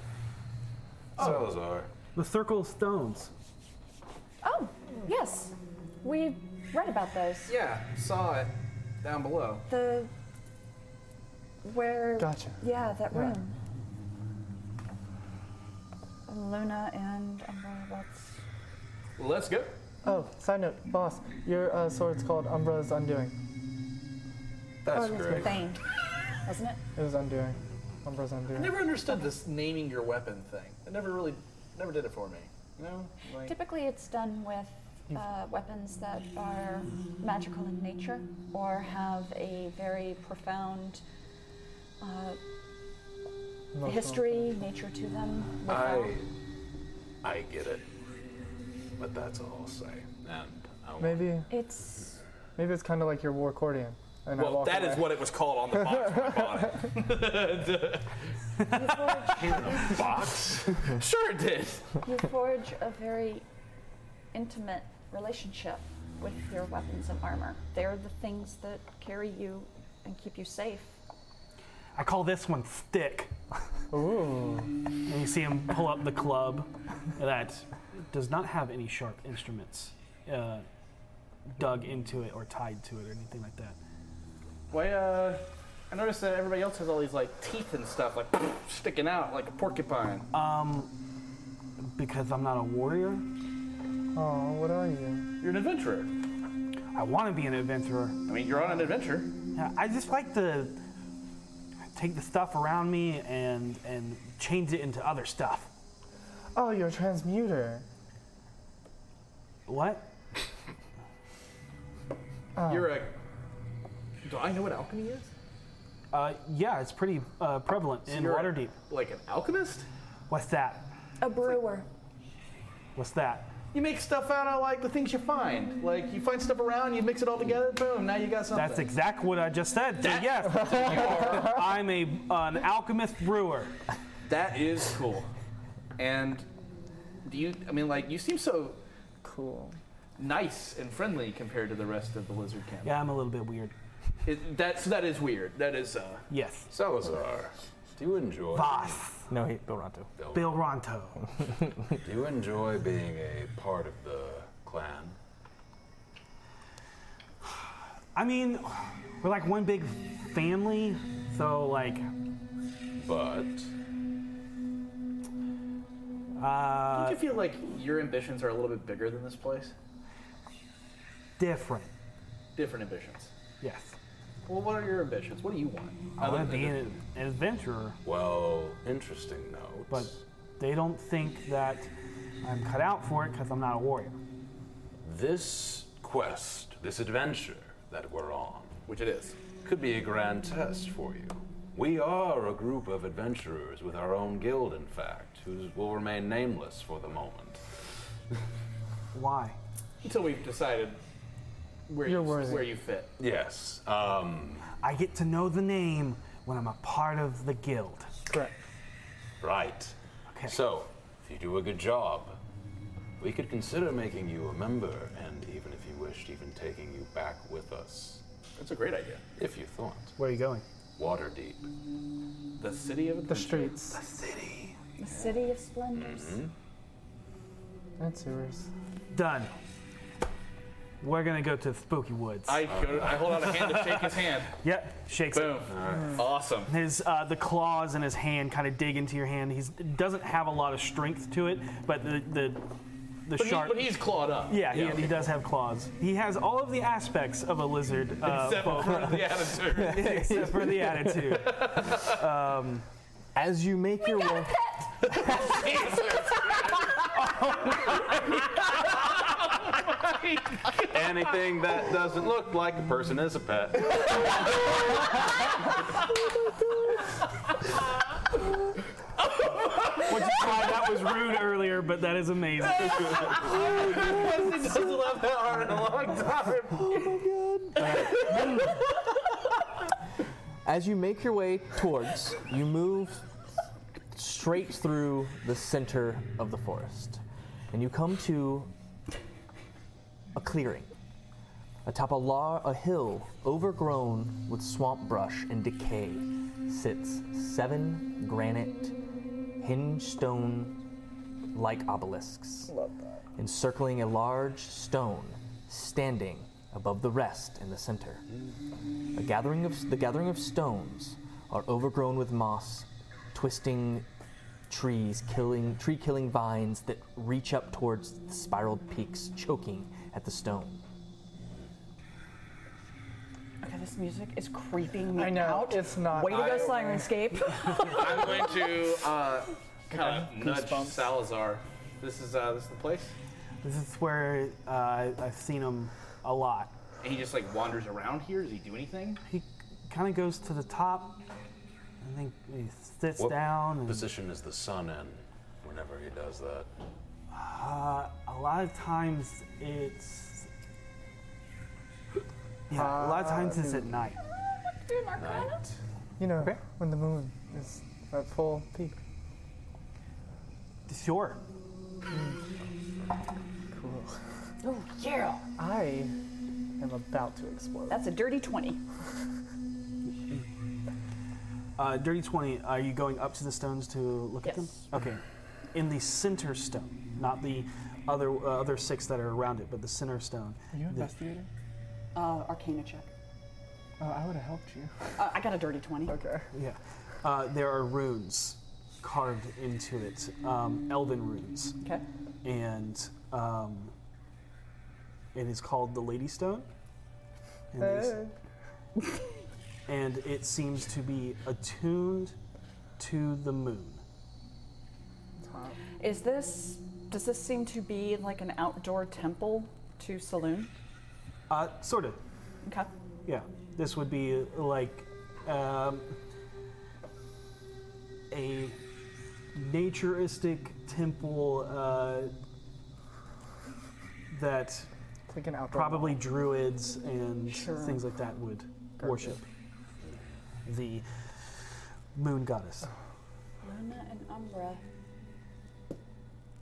Speaker 22: Salazar.
Speaker 2: the circle of stones.
Speaker 8: Oh, yes. We read about those.
Speaker 4: Yeah, saw it down below.
Speaker 8: The. Where.
Speaker 4: Gotcha.
Speaker 8: Yeah, that
Speaker 4: Yeah.
Speaker 8: room. And Luna and Umbrella Bots.
Speaker 6: Let's go.
Speaker 5: Oh, side note, boss, your uh, sword's called Umbrella's Undoing.
Speaker 22: That's
Speaker 5: Oh, that's
Speaker 22: great.
Speaker 5: good.
Speaker 8: Thing, wasn't it?
Speaker 5: It was Undoing. Umbrella's
Speaker 4: I
Speaker 5: Undoing.
Speaker 4: never understood this naming your weapon thing. It never really, never did it for me. You know, like
Speaker 8: Typically, it's done with uh, weapons that are magical in nature or have a very profound uh,
Speaker 22: Emotional.
Speaker 8: history, nature to them.
Speaker 22: I, I get it, but that's all I'll say. And I won't-
Speaker 5: Maybe.
Speaker 8: It's.
Speaker 5: Maybe it's kind of like your war accordion. And I
Speaker 6: well,
Speaker 5: walk
Speaker 6: that is
Speaker 5: away.
Speaker 6: what it was called on the box. when I bought it.
Speaker 7: box?
Speaker 6: sure it did.
Speaker 8: You forge a very intimate relationship with your weapons and armor. They're the things that carry you and keep you safe.
Speaker 2: I call this one stick. Ooh. And you see him pull up the club that does not have any sharp instruments uh, dug into it or tied to it or anything like that.
Speaker 6: Why, uh, I noticed that everybody else has all these like teeth and stuff, like sticking out like a porcupine.
Speaker 2: Um, because I'm not a warrior. Oh, what are you?
Speaker 6: You're an adventurer.
Speaker 2: I want to be an adventurer. I
Speaker 6: mean, you're on an adventure.
Speaker 2: Yeah, I just like to take the stuff around me and and change it into other stuff.
Speaker 5: Oh, you're a transmuter.
Speaker 2: What?
Speaker 6: You're a. Do I know what alchemy is?
Speaker 2: Uh, yeah, it's pretty uh, prevalent
Speaker 6: So
Speaker 2: in
Speaker 6: you're a-
Speaker 2: Waterdeep.
Speaker 6: Like an alchemist?
Speaker 2: What's that?
Speaker 8: A brewer.
Speaker 2: What's that?
Speaker 6: You make stuff out of like the things you find. Like you find stuff around, you mix it all together, boom, now you got something.
Speaker 2: That's exactly what I just said. So yes, I'm a an alchemist brewer.
Speaker 6: That is cool. And do you? I mean, like you seem so cool, nice and friendly compared to the rest of the lizard camp.
Speaker 2: Yeah, I'm a little bit weird.
Speaker 6: It, that's that is weird. That is. uh
Speaker 2: Yes.
Speaker 22: Salazar, do you enjoy?
Speaker 2: Voss.
Speaker 1: No, he, Bill Ronto.
Speaker 2: Bill Ronto.
Speaker 22: do you enjoy being a part of the clan?
Speaker 2: I mean, we're like one big family, so like.
Speaker 22: But
Speaker 2: Uh,
Speaker 6: Don't you feel like your ambitions are a little bit bigger than this place?
Speaker 2: different.
Speaker 6: Different ambitions.
Speaker 2: Yes.
Speaker 6: Well, what are your ambitions? What do you want?
Speaker 2: I
Speaker 6: Other
Speaker 2: want to
Speaker 6: than
Speaker 2: be
Speaker 6: the-
Speaker 2: an, an adventurer,
Speaker 22: well, interesting note.
Speaker 2: but they don't think that I'm cut out for it because I'm not a warrior.
Speaker 22: This quest, this adventure that we're on,
Speaker 6: which it is,
Speaker 22: could be a grand test for you. We are a group of adventurers with our own guild, in fact, who will remain nameless for the moment.
Speaker 2: Why?
Speaker 6: Until we've decided where you
Speaker 2: You're worthy.
Speaker 6: where you fit.
Speaker 22: Yes. Um,
Speaker 2: I get to know the name when I'm a part of the guild. Correct.
Speaker 22: right. Okay. So, if you do a good job, we could consider making you a member, and even if you wished, even taking you back with us.
Speaker 6: That's a great idea.
Speaker 22: If you thought.
Speaker 2: Where are you going?
Speaker 22: Waterdeep.
Speaker 6: The city of
Speaker 5: The streets. The
Speaker 22: city.
Speaker 8: The city of splendors.
Speaker 6: Hmm?
Speaker 2: Mm-hmm.
Speaker 5: That's yours.
Speaker 2: Done. We're gonna go to Spooky Woods.
Speaker 6: I, go, I hold out a hand to shake his hand.
Speaker 2: Yep, shakes
Speaker 6: Boom.
Speaker 2: it.
Speaker 6: Awesome.
Speaker 2: His uh, the claws in his hand kind of dig into your hand. He doesn't have a lot of strength to it, but the the, the
Speaker 6: but, he-
Speaker 2: sharp.
Speaker 6: but he's clawed up.
Speaker 2: yeah, he,
Speaker 6: okay.
Speaker 2: he does have claws. He has all of the aspects of a lizard, uh,
Speaker 6: Except
Speaker 2: folk.
Speaker 6: for the attitude.
Speaker 2: Except for the attitude. Um,
Speaker 1: As you make your way.
Speaker 7: Anything that doesn't look like a person is a pet.
Speaker 2: which is why that was rude earlier, but that is amazing.
Speaker 6: doesn't love that hard in a long time.
Speaker 1: Oh my god. As you make your way towards, you move straight through the center of the forest. And you come to a clearing atop a, lar- a hill overgrown with swamp brush and decay sits seven granite hinge stone like obelisks encircling a large stone standing above the rest in the center a gathering of the gathering of stones are overgrown with moss twisting trees killing tree killing vines that reach up towards the spiraled peaks choking at the stone
Speaker 37: Okay, this music is creeping me
Speaker 5: I know,
Speaker 37: out.
Speaker 5: it's not-
Speaker 37: Way to
Speaker 5: I-
Speaker 37: go, Sirenscape.
Speaker 6: I'm going to uh, kind of nudge Salazar. This is uh, this is the place.
Speaker 2: This is where uh, I- I've seen him a lot.
Speaker 6: And he just like wanders around here. Does he do anything?
Speaker 2: He kind of goes to the top, and then he sits
Speaker 22: what
Speaker 2: down. And,
Speaker 22: position is the sun in whenever he does that?
Speaker 2: uh, a lot of times, it's Yeah, a lot of times it's at
Speaker 5: Um,
Speaker 2: night.
Speaker 5: You know, when the moon is at full peak.
Speaker 2: Sure.
Speaker 5: Cool.
Speaker 47: Oh, yeah.
Speaker 5: I am about to explode.
Speaker 3: That's a dirty 20.
Speaker 2: Uh, Dirty 20, are you going up to the stones to look at them?
Speaker 3: Yes.
Speaker 2: Okay. In the center stone, not the other uh, other six that are around it, but the center stone.
Speaker 5: Are you
Speaker 2: The-
Speaker 5: investigating?
Speaker 37: Uh, Arcana check.
Speaker 5: Oh, I would have helped you.
Speaker 37: Uh, I got a dirty 20.
Speaker 5: Okay.
Speaker 2: Yeah. Uh, there are runes carved into it, um, elven runes.
Speaker 37: Okay.
Speaker 2: And um, it is called the Lady Stone. And, they s- and it seems to be attuned to the moon.
Speaker 37: Is this, does this seem to be like an outdoor temple to saloon?
Speaker 2: Uh, sort of.
Speaker 37: Okay.
Speaker 2: Yeah. This would be uh, like um, a naturistic temple uh, that probably druids and things like that would
Speaker 37: Gotcha.
Speaker 2: worship the moon goddess.
Speaker 8: Luna and Umbra.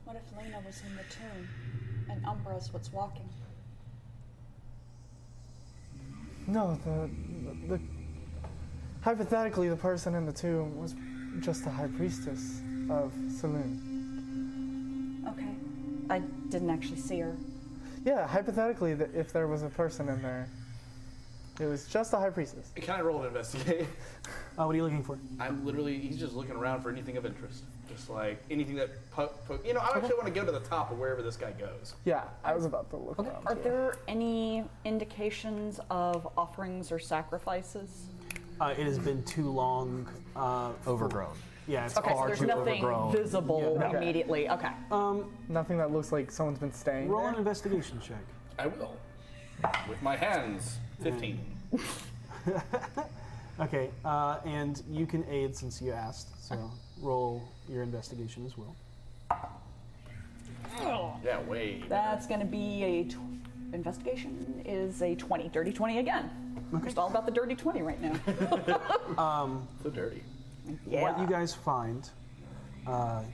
Speaker 8: What if Luna was in the tomb and Umbra's what's walking?
Speaker 5: No, the, the hypothetically the person in the tomb was just the high priestess of Saloon.
Speaker 8: Okay.
Speaker 37: I didn't actually see her.
Speaker 5: Yeah, hypothetically, that if there was a person in there, it was just the high priestess.
Speaker 4: Can I roll an investigate?
Speaker 2: Uh, what are you looking for?
Speaker 4: I'm literally, he's just looking around for anything of interest. Just like anything that, po- po- you know, I actually want to go to the top of wherever this guy goes.
Speaker 5: Yeah, I was about to look
Speaker 2: Oh,
Speaker 5: around.
Speaker 37: Are there any indications of offerings or sacrifices?
Speaker 2: Uh, it has been too long. Uh, for-
Speaker 1: Overgrown.
Speaker 2: yeah, it's
Speaker 37: Okay, so
Speaker 2: far
Speaker 37: there's
Speaker 2: too
Speaker 37: nothing
Speaker 2: overgrown.
Speaker 37: visible
Speaker 2: Yeah.
Speaker 37: immediately. Okay.
Speaker 2: Um,
Speaker 5: Nothing that looks like someone's been staying.
Speaker 2: Roll
Speaker 5: there.
Speaker 2: an investigation check.
Speaker 4: I will. With my hands. 15.
Speaker 2: Okay, uh, and you can aid since you asked, so roll your investigation as well. Oh.
Speaker 4: Yeah, way.
Speaker 37: That's going to be a tw- investigation is a 20, dirty 20 again. It's all about the dirty 20 right now.
Speaker 2: Um,
Speaker 4: so dirty.
Speaker 2: What
Speaker 37: Yeah.
Speaker 2: you guys find uh,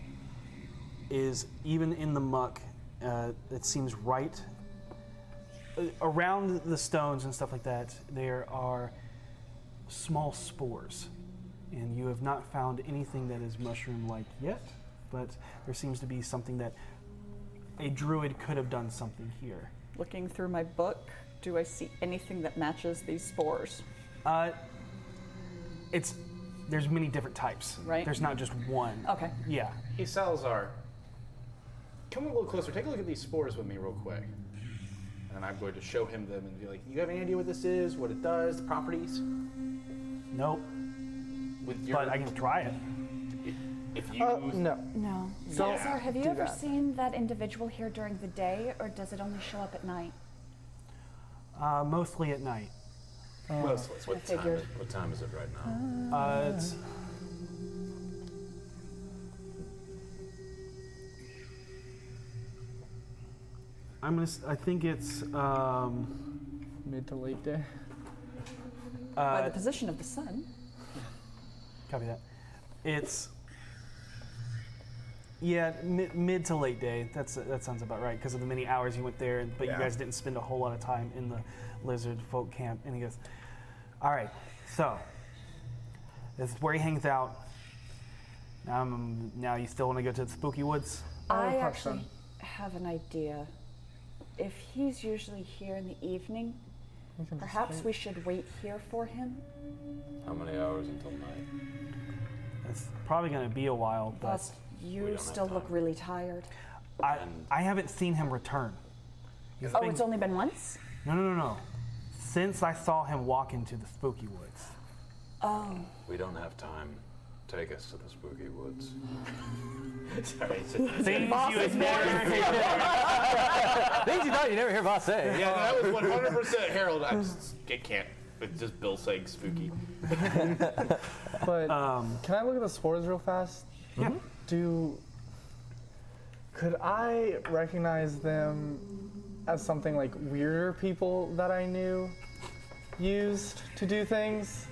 Speaker 2: is even in the muck, uh, it seems right uh, around the stones and stuff like that. There are small spores, and you have not found anything that is mushroom-like yet. But there seems to be something that a druid could have done something here.
Speaker 37: Looking through my book, do I see anything that matches these spores?
Speaker 2: Uh, it's there's many different types.
Speaker 37: Right.
Speaker 2: There's not just one.
Speaker 37: Okay.
Speaker 2: Yeah.
Speaker 4: Hey, Salazar, come a little closer. Take a look at these spores with me, real quick. And I'm going to show him them and be like, you have any idea what this is, what it does, the properties?
Speaker 2: Nope.
Speaker 4: With your,
Speaker 2: but I can try it.
Speaker 4: If you.
Speaker 8: No.
Speaker 4: Yeah,
Speaker 8: Salazar, have you
Speaker 4: do
Speaker 8: ever
Speaker 4: that.
Speaker 8: seen that individual here during the day, or does it only show up at night?
Speaker 2: Uh, mostly at night.
Speaker 5: Uh,
Speaker 8: Mostly. I
Speaker 22: What time,
Speaker 8: figured.
Speaker 22: is, what time is it right now?
Speaker 2: Uh, it's I'm gonna. s- I think it's um,
Speaker 5: mid to late day.
Speaker 37: By
Speaker 2: Uh,
Speaker 37: the position of the sun.
Speaker 2: copy that. It's yeah, mid, mid to late day. That's that sounds about right because of the many hours you went there. But
Speaker 13: Yeah.
Speaker 2: you guys didn't spend a whole lot of time in the lizard folk camp. And he goes, "All right, so this is where he hangs out. Now, I'm, now you still want to go to the spooky woods?
Speaker 8: I
Speaker 2: Oh,
Speaker 8: actually have an idea. If he's usually here in the evening, perhaps we should wait here for him.
Speaker 22: How many hours until night?
Speaker 2: It's probably going to be a while, but
Speaker 8: Plus, you still look really tired.
Speaker 2: I, I haven't seen him return. He's
Speaker 8: Oh,
Speaker 2: been-
Speaker 8: it's only been once?
Speaker 2: no, no, no, no. Since I saw him walk into the spooky woods.
Speaker 8: Oh.
Speaker 22: We don't have time. Take us to the spooky woods.
Speaker 4: Sorry.
Speaker 41: Things Boss you is never-
Speaker 1: Things you thought you never hear Boss say.
Speaker 4: Yeah, that was 100% Harold. I, just, I can't. It's just Bill saying spooky.
Speaker 5: But can I look at the spores real fast?
Speaker 2: Um,
Speaker 5: Mm-hmm.
Speaker 2: Yeah.
Speaker 5: Do could I recognize them as something like weirder people that I knew? used to do things?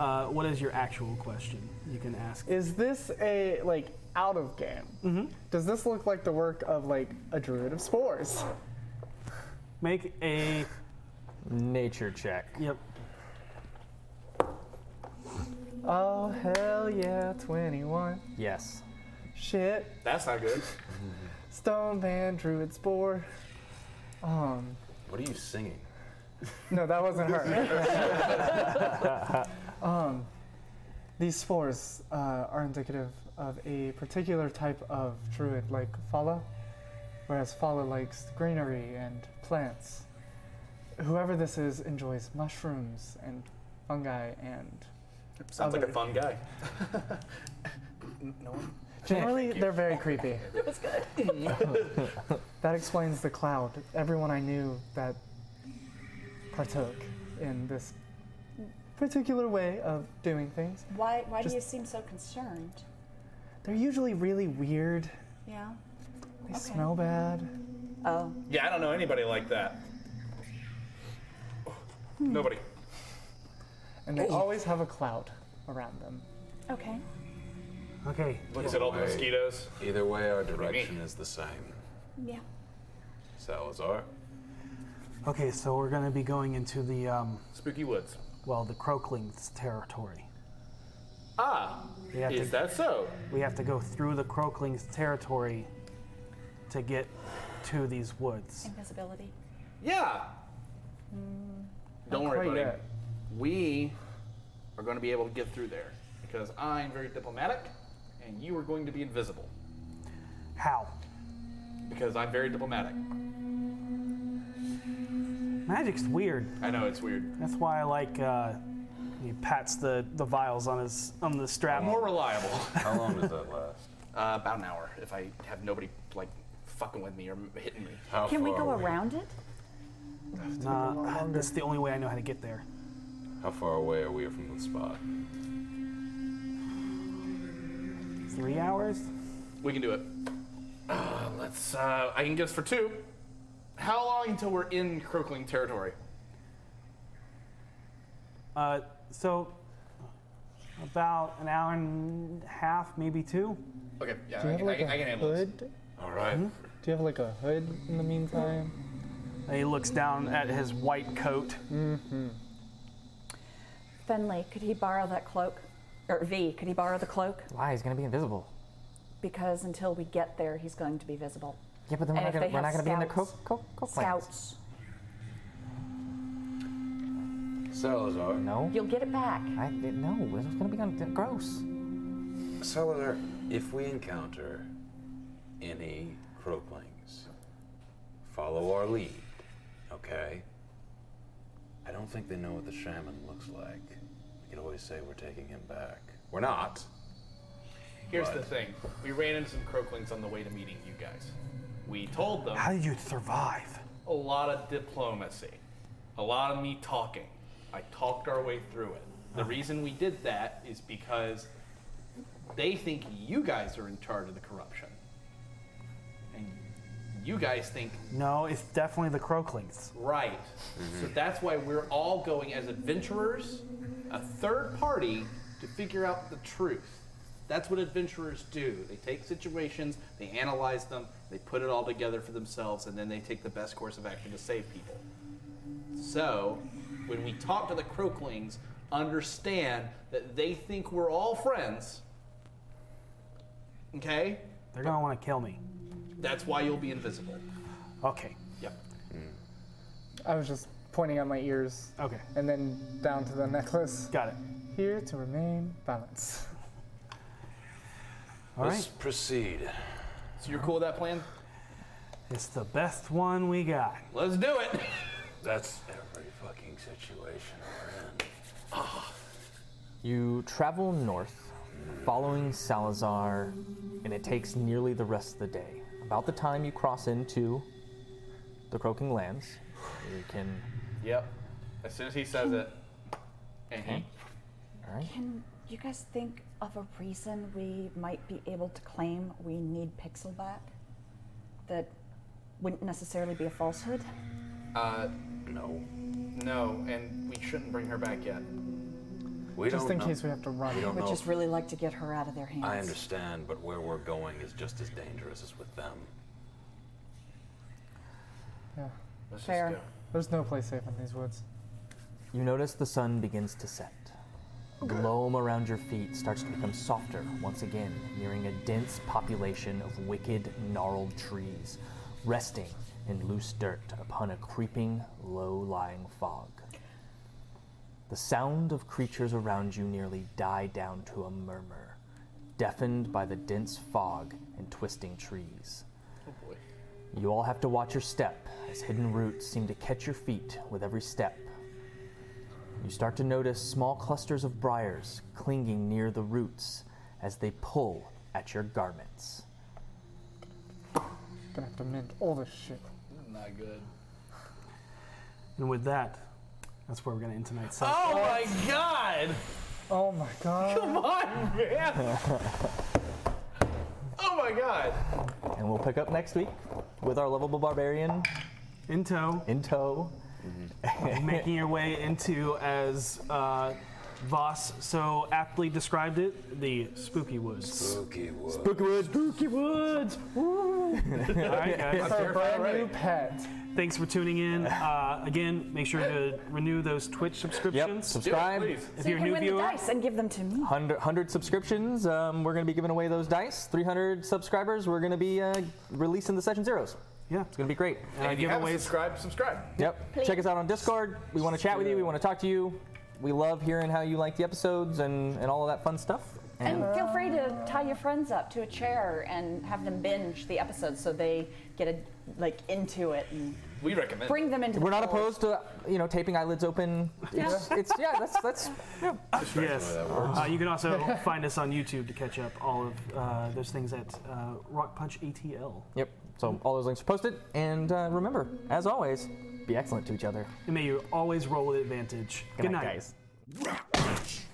Speaker 2: Uh, what is your actual question? You can ask.
Speaker 5: Is this a like out of game? Mm-hmm. Does this look like the work of like a druid of spores?
Speaker 2: Make a
Speaker 1: nature check.
Speaker 2: Yep.
Speaker 5: Oh hell yeah, twenty-one.
Speaker 1: Yes.
Speaker 5: Shit,
Speaker 6: That's not good.
Speaker 5: stone man, druid spore. Um,
Speaker 22: What are you singing?
Speaker 5: no, that wasn't her. um, these spores uh, are indicative of a particular type of druid, like Fala, whereas Fala likes greenery and plants. Whoever this is enjoys mushrooms and fungi and.
Speaker 6: Sounds like a
Speaker 5: other-
Speaker 6: fun guy. no one.
Speaker 5: Generally, they're very creepy.
Speaker 6: It was
Speaker 5: good. that explains the cloud. Everyone I knew that partook in this particular way of doing things.
Speaker 8: Why, why
Speaker 5: Just-
Speaker 8: do you seem so concerned?
Speaker 5: They're usually really weird.
Speaker 8: Yeah.
Speaker 5: They smell bad.
Speaker 8: Oh.
Speaker 6: Yeah, I don't know anybody like that. Nobody.
Speaker 5: And they
Speaker 6: Oh.
Speaker 5: always have a cloud around them.
Speaker 8: Okay.
Speaker 2: Okay.
Speaker 6: Is it all the mosquitoes?
Speaker 22: Either way, our
Speaker 6: be me.
Speaker 22: direction is the same.
Speaker 8: Yeah.
Speaker 22: Salazar.
Speaker 2: Okay, so we're going to be going into the um,
Speaker 6: spooky woods.
Speaker 2: Well, the Croaklings territory.
Speaker 6: Ah,
Speaker 2: We have
Speaker 6: is
Speaker 2: to-
Speaker 6: that so?
Speaker 2: We have to go through the Croaklings territory to get to these woods.
Speaker 8: Invisibility.
Speaker 6: Yeah. Don't
Speaker 2: Not
Speaker 6: worry,
Speaker 2: quite
Speaker 6: buddy.
Speaker 2: yet.
Speaker 6: We are going to be able to get through there because I'm very diplomatic, and you are going to be invisible
Speaker 2: How?
Speaker 6: because I'm very diplomatic.
Speaker 2: Magic's weird.
Speaker 6: I know it's weird.
Speaker 2: That's why I like uh, he pats the, the vials on his on the strap.
Speaker 6: More reliable.
Speaker 2: How long does
Speaker 6: that last? Uh, about an hour if I have nobody like fucking with me or hitting me.
Speaker 8: Can we go around it?
Speaker 2: Nah, that's the only way I know how to get there.
Speaker 22: How far away are we from the spot?
Speaker 2: Three hours?
Speaker 6: We can do it. Uh, let's. Uh, I can guess for two. How long until we're in Croakling territory?
Speaker 2: Uh, so about an hour and a half, maybe two. Hmm?
Speaker 6: Okay,
Speaker 5: Do you have like a hood?
Speaker 22: All right.
Speaker 5: Do you have like a hood in the meantime?
Speaker 2: And he looks down at his white coat.
Speaker 5: Mm-hmm.
Speaker 8: Finley, could he borrow that cloak? Or V, could he borrow the cloak?
Speaker 1: Why? He's gonna be invisible.
Speaker 8: Because until we get there, he's going to be visible.
Speaker 1: Yeah, but then we're
Speaker 8: And if
Speaker 1: not gonna-
Speaker 8: they
Speaker 1: we're
Speaker 8: have
Speaker 1: not gonna be in the
Speaker 8: scouts-
Speaker 1: co- co- co-plans.
Speaker 8: Scouts.
Speaker 22: Salazar.
Speaker 1: No.
Speaker 8: You'll get it back.
Speaker 1: I didn't know. It's gonna be gonna- gross.
Speaker 22: Salazar, if we encounter any croaklings, follow our lead, okay? I don't think they know what the shaman looks like. We could always say we're taking him back. We're not.
Speaker 6: Here's
Speaker 22: Right.
Speaker 6: the thing: we ran into some croaklings on the way to meeting you guys. We told them
Speaker 2: How did you survive?
Speaker 6: a lot of diplomacy, a lot of me talking. I talked our way through it. The
Speaker 2: Uh-huh.
Speaker 6: reason we did that is because they think you guys are in charge of the corruption, and you guys think
Speaker 2: No, it's definitely the Croaklings.
Speaker 6: Right. So
Speaker 22: Mm-hmm.
Speaker 6: that's why we're all going as adventurers, a third party to figure out the truth. That's what adventurers do. They take situations, they analyze them, they put it all together for themselves, and then they take the best course of action to save people. So, when we talk to the Croaklings, understand that they think we're all friends. Okay?
Speaker 2: They're gonna want to kill me.
Speaker 6: That's why you'll be invisible.
Speaker 2: Okay.
Speaker 6: Yep.
Speaker 5: I was just pointing at my ears.
Speaker 2: Okay.
Speaker 5: And then down to the necklace.
Speaker 2: Got it.
Speaker 5: Here to remain balanced.
Speaker 22: Let's proceed.
Speaker 6: So, you're cool with that plan?
Speaker 2: It's the best one we got.
Speaker 6: Let's do it!
Speaker 22: That's every fucking situation we're in.
Speaker 6: Ah,
Speaker 1: You travel north, following Salazar, and it takes nearly the rest of the day. About the time you cross into the Croaking Lands, you can.
Speaker 6: Yep. As soon as he says it, and he
Speaker 1: All right.
Speaker 8: Can you guys think of a reason we might be able to claim we need Pixel back? That wouldn't necessarily be a falsehood?
Speaker 6: Uh,
Speaker 22: No.
Speaker 4: No, and we shouldn't bring her back yet.
Speaker 22: We
Speaker 5: just
Speaker 22: don't
Speaker 5: in
Speaker 22: know.
Speaker 5: case we have to run.
Speaker 22: We don't
Speaker 47: Would
Speaker 22: know.
Speaker 47: just really like to get her out of their hands.
Speaker 22: I understand, but where we're going is just as dangerous as with them.
Speaker 5: Yeah.
Speaker 4: Let's
Speaker 5: just go. There's no place safe in these woods.
Speaker 1: You notice the sun begins to set. The loam around your feet starts to become softer once again, nearing a dense population of wicked, gnarled trees, resting in loose dirt upon a creeping, low lying fog. The sound of creatures around you nearly die down to a murmur, deafened by the dense fog and twisting trees.
Speaker 6: Oh boy.
Speaker 1: You all have to watch your step as hidden roots seem to catch your feet with every step. You start to notice small clusters of briars clinging near the roots as they pull at your garments.
Speaker 5: Gonna have to mend all this shit.
Speaker 4: Not good.
Speaker 2: And with that, that's where we're going to end tonight's session.
Speaker 41: Oh my
Speaker 6: god!
Speaker 5: Oh my god.
Speaker 41: Come on, man!
Speaker 6: Oh my god!
Speaker 1: And we'll pick up next week with our lovable barbarian
Speaker 2: in tow.
Speaker 1: In tow.
Speaker 2: making your way into, as uh, Voss so aptly described it, the spooky woods. Spooky woods. Spooky woods. Spooky woods. All right, guys.
Speaker 5: It's our brand new pet.
Speaker 2: Thanks for tuning in. Uh, again, make sure to renew those Twitch subscriptions.
Speaker 1: subscribe. Do it, please.
Speaker 2: if
Speaker 1: So you
Speaker 2: you're a
Speaker 1: can
Speaker 2: new
Speaker 1: win the
Speaker 2: viewer,
Speaker 47: Dice and give them to me.
Speaker 1: 100, 100 subscriptions. Um, we're going to be giving away those dice. 300 subscribers. We're going to be uh, releasing the session zeros.
Speaker 2: Yeah.
Speaker 1: It's going to be great.
Speaker 4: And if you haven't subscribed, subscribe.
Speaker 1: Yep. Check us out on Discord. We want to chat with you. We want to talk to you. We love hearing how you like the episodes and, and all of that fun stuff.
Speaker 8: And feel free to tie your friends up to a chair and have them binge the episode so they get a, like into it. And
Speaker 6: We recommend.
Speaker 8: Bring them into the
Speaker 1: We're not
Speaker 8: fold.
Speaker 1: opposed to you know taping eyelids open. It's, it's yeah. That's that's yeah.
Speaker 2: Ah, Yes. Uh, you can also find us on YouTube to catch up all of uh, those things at uh, Rock Punch ATL.
Speaker 1: Yep. So all those links are posted. And uh, remember, as always, be excellent to each other.
Speaker 2: And may you always roll with advantage.
Speaker 1: Good night, guys.
Speaker 2: guys.